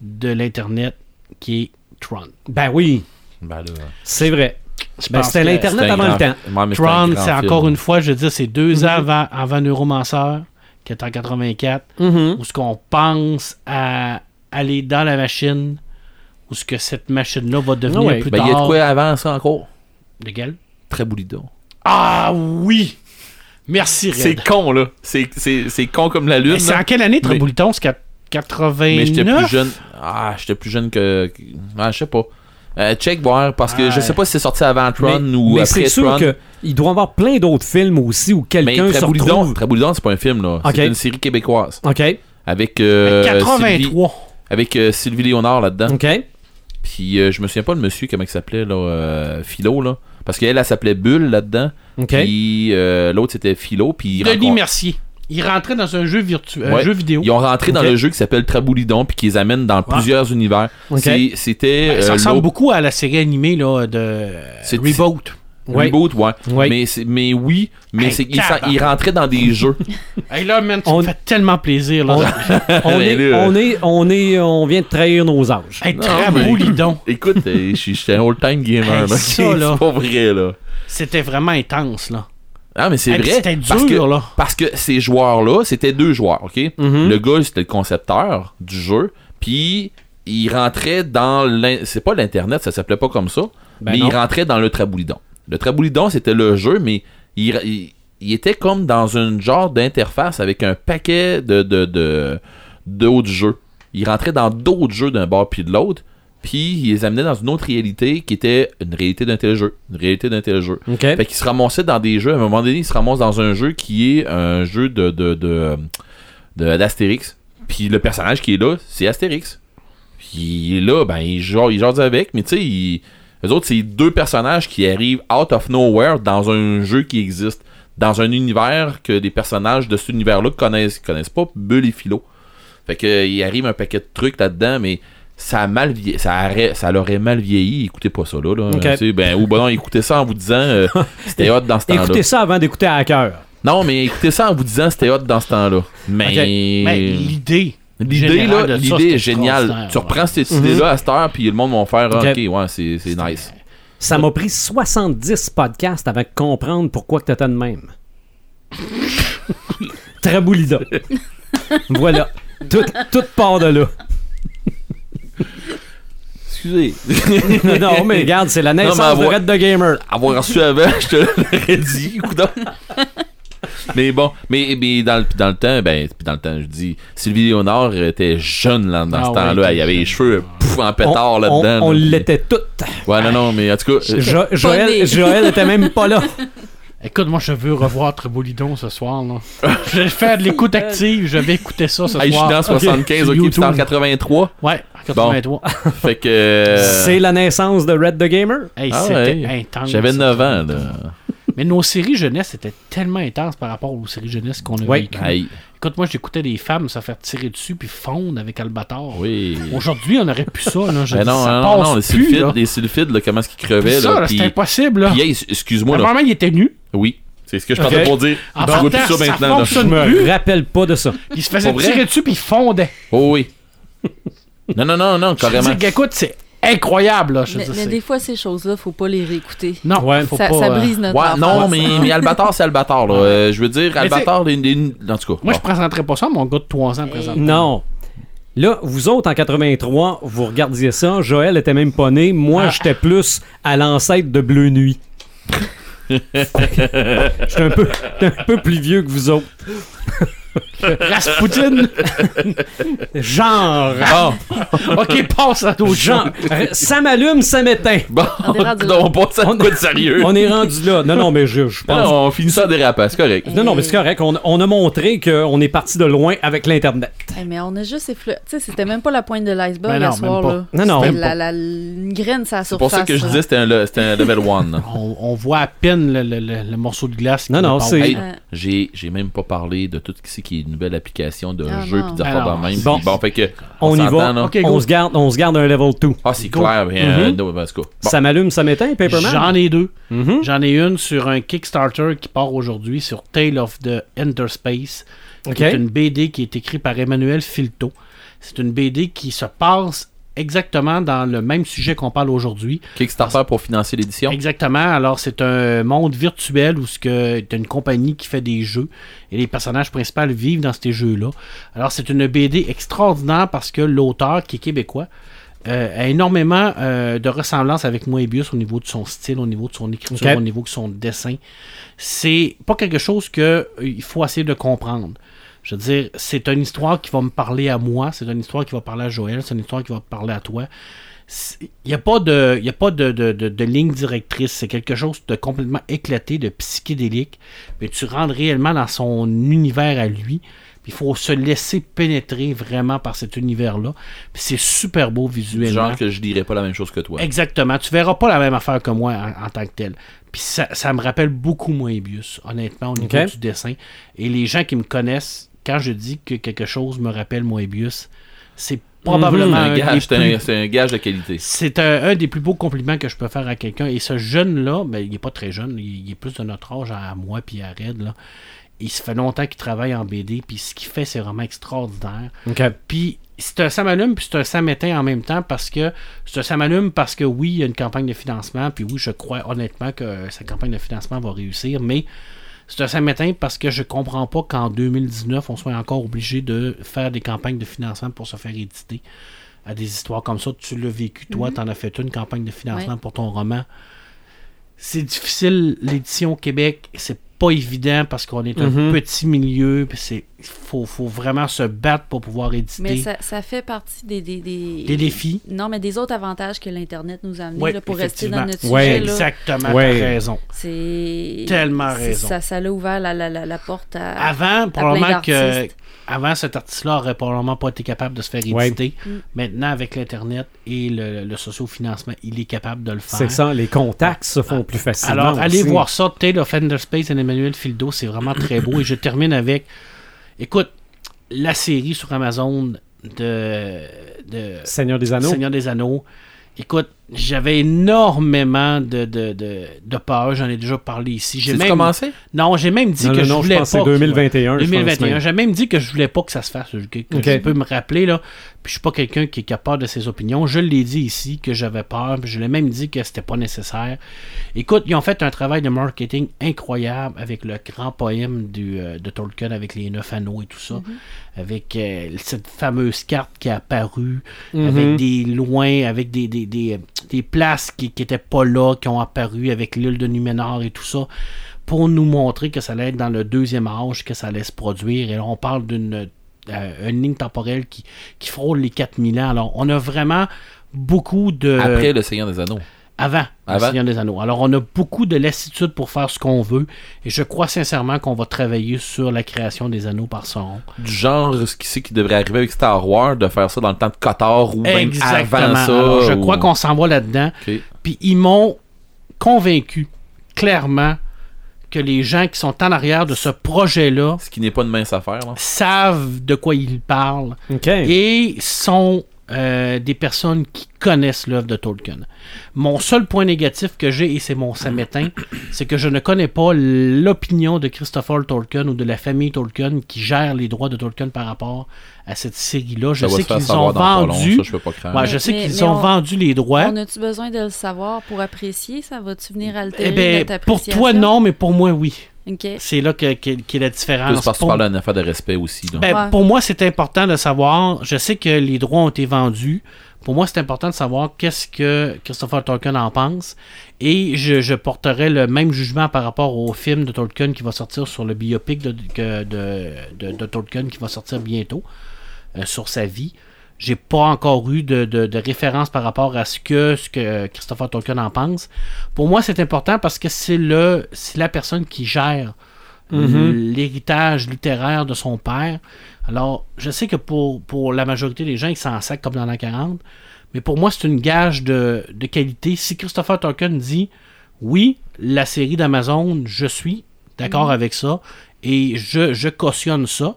Speaker 3: de l'Internet qui est Tron.
Speaker 1: Ben oui,
Speaker 4: Ben là,
Speaker 1: c'est vrai.
Speaker 3: Je
Speaker 1: Ben,
Speaker 3: pense
Speaker 1: c'était
Speaker 3: que
Speaker 1: l'Internet.
Speaker 4: c'était un
Speaker 1: avant le
Speaker 4: grand-
Speaker 1: temps.
Speaker 4: Ouais, mais c'était un
Speaker 3: Tron,
Speaker 4: grand
Speaker 3: c'est
Speaker 4: film.
Speaker 3: encore une fois, je veux dire, c'est deux
Speaker 1: Mhm.
Speaker 3: ans avant, avant Neuromancer, qui est en 84.
Speaker 1: Mhm.
Speaker 3: où ce qu'on pense à aller dans la machine, où ce que cette machine-là va devenir
Speaker 1: Ah ouais.
Speaker 3: plus
Speaker 4: Ben, il
Speaker 3: tard.
Speaker 4: y a de quoi avant ça encore?
Speaker 3: De quel?
Speaker 4: Très boulidon.
Speaker 3: Ah oui! Merci, Red.
Speaker 4: C'est con, là. C'est- C'est c'est con comme la lune.
Speaker 3: Mais C'est
Speaker 4: là.
Speaker 3: en quelle année,
Speaker 4: Mais-
Speaker 3: Trabouliton? C'est quat- 89?
Speaker 4: Mais j'étais plus jeune. Ah, j'étais plus jeune que. que- Ah, je sais pas. Euh, check voir, parce que
Speaker 3: Ouais.
Speaker 4: je sais pas si c'est sorti avant Tron
Speaker 1: mais
Speaker 4: ou
Speaker 1: mais
Speaker 4: après
Speaker 1: c'est sûr
Speaker 4: Tron.
Speaker 1: qu'il doit y avoir plein d'autres films aussi
Speaker 3: Ben,
Speaker 1: où
Speaker 4: Mais
Speaker 1: quelqu'un se
Speaker 4: Traboulidon,
Speaker 1: retrouve...
Speaker 4: Traboulidon, c'est pas un film, là.
Speaker 1: Ok.
Speaker 4: C'est une série québécoise.
Speaker 1: OK,
Speaker 4: Avec. euh, Sylvie-
Speaker 3: 83.
Speaker 4: Avec euh, Sylvie Léonard là-dedans.
Speaker 1: OK.
Speaker 4: Puis euh, je me souviens pas le monsieur, comment il s'appelait, là, euh, Philo, là. Parce qu'elle, elle s'appelait Bulle là-dedans.
Speaker 1: OK.
Speaker 4: Puis euh, l'autre, c'était Philo. Puis ils
Speaker 3: Denis
Speaker 4: rencontrent-
Speaker 3: Mercier. Il rentrait dans un jeu virtuel,
Speaker 4: Ouais.
Speaker 3: jeu vidéo.
Speaker 4: Ils ont rentré dans
Speaker 1: euh, Ok.
Speaker 4: le jeu qui s'appelle Traboulidon, puis qui les amène dans plusieurs univers.
Speaker 1: Ok.
Speaker 4: C'est- C'était.
Speaker 3: Ben, ça
Speaker 4: euh,
Speaker 3: ressemble
Speaker 4: l'autre-
Speaker 3: beaucoup à la série animée là, de
Speaker 4: C'est-
Speaker 3: Reboot.
Speaker 1: Ouais.
Speaker 4: Reboot, ouais.
Speaker 1: Ouais.
Speaker 4: Mais, c'est- mais oui, mais
Speaker 3: Hey,
Speaker 4: c'est ils
Speaker 3: tabarnak.
Speaker 4: s'en- ils rentraient dans des jeux.
Speaker 3: Hey là, man, tu
Speaker 1: On-
Speaker 3: me fais tellement plaisir. Là.
Speaker 1: On, on
Speaker 4: Mais
Speaker 1: est,
Speaker 4: là-
Speaker 1: on, est, on, est, on vient de trahir nos âges.
Speaker 3: Hey,
Speaker 4: Non,
Speaker 3: Traboulidon.
Speaker 4: Écoute, euh, je suis- j'étais un all-time gamer.
Speaker 3: Hey,
Speaker 4: là.
Speaker 3: ça,
Speaker 4: Ok,
Speaker 3: là.
Speaker 4: C'est pas vrai, là.
Speaker 3: C'était vraiment intense, là.
Speaker 4: Ah, mais c'est
Speaker 3: Hey,
Speaker 4: vrai.
Speaker 3: c'était dur,
Speaker 4: parce que,
Speaker 3: là.
Speaker 4: Parce que ces joueurs-là, c'était deux joueurs, OK?
Speaker 1: Mhm.
Speaker 4: Le gars, c'était le concepteur du jeu, puis il rentrait dans... l'in- C'est pas l'Internet, ça s'appelait pas comme ça,
Speaker 1: Ben
Speaker 4: mais
Speaker 1: non.
Speaker 4: il rentrait dans le Traboulidon. Le Traboulidon, c'était le jeu, mais il, il- il était comme dans un genre d'interface avec un paquet de de, de, d'autres jeux. Il rentrait dans d'autres jeux d'un bord puis de l'autre, puis il les amenait dans une autre réalité qui était une réalité d'un tel jeu, une réalité d'un tel jeu.
Speaker 1: OK.
Speaker 4: Fait qu'il se ramassait dans des jeux. À un moment donné, il se ramasse dans un jeu qui est un jeu de de- de- de- d'Astérix. Puis le personnage qui est là, c'est Astérix. Puis il est là, ben il genre il jase avec, mais tu sais, il- eux autres, c'est deux personnages qui arrivent out of nowhere dans un jeu qui existe. Dans un univers que les personnages de cet univers-là connaissent, connaissent pas, Bull et Philo. Fait que euh, il arrive un paquet de trucs là-dedans, mais ça a mal vieilli, ça, aurait- ça l'aurait mal vieilli, écoutez pas ça là, là.
Speaker 1: Ok.
Speaker 4: Tu sais, ben, ou ben non, écoutez ça en vous disant euh, c'était hot dans ce temps-là.
Speaker 1: Écoutez ça avant d'écouter Hacker.
Speaker 4: Non, mais écoutez ça en vous disant c'était hot dans ce temps-là. Mais
Speaker 3: Ok. Mais l'idée.
Speaker 4: l'idée
Speaker 3: générale
Speaker 4: là,
Speaker 3: de ça,
Speaker 4: l'idée
Speaker 3: c'était
Speaker 4: est géniale.
Speaker 3: extraordinaire,
Speaker 4: Tu
Speaker 3: ouais.
Speaker 4: reprends cette
Speaker 1: Mhm.
Speaker 4: idée-là à cette heure, puis le monde va faire ah,
Speaker 1: Ok.
Speaker 4: ok, ouais, c'est c'est nice.
Speaker 1: Ça m'a pris 70 podcasts avant de comprendre pourquoi que t'étais de même. Traboulida. voilà. Tout, tout part de là.
Speaker 4: Excusez.
Speaker 1: Non, non, mais regarde, c'est la naissance
Speaker 4: mais
Speaker 1: de
Speaker 4: avoir-
Speaker 1: Red the Gamer.
Speaker 4: avoir reçu avant, je te l'aurais dit, coudonc. Mais bon, mais, mais dans, le, dans le temps, ben, puis dans le temps, je dis, Sylvie Léonard était jeune là, dans
Speaker 3: Ah
Speaker 4: ce
Speaker 3: ouais,
Speaker 4: temps-là.
Speaker 3: était
Speaker 4: Il avait les
Speaker 3: jeune.
Speaker 4: cheveux pouf, en
Speaker 1: On,
Speaker 4: pétard
Speaker 1: on-
Speaker 4: là-dedans.
Speaker 1: on
Speaker 4: là.
Speaker 1: l'était toutes.
Speaker 4: Ouais, non, non, mais en tout cas, euh,
Speaker 1: Jo- Joël,
Speaker 5: née.
Speaker 1: Joël était même pas là.
Speaker 3: Écoute, moi, je veux revoir Traboulidon ce soir. Là. je vais faire de l'écoute active. Je vais écouter ça ce
Speaker 4: hey, je suis
Speaker 3: soir.
Speaker 4: dans 75,
Speaker 3: Sur
Speaker 4: ok, puis c'est en
Speaker 3: YouTube.
Speaker 4: 83.
Speaker 3: Ouais, en 83.
Speaker 4: Fait que. euh,
Speaker 1: C'est la naissance de Red the Gamer.
Speaker 3: Hey,
Speaker 4: ah
Speaker 3: c'était
Speaker 4: ouais.
Speaker 3: intense.
Speaker 4: J'avais 9 ans, là.
Speaker 3: Mais nos séries jeunesse étaient tellement intenses par rapport aux séries jeunesse qu'on a
Speaker 1: Ouais.
Speaker 3: vécues.
Speaker 4: Hey,
Speaker 3: Écoute, moi, j'écoutais des femmes se faire tirer dessus puis fondre avec Albator.
Speaker 4: oui.
Speaker 3: Aujourd'hui, on aurait pu ça. Là, je
Speaker 4: Ben
Speaker 3: dis,
Speaker 4: non,
Speaker 3: ça
Speaker 4: non,
Speaker 3: passe
Speaker 4: non, les
Speaker 3: plus, là.
Speaker 4: sulfides, les sulfides, là, comment est-ce qu'ils crevaient,
Speaker 3: ça,
Speaker 4: là.
Speaker 3: là,
Speaker 4: Puis,
Speaker 3: c'était impossible. Là.
Speaker 4: puis, hey, excuse-moi, là.
Speaker 3: Apparemment, il était nu.
Speaker 4: Oui. C'est ce que je
Speaker 1: Ok.
Speaker 4: pensais pour dire.
Speaker 3: En
Speaker 4: Tu vois
Speaker 3: partant,
Speaker 4: plus ça
Speaker 3: ça
Speaker 4: maintenant, là.
Speaker 1: Je
Speaker 3: fonctionne
Speaker 1: me
Speaker 3: plus.
Speaker 1: rappelle pas de ça.
Speaker 3: Il se faisait
Speaker 4: Pour vrai?
Speaker 3: tirer dessus puis il fondait.
Speaker 4: Oh oui. Non, non, non, non,
Speaker 3: Je
Speaker 4: carrément.
Speaker 3: dis, écoute, c'est incroyable. Là, je
Speaker 5: Mais,
Speaker 3: dis,
Speaker 5: mais
Speaker 3: c'est-
Speaker 5: des fois, ces choses-là, faut pas les réécouter.
Speaker 3: Non,
Speaker 1: Ouais.
Speaker 3: faut
Speaker 5: ça,
Speaker 3: pas,
Speaker 5: ça
Speaker 3: euh,
Speaker 5: brise notre
Speaker 4: Ouais, non,
Speaker 5: enfance.
Speaker 4: mais, mais Albator, c'est Albator, là. Euh, je veux dire, Albator, les, les- En tout cas.
Speaker 3: Moi,
Speaker 4: bon.
Speaker 3: je présenterais pas ça à mon gars de 3 ans présent.
Speaker 1: Ah. Non. Là, vous autres, en 83, vous regardiez ça. Joël était même pas né. Moi, j'étais plus à l'ancêtre de Bleu Nuit. J'étais un peu, j'étais un peu plus vieux que vous autres.
Speaker 3: Raspoutine!
Speaker 1: Genre.
Speaker 3: ok, passe à d'autres gens.
Speaker 1: Genre. Euh, Ça m'allume, ça m'éteint.
Speaker 4: Bon,
Speaker 5: On dérape de là.
Speaker 4: on passe à
Speaker 1: On-
Speaker 4: quoi de sérieux?
Speaker 1: On est rendu là. Non, non, mais je, je
Speaker 4: Non,
Speaker 1: pense.
Speaker 4: on finit ça en dérapant, c'est correct.
Speaker 1: Non, non, mais c'est correct. On, on a montré qu'on est parti de loin avec l'Internet.
Speaker 5: Eh, mais on a juste effleuré. Tu sais, c'était même pas la pointe de l'iceberg
Speaker 3: Ben non,
Speaker 5: à ce soir.
Speaker 3: même
Speaker 5: Là.
Speaker 1: pas. Non, non,
Speaker 5: C'était
Speaker 1: même
Speaker 5: la,
Speaker 1: pas.
Speaker 5: la- une graine, ça
Speaker 4: C'est
Speaker 5: surface.
Speaker 4: pour ça que je
Speaker 5: là.
Speaker 4: disais c'était un, le- c'était un level 1.
Speaker 3: On, on voit à peine le, le- le- le morceau de glace. qui
Speaker 1: Non, non,
Speaker 3: part.
Speaker 1: c'est-
Speaker 4: Hey,
Speaker 5: Ouais.
Speaker 4: j'ai, j'ai même pas parlé de tout ce qui est une nouvelle application de
Speaker 5: Ah,
Speaker 4: jeu
Speaker 5: non.
Speaker 4: puis d'affaires
Speaker 3: Alors,
Speaker 4: dans le même.
Speaker 1: bon.
Speaker 4: Bon. bon, fait que.
Speaker 1: On, y
Speaker 4: s'entend,
Speaker 1: va.
Speaker 4: là.
Speaker 3: Ok, Mm-hmm. go.
Speaker 1: on se garde, on se garde un level 2.
Speaker 4: Ah, c'est clair, mais. euh,
Speaker 1: Mhm.
Speaker 4: non, ben, en tout cas, bon.
Speaker 1: Ça m'allume, ça m'éteint, Paperman.
Speaker 3: J'en ai deux.
Speaker 1: Mhm.
Speaker 3: J'en ai une sur un Kickstarter qui part aujourd'hui sur Tale of the Enderspace,
Speaker 1: Ok.
Speaker 3: qui est une BD qui est écrite par Emmanuel Filto. C'est une BD qui se passe exactement dans le même sujet qu'on parle aujourd'hui.
Speaker 4: Kickstarter pour financer l'édition.
Speaker 3: Exactement. Alors, c'est un monde virtuel où tu as une compagnie qui fait des jeux et les personnages principaux vivent dans ces jeux-là. Alors, c'est une BD extraordinaire parce que l'auteur, qui est québécois, euh, a énormément euh, de ressemblances avec Moebius au niveau de son style, au niveau de son écriture,
Speaker 1: Ok.
Speaker 3: au niveau de son dessin. C'est pas quelque chose que euh, il faut essayer de comprendre. Je veux dire, c'est une histoire qui va me parler à moi, c'est une histoire qui va parler à Joël, c'est une histoire qui va parler à toi. Il n'y a pas de, y a pas de, de- de- de ligne directrice. C'est quelque chose de complètement éclaté, de psychédélique. Mais tu rentres réellement dans son univers à lui. Il faut se laisser pénétrer vraiment par cet univers-là. Puis c'est super beau visuellement.
Speaker 4: Genre que je dirais pas la même chose que toi.
Speaker 3: Exactement. Tu verras pas la même affaire que moi en, en tant que tel. Puis ça, ça me rappelle beaucoup Moebius, honnêtement, au niveau
Speaker 1: Ok.
Speaker 3: du dessin. Et les gens qui me connaissent, quand je dis que quelque chose me rappelle Moebius, c'est probablement
Speaker 4: C'est un
Speaker 3: un des
Speaker 4: gage- C'est
Speaker 3: plus-
Speaker 4: un, c'est un gage de qualité.
Speaker 3: c'est un, un des plus beaux compliments que je peux faire à quelqu'un. Et ce jeune-là, ben, il n'est pas très jeune, il, il est plus de notre âge à moi puis à Red. Là. Il se fait longtemps qu'il travaille en BD, puis ce qu'il fait, c'est vraiment extraordinaire.
Speaker 1: OK.
Speaker 3: Puis c'est un samalume, puis c'est un samétain en même temps, parce que c'est un samalume parce que oui, il y a une campagne de financement, puis oui, je crois honnêtement que euh, sa campagne de financement va réussir, mais c'est un samétain parce que je comprends pas qu'en 2019, on soit encore obligé de faire des campagnes de financement pour se faire éditer à des histoires comme ça. Tu l'as vécu, toi, t'en as fait une campagne de financement pour ton roman. C'est difficile, l'édition au Québec, c'est pas évident parce qu'on est un
Speaker 1: Mhm.
Speaker 3: petit milieu, puis c'est faut, faut vraiment se battre pour pouvoir éditer
Speaker 5: Mais ça, ça fait partie des, des, des-
Speaker 3: des défis.
Speaker 5: Non, mais des autres avantages que l'Internet nous a amenés
Speaker 3: Ouais,
Speaker 5: là, pour rester
Speaker 3: effectivement.
Speaker 5: dans notre
Speaker 1: Ouais,
Speaker 5: sujet. là.
Speaker 3: Exactement,
Speaker 1: Ouais.
Speaker 3: t'as raison.
Speaker 5: C'est.
Speaker 3: Tellement
Speaker 5: c'est-
Speaker 3: raison. Ah,
Speaker 5: Ça, ça l'a ouvert la, la, la, la porte à.
Speaker 3: Avant,
Speaker 5: plein
Speaker 3: probablement que.
Speaker 5: d'artistes.
Speaker 3: Avant, cet artiste-là aurait probablement pas été capable de se faire
Speaker 1: Ouais.
Speaker 3: éditer.
Speaker 5: Mm.
Speaker 3: Maintenant, avec l'Internet et le, le sociofinancement, il est capable de le faire.
Speaker 1: C'est ça, les contacts se font plus facilement.
Speaker 3: Hein? Alors, allez
Speaker 1: aussi.
Speaker 3: voir ça, Tale of Ender Space et Emmanuel Fildo, c'est vraiment très beau. Et je termine avec, écoute, la série sur Amazon de, de
Speaker 1: Seigneur des Anneaux.
Speaker 3: Seigneur des Anneaux. Écoute, j'avais énormément de, de, de, de peur, j'en ai déjà parlé ici. J'ai
Speaker 4: C'est
Speaker 3: même- euh,
Speaker 4: commencé?
Speaker 3: Non, j'ai même dit
Speaker 1: Non,
Speaker 3: que
Speaker 1: non,
Speaker 3: je
Speaker 1: non, je
Speaker 3: voulais
Speaker 1: pense que
Speaker 3: pas.
Speaker 1: c'est 2021. je pense
Speaker 3: 2021.
Speaker 1: même.
Speaker 3: J'ai même dit que je voulais pas que ça se fasse. Que, que
Speaker 1: Ok.
Speaker 3: Je peux me rappeler, là. Puis je suis pas quelqu'un qui, qui a peur de ses opinions. Je l'ai dit ici que j'avais peur. puis je l'ai même dit que c'était pas nécessaire. Écoute, ils ont fait un travail de marketing incroyable avec le grand poème du, euh, de Tolkien avec les neuf anneaux et tout ça. Avec euh, cette fameuse carte qui est apparue. Avec des loins, avec des, des, des, des places qui n'étaient pas là, qui ont apparu avec l'île de Numénor et tout ça pour nous montrer que ça allait être dans le deuxième âge, que ça allait se produire. Et là, on parle d'une euh, une ligne temporelle qui, qui frôle les 4000 ans. Alors, on a vraiment beaucoup de...
Speaker 4: Après le Seigneur des Anneaux.
Speaker 3: Avant, le
Speaker 4: Avant.
Speaker 3: Seigneur des Anneaux. Alors, on a beaucoup de lassitude pour faire ce qu'on veut. Et je crois sincèrement qu'on va travailler sur la création des anneaux par son.
Speaker 4: Du genre, ce qui, c'est qui devrait arriver avec Star Wars, de faire ça dans le temps de Cotard ou même avant
Speaker 3: Exactement.
Speaker 4: ça.
Speaker 3: Alors, je
Speaker 4: ou-
Speaker 3: crois qu'on s'en va là-dedans.
Speaker 4: Ok.
Speaker 3: Puis ils m'ont convaincu clairement que les gens qui sont en arrière de ce projet-là
Speaker 4: Ce qui n'est pas une mince affaire. Là.
Speaker 3: savent de quoi ils parlent
Speaker 1: OK.
Speaker 3: et sont euh, des personnes qui connaissent l'œuvre de Tolkien. Mon seul point négatif que j'ai, et c'est mon samétain, c'est que je ne connais pas l'opinion de Christopher Tolkien ou de la famille Tolkien qui gère les droits de Tolkien par rapport à cette série-là. Je
Speaker 4: Ça va
Speaker 3: sais
Speaker 4: se faire
Speaker 3: qu'ils ont
Speaker 4: savoir dans pas long,
Speaker 3: vendu.
Speaker 4: ça, je peux pas craindre.
Speaker 3: Ouais, je
Speaker 5: Mais-
Speaker 3: sais
Speaker 5: mais-
Speaker 3: qu'ils
Speaker 5: mais
Speaker 3: ont
Speaker 5: on-
Speaker 3: vendu les droits.
Speaker 5: On a-tu besoin de le savoir pour apprécier ça? Va-tu venir altérer
Speaker 3: Eh ben,
Speaker 5: notre
Speaker 3: pour
Speaker 5: appréciation?
Speaker 3: toi, non, mais pour moi, oui.
Speaker 5: OK.
Speaker 3: C'est là que- que- qu'est la
Speaker 4: Plus
Speaker 3: différence.
Speaker 4: parce que tu
Speaker 3: Pour-
Speaker 4: parles d'une affaire de respect aussi. là.
Speaker 3: Ben,
Speaker 5: Ouais.
Speaker 3: Pour moi, c'est important de savoir. Je sais que les droits ont été vendus. Pour moi, c'est important de savoir qu'est-ce que Christopher Tolkien en pense. Et je, je porterai le même jugement par rapport au film de Tolkien qui va sortir sur le biopic de, que- de, de- de Tolkien qui va sortir bientôt euh, sur sa vie. J'ai pas encore eu de, de- de référence par rapport à ce que, ce que Christopher Tolkien en pense. Pour moi, c'est important parce que c'est le c'est la personne qui gère l'héritage littéraire de son père. Alors, je sais que pour, pour la majorité des gens, ils s'en sacent comme dans la 40, mais pour moi, c'est une gage de, de qualité. Si Christopher Tolkien dit oui, la série d'Amazon, je suis d'accord avec ça et je, je cautionne ça.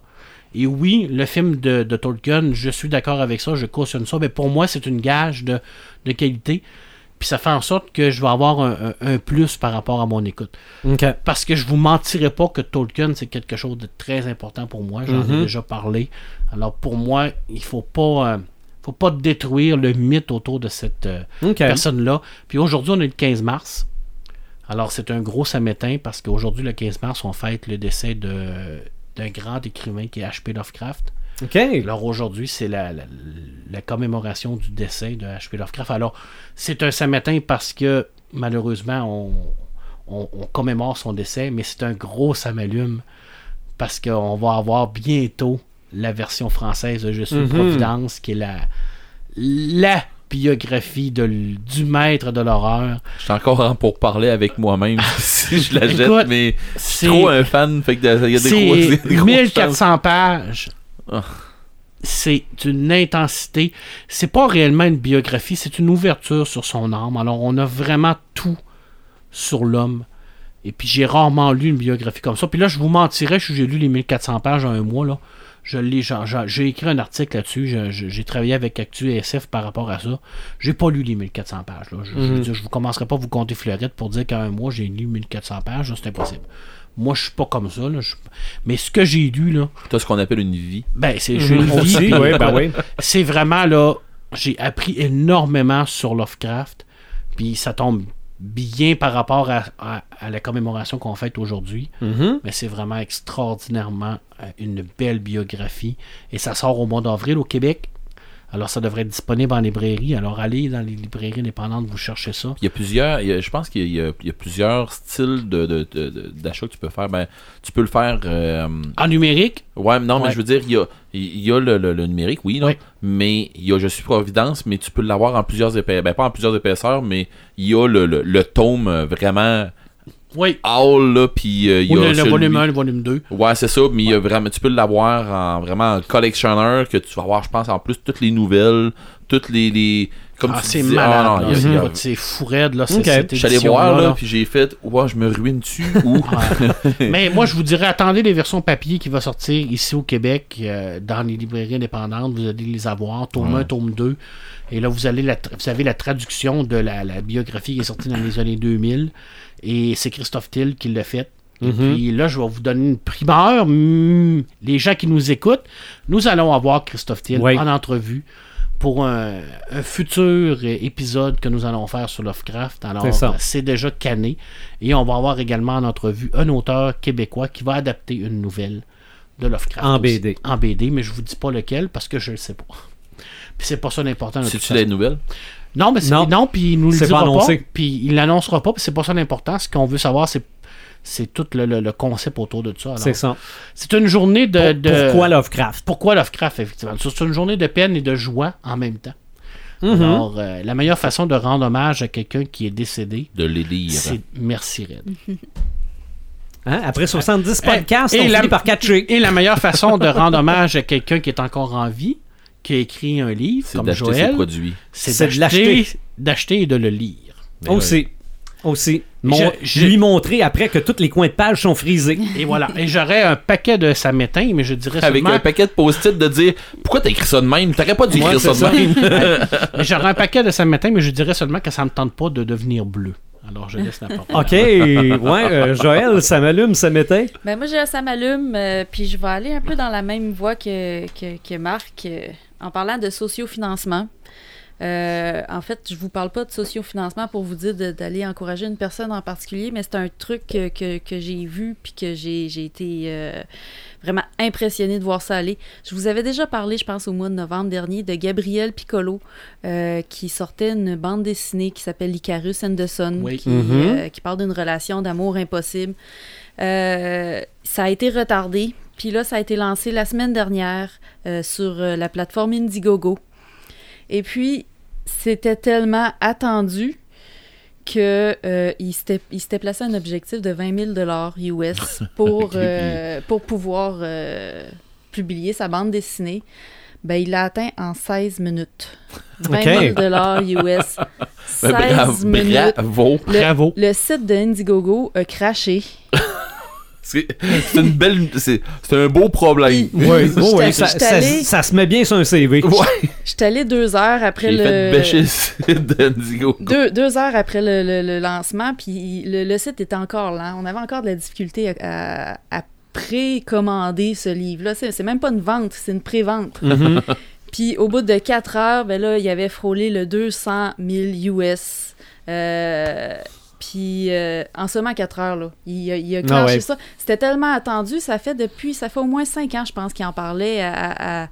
Speaker 3: Et oui, le film de, de Tolkien, je suis d'accord avec ça, je cautionne ça, mais pour moi, c'est une gage de, de qualité. Puis ça fait en sorte que je vais avoir un- un- un plus par rapport à mon écoute
Speaker 1: OK.
Speaker 3: parce que je vous mentirai pas que Tolkien c'est quelque chose de très important pour moi, j'en ai déjà parlé. Alors pour moi, il faut pas euh, faut pas détruire le mythe autour de cette euh,
Speaker 1: OK.
Speaker 3: personne là. Puis aujourd'hui, on est le 15 mars. Alors c'est un gros samétain parce qu'aujourd'hui le 15 mars on fête le décès de d'un grand écrivain qui est H.P. Lovecraft.
Speaker 1: OK.
Speaker 3: Alors aujourd'hui, c'est la, la- la commémoration du décès de H.P. Lovecraft. Alors, c'est un samedi parce que malheureusement, on, on- on commémore son décès, mais c'est un gros samalume parce qu'on va avoir bientôt la version française de Je suis
Speaker 1: Mhm.
Speaker 3: Providence, qui est la, la biographie de l- du maître de l'horreur.
Speaker 4: Je suis encore en pour parler avec moi-même si je la jette,
Speaker 3: Écoute,
Speaker 4: mais je
Speaker 3: C'est
Speaker 4: suis trop un fan, fait que il y a des gros- il y a
Speaker 3: c'est
Speaker 4: des grosses
Speaker 3: 1400 pages.
Speaker 4: Ah.
Speaker 3: C'est une intensité. C'est pas réellement une biographie, c'est une ouverture sur son âme. Alors, on a vraiment tout sur l'homme. Et puis, j'ai rarement lu une biographie comme ça. Puis là, je vous mentirais, je- j'ai lu les 1400 pages en un mois. Là. Je l'ai- j'en- j'en- j'ai écrit un article là-dessus. Je- je- J'ai travaillé avec Actu SF par rapport à ça. J'ai pas lu les 1400 pages. Là. Je, je veux
Speaker 1: Mhm.
Speaker 3: dire, je vous commencerai pas à vous compter fleurette pour dire qu'en un mois, j'ai lu 1400 pages. là, C'est impossible. Moi, je suis pas comme ça. Là. Je suis pas- Mais ce que j'ai lu, là,
Speaker 4: T'as ce qu'on appelle une vie.
Speaker 3: ben,
Speaker 4: Mhm.
Speaker 3: c'est j'ai lu-
Speaker 1: Aussi, ouais, ben oui.
Speaker 3: c'est vraiment là, j'ai appris énormément sur Lovecraft, puis ça tombe bien par rapport à, à- à la commémoration qu'on fête aujourd'hui,
Speaker 4: Mm.
Speaker 1: Mhm.
Speaker 3: mais c'est vraiment extraordinairement euh, une belle biographie, et ça sort au mois d'avril au Québec, alors ça devrait être disponible en librairie, alors allez dans les librairies indépendantes, vous cherchez ça.
Speaker 4: Il y a plusieurs, il y a- je pense qu'il y, a- il y a plusieurs styles de- de- de- de- d'achat que tu peux faire. Ben, tu peux le faire. euh,
Speaker 3: En numérique,
Speaker 4: ouais, non, mais
Speaker 3: Ouais.
Speaker 4: je veux dire, il y a, il y a le, le- le numérique, oui, non,
Speaker 3: Ouais.
Speaker 4: mais il y a Je suis Providence, mais tu peux l'avoir en plusieurs épaisseurs. Ben, pas en plusieurs épaisseurs, mais il y a le, le- le tome euh, vraiment
Speaker 3: oui,
Speaker 4: all, là, puis euh, il y
Speaker 3: ou
Speaker 4: a
Speaker 3: le, le
Speaker 4: celui-
Speaker 3: volume 1, le volume 2.
Speaker 4: Ouais, c'est ça, mais il y a vraiment, tu peux l'avoir en vraiment en collectionneur, que tu vas avoir, je pense, en plus, toutes les nouvelles, toutes les. les comme
Speaker 3: Ah,
Speaker 4: tu
Speaker 3: c'est
Speaker 4: disais-
Speaker 3: malade,
Speaker 4: ah, non,
Speaker 3: là.
Speaker 4: il y a- il y a-
Speaker 3: Écoute, c'est fou raide, là, c'est
Speaker 1: Ok.
Speaker 3: cette
Speaker 4: Je suis allé
Speaker 3: édition-là,
Speaker 4: voir, là,
Speaker 3: là.
Speaker 4: puis j'ai fait, ouais, je me ruine-tu ou.
Speaker 3: Ouais. Mais moi, je vous dirais, attendez les versions papier qui vont sortir ici au Québec, euh, dans les librairies indépendantes. Vous allez les avoir, tome 1, tome 2. Et là, vous, allez la tra- vous avez la traduction de la, la biographie qui est sortie dans les années 2000. Et c'est Christophe Till qui l'a fait. Et puis là, je vais vous donner une primeur. Hmm, les gens qui nous écoutent, nous allons avoir Christophe Till
Speaker 1: Oui.
Speaker 3: en entrevue pour un, un futur euh, épisode que nous allons faire sur Lovecraft. Alors,
Speaker 1: C'est ça.
Speaker 3: euh, c'est déjà canné. Et on va avoir également en entrevue un auteur québécois qui va adapter une nouvelle de Lovecraft.
Speaker 1: En
Speaker 3: aussi.
Speaker 1: BD.
Speaker 3: En BD, mais je vous dis pas lequel parce que je le sais pas. Puis c'est pas ça l'important. de toute
Speaker 4: C'est-tu
Speaker 3: façon.
Speaker 4: les nouvelles?
Speaker 3: Non, mais c'est-
Speaker 1: Non.
Speaker 3: non. puis il nous le
Speaker 1: C'est
Speaker 3: dira
Speaker 1: pas
Speaker 3: pas,
Speaker 1: annoncé.
Speaker 3: puis il l'annoncera pas, puis c'est pas ça l'important. Ce qu'on veut savoir, c'est c'est tout le, le- le concept autour de ça. Alors,
Speaker 1: C'est ça.
Speaker 3: C'est une journée de, Oh Euh, de-
Speaker 1: Pourquoi Lovecraft?
Speaker 3: pourquoi Lovecraft, effectivement. C'est une journée de peine et de joie en même temps.
Speaker 1: Mm-hmm.
Speaker 3: Alors, euh, la meilleure façon de rendre hommage à quelqu'un qui est décédé,
Speaker 4: De les lire.
Speaker 3: c'est merci Red.
Speaker 1: Hein? Après 70 podcasts,
Speaker 3: Euh, et
Speaker 1: on
Speaker 3: la-
Speaker 1: finit par catcher.
Speaker 3: Et la meilleure façon de rendre hommage à quelqu'un qui est encore en vie, qui a écrit un livre
Speaker 4: C'est
Speaker 3: comme
Speaker 4: d'acheter ses
Speaker 3: Joël,
Speaker 4: produits.
Speaker 1: C'est
Speaker 3: c'est
Speaker 1: de
Speaker 3: d'acheter- d'acheter et de le lire.
Speaker 4: Mais ouais.
Speaker 1: Aussi. Aussi. Mon-
Speaker 3: Ben Je- je-
Speaker 1: Lui montrer après que tous les coins de page sont frisés.
Speaker 3: Et voilà. Et j'aurais un paquet de samétain, mais je dirais
Speaker 4: Avec
Speaker 3: seulement-
Speaker 4: un paquet de post-it de dire pourquoi t'as écrit ça de même T'aurais pas dû
Speaker 3: Ouais,
Speaker 4: écrire
Speaker 3: c'est
Speaker 4: ça de
Speaker 3: ça.
Speaker 4: même.
Speaker 3: Mais J'aurais un paquet de samétain, mais je dirais seulement que ça me tente pas de devenir bleu. Alors je laisse n'importe quoi.
Speaker 1: OK, ouais, euh, Joël, ça m'allume, ça m'éteint.
Speaker 5: Ben moi, j'ai- ça m'allume, euh, puis je vais aller un peu dans la même voie que, que, que Marc euh, en parlant de sociofinancement. Euh, en fait, je vous parle pas de sociofinancement pour vous dire de- d'aller encourager une personne en particulier, mais c'est un truc que, que- que j'ai vu puis que j'ai j'ai été euh, vraiment impressionnée de voir ça aller. Je vous avais déjà parlé, je pense, au mois de novembre dernier, de Gabriel Piccolo euh, qui sortait une bande dessinée qui s'appelle Icarus and the Sun,
Speaker 3: Oui.
Speaker 5: qui,
Speaker 1: Mhm.
Speaker 5: euh, qui parle d'une relation d'amour impossible. Euh, ça a été retardé. Puis là, ça a été lancé la semaine dernière euh, sur euh, la plateforme Indiegogo. Et puis, c'était tellement attendu que euh, il s'était il s'était placé un objectif de 20 000 US pour, euh, pour pouvoir euh, publier sa bande dessinée. Ben, il l'a atteint en 16 minutes. 20 000 US. 16
Speaker 4: Bra-
Speaker 5: minutes.
Speaker 4: Ben, Bravo.
Speaker 5: Le-
Speaker 3: Bravo.
Speaker 5: Le site de Indiegogo a craché.
Speaker 4: C'est c'est une belle. C'est c'est un beau problème.
Speaker 1: Oui,
Speaker 5: J'étais-
Speaker 1: oui, ça,
Speaker 5: j'étais
Speaker 1: ça-
Speaker 5: allée-
Speaker 1: ça se met bien sur un CV.
Speaker 5: Je suis allée deux heures après
Speaker 4: J'ai
Speaker 5: le.
Speaker 4: fait bêcher le site d'Indigo.
Speaker 5: Deux, deux heures après le, le- le lancement, puis le, le site était encore lent. On avait encore de la difficulté à, à- à précommander ce livre-là. C'est c'est même pas une vente, c'est une pré-vente.
Speaker 4: Mm-hmm.
Speaker 5: Puis au bout de quatre heures, ben là, il avait frôlé le 200 000 US. Euh, puis euh, en seulement quatre heures, là, il, a- il a
Speaker 1: Ah
Speaker 5: clenché
Speaker 1: ouais.
Speaker 5: ça. C'était tellement attendu, ça fait depuis, ça fait au moins cinq ans, je pense, qu'il en parlait à, à-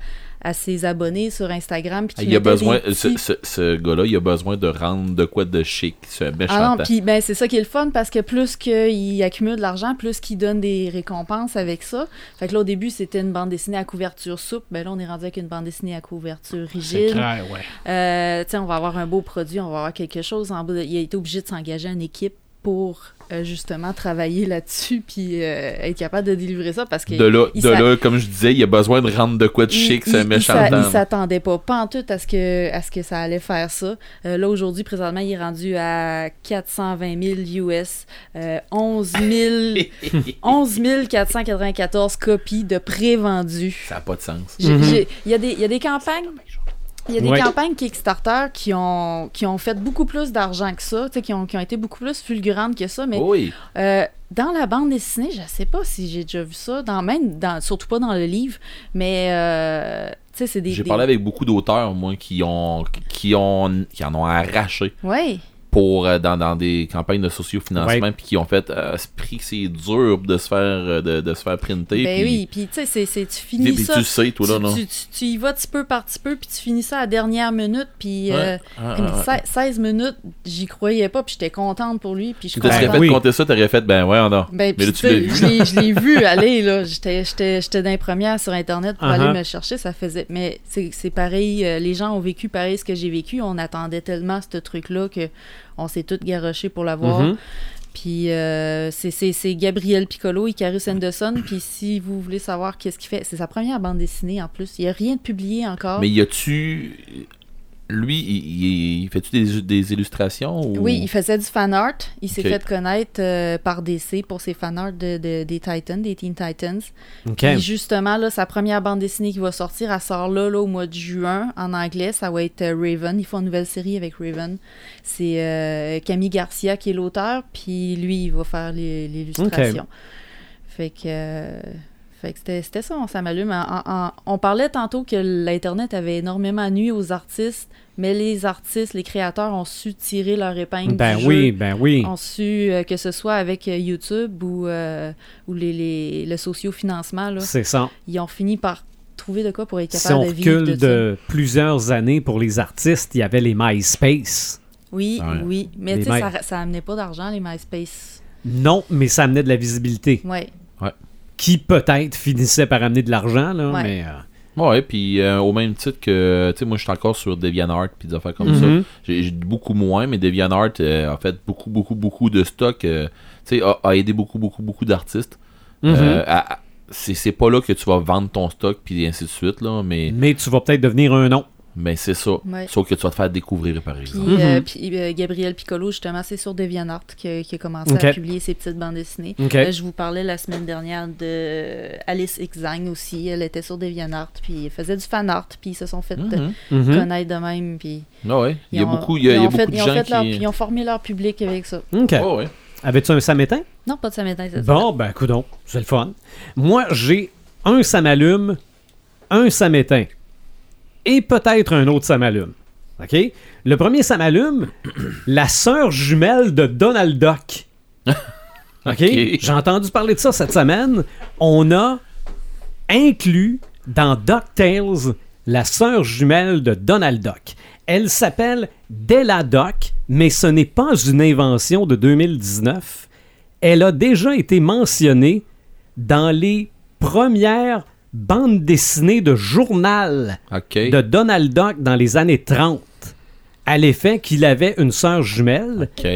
Speaker 5: à ses abonnés sur Instagram. puis qui
Speaker 4: Il a
Speaker 5: mettaient
Speaker 4: besoin,
Speaker 5: des
Speaker 4: ce,
Speaker 5: petits-
Speaker 4: ce- ce gars-là, il a besoin de rendre de quoi de chic, ce méchant
Speaker 5: Ah non,
Speaker 4: temps.
Speaker 5: puis ben, c'est ça qui est le fun parce que plus qu'il accumule de l'argent, plus qu'il donne des récompenses avec ça. Fait que là, au début, c'était une bande dessinée à couverture souple. Ben là, on est rendu avec une bande dessinée à couverture
Speaker 3: C'est
Speaker 5: rigide.
Speaker 3: clair, ouais.
Speaker 5: Euh, tu sais, on va avoir un beau produit, on va avoir quelque chose. En bas de- Il a été obligé de s'engager en équipe pour euh, justement travailler là-dessus puis euh, être capable de délivrer ça parce que
Speaker 4: De là,
Speaker 5: il
Speaker 4: de
Speaker 5: s'a-
Speaker 4: là, comme je disais, il a besoin de rendre de quoi de
Speaker 5: il-
Speaker 4: chic,
Speaker 5: il-
Speaker 4: ce
Speaker 5: il
Speaker 4: méchant
Speaker 5: s'a- Il
Speaker 4: temps.
Speaker 5: s'attendait pas, pas en tout à ce que, à ce que ça allait faire ça. Euh, là, aujourd'hui, présentement, il est rendu à 420 000 US, euh, 11, 000 11 494 copies de pré-vendus.
Speaker 4: Ça n'a pas de sens.
Speaker 5: J'ai-
Speaker 1: Mhm.
Speaker 5: j'ai- Il y, a des- il y a des campagnes. Il y a des
Speaker 1: Ouais.
Speaker 5: campagnes Kickstarter qui ont, qui ont fait beaucoup plus d'argent que ça, tu sais, qui ont, qui ont été beaucoup plus fulgurantes que ça, mais
Speaker 4: Oui.
Speaker 5: euh, dans la bande dessinée, je sais pas si j'ai déjà vu ça, dans, même dans, surtout pas dans le livre, mais euh, tu sais, c'est des.
Speaker 4: J'ai
Speaker 5: des-
Speaker 4: parlé avec beaucoup d'auteurs, moi, qui ont qui ont qui en ont arraché
Speaker 5: Ouais.
Speaker 4: pour euh, dans, dans des campagnes de sociofinancement
Speaker 1: Ouais.
Speaker 4: puis qui ont fait euh, ce prix que c'est dur de se faire euh, de, de se faire printer
Speaker 5: ben
Speaker 4: puis,
Speaker 5: oui, puis tu sais, c'est- c'est- tu
Speaker 4: puis-
Speaker 5: finis
Speaker 4: puis
Speaker 5: ça.
Speaker 4: tu sais toi là
Speaker 5: tu-
Speaker 4: non
Speaker 5: tu, tu- tu y vas petit peu par petit peu, puis tu finis ça à la dernière minute, puis euh,
Speaker 4: Ouais, Ah, ouais, ouais.
Speaker 5: se- 16 minutes, j'y croyais pas, puis j'étais contente pour lui, puis je
Speaker 4: tu
Speaker 5: suis
Speaker 4: te serais
Speaker 5: contente.
Speaker 4: fait
Speaker 1: oui.
Speaker 4: compter ça t'aurais fait ben ouais non
Speaker 5: Ben,
Speaker 4: mais
Speaker 5: puis
Speaker 4: là
Speaker 5: tu
Speaker 4: tu l'as
Speaker 5: sais,
Speaker 4: vu
Speaker 5: je l'ai- je l'ai vu aller, là. J'étais j'étais- j'étais d'un première sur Internet pour
Speaker 1: Uh-huh.
Speaker 5: aller me chercher, ça faisait... Mais c'est c'est pareil, euh, les gens ont vécu pareil ce que j'ai vécu. On attendait tellement ce truc-là que on s'est tous garochés pour l'avoir.
Speaker 1: Mhm.
Speaker 5: Puis euh, c'est- c'est c'est Gabriel Piccolo, Icarus Anderson. Puis si vous voulez savoir qu'est-ce qu'il fait, c'est sa première bande dessinée en plus. Il n'y a rien de publié encore.
Speaker 4: mais y a-tu lui il, il- il fait-tu des, des illustrations ou...
Speaker 5: Oui, il faisait du fan art. Il s'est
Speaker 4: Ok.
Speaker 5: fait connaître euh, par DC pour ses fan art de- de- des Titans, des Teen Titans.
Speaker 1: OK.
Speaker 5: Puis justement, là, sa première bande dessinée qui va sortir, elle sort là, là, au mois de juin, en anglais. Ça va être euh, Raven. Ils font une nouvelle série avec Raven. C'est euh, Camille Garcia qui est l'auteur, puis lui, il va faire les- l'illustration. Fait que... euh, fait que c'était c'était ça, on s'amallume. En- en- en- on parlait tantôt que l'Internet avait énormément nuit aux artistes, mais les artistes, les créateurs ont su tirer leur épingle
Speaker 1: Ben
Speaker 5: du jeu
Speaker 1: oui, ben oui.
Speaker 5: ont su euh, que ce soit avec euh, YouTube ou, euh, ou les, les- le sociofinancement, là,
Speaker 1: C'est ça.
Speaker 5: ils ont fini par trouver de quoi pour être
Speaker 1: Si
Speaker 5: capable
Speaker 1: on
Speaker 5: de vivre
Speaker 1: recule
Speaker 5: de,
Speaker 1: de,
Speaker 5: ça.
Speaker 1: plusieurs années pour les artistes, il y avait les MySpace.
Speaker 5: Oui,
Speaker 4: Ouais.
Speaker 5: oui, mais
Speaker 1: Les
Speaker 5: tu sais,
Speaker 1: My-
Speaker 5: ça, ça amenait pas d'argent les MySpace.
Speaker 1: Non, mais ça amenait de la visibilité.
Speaker 5: Ouais.
Speaker 1: Qui peut-être finissait par amener de l'argent, là,
Speaker 5: Ouais.
Speaker 1: mais... euh,
Speaker 4: ouais puis euh, au même titre que tu sais moi je suis encore sur DeviantArt puis des affaires comme ça
Speaker 1: mhm.
Speaker 4: J'ai j'ai beaucoup moins, mais DeviantArt euh, a fait beaucoup, beaucoup, beaucoup de stock. euh, tu sais, a, a aidé beaucoup, beaucoup, beaucoup d'artistes.
Speaker 1: Mhm.
Speaker 4: Euh, à- à- c'est c'est pas là que tu vas vendre ton stock, puis ainsi de suite, là, mais,
Speaker 1: Mais tu vas peut-être devenir un nom.
Speaker 4: mais c'est ça.
Speaker 5: Ouais.
Speaker 4: Sauf que tu vas te faire découvrir, par
Speaker 5: Puis,
Speaker 4: exemple.
Speaker 5: euh,
Speaker 1: Mhm.
Speaker 5: puis, euh, Gabriel Piccolo, justement, c'est sur DeviantArt qui, qui a commencé à
Speaker 1: Ok.
Speaker 5: publier ses petites bandes dessinées.
Speaker 1: OK.
Speaker 5: Euh, je vous parlais la semaine dernière de Alice Xang aussi. Elle était sur DeviantArt, puis elle faisait du fan art, puis ils se sont fait euh,
Speaker 4: Mhm.
Speaker 1: Mhm.
Speaker 5: connaître de même. Puis
Speaker 4: Ah ouais. Il y a
Speaker 5: ils ont-
Speaker 4: beaucoup, il y a,
Speaker 5: ils
Speaker 4: il y a
Speaker 5: ont fait-
Speaker 4: beaucoup de
Speaker 5: ils ont
Speaker 4: gens
Speaker 5: fait leur-
Speaker 4: qui.
Speaker 5: Ils ont formé leur public avec ça.
Speaker 1: OK.
Speaker 4: Ah ouais.
Speaker 1: Oh. Avais-tu un samétain?
Speaker 5: Non, pas de samedi cette
Speaker 1: Bon, ben, coudon, c'est le fun. Moi, j'ai un ça m'allume, un ça m'éteint et peut-être un autre ça m'allume. OK? Le premier ça m'allume, la sœur jumelle de Donald Duck. OK?
Speaker 4: Ok.
Speaker 1: J'ai entendu parler de ça cette semaine. On a inclus dans DuckTales la sœur jumelle de Donald Duck. Elle s'appelle Della Duck, mais ce n'est pas une invention de 2019. Elle a déjà été mentionnée dans les premières bandes dessinées de journal
Speaker 4: Ok.
Speaker 1: de Donald Duck dans les années 30, à l'effet qu'il avait une sœur jumelle
Speaker 4: Ok.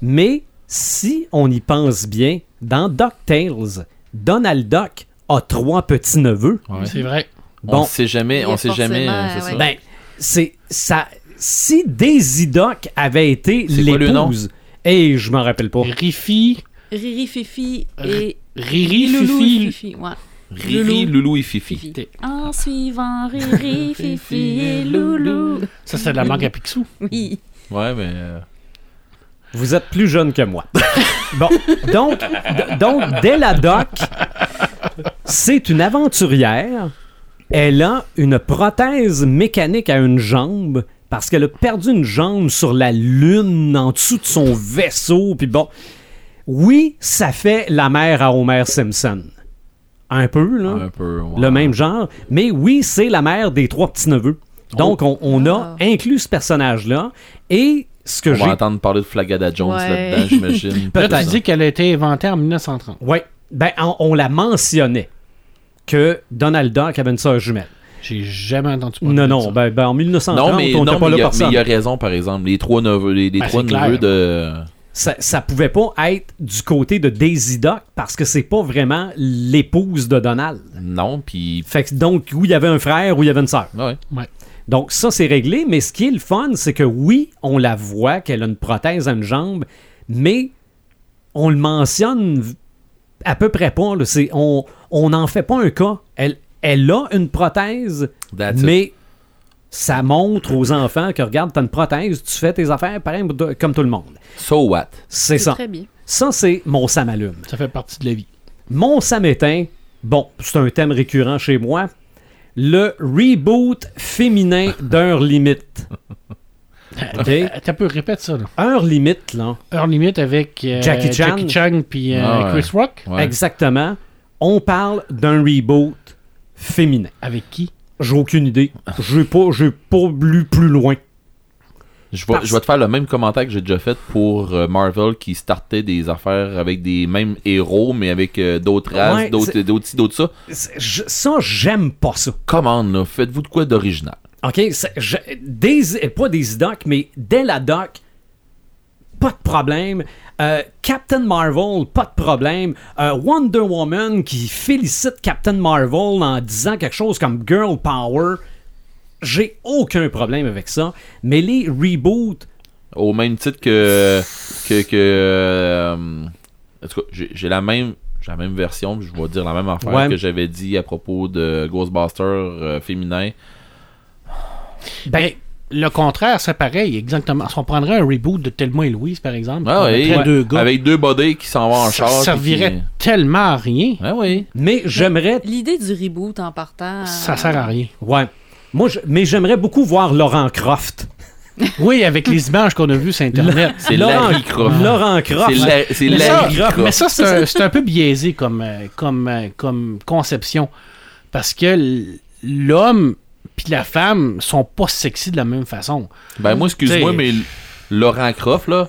Speaker 1: mais si on y pense bien, dans DuckTales, Donald Duck a trois petits-neveux.
Speaker 4: Ouais.
Speaker 3: C'est vrai.
Speaker 4: On
Speaker 1: Bon,
Speaker 4: sait jamais.
Speaker 5: Il y a
Speaker 4: On sait jamais.
Speaker 5: forcément,
Speaker 4: euh, c'est
Speaker 5: ouais.
Speaker 4: ça.
Speaker 1: ben, c'est ça. Si Daisy Duck avait été
Speaker 4: C'est quoi le
Speaker 1: l'épouse, et je m'en rappelle
Speaker 4: Oh.
Speaker 1: pas.
Speaker 3: Rifi,
Speaker 5: Riri Fifi et
Speaker 3: Riri,
Speaker 5: Loulou
Speaker 3: Fifi.
Speaker 5: Fifi, ouais.
Speaker 4: Riri,
Speaker 5: Loulou.
Speaker 4: Loulou et Fifi.
Speaker 5: Fifi. En suivant Riri Fifi et Loulou.
Speaker 3: Ça, c'est de la mangue à Picsou.
Speaker 5: Oui.
Speaker 4: Ouais, mais.
Speaker 5: Hein?
Speaker 4: euh,
Speaker 1: Vous êtes plus jeune que moi. Bon, donc, d- donc Della Doc, c'est une aventurière. Elle a une prothèse mécanique à une jambe parce qu'elle a perdu une jambe sur la lune en dessous de son vaisseau. Puis bon, oui, ça fait la mère à Homer Simpson. Un peu, là.
Speaker 4: Un peu. ouais.
Speaker 1: le même genre. Mais oui, c'est la mère des trois petits-neveux. Donc,
Speaker 4: Oh.
Speaker 1: on, on a
Speaker 5: Ah.
Speaker 1: inclus ce personnage-là. Et ce que
Speaker 4: On
Speaker 1: j'ai.
Speaker 4: va entendre parler de Flagada Jones
Speaker 5: Ouais.
Speaker 4: là-dedans, j'imagine.
Speaker 3: Là,
Speaker 4: Tout
Speaker 3: tu
Speaker 4: ça.
Speaker 3: dis qu'elle a été inventée en 1930.
Speaker 1: Ouais. Ben, on, on la mentionnait que Donald Duck avait une sœur jumelle.
Speaker 3: J'ai jamais entendu parler
Speaker 1: Non,
Speaker 3: de
Speaker 1: non.
Speaker 3: ça.
Speaker 1: Ben, ben, en 1930,
Speaker 4: Non, mais,
Speaker 1: on
Speaker 4: non,
Speaker 1: n'était pas
Speaker 4: mais
Speaker 1: là
Speaker 4: il, y a,
Speaker 1: pour ça.
Speaker 4: mais il y a raison, par exemple. Les trois neveux, les, les
Speaker 3: Ben,
Speaker 4: trois
Speaker 3: c'est clair.
Speaker 4: neveux de.
Speaker 1: ça. ça pouvait pas être du côté de Daisy Duck parce que c'est pas vraiment l'épouse de Donald.
Speaker 4: Non, puis.
Speaker 1: Fait que donc, oui, il y avait un frère ou il y avait une sœur.
Speaker 4: Ouais.
Speaker 3: Ouais.
Speaker 1: Donc ça, c'est réglé, mais ce qui est le fun, c'est que oui, on la voit qu'elle a une prothèse à une jambe, mais on le mentionne v- à peu près pas. là. C'est- on on n'en fait pas un cas. Elle, elle a une prothèse,
Speaker 4: That's it.
Speaker 1: mais ça montre aux enfants que regarde, t'as une prothèse, tu fais tes affaires pareil de- comme tout le monde.
Speaker 4: So what?
Speaker 1: C'est
Speaker 5: C'est
Speaker 1: ça.
Speaker 5: très bien.
Speaker 1: Ça, c'est mon samalume.
Speaker 3: Ça fait partie de la vie.
Speaker 1: Mon samétain, bon, c'est un thème récurrent chez moi. Le reboot féminin d'Heure Limite. OK?
Speaker 3: Euh, T'as peu, répète ça. Là.
Speaker 1: Heure Limite, là,
Speaker 3: Heure limite avec euh,
Speaker 1: Jackie Chan.
Speaker 3: Jackie Chan puis euh,
Speaker 4: Ah ouais.
Speaker 3: Chris Rock.
Speaker 4: Ouais.
Speaker 1: exactement, on parle d'un reboot féminin.
Speaker 3: Avec qui
Speaker 1: J'ai aucune idée. J'ai pas, j'ai pas lu plus loin.
Speaker 4: Je vais,
Speaker 1: Parce-
Speaker 4: je vais te faire le même commentaire que j'ai déjà fait pour euh, Marvel qui startait des affaires avec des mêmes héros, mais avec euh, d'autres races,
Speaker 1: Ouais,
Speaker 4: d'autres
Speaker 1: c'est-
Speaker 4: d'autres ci, d'autres ça.
Speaker 1: C'est- je- ça, j'aime pas ça.
Speaker 4: Commande, là, faites-vous de quoi d'original.
Speaker 1: OK? c'est- je- des, pas des docs, mais dès la doc, pas de problème. Euh, Captain Marvel, pas de problème. Euh, Wonder Woman qui félicite Captain Marvel en disant quelque chose comme Girl Power. J'ai aucun problème avec ça. Mais les reboots,
Speaker 4: Au même titre que. que, que euh, en tout cas, j'ai j'ai la même. J'ai la même version, puis je vais dire la même affaire
Speaker 1: Ouais.
Speaker 4: que j'avais dit à propos de Ghostbusters euh, féminin.
Speaker 1: ben,
Speaker 3: Le contraire, c'est pareil, exactement. Si on prendrait un reboot de Thelma et Louise, par exemple,
Speaker 4: Ah
Speaker 3: on
Speaker 4: ouais,
Speaker 3: mettrait deux gars,
Speaker 4: Avec deux bodés qui s'en vont en
Speaker 3: ça
Speaker 4: charge.
Speaker 3: servirait tellement à rien,
Speaker 4: Ah oui.
Speaker 1: mais j'aimerais.
Speaker 5: L'idée du reboot en partant.
Speaker 3: ça sert à rien.
Speaker 1: Ouais. Moi, je- mais j'aimerais beaucoup voir Laurent Croft.
Speaker 3: Oui, avec les images qu'on a vues sur Internet.
Speaker 4: C'est Larry
Speaker 3: Ah.
Speaker 4: Croft.
Speaker 1: Laurent Croft.
Speaker 4: C'est la- c'est
Speaker 3: Mais ça,
Speaker 4: Larry Croft.
Speaker 3: mais ça, c'est un, c'est un peu biaisé comme, euh, comme, euh, comme conception. Parce que l- l'homme puis la femme sont pas sexy de la même façon.
Speaker 4: Ben moi, excuse-moi,
Speaker 3: T'sais-
Speaker 4: mais L- Laurent Croft, là,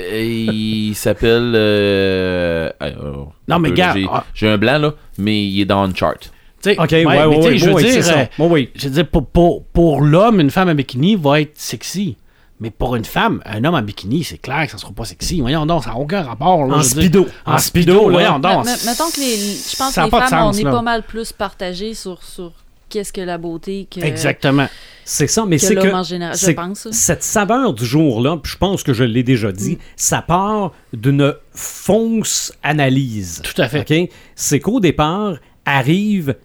Speaker 4: euh, il s'appelle... euh, ah, euh,
Speaker 3: Non, mais
Speaker 4: euh,
Speaker 3: gars,
Speaker 4: j'ai-
Speaker 3: ah.
Speaker 4: J'ai un blanc, là, mais il est dans le chart.
Speaker 3: T'sais,
Speaker 1: Ok, ouais,
Speaker 3: ouais,
Speaker 1: ouais,
Speaker 3: mais t'sais,
Speaker 1: ouais,
Speaker 3: je veux
Speaker 1: ouais, c'est
Speaker 3: dire,
Speaker 1: ça.
Speaker 3: euh,
Speaker 1: Ouais, oui.
Speaker 3: je veux dire, pour, pour, pour l'homme, une femme à bikini va être sexy. Mais pour une femme, un homme en bikini, c'est clair que ça sera pas sexy. Voyons donc, ça n'a aucun rapport. là,
Speaker 1: En
Speaker 3: je veux dire.
Speaker 1: speedo.
Speaker 3: En speedo,
Speaker 1: là.
Speaker 3: voyons donc.
Speaker 5: Mais- mais- euh, mettons que les, je
Speaker 3: ça
Speaker 5: pense que
Speaker 3: a
Speaker 5: les
Speaker 3: pas
Speaker 5: femmes,
Speaker 3: de
Speaker 5: on
Speaker 3: sens,
Speaker 5: est
Speaker 3: là.
Speaker 5: pas mal plus partagés sur, sur qu'est-ce que la beauté que,
Speaker 3: Exactement.
Speaker 1: C'est ça, mais
Speaker 5: que
Speaker 1: c'est que.
Speaker 5: l'homme en général, je
Speaker 1: c'est-
Speaker 5: pense. Mm.
Speaker 1: Cette saveur du jour-là, puis je pense que je l'ai déjà dit, ça part d'une fausse analyse.
Speaker 3: Tout à fait.
Speaker 1: OK? C'est qu'au départ, arrive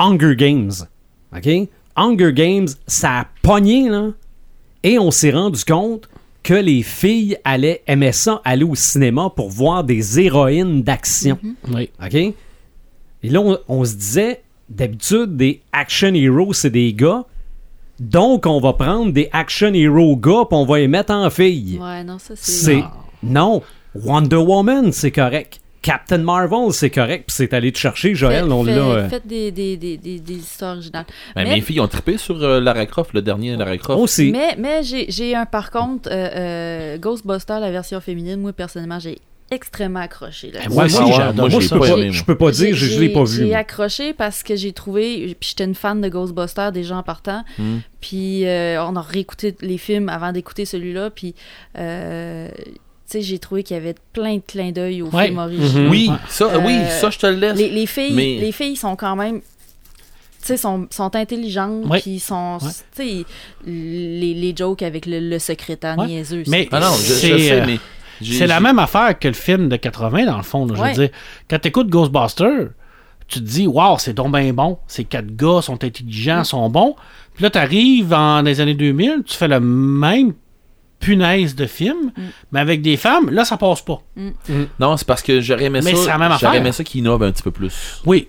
Speaker 1: Hunger Games. OK? Hunger Games, ça a pogné, là. Et on s'est rendu compte que les filles allaient, aimaient ça, aller au cinéma pour voir des héroïnes d'action.
Speaker 5: Mm-hmm.
Speaker 3: Oui.
Speaker 1: OK? Et là, on, on se disait, d'habitude, des action heroes, c'est des gars. Donc, on va prendre des action heroes gars, puis on va les mettre en filles.
Speaker 5: Ouais, non, ça c'est.
Speaker 1: C'est. Non. Wonder Woman, c'est correct. Captain Marvel, c'est correct. Puis c'est allé te chercher, Joël,
Speaker 5: Fait-
Speaker 1: on
Speaker 5: fait-
Speaker 1: l'a. euh,
Speaker 5: Faites des, des, des, des, des histoires originales.
Speaker 4: Ben,
Speaker 5: Mais-
Speaker 4: Mes filles ont trippé sur euh, Lara Croft, le dernier Lara Croft.
Speaker 1: euh, Aussi.
Speaker 5: Mais, mais j'ai j'ai un par contre, euh, euh, Ghostbuster, la version féminine, moi personnellement, j'ai extrêmement accroché. Là.
Speaker 3: Moi aussi,
Speaker 4: Ah ouais,
Speaker 3: j'adore
Speaker 4: moi,
Speaker 1: Moi,
Speaker 4: j'ai
Speaker 1: je
Speaker 3: ça.
Speaker 1: peux,
Speaker 4: pas
Speaker 1: pas,
Speaker 4: aimé,
Speaker 1: je
Speaker 4: moi.
Speaker 1: peux pas dire, je, je l'ai pas vu.
Speaker 5: J'ai
Speaker 1: moi.
Speaker 5: accroché parce que j'ai trouvé, puis j'étais une fan de Ghostbuster déjà en partant,
Speaker 4: Hmm.
Speaker 5: puis euh, on a réécouté les films avant d'écouter celui-là, puis euh, tu sais, j'ai trouvé qu'il y avait plein de clins d'œil aux
Speaker 3: Ouais.
Speaker 5: films originaux.
Speaker 4: Oui,
Speaker 3: Ouais.
Speaker 4: ça,
Speaker 5: Euh,
Speaker 4: oui, ça, je te le laisse.
Speaker 5: Les, les filles,
Speaker 4: Mais-
Speaker 5: les filles sont quand même. Tu sais, sont, sont intelligentes,
Speaker 3: Ouais.
Speaker 5: puis sont.
Speaker 3: Ouais.
Speaker 5: Tu sais, les, les jokes avec le, le secrétaire
Speaker 3: Ouais.
Speaker 5: niaiseux.
Speaker 3: Mais-
Speaker 5: c'est-
Speaker 4: Ah non, je, je
Speaker 3: C'est,
Speaker 4: sais,
Speaker 3: euh,
Speaker 4: mais... j'ai-
Speaker 3: C'est la
Speaker 4: j'ai-
Speaker 3: même affaire que le film de 80, dans le fond. là, je
Speaker 5: Ouais.
Speaker 3: veux dire, quand tu écoutes Ghostbusters, tu te dis, waouh, c'est donc bien bon. Ces quatre gars sont intelligents,
Speaker 5: Mm.
Speaker 3: sont bons. Puis là, tu arrives dans les années 2000, tu fais le même punaise de film,
Speaker 5: Mm.
Speaker 3: mais avec des femmes, là, ça passe pas.
Speaker 4: Non, c'est parce que j'aurais aimé
Speaker 3: Mais c'est la même
Speaker 4: ça...
Speaker 3: affaire.
Speaker 4: J'aurais aimé ça qu'ils innovent un petit peu plus.
Speaker 3: Oui.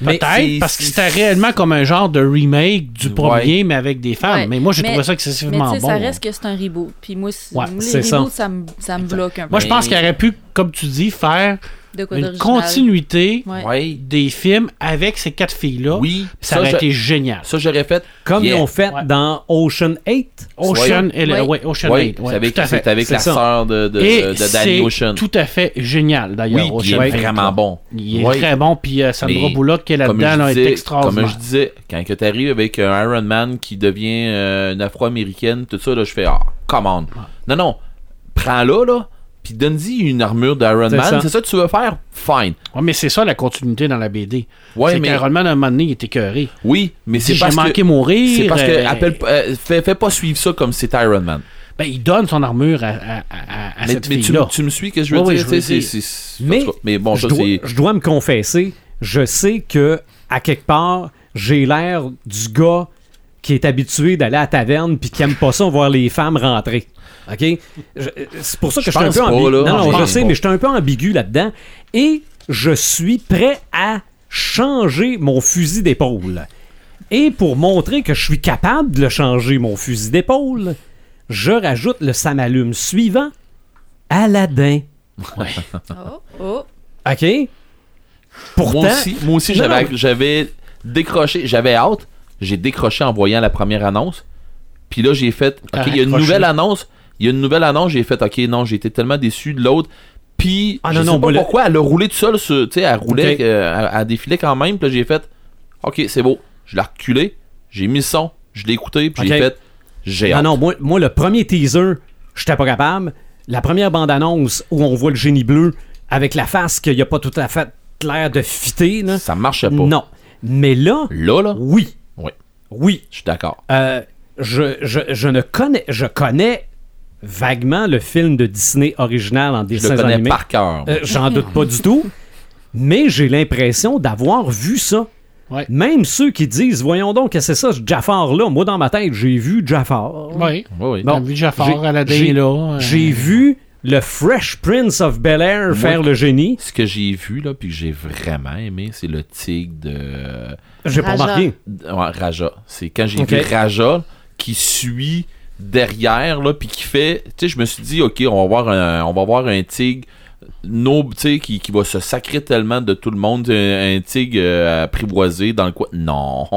Speaker 1: Mais
Speaker 4: c'est-
Speaker 3: Peut-être, parce que
Speaker 4: c'est-
Speaker 3: c'était réellement comme un genre de remake du
Speaker 4: Ouais.
Speaker 3: premier, mais avec des femmes.
Speaker 5: Ouais.
Speaker 3: Mais moi, j'ai
Speaker 5: Mais-
Speaker 3: trouvé ça
Speaker 5: Mais
Speaker 3: excessivement
Speaker 5: tu sais,
Speaker 3: bon.
Speaker 5: ça reste que c'est un reboot. Puis moi, c'est-
Speaker 3: Ouais,
Speaker 5: moi, les
Speaker 1: c'est ça.
Speaker 5: reboots, ça me, ça me bloque un peu.
Speaker 3: Moi, je pense qu'il aurait pu comme tu dis, faire
Speaker 5: Ben De quoi
Speaker 3: une
Speaker 5: d'original.
Speaker 3: continuité
Speaker 5: Ouais.
Speaker 4: Ouais.
Speaker 3: des films avec ces quatre filles-là.
Speaker 4: Oui,
Speaker 3: Ça,
Speaker 4: ça,
Speaker 3: aurait
Speaker 4: je-
Speaker 3: été génial.
Speaker 4: Ça, j'aurais fait.
Speaker 1: Comme
Speaker 4: yeah.
Speaker 1: ils ont fait
Speaker 3: Ouais.
Speaker 1: dans Ocean 8.
Speaker 3: Ocean, et le-
Speaker 5: Ouais.
Speaker 3: ouais, Ocean
Speaker 4: Ouais,
Speaker 3: Eight, ouais,
Speaker 4: c'est avec,
Speaker 3: tout à fait.
Speaker 4: c'est avec
Speaker 1: C'est
Speaker 4: la
Speaker 1: ça.
Speaker 4: sœur de, de,
Speaker 3: Et
Speaker 4: de- de Danny
Speaker 3: c'est
Speaker 4: Ocean.
Speaker 3: tout à fait génial
Speaker 4: oui,
Speaker 3: d'ailleurs.
Speaker 4: puis il
Speaker 3: Ocean
Speaker 4: est
Speaker 3: Eight,
Speaker 4: vraiment
Speaker 3: là.
Speaker 4: bon.
Speaker 3: Il est
Speaker 4: Ouais.
Speaker 3: très bon, puis euh, Sandra
Speaker 4: Mais
Speaker 3: Bullock qui est
Speaker 4: Comme je
Speaker 3: là-dedans là, est
Speaker 4: disais-
Speaker 3: extraordinaire.
Speaker 4: Comme je disais, quand tu arrives avec un Iron Man qui devient euh, une afro-américaine, tout ça, là, je fais Ah, come on. Non, non, prends-la, là, puis donne-y une armure d'Iron
Speaker 1: C'est ça.
Speaker 4: Man. C'est ça que tu veux faire? Fine.
Speaker 3: Ouais, mais c'est ça la continuité dans la BD.
Speaker 4: Ouais,
Speaker 3: c'est
Speaker 4: mais-
Speaker 3: qu'Iron Man, à un moment donné, il était écœuré.
Speaker 4: Oui, mais
Speaker 3: Il dit,
Speaker 4: c'est
Speaker 3: J'ai
Speaker 4: parce
Speaker 3: manqué
Speaker 4: que.
Speaker 3: mourir.
Speaker 4: C'est parce que.
Speaker 3: euh,
Speaker 4: appelle- euh, fais, fais pas suivre ça comme c'est Iron Man.
Speaker 3: ben, il donne son armure à, à- à- à
Speaker 4: Mais,
Speaker 3: cette
Speaker 4: mais tu,
Speaker 3: fille-là.
Speaker 4: me- tu me suis, qu'est-ce que je
Speaker 3: Ouais,
Speaker 4: veux
Speaker 3: ouais,
Speaker 4: dire?
Speaker 3: je veux
Speaker 4: C'est-
Speaker 3: dire.
Speaker 4: c'est- c'est- en
Speaker 1: Mais,
Speaker 4: tout cas, mais bon,
Speaker 1: je,
Speaker 4: ça,
Speaker 1: dois,
Speaker 4: c'est.
Speaker 1: je dois me confesser, je sais que, à quelque part, j'ai l'air du gars qui est habitué d'aller à la taverne puis qui aime pas ça voir les femmes rentrer. OK? Je- C'est pour ça que je,
Speaker 4: Je
Speaker 1: suis un
Speaker 4: pense
Speaker 1: peu
Speaker 4: pas,
Speaker 1: ambigu.
Speaker 4: là.
Speaker 1: Non, non,
Speaker 4: Je
Speaker 1: je,
Speaker 4: pense
Speaker 1: sais,
Speaker 4: pas.
Speaker 1: mais je suis un peu ambigu là-dedans. Et je suis prêt à changer mon fusil d'épaule. Et pour montrer que je suis capable de le changer, mon fusil d'épaule, je rajoute le samalume suivant, Aladdin.
Speaker 5: Oh, oh.
Speaker 1: OK? Pourtant,
Speaker 4: Moi aussi, moi aussi
Speaker 1: Non,
Speaker 4: j'avais,
Speaker 1: non.
Speaker 4: j'avais décroché, j'avais hâte, j'ai décroché en voyant la première annonce. Puis là, j'ai fait, OK,
Speaker 3: T'as
Speaker 4: il y a une
Speaker 3: raccroché.
Speaker 4: nouvelle annonce, il y a une nouvelle annonce, j'ai fait, OK, non, j'ai été tellement déçu de l'autre. Puis,
Speaker 1: Ah,
Speaker 4: je
Speaker 1: non,
Speaker 4: sais
Speaker 1: non,
Speaker 4: pas
Speaker 1: moi, le-
Speaker 4: pourquoi, elle a roulé tout seul, sur- tu sais, elle roulait,
Speaker 1: Ok.
Speaker 4: euh, elle, elle défilait quand même, puis là, j'ai fait, OK, c'est beau. Je l'ai reculé, j'ai mis le son, je l'ai écouté, puis
Speaker 1: Ok.
Speaker 4: j'ai fait, j'ai
Speaker 1: non,
Speaker 4: hâte.
Speaker 1: non, moi, moi, le premier teaser, j'étais pas capable. La première bande-annonce où on voit le génie bleu avec la face qu'il n'y a pas tout à fait l'air de fitter, là.
Speaker 4: Ça marchait pas.
Speaker 1: Non. Mais là,
Speaker 4: Là, là,
Speaker 1: oui.
Speaker 4: oui,
Speaker 1: Oui.
Speaker 4: je suis d'accord.
Speaker 1: Euh, je, je, je ne connais... Je connais vaguement le film de Disney original en
Speaker 4: Je
Speaker 1: dessin
Speaker 4: le connais
Speaker 1: animé.
Speaker 4: par cœur.
Speaker 1: Euh, J'en doute pas du tout. Mais j'ai l'impression d'avoir vu ça.
Speaker 3: Ouais.
Speaker 1: Même ceux qui disent, voyons donc, qu'est-ce que c'est ça, ce Jafar-là. Moi, dans ma tête, j'ai vu Jafar.
Speaker 3: Oui.
Speaker 4: Oui, oui.
Speaker 3: T'as vu Jafar,
Speaker 1: j'ai-
Speaker 3: Aladdin,
Speaker 1: j'ai-
Speaker 3: là, euh.
Speaker 1: J'ai vu le Fresh Prince of Bel Air faire le génie.
Speaker 4: Ce que j'ai vu là, puis que j'ai vraiment aimé, c'est le tigre de,
Speaker 1: J'ai pas
Speaker 5: Raja.
Speaker 1: remarqué.
Speaker 4: de- ouais, Raja. C'est quand j'ai
Speaker 1: Ok.
Speaker 4: vu Raja qui suit derrière là, puis qui fait, tu sais, je me suis dit, ok, on va voir un, on va voir un tigre noble, tu sais, qui, qui va se sacrer tellement de tout le monde, un, un tigre euh, apprivoisé dans le coin. Non,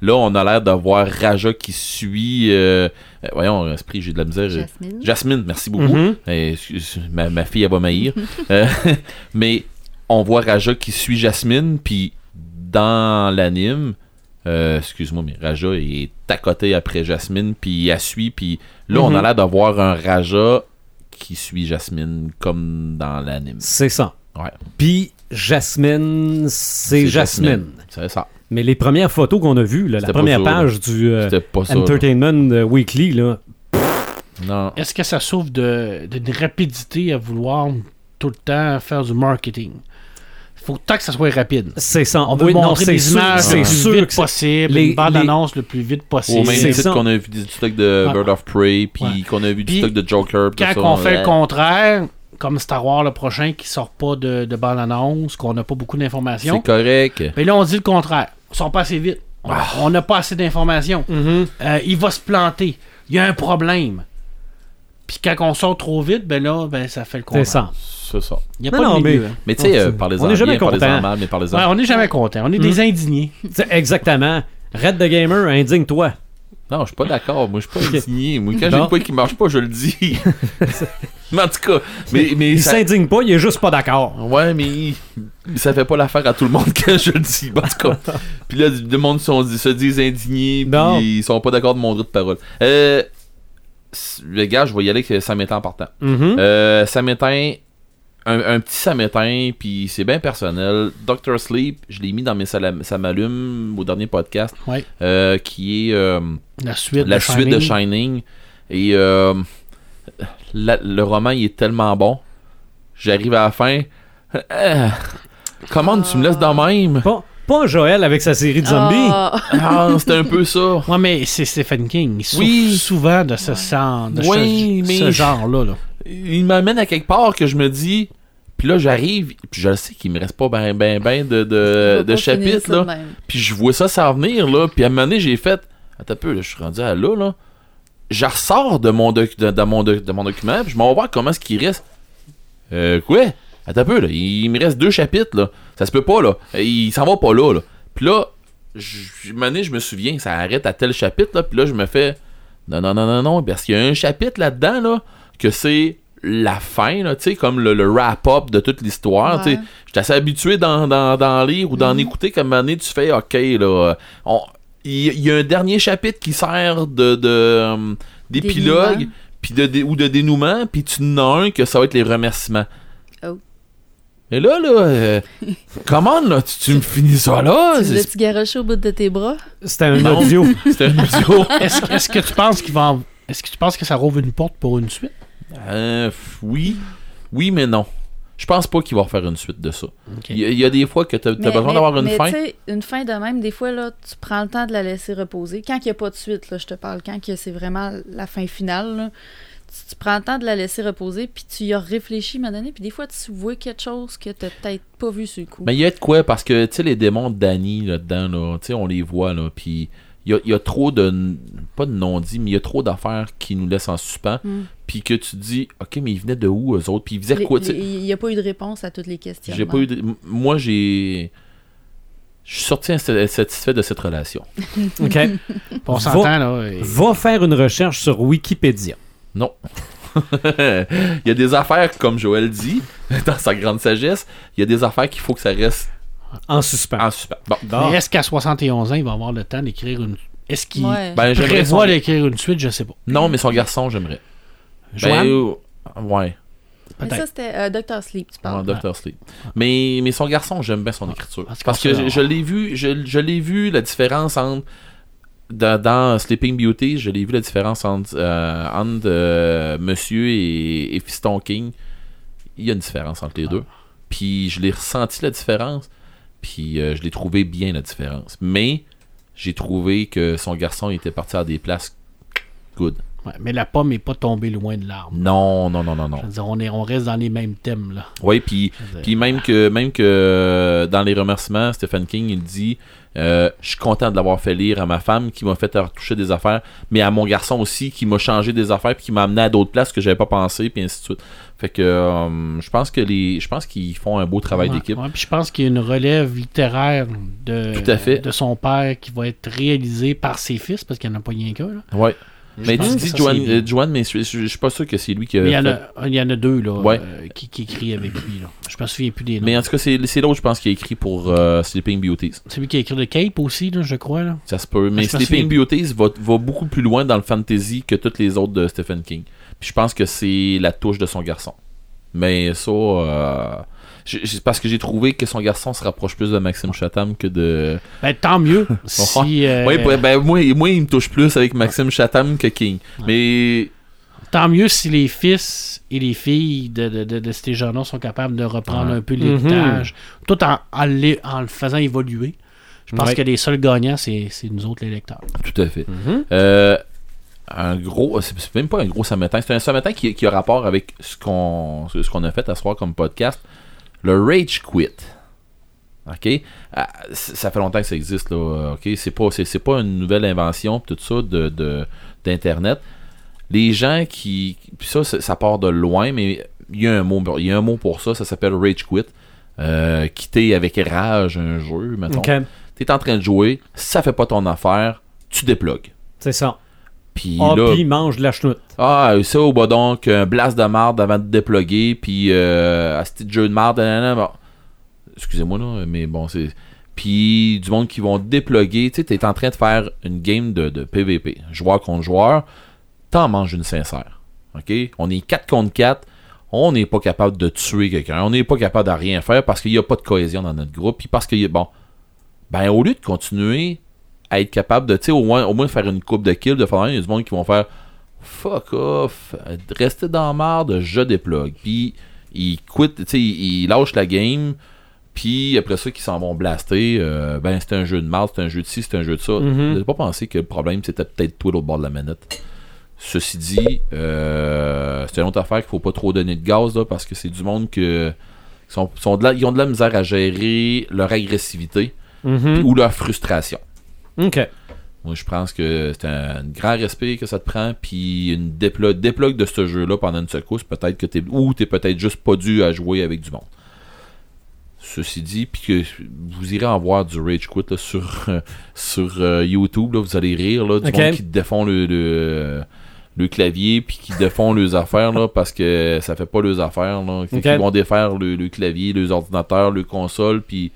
Speaker 4: là, on a l'air d'avoir Raja qui suit. euh, euh, voyons, esprit, j'ai de la misère. euh,
Speaker 5: Jasmine.
Speaker 4: Jasmine, merci beaucoup. Euh, excuse- ma, ma fille, elle va m'haïr. Euh, mais on voit Raja qui suit Jasmine, puis dans l'anime, euh, excuse-moi, mais Raja est à côté après Jasmine, puis elle suit, puis là, on a
Speaker 1: Mhm.
Speaker 4: l'air d'avoir un Raja qui suit Jasmine comme dans l'anime.
Speaker 1: C'est ça.
Speaker 4: Ouais.
Speaker 1: Puis Jasmine, c'est Jasmine.
Speaker 4: C'est ça.
Speaker 1: Mais les premières photos qu'on a vues, là, la
Speaker 4: C'était
Speaker 1: première
Speaker 4: pas ça,
Speaker 1: page du euh,
Speaker 4: C'était pas ça. là.
Speaker 1: Entertainment euh, Weekly, là.
Speaker 4: Non.
Speaker 3: Est-ce que ça souffre de- d'une rapidité à vouloir tout le temps faire du marketing? Faut tant que ça soit rapide.
Speaker 1: c'est ça.
Speaker 3: On veut
Speaker 1: Oui, non,
Speaker 3: montrer
Speaker 1: c'est
Speaker 3: des
Speaker 1: sûr-
Speaker 3: images
Speaker 1: c'est
Speaker 3: le
Speaker 1: sûr
Speaker 3: plus
Speaker 1: que
Speaker 3: vite
Speaker 1: c'est-
Speaker 3: possible,
Speaker 1: les-
Speaker 3: les, une
Speaker 1: les-
Speaker 3: bande-annonce le plus vite
Speaker 4: Au
Speaker 3: possible.
Speaker 4: même
Speaker 1: c'est ça.
Speaker 4: titre qu'on a vu du stock de
Speaker 3: Ouais.
Speaker 4: Bird of Prey, puis
Speaker 3: Ouais.
Speaker 4: qu'on a vu du
Speaker 3: Puis
Speaker 4: stock de Joker. puis
Speaker 3: Quand
Speaker 4: ça,
Speaker 3: on fait
Speaker 4: ouais.
Speaker 3: le contraire, comme Star Wars le prochain qui sort pas de, de bande-annonce, qu'on n'a pas beaucoup
Speaker 4: C'est
Speaker 3: d'informations,
Speaker 4: correct.
Speaker 3: mais là on dit le contraire. Ils sont pas assez vite. On-
Speaker 1: Ah.
Speaker 3: On n'a pas assez d'informations.
Speaker 1: Mm-hmm.
Speaker 3: Euh, il va se planter. Il y a un problème. Puis quand on sort trop vite, ben là, ben ça fait le
Speaker 1: C'est
Speaker 3: contraire.
Speaker 1: ça.
Speaker 4: C'est ça.
Speaker 3: Il n'y a
Speaker 1: Non,
Speaker 3: pas
Speaker 1: non,
Speaker 3: de
Speaker 1: mais-
Speaker 3: milieu.
Speaker 1: Mm.
Speaker 3: hein.
Speaker 4: Mais tu sais, euh,
Speaker 1: Oh, On
Speaker 4: par les
Speaker 1: est
Speaker 4: en
Speaker 1: jamais
Speaker 4: bien, par les
Speaker 1: content.
Speaker 4: en mal, mais par les en
Speaker 3: Ouais, on n'est jamais content. On est des indignés.
Speaker 1: C'est Exactement. Red the Gamer, indigne-toi.
Speaker 4: Non, je suis pas d'accord. Moi, je suis pas indigné. Moi, quand
Speaker 1: Non.
Speaker 4: j'ai quoi qui marche pas, je le dis. mais en tout cas, mais, mais
Speaker 1: Il
Speaker 4: ça...
Speaker 1: s'indigne pas, il est juste pas d'accord.
Speaker 4: Ouais, mais ça fait pas l'affaire à tout le monde quand je le dis. En tout cas, puis là, le monde sont- se disent indignés,
Speaker 1: Non.
Speaker 4: puis ils sont pas d'accord de mon droit de parole. Euh, s- les gars, je vais y aller que ça m'éteint en partant.
Speaker 1: Mhm.
Speaker 4: Euh, Samétain, un, un petit Samétain, puis c'est bien personnel. Doctor Sleep, je l'ai mis dans mes salam- samalumes au dernier podcast,
Speaker 3: Ouais.
Speaker 4: euh, qui est euh,
Speaker 3: La suite
Speaker 4: la
Speaker 3: de
Speaker 4: suite de Shining. Et euh, la- le roman, il est tellement bon. J'arrive à la fin. Euh, comment tu me laisses dans même?
Speaker 1: Pas, pas Joël avec sa série de zombies.
Speaker 5: Ah.
Speaker 4: Ah, c'était un peu ça.
Speaker 3: Ouais, mais c'est Stephen King. Il souffre
Speaker 4: Oui.
Speaker 3: souvent de ce, genre, de ce-
Speaker 4: Oui,
Speaker 3: ce,
Speaker 4: mais-
Speaker 3: genre-là. là.
Speaker 4: il m'amène à quelque part que je me dis puis là j'arrive puis je le sais qu'il me reste pas ben ben ben de,
Speaker 5: On
Speaker 4: de,
Speaker 5: va
Speaker 4: de
Speaker 5: pas finir
Speaker 4: chapitres
Speaker 5: ça
Speaker 4: là
Speaker 5: de
Speaker 4: Ah,
Speaker 5: même.
Speaker 4: puis je vois ça s'en venir là puis à un moment donné j'ai fait attends un peu là, je suis rendu à là là je ressors de mon doc- de, de mon doc- de mon document puis je m'en vais voir comment est-ce qu'il reste euh quoi Attends un peu, là. Il, il me reste deux chapitres, là. Ça se peut pas, là. Il s'en va pas là, là. Puis là, je, une année, je me souviens, ça arrête à tel chapitre, là. Puis là, je me fais. Non, non, non, non, non. Parce qu'il y a un chapitre là-dedans, là, que c'est la fin, là, tu sais, comme le, le wrap-up de toute l'histoire. tu sais.
Speaker 5: Ouais.
Speaker 4: J'étais assez habitué d'en, d'en- d'en lire ou d'en écouter comme une année, tu fais, OK, là. on- Il il y, a un dernier chapitre qui sert de. de euh, d'épilogue
Speaker 5: Dénouement.
Speaker 4: puis de, dé- ou de dénouement, puis tu en as un que ça va être les remerciements.
Speaker 5: Oh.
Speaker 4: Et là, là, euh, comment là, tu, tu me finis ça là?
Speaker 5: Tu
Speaker 4: C'est
Speaker 5: l'as-tu garoché au bout de tes bras?
Speaker 1: C'était un
Speaker 4: Non.
Speaker 1: audio.
Speaker 4: c'est un audio.
Speaker 3: Est-ce est-ce que tu penses qu'il va en- Est-ce que tu penses que ça rouvre une porte pour une suite?
Speaker 4: Euh, f- oui, oui, mais non. Je pense pas qu'il va refaire une suite de ça.
Speaker 3: Ok.
Speaker 4: Il y, a- il y a des fois que t'as t'as besoin d'avoir une
Speaker 5: mais
Speaker 4: fin.
Speaker 5: tu sais, une fin de même, des fois, là, tu prends le temps de la laisser reposer. Quand il n'y a pas de suite, là, je te parle, quand que c'est vraiment la fin finale, là, tu, tu prends le temps de la laisser reposer, puis tu y as réfléchi à un moment donné, puis des fois, tu vois quelque chose que tu n'as peut-être pas vu sur le coup.
Speaker 4: Mais il y a de quoi, parce que, tu sais, les démons de Danny là-dedans, là, tu sais, on les voit, là, puis il y a, il y a trop de, pas de non-dits, mais il y a trop d'affaires qui nous laissent en suspens,
Speaker 5: Mm.
Speaker 4: puis que tu dis, OK, mais ils venaient de où, eux autres, puis ils faisaient
Speaker 5: Les-
Speaker 4: quoi, tu sais?
Speaker 5: les- Il n'y a pas eu de réponse à toutes les questions.
Speaker 4: J'ai pas eu de- m- Moi, j'ai... Je suis sorti insa- satisfait de cette relation.
Speaker 1: OK.
Speaker 3: Puis On s'entend, là. et-
Speaker 1: Va faire une recherche sur Wikipédia.
Speaker 4: Non. il y a des affaires, comme Joël dit, dans sa grande sagesse, il y a des affaires qu'il faut que ça reste
Speaker 1: En suspens.
Speaker 4: en suspens. Bon.
Speaker 1: Bon.
Speaker 3: Mais est-ce qu'à 71 ans, il va avoir le temps d'écrire une. Est-ce qu'il
Speaker 5: Ouais.
Speaker 4: Ben, j'aimerais son-
Speaker 3: prévoit d'écrire une suite? Je sais pas.
Speaker 4: Non, mais son garçon, j'aimerais.
Speaker 3: Joanne?
Speaker 4: Ben, euh, ouais.
Speaker 5: Mais
Speaker 3: Peut-être.
Speaker 5: ça, c'était euh, Dr. Sleep, tu
Speaker 4: Ouais,
Speaker 5: parles.
Speaker 4: Dr. Sleep. Mais, mais son garçon, j'aime bien son écriture.
Speaker 3: Ah, parce qu'on
Speaker 4: Parce que
Speaker 3: se-
Speaker 4: je, je l'ai vu, je, je l'ai vu la différence entre dans, dans Sleeping Beauty, je l'ai vu la différence entre, euh, entre, euh, Monsieur et, et Fiston King. Il y a une différence entre
Speaker 3: Ah.
Speaker 4: les deux. Puis je l'ai ressenti la différence. Puis euh, je l'ai trouvé bien la différence. Mais j'ai trouvé que son garçon était parti à des places good.
Speaker 3: Ouais, mais la pomme n'est pas tombée loin de l'arbre.
Speaker 4: Non, non, non, non, non.
Speaker 3: Je veux dire, on, est, on reste dans les mêmes thèmes, là.
Speaker 4: Oui, puis
Speaker 3: Je veux
Speaker 4: puis
Speaker 3: dire,
Speaker 4: même que même que euh, dans les remerciements, Stephen King il dit euh, je suis content de l'avoir fait lire à ma femme qui m'a fait retoucher des affaires, mais à mon garçon aussi qui m'a changé des affaires puis qui m'a amené à d'autres places que j'avais pas pensé puis ainsi de suite. Fait que euh, je pense que les je pense qu'ils font un beau travail
Speaker 3: ouais,
Speaker 4: d'équipe.
Speaker 3: ouais, puis je pense qu'il y a une relève littéraire de,
Speaker 4: Tout à fait.
Speaker 3: de son père qui va être réalisée par ses fils, parce qu'il n'y en a pas rien qu'un. là.
Speaker 4: Ouais. Mais
Speaker 3: pense
Speaker 4: tu
Speaker 3: que
Speaker 4: dis
Speaker 3: ça,
Speaker 4: Joanne,
Speaker 3: c'est bien.
Speaker 4: euh, Joanne, mais je, je- je suis pas sûr que c'est lui qui a
Speaker 3: Mais il y, en
Speaker 4: fait-
Speaker 3: a, il y en a deux là,
Speaker 4: Euh, Ouais.
Speaker 3: euh, qui, qui écrit avec lui. Là. Je me souviens plus des noms.
Speaker 4: Mais en tout cas, c'est c'est l'autre, je pense, qui a écrit pour euh, Sleeping Beauties.
Speaker 3: C'est lui qui a écrit le Cape aussi, là, je crois. Là.
Speaker 4: Ça se peut. Mais
Speaker 3: Ah, je pense
Speaker 4: Sleeping
Speaker 3: que-
Speaker 4: Beauties va, va beaucoup plus loin dans le fantasy que toutes les autres de Stephen King. Puis je pense que c'est la touche de son garçon. Mais ça, euh, j'ai- j'ai- parce que j'ai trouvé que son garçon se rapproche plus de Maxime Chatham que de.
Speaker 3: Ben, tant mieux. si, euh,
Speaker 4: Ouais, ben, ben, moi, moi, il me touche plus avec Maxime Chatham que King. Mais
Speaker 3: Tant mieux si les fils et les filles de, de, de, de ces gens-là sont capables de reprendre
Speaker 4: Ouais.
Speaker 3: un peu l'héritage, tout en, en l'é- en le faisant évoluer. Je pense
Speaker 1: Ouais.
Speaker 3: que les seuls gagnants, c'est c'est nous autres, les lecteurs.
Speaker 4: Tout à fait.
Speaker 1: Mhm.
Speaker 4: Euh, un gros, c'est c'est même pas un gros sammetin, c'est un sammetin qui, qui a rapport avec ce qu'on ce qu'on a fait à ce soir comme podcast, le rage quit. OK? Ah, c- ça fait longtemps que ça existe là, OK, c'est pas c'est c'est pas une nouvelle invention pis tout ça de de- d'internet. Les gens qui pis ça ça ça part de loin mais il y a un mot pour- il y a un mot pour ça, ça s'appelle rage quit. Euh, quitter avec rage un jeu, mettons.
Speaker 1: OK.
Speaker 4: T'es en train de jouer, ça fait pas ton affaire, tu déplugues.
Speaker 1: C'est ça.
Speaker 4: Puis
Speaker 1: Ah,
Speaker 4: là,
Speaker 1: puis mange de la chenoute.
Speaker 4: ah, ça au bas donc, un blast de marde avant de déploguer, puis euh, à ce petit jeu de marde, nanana, bon. excusez-moi là, mais bon, c'est. Puis du monde qui vont déploguer, tu sais, t'es en train de faire une game de, de PVP, joueur contre joueur, t'en manges une sincère. OK? On est 4 contre 4, on n'est pas capable de tuer quelqu'un, on n'est pas capable de rien faire parce qu'il n'y a pas de cohésion dans notre groupe, puis parce qu'il y a. Bon. Ben, au lieu de continuer à être capable de, tu sais, au moins, au moins faire une coupe de kills, de faire rien, il y a du monde qui vont faire fuck off, restez dans la marde, je déplogue. Puis ils quittent, tu sais, ils ils lâchent la game, puis après ça, qu'ils s'en vont blaster. euh, ben, c'est un jeu de marde, c'est un jeu de ci, c'est un jeu de ça.
Speaker 1: Mhm.
Speaker 4: J'ai pas pensé que le problème, c'était peut-être toi l'autre bord de la manette. Ceci dit, euh, c'est une autre affaire qu'il faut pas trop donner de gaz, là, parce que c'est du monde que. qui sont- sont de la- ils ont de la misère à gérer leur agressivité
Speaker 1: Mhm.
Speaker 4: ou leur frustration.
Speaker 1: OK.
Speaker 4: Moi, je pense que c'est un grand respect que ça te prend. Puis une déplo- déplogue de ce jeu-là pendant une secousse, peut-être que t'es. Ou t'es peut-être juste pas dû à jouer avec du monde. Ceci dit, puis que vous irez en voir du Rage Quit là, sur, euh, sur euh, YouTube, là, vous allez rire là, du
Speaker 1: Ok.
Speaker 4: monde qui défend le, le, le clavier, puis qui défend leurs affaires là, parce que ça fait pas leurs affaires. Là. Fait
Speaker 1: Ok.
Speaker 4: qu'ils vont défaire le, le clavier, leurs ordinateurs, le console, puis.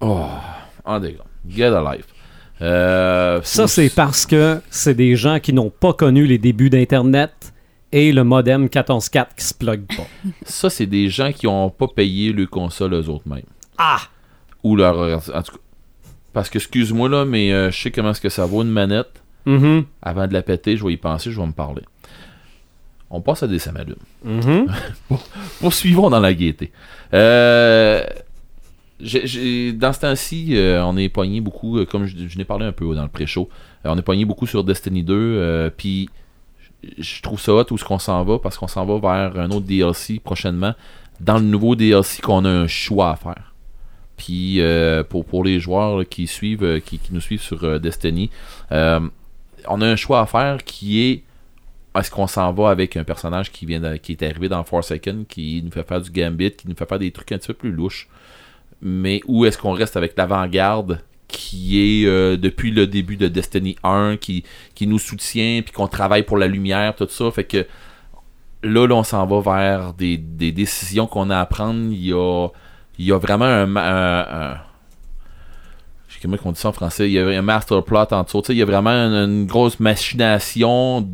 Speaker 4: Oh, en dégâts. Get a life. Euh,
Speaker 1: Ça,
Speaker 4: faut-
Speaker 1: c'est parce que c'est des gens qui n'ont pas connu les débuts d'Internet et le modem 14.4 qui se plug pas.
Speaker 4: Ça, c'est des gens qui ont pas payé le console eux autres mêmes.
Speaker 1: Ah!
Speaker 4: Ou leur. En tout cas. Parce que, excuse-moi, là, mais euh, je sais comment est-ce que ça vaut une manette.
Speaker 1: Mhm.
Speaker 4: Avant de la péter, je vais y penser, je vais me parler. On passe à des samadunes. Mm-hmm.
Speaker 1: Mhm.
Speaker 4: Poursuivons dans la gaieté. Euh, j'ai- j'ai- dans ce temps-ci, euh, on est poigné beaucoup, euh, comme je, je n'ai parlé un peu dans le pré-show, euh, on est poigné beaucoup sur Destiny 2, euh, puis je- je trouve ça hot où ce qu'on s'en va, parce qu'on s'en va vers un autre DLC prochainement. Dans le nouveau DLC, qu'on a un choix à faire. Puis euh, pour, pour les joueurs là, qui suivent, euh, qui, qui nous suivent sur euh, Destiny, euh, on a un choix à faire qui est est-ce qu'on s'en va avec un personnage qui vient de- qui est arrivé dans Forsaken, qui nous fait faire du gambit, qui nous fait faire des trucs un petit peu plus louches, mais où est-ce qu'on reste avec l'avant-garde qui est euh, depuis le début de Destiny 1, qui, qui nous soutient, puis qu'on travaille pour la lumière, tout ça, fait que là, là, on s'en va vers des, des décisions qu'on a à prendre. Il y a, il y a vraiment un, ma- un- un- je sais comment on dit ça en français, il y a un master plot en dessous. Tu sais, Il y a vraiment une, une grosse machination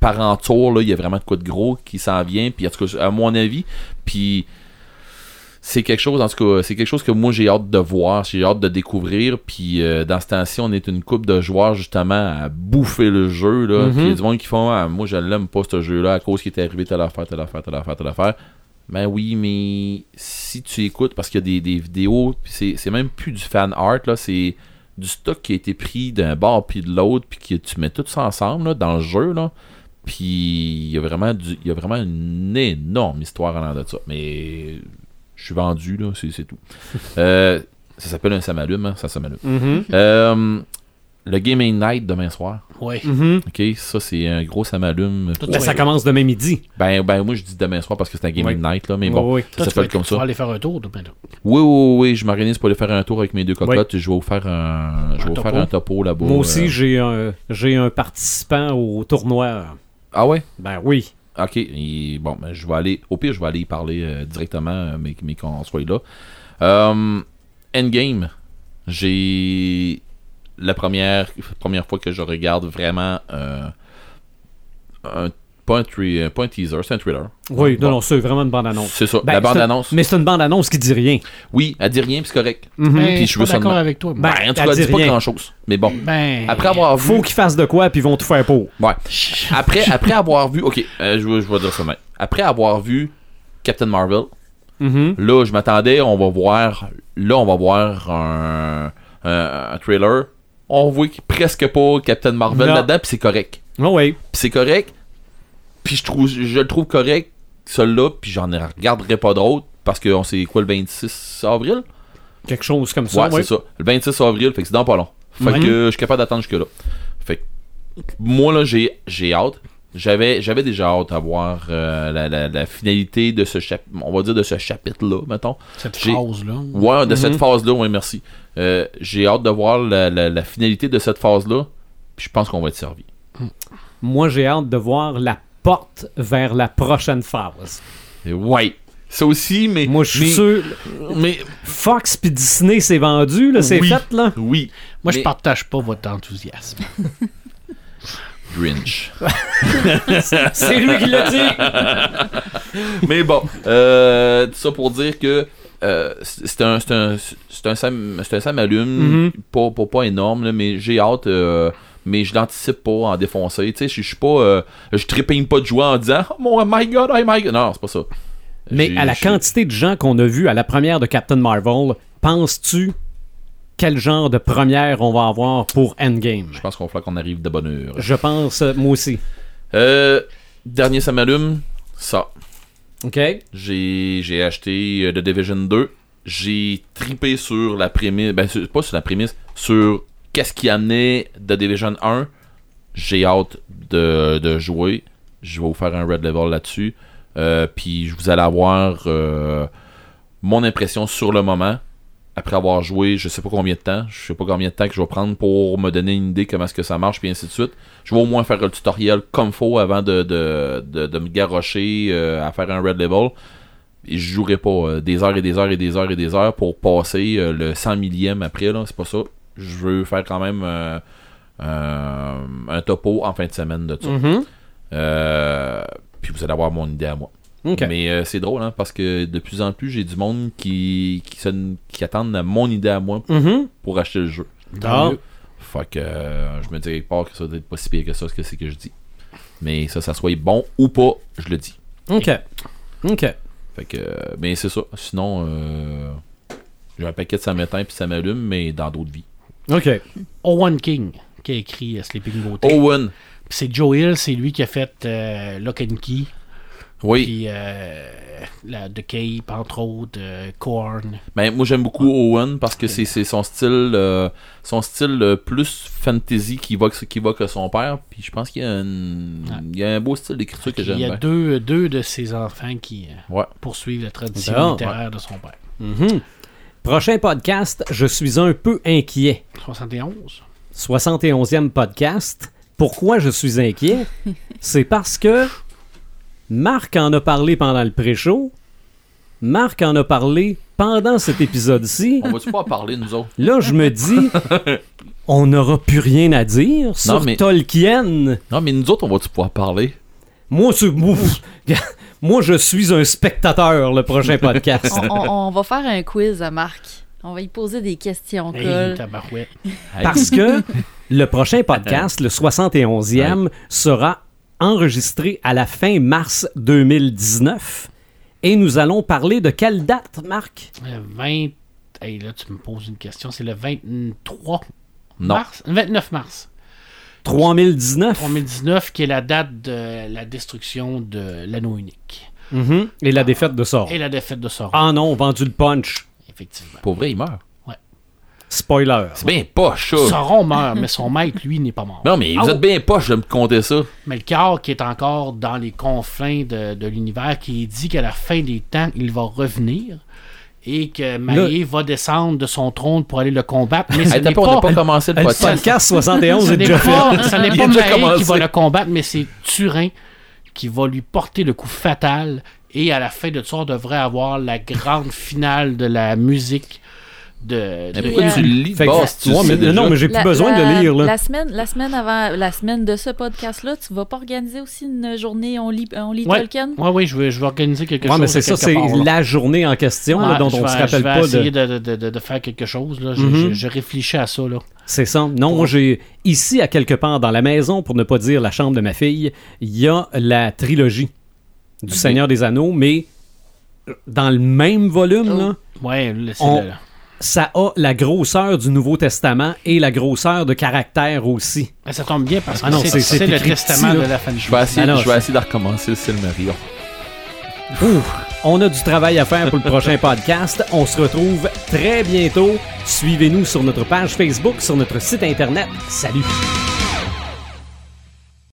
Speaker 4: par en tour, là, il y a vraiment de quoi de gros qui s'en vient. Puis en tout cas, à mon avis, puis c'est quelque chose, en tout cas, c'est quelque chose que moi j'ai hâte de voir, j'ai hâte de découvrir. Puis euh, dans ce temps-ci, on est une coupe de joueurs justement à bouffer le jeu. Là,
Speaker 1: Mhm.
Speaker 4: Puis il y a du monde qui font Ah, moi je l'aime pas ce jeu-là à cause qu'il est arrivé telle affaire, telle affaire, telle affaire, telle affaire. Ben oui, mais si tu écoutes, parce qu'il y a des, des vidéos, puis c'est c'est même plus du fan art, là, c'est du stock qui a été pris d'un bord puis de l'autre, puis que tu mets tout ça ensemble là, dans le jeu, là. Puis il y a vraiment du- il y a vraiment une énorme histoire en l'air de ça. Mais je suis vendu, là, c'est c'est tout. Euh, ça s'appelle un samalume, hein, ça samalume.
Speaker 1: Mhm.
Speaker 4: Euh, le Gaming Night demain soir,
Speaker 3: Ouais.
Speaker 1: Mhm.
Speaker 4: ok, ça c'est un gros samalume.
Speaker 3: Tout
Speaker 1: Ben,
Speaker 3: Ouais.
Speaker 1: ça commence demain midi.
Speaker 4: Ben, ben moi je dis demain soir parce que c'est un Gaming Night, là, mais bon,
Speaker 1: Oui, oui.
Speaker 4: ça
Speaker 3: Toi, tu vas
Speaker 4: s'appelle
Speaker 3: être-
Speaker 4: comme
Speaker 3: Tu vas
Speaker 4: ça.
Speaker 3: aller faire un tour demain, là.
Speaker 4: Oui, oui, oui, je m'organise pour aller faire un tour avec mes deux cocottes. Je vais vous faire un, je vais
Speaker 3: Un
Speaker 4: vous faire
Speaker 3: topo.
Speaker 4: un topo là-bas.
Speaker 1: Moi
Speaker 4: euh.
Speaker 1: aussi, j'ai un, j'ai un participant au tournoi.
Speaker 4: Ah ouais?
Speaker 1: Ben oui.
Speaker 4: OK. et bon, ben, je vais aller. Au pire, je vais aller y parler euh, directement, euh, mais, mais qu'on soit là. Euh, Endgame. J'ai la première, première fois que je regarde vraiment euh, un, pas, un tri- pas un teaser, c'est un thriller.
Speaker 1: Oui, non,
Speaker 4: Bon.
Speaker 1: non, c'est vraiment une bande-annonce.
Speaker 4: C'est ça,
Speaker 1: Ben,
Speaker 4: Bah, la
Speaker 1: c'est un-
Speaker 4: bande-annonce.
Speaker 1: Mais c'est une bande-annonce qui dit rien.
Speaker 4: Oui, elle dit rien, puis c'est correct.
Speaker 3: Ben,
Speaker 4: Mhm. Puis
Speaker 3: je
Speaker 4: je
Speaker 3: suis
Speaker 4: veux
Speaker 3: pas
Speaker 4: ça
Speaker 3: d'accord
Speaker 4: demain.
Speaker 3: avec toi.
Speaker 1: Ben,
Speaker 4: Ben, en tout
Speaker 1: elle
Speaker 4: cas, elle
Speaker 1: dit
Speaker 4: dit pas
Speaker 1: rien.
Speaker 4: grand-chose. Mais bon,
Speaker 3: Ben,
Speaker 4: après avoir vu...
Speaker 1: Faut qu'ils fassent de quoi, puis ils vont tout faire pour.
Speaker 4: Ouais. Après, après avoir vu... OK, euh, je, vais- je vais dire ça maintenant. Après avoir vu Captain Marvel,
Speaker 1: Mhm.
Speaker 4: Là, je m'attendais, on va voir. Là, on va voir un, un- un trailer. On voit qu'il- presque pas Captain Marvel
Speaker 1: Non.
Speaker 4: là-dedans, puis c'est correct.
Speaker 1: Ah oui.
Speaker 4: Puis c'est correct. Puis je trouve, je le trouve correct celui-là, puis j'en regarderai pas d'autres parce qu'on sait quoi le 26 avril.
Speaker 1: Quelque chose comme ça.
Speaker 4: Ouais,
Speaker 1: oui. Mhm.
Speaker 4: c'est ça. Le 26 avril, fait que c'est dans pas long. Fait
Speaker 1: Ouais.
Speaker 4: que euh, je suis capable d'attendre jusque-là. Fait que moi, là, j'ai j'ai hâte. J'avais j'avais déjà hâte à voir euh, la, la- la finalité de ce chapitre, on va dire de ce chapitre-là, mettons.
Speaker 3: cette
Speaker 4: j'ai-
Speaker 3: phrase-là.
Speaker 4: Ouais, de
Speaker 1: Mm-hmm.
Speaker 4: cette phase-là, ouais, merci. Euh, J'ai hâte de voir la, la- la finalité de cette phase-là. Puis je pense qu'on va être servi.
Speaker 1: Moi, j'ai hâte de voir la porte vers la prochaine phase.
Speaker 4: Et ouais. Ça aussi, mais.
Speaker 1: Moi, je suis
Speaker 4: mais-
Speaker 1: sûr.
Speaker 4: Mais.
Speaker 1: Fox puis Disney, c'est vendu, là, c'est
Speaker 4: oui,
Speaker 1: fait, là.
Speaker 4: Oui.
Speaker 3: Moi, je
Speaker 4: Mais-
Speaker 3: partage pas votre enthousiasme.
Speaker 4: Grinch.
Speaker 1: C'est lui qui l'a dit.
Speaker 4: mais bon. Euh, tout ça pour dire que. euh, c'est c'est un c'est un c'est un sam c'est un sam allume
Speaker 1: Mhm.
Speaker 4: pas, pas pas énorme là, mais j'ai hâte euh, mais je l'anticipe pas en défoncer tu sais je je suis pas euh, je trépigne pas de joie en disant oh mon my god oh my god non c'est pas ça
Speaker 1: Mais
Speaker 4: J'ai-
Speaker 1: à la
Speaker 4: j'ai-
Speaker 1: quantité de gens qu'on a vus à la première de Captain Marvel, penses-tu quel genre de première on va avoir pour Endgame?
Speaker 4: je pense qu'on fera qu'on arrive de bonne heure
Speaker 1: Je pense, euh, moi aussi.
Speaker 4: Euh, dernier, ça m'allume. Ça.
Speaker 1: OK?
Speaker 4: J'ai j'ai acheté euh, The Division 2. J'ai tripé sur la prémisse. Ben, sur- pas sur la prémisse. Sur qu'est-ce qui amenait The Division 1. J'ai hâte de, de jouer. Je vais vous faire un red level là-dessus. Euh, Puis je vous allez avoir. euh, mon impression sur le moment, après avoir joué je sais pas combien de temps, je sais pas combien de temps que je vais prendre pour me donner une idée comment est-ce que ça marche, puis ainsi de suite. Je vais au moins faire le tutoriel comme faut avant de, de, de, de me garrocher euh, à faire un red level. Et je jouerai pas euh, des heures et des heures et des heures et des heures pour passer euh, le 100 millième après, là, c'est pas ça. Je veux faire quand même euh, euh, un topo en fin de semaine de ça.
Speaker 1: Mhm.
Speaker 4: Euh, puis vous allez avoir mon idée à moi.
Speaker 1: OK.
Speaker 4: Mais euh, c'est drôle, hein, parce que de plus en plus, j'ai du monde qui, qui, se- qui attendent à mon idée à moi
Speaker 1: Mhm.
Speaker 4: pour acheter le jeu.
Speaker 1: Ah.
Speaker 4: Fait que euh, je me dis quelque part que ça doit être pas si pire que ça, ce que c'est que je dis. Mais ça, ça soit bon ou pas, je le dis.
Speaker 1: OK. OK.
Speaker 4: Fait que, euh, mais c'est ça. Sinon, euh, j'ai un paquet de ça m'éteint puis ça m'allume, mais dans d'autres vies.
Speaker 1: OK.
Speaker 3: Owen King qui a écrit euh, Sleeping Beauty.
Speaker 4: Owen!
Speaker 3: Puis c'est Joe Hill, c'est lui qui a fait euh, Lock and Key,
Speaker 4: Oui,
Speaker 3: puis euh, la The Cape, entre autres, euh, Korn.
Speaker 4: mais Ben, moi j'aime beaucoup Owen parce que c'est c'est son style euh, son style euh, plus fantasy qui va, que- qui va que son père. Puis je pense qu'il y a, une-
Speaker 3: Ouais.
Speaker 4: il y a un beau style d'écriture que
Speaker 3: Il
Speaker 4: j'aime
Speaker 3: y a
Speaker 4: bien.
Speaker 3: deux, deux de ses enfants qui euh,
Speaker 4: Ouais.
Speaker 3: poursuivent la tradition
Speaker 1: Bon,
Speaker 3: littéraire de son père.
Speaker 1: Mhm. Prochain podcast, je suis un peu inquiet.
Speaker 3: 71.
Speaker 1: 71e podcast. Pourquoi je suis inquiet? C'est parce que Marc en a parlé pendant le pré-show. Marc en a parlé pendant cet épisode-ci.
Speaker 4: On va-tu pas en parler nous autres?
Speaker 1: Là, je me dis, on n'aura plus rien à dire sur
Speaker 4: mais-
Speaker 1: Tolkien.
Speaker 4: Non, mais nous autres, on va-tu pouvoir parler?
Speaker 1: Moi, tu- ouf. moi, je suis un spectateur, le prochain podcast.
Speaker 5: On, on- on va faire un quiz à Marc. On va y poser des questions,
Speaker 3: Hey,
Speaker 5: Cole.
Speaker 3: tabarouette.
Speaker 1: Parce que le prochain podcast, le 71e, sera enregistré à la fin mars 2019. Et nous allons parler de quelle date, Marc?
Speaker 3: Le 20. Hey, là, tu me poses une question. C'est le 23
Speaker 4: Non.
Speaker 3: mars. Le 29 mars
Speaker 1: 3019.
Speaker 3: 2019, qui est la date de la destruction de l'anneau unique.
Speaker 1: Mhm. Et la défaite de Sauron.
Speaker 3: Et la défaite de Sauron,
Speaker 1: Ah non, vendu le punch.
Speaker 3: effectivement.
Speaker 4: Pour vrai, il meurt.
Speaker 1: Spoiler.
Speaker 4: C'est bien poche, ça.
Speaker 3: Sauron meurt, mais son maître, lui, n'est pas mort.
Speaker 4: Non, mais vous
Speaker 3: Ah,
Speaker 4: êtes bien poche de me compter ça.
Speaker 3: Mais le corps qui est encore dans les confins de, de l'univers, qui dit qu'à la fin des temps, il va revenir et que Maé va descendre de son trône pour aller le combattre. Mais ce
Speaker 4: Hey,
Speaker 3: n'est
Speaker 4: t'as pas, on n'a
Speaker 3: pas,
Speaker 4: pas commencé le
Speaker 1: Le
Speaker 4: podcast.
Speaker 1: podcast 71
Speaker 3: ce
Speaker 1: est
Speaker 3: n'est
Speaker 1: déjà fait.
Speaker 3: pas, ce n'est
Speaker 4: Il
Speaker 3: pas
Speaker 4: a déjà
Speaker 3: Maé
Speaker 4: commencé.
Speaker 3: qui va le combattre, mais c'est Turin qui va lui porter le coup fatal. Et à la fin de ça, on devrait avoir la grande finale de la musique de,
Speaker 4: Mais
Speaker 3: de-
Speaker 4: pourquoi
Speaker 5: Yeah.
Speaker 4: tu le lis
Speaker 1: Fait que-
Speaker 4: Boss, tu
Speaker 1: Ouais,
Speaker 4: sais
Speaker 1: mais-
Speaker 4: déjà.
Speaker 1: non, mais j'ai plus
Speaker 5: La-
Speaker 1: besoin de
Speaker 5: la-
Speaker 1: le lire. Là.
Speaker 5: La semaine, la semaine avant, la semaine de ce podcast-là, tu vas pas organiser aussi une journée on lit, on lit
Speaker 3: Ouais.
Speaker 5: Tolkien?
Speaker 3: Ouais, oui, je vais, je vais organiser quelque
Speaker 1: Ouais,
Speaker 3: chose.
Speaker 1: mais c'est
Speaker 3: de
Speaker 1: ça,
Speaker 3: quelque
Speaker 1: c'est
Speaker 3: part, là.
Speaker 1: la journée en question là,
Speaker 3: Ouais,
Speaker 1: dont
Speaker 3: Ah, je
Speaker 1: on ne
Speaker 3: vais-
Speaker 1: se rappelle
Speaker 3: je vais
Speaker 1: pas. de-
Speaker 3: essayer de... de- de- de faire quelque chose. Là. Je,
Speaker 1: Mhm.
Speaker 3: je- je réfléchis à ça. Là.
Speaker 1: C'est ça. Non, moi, j'ai ici, à quelque part dans la maison, pour ne pas dire la chambre de ma fille, il y a la trilogie du Seigneur des Anneaux, mais euh, dans le même volume,
Speaker 5: Oh.
Speaker 1: là,
Speaker 3: Ouais, là, c'est
Speaker 1: On-
Speaker 3: le-
Speaker 1: ça a la grosseur du Nouveau Testament et la grosseur de caractère aussi.
Speaker 3: Mais ça tombe bien parce que
Speaker 1: Ah non, c'est-
Speaker 3: c'est,
Speaker 1: c'est
Speaker 3: c'est le
Speaker 1: écrit
Speaker 3: testament
Speaker 1: petit, là.
Speaker 3: de la fin du
Speaker 4: Je vais essayer,
Speaker 1: Ah non,
Speaker 4: je vais essayer de recommencer le Ciel Marion.
Speaker 1: Ouh, on a du travail à faire pour le prochain podcast. On se retrouve très bientôt. Suivez-nous sur notre page Facebook, sur notre site Internet. Salut!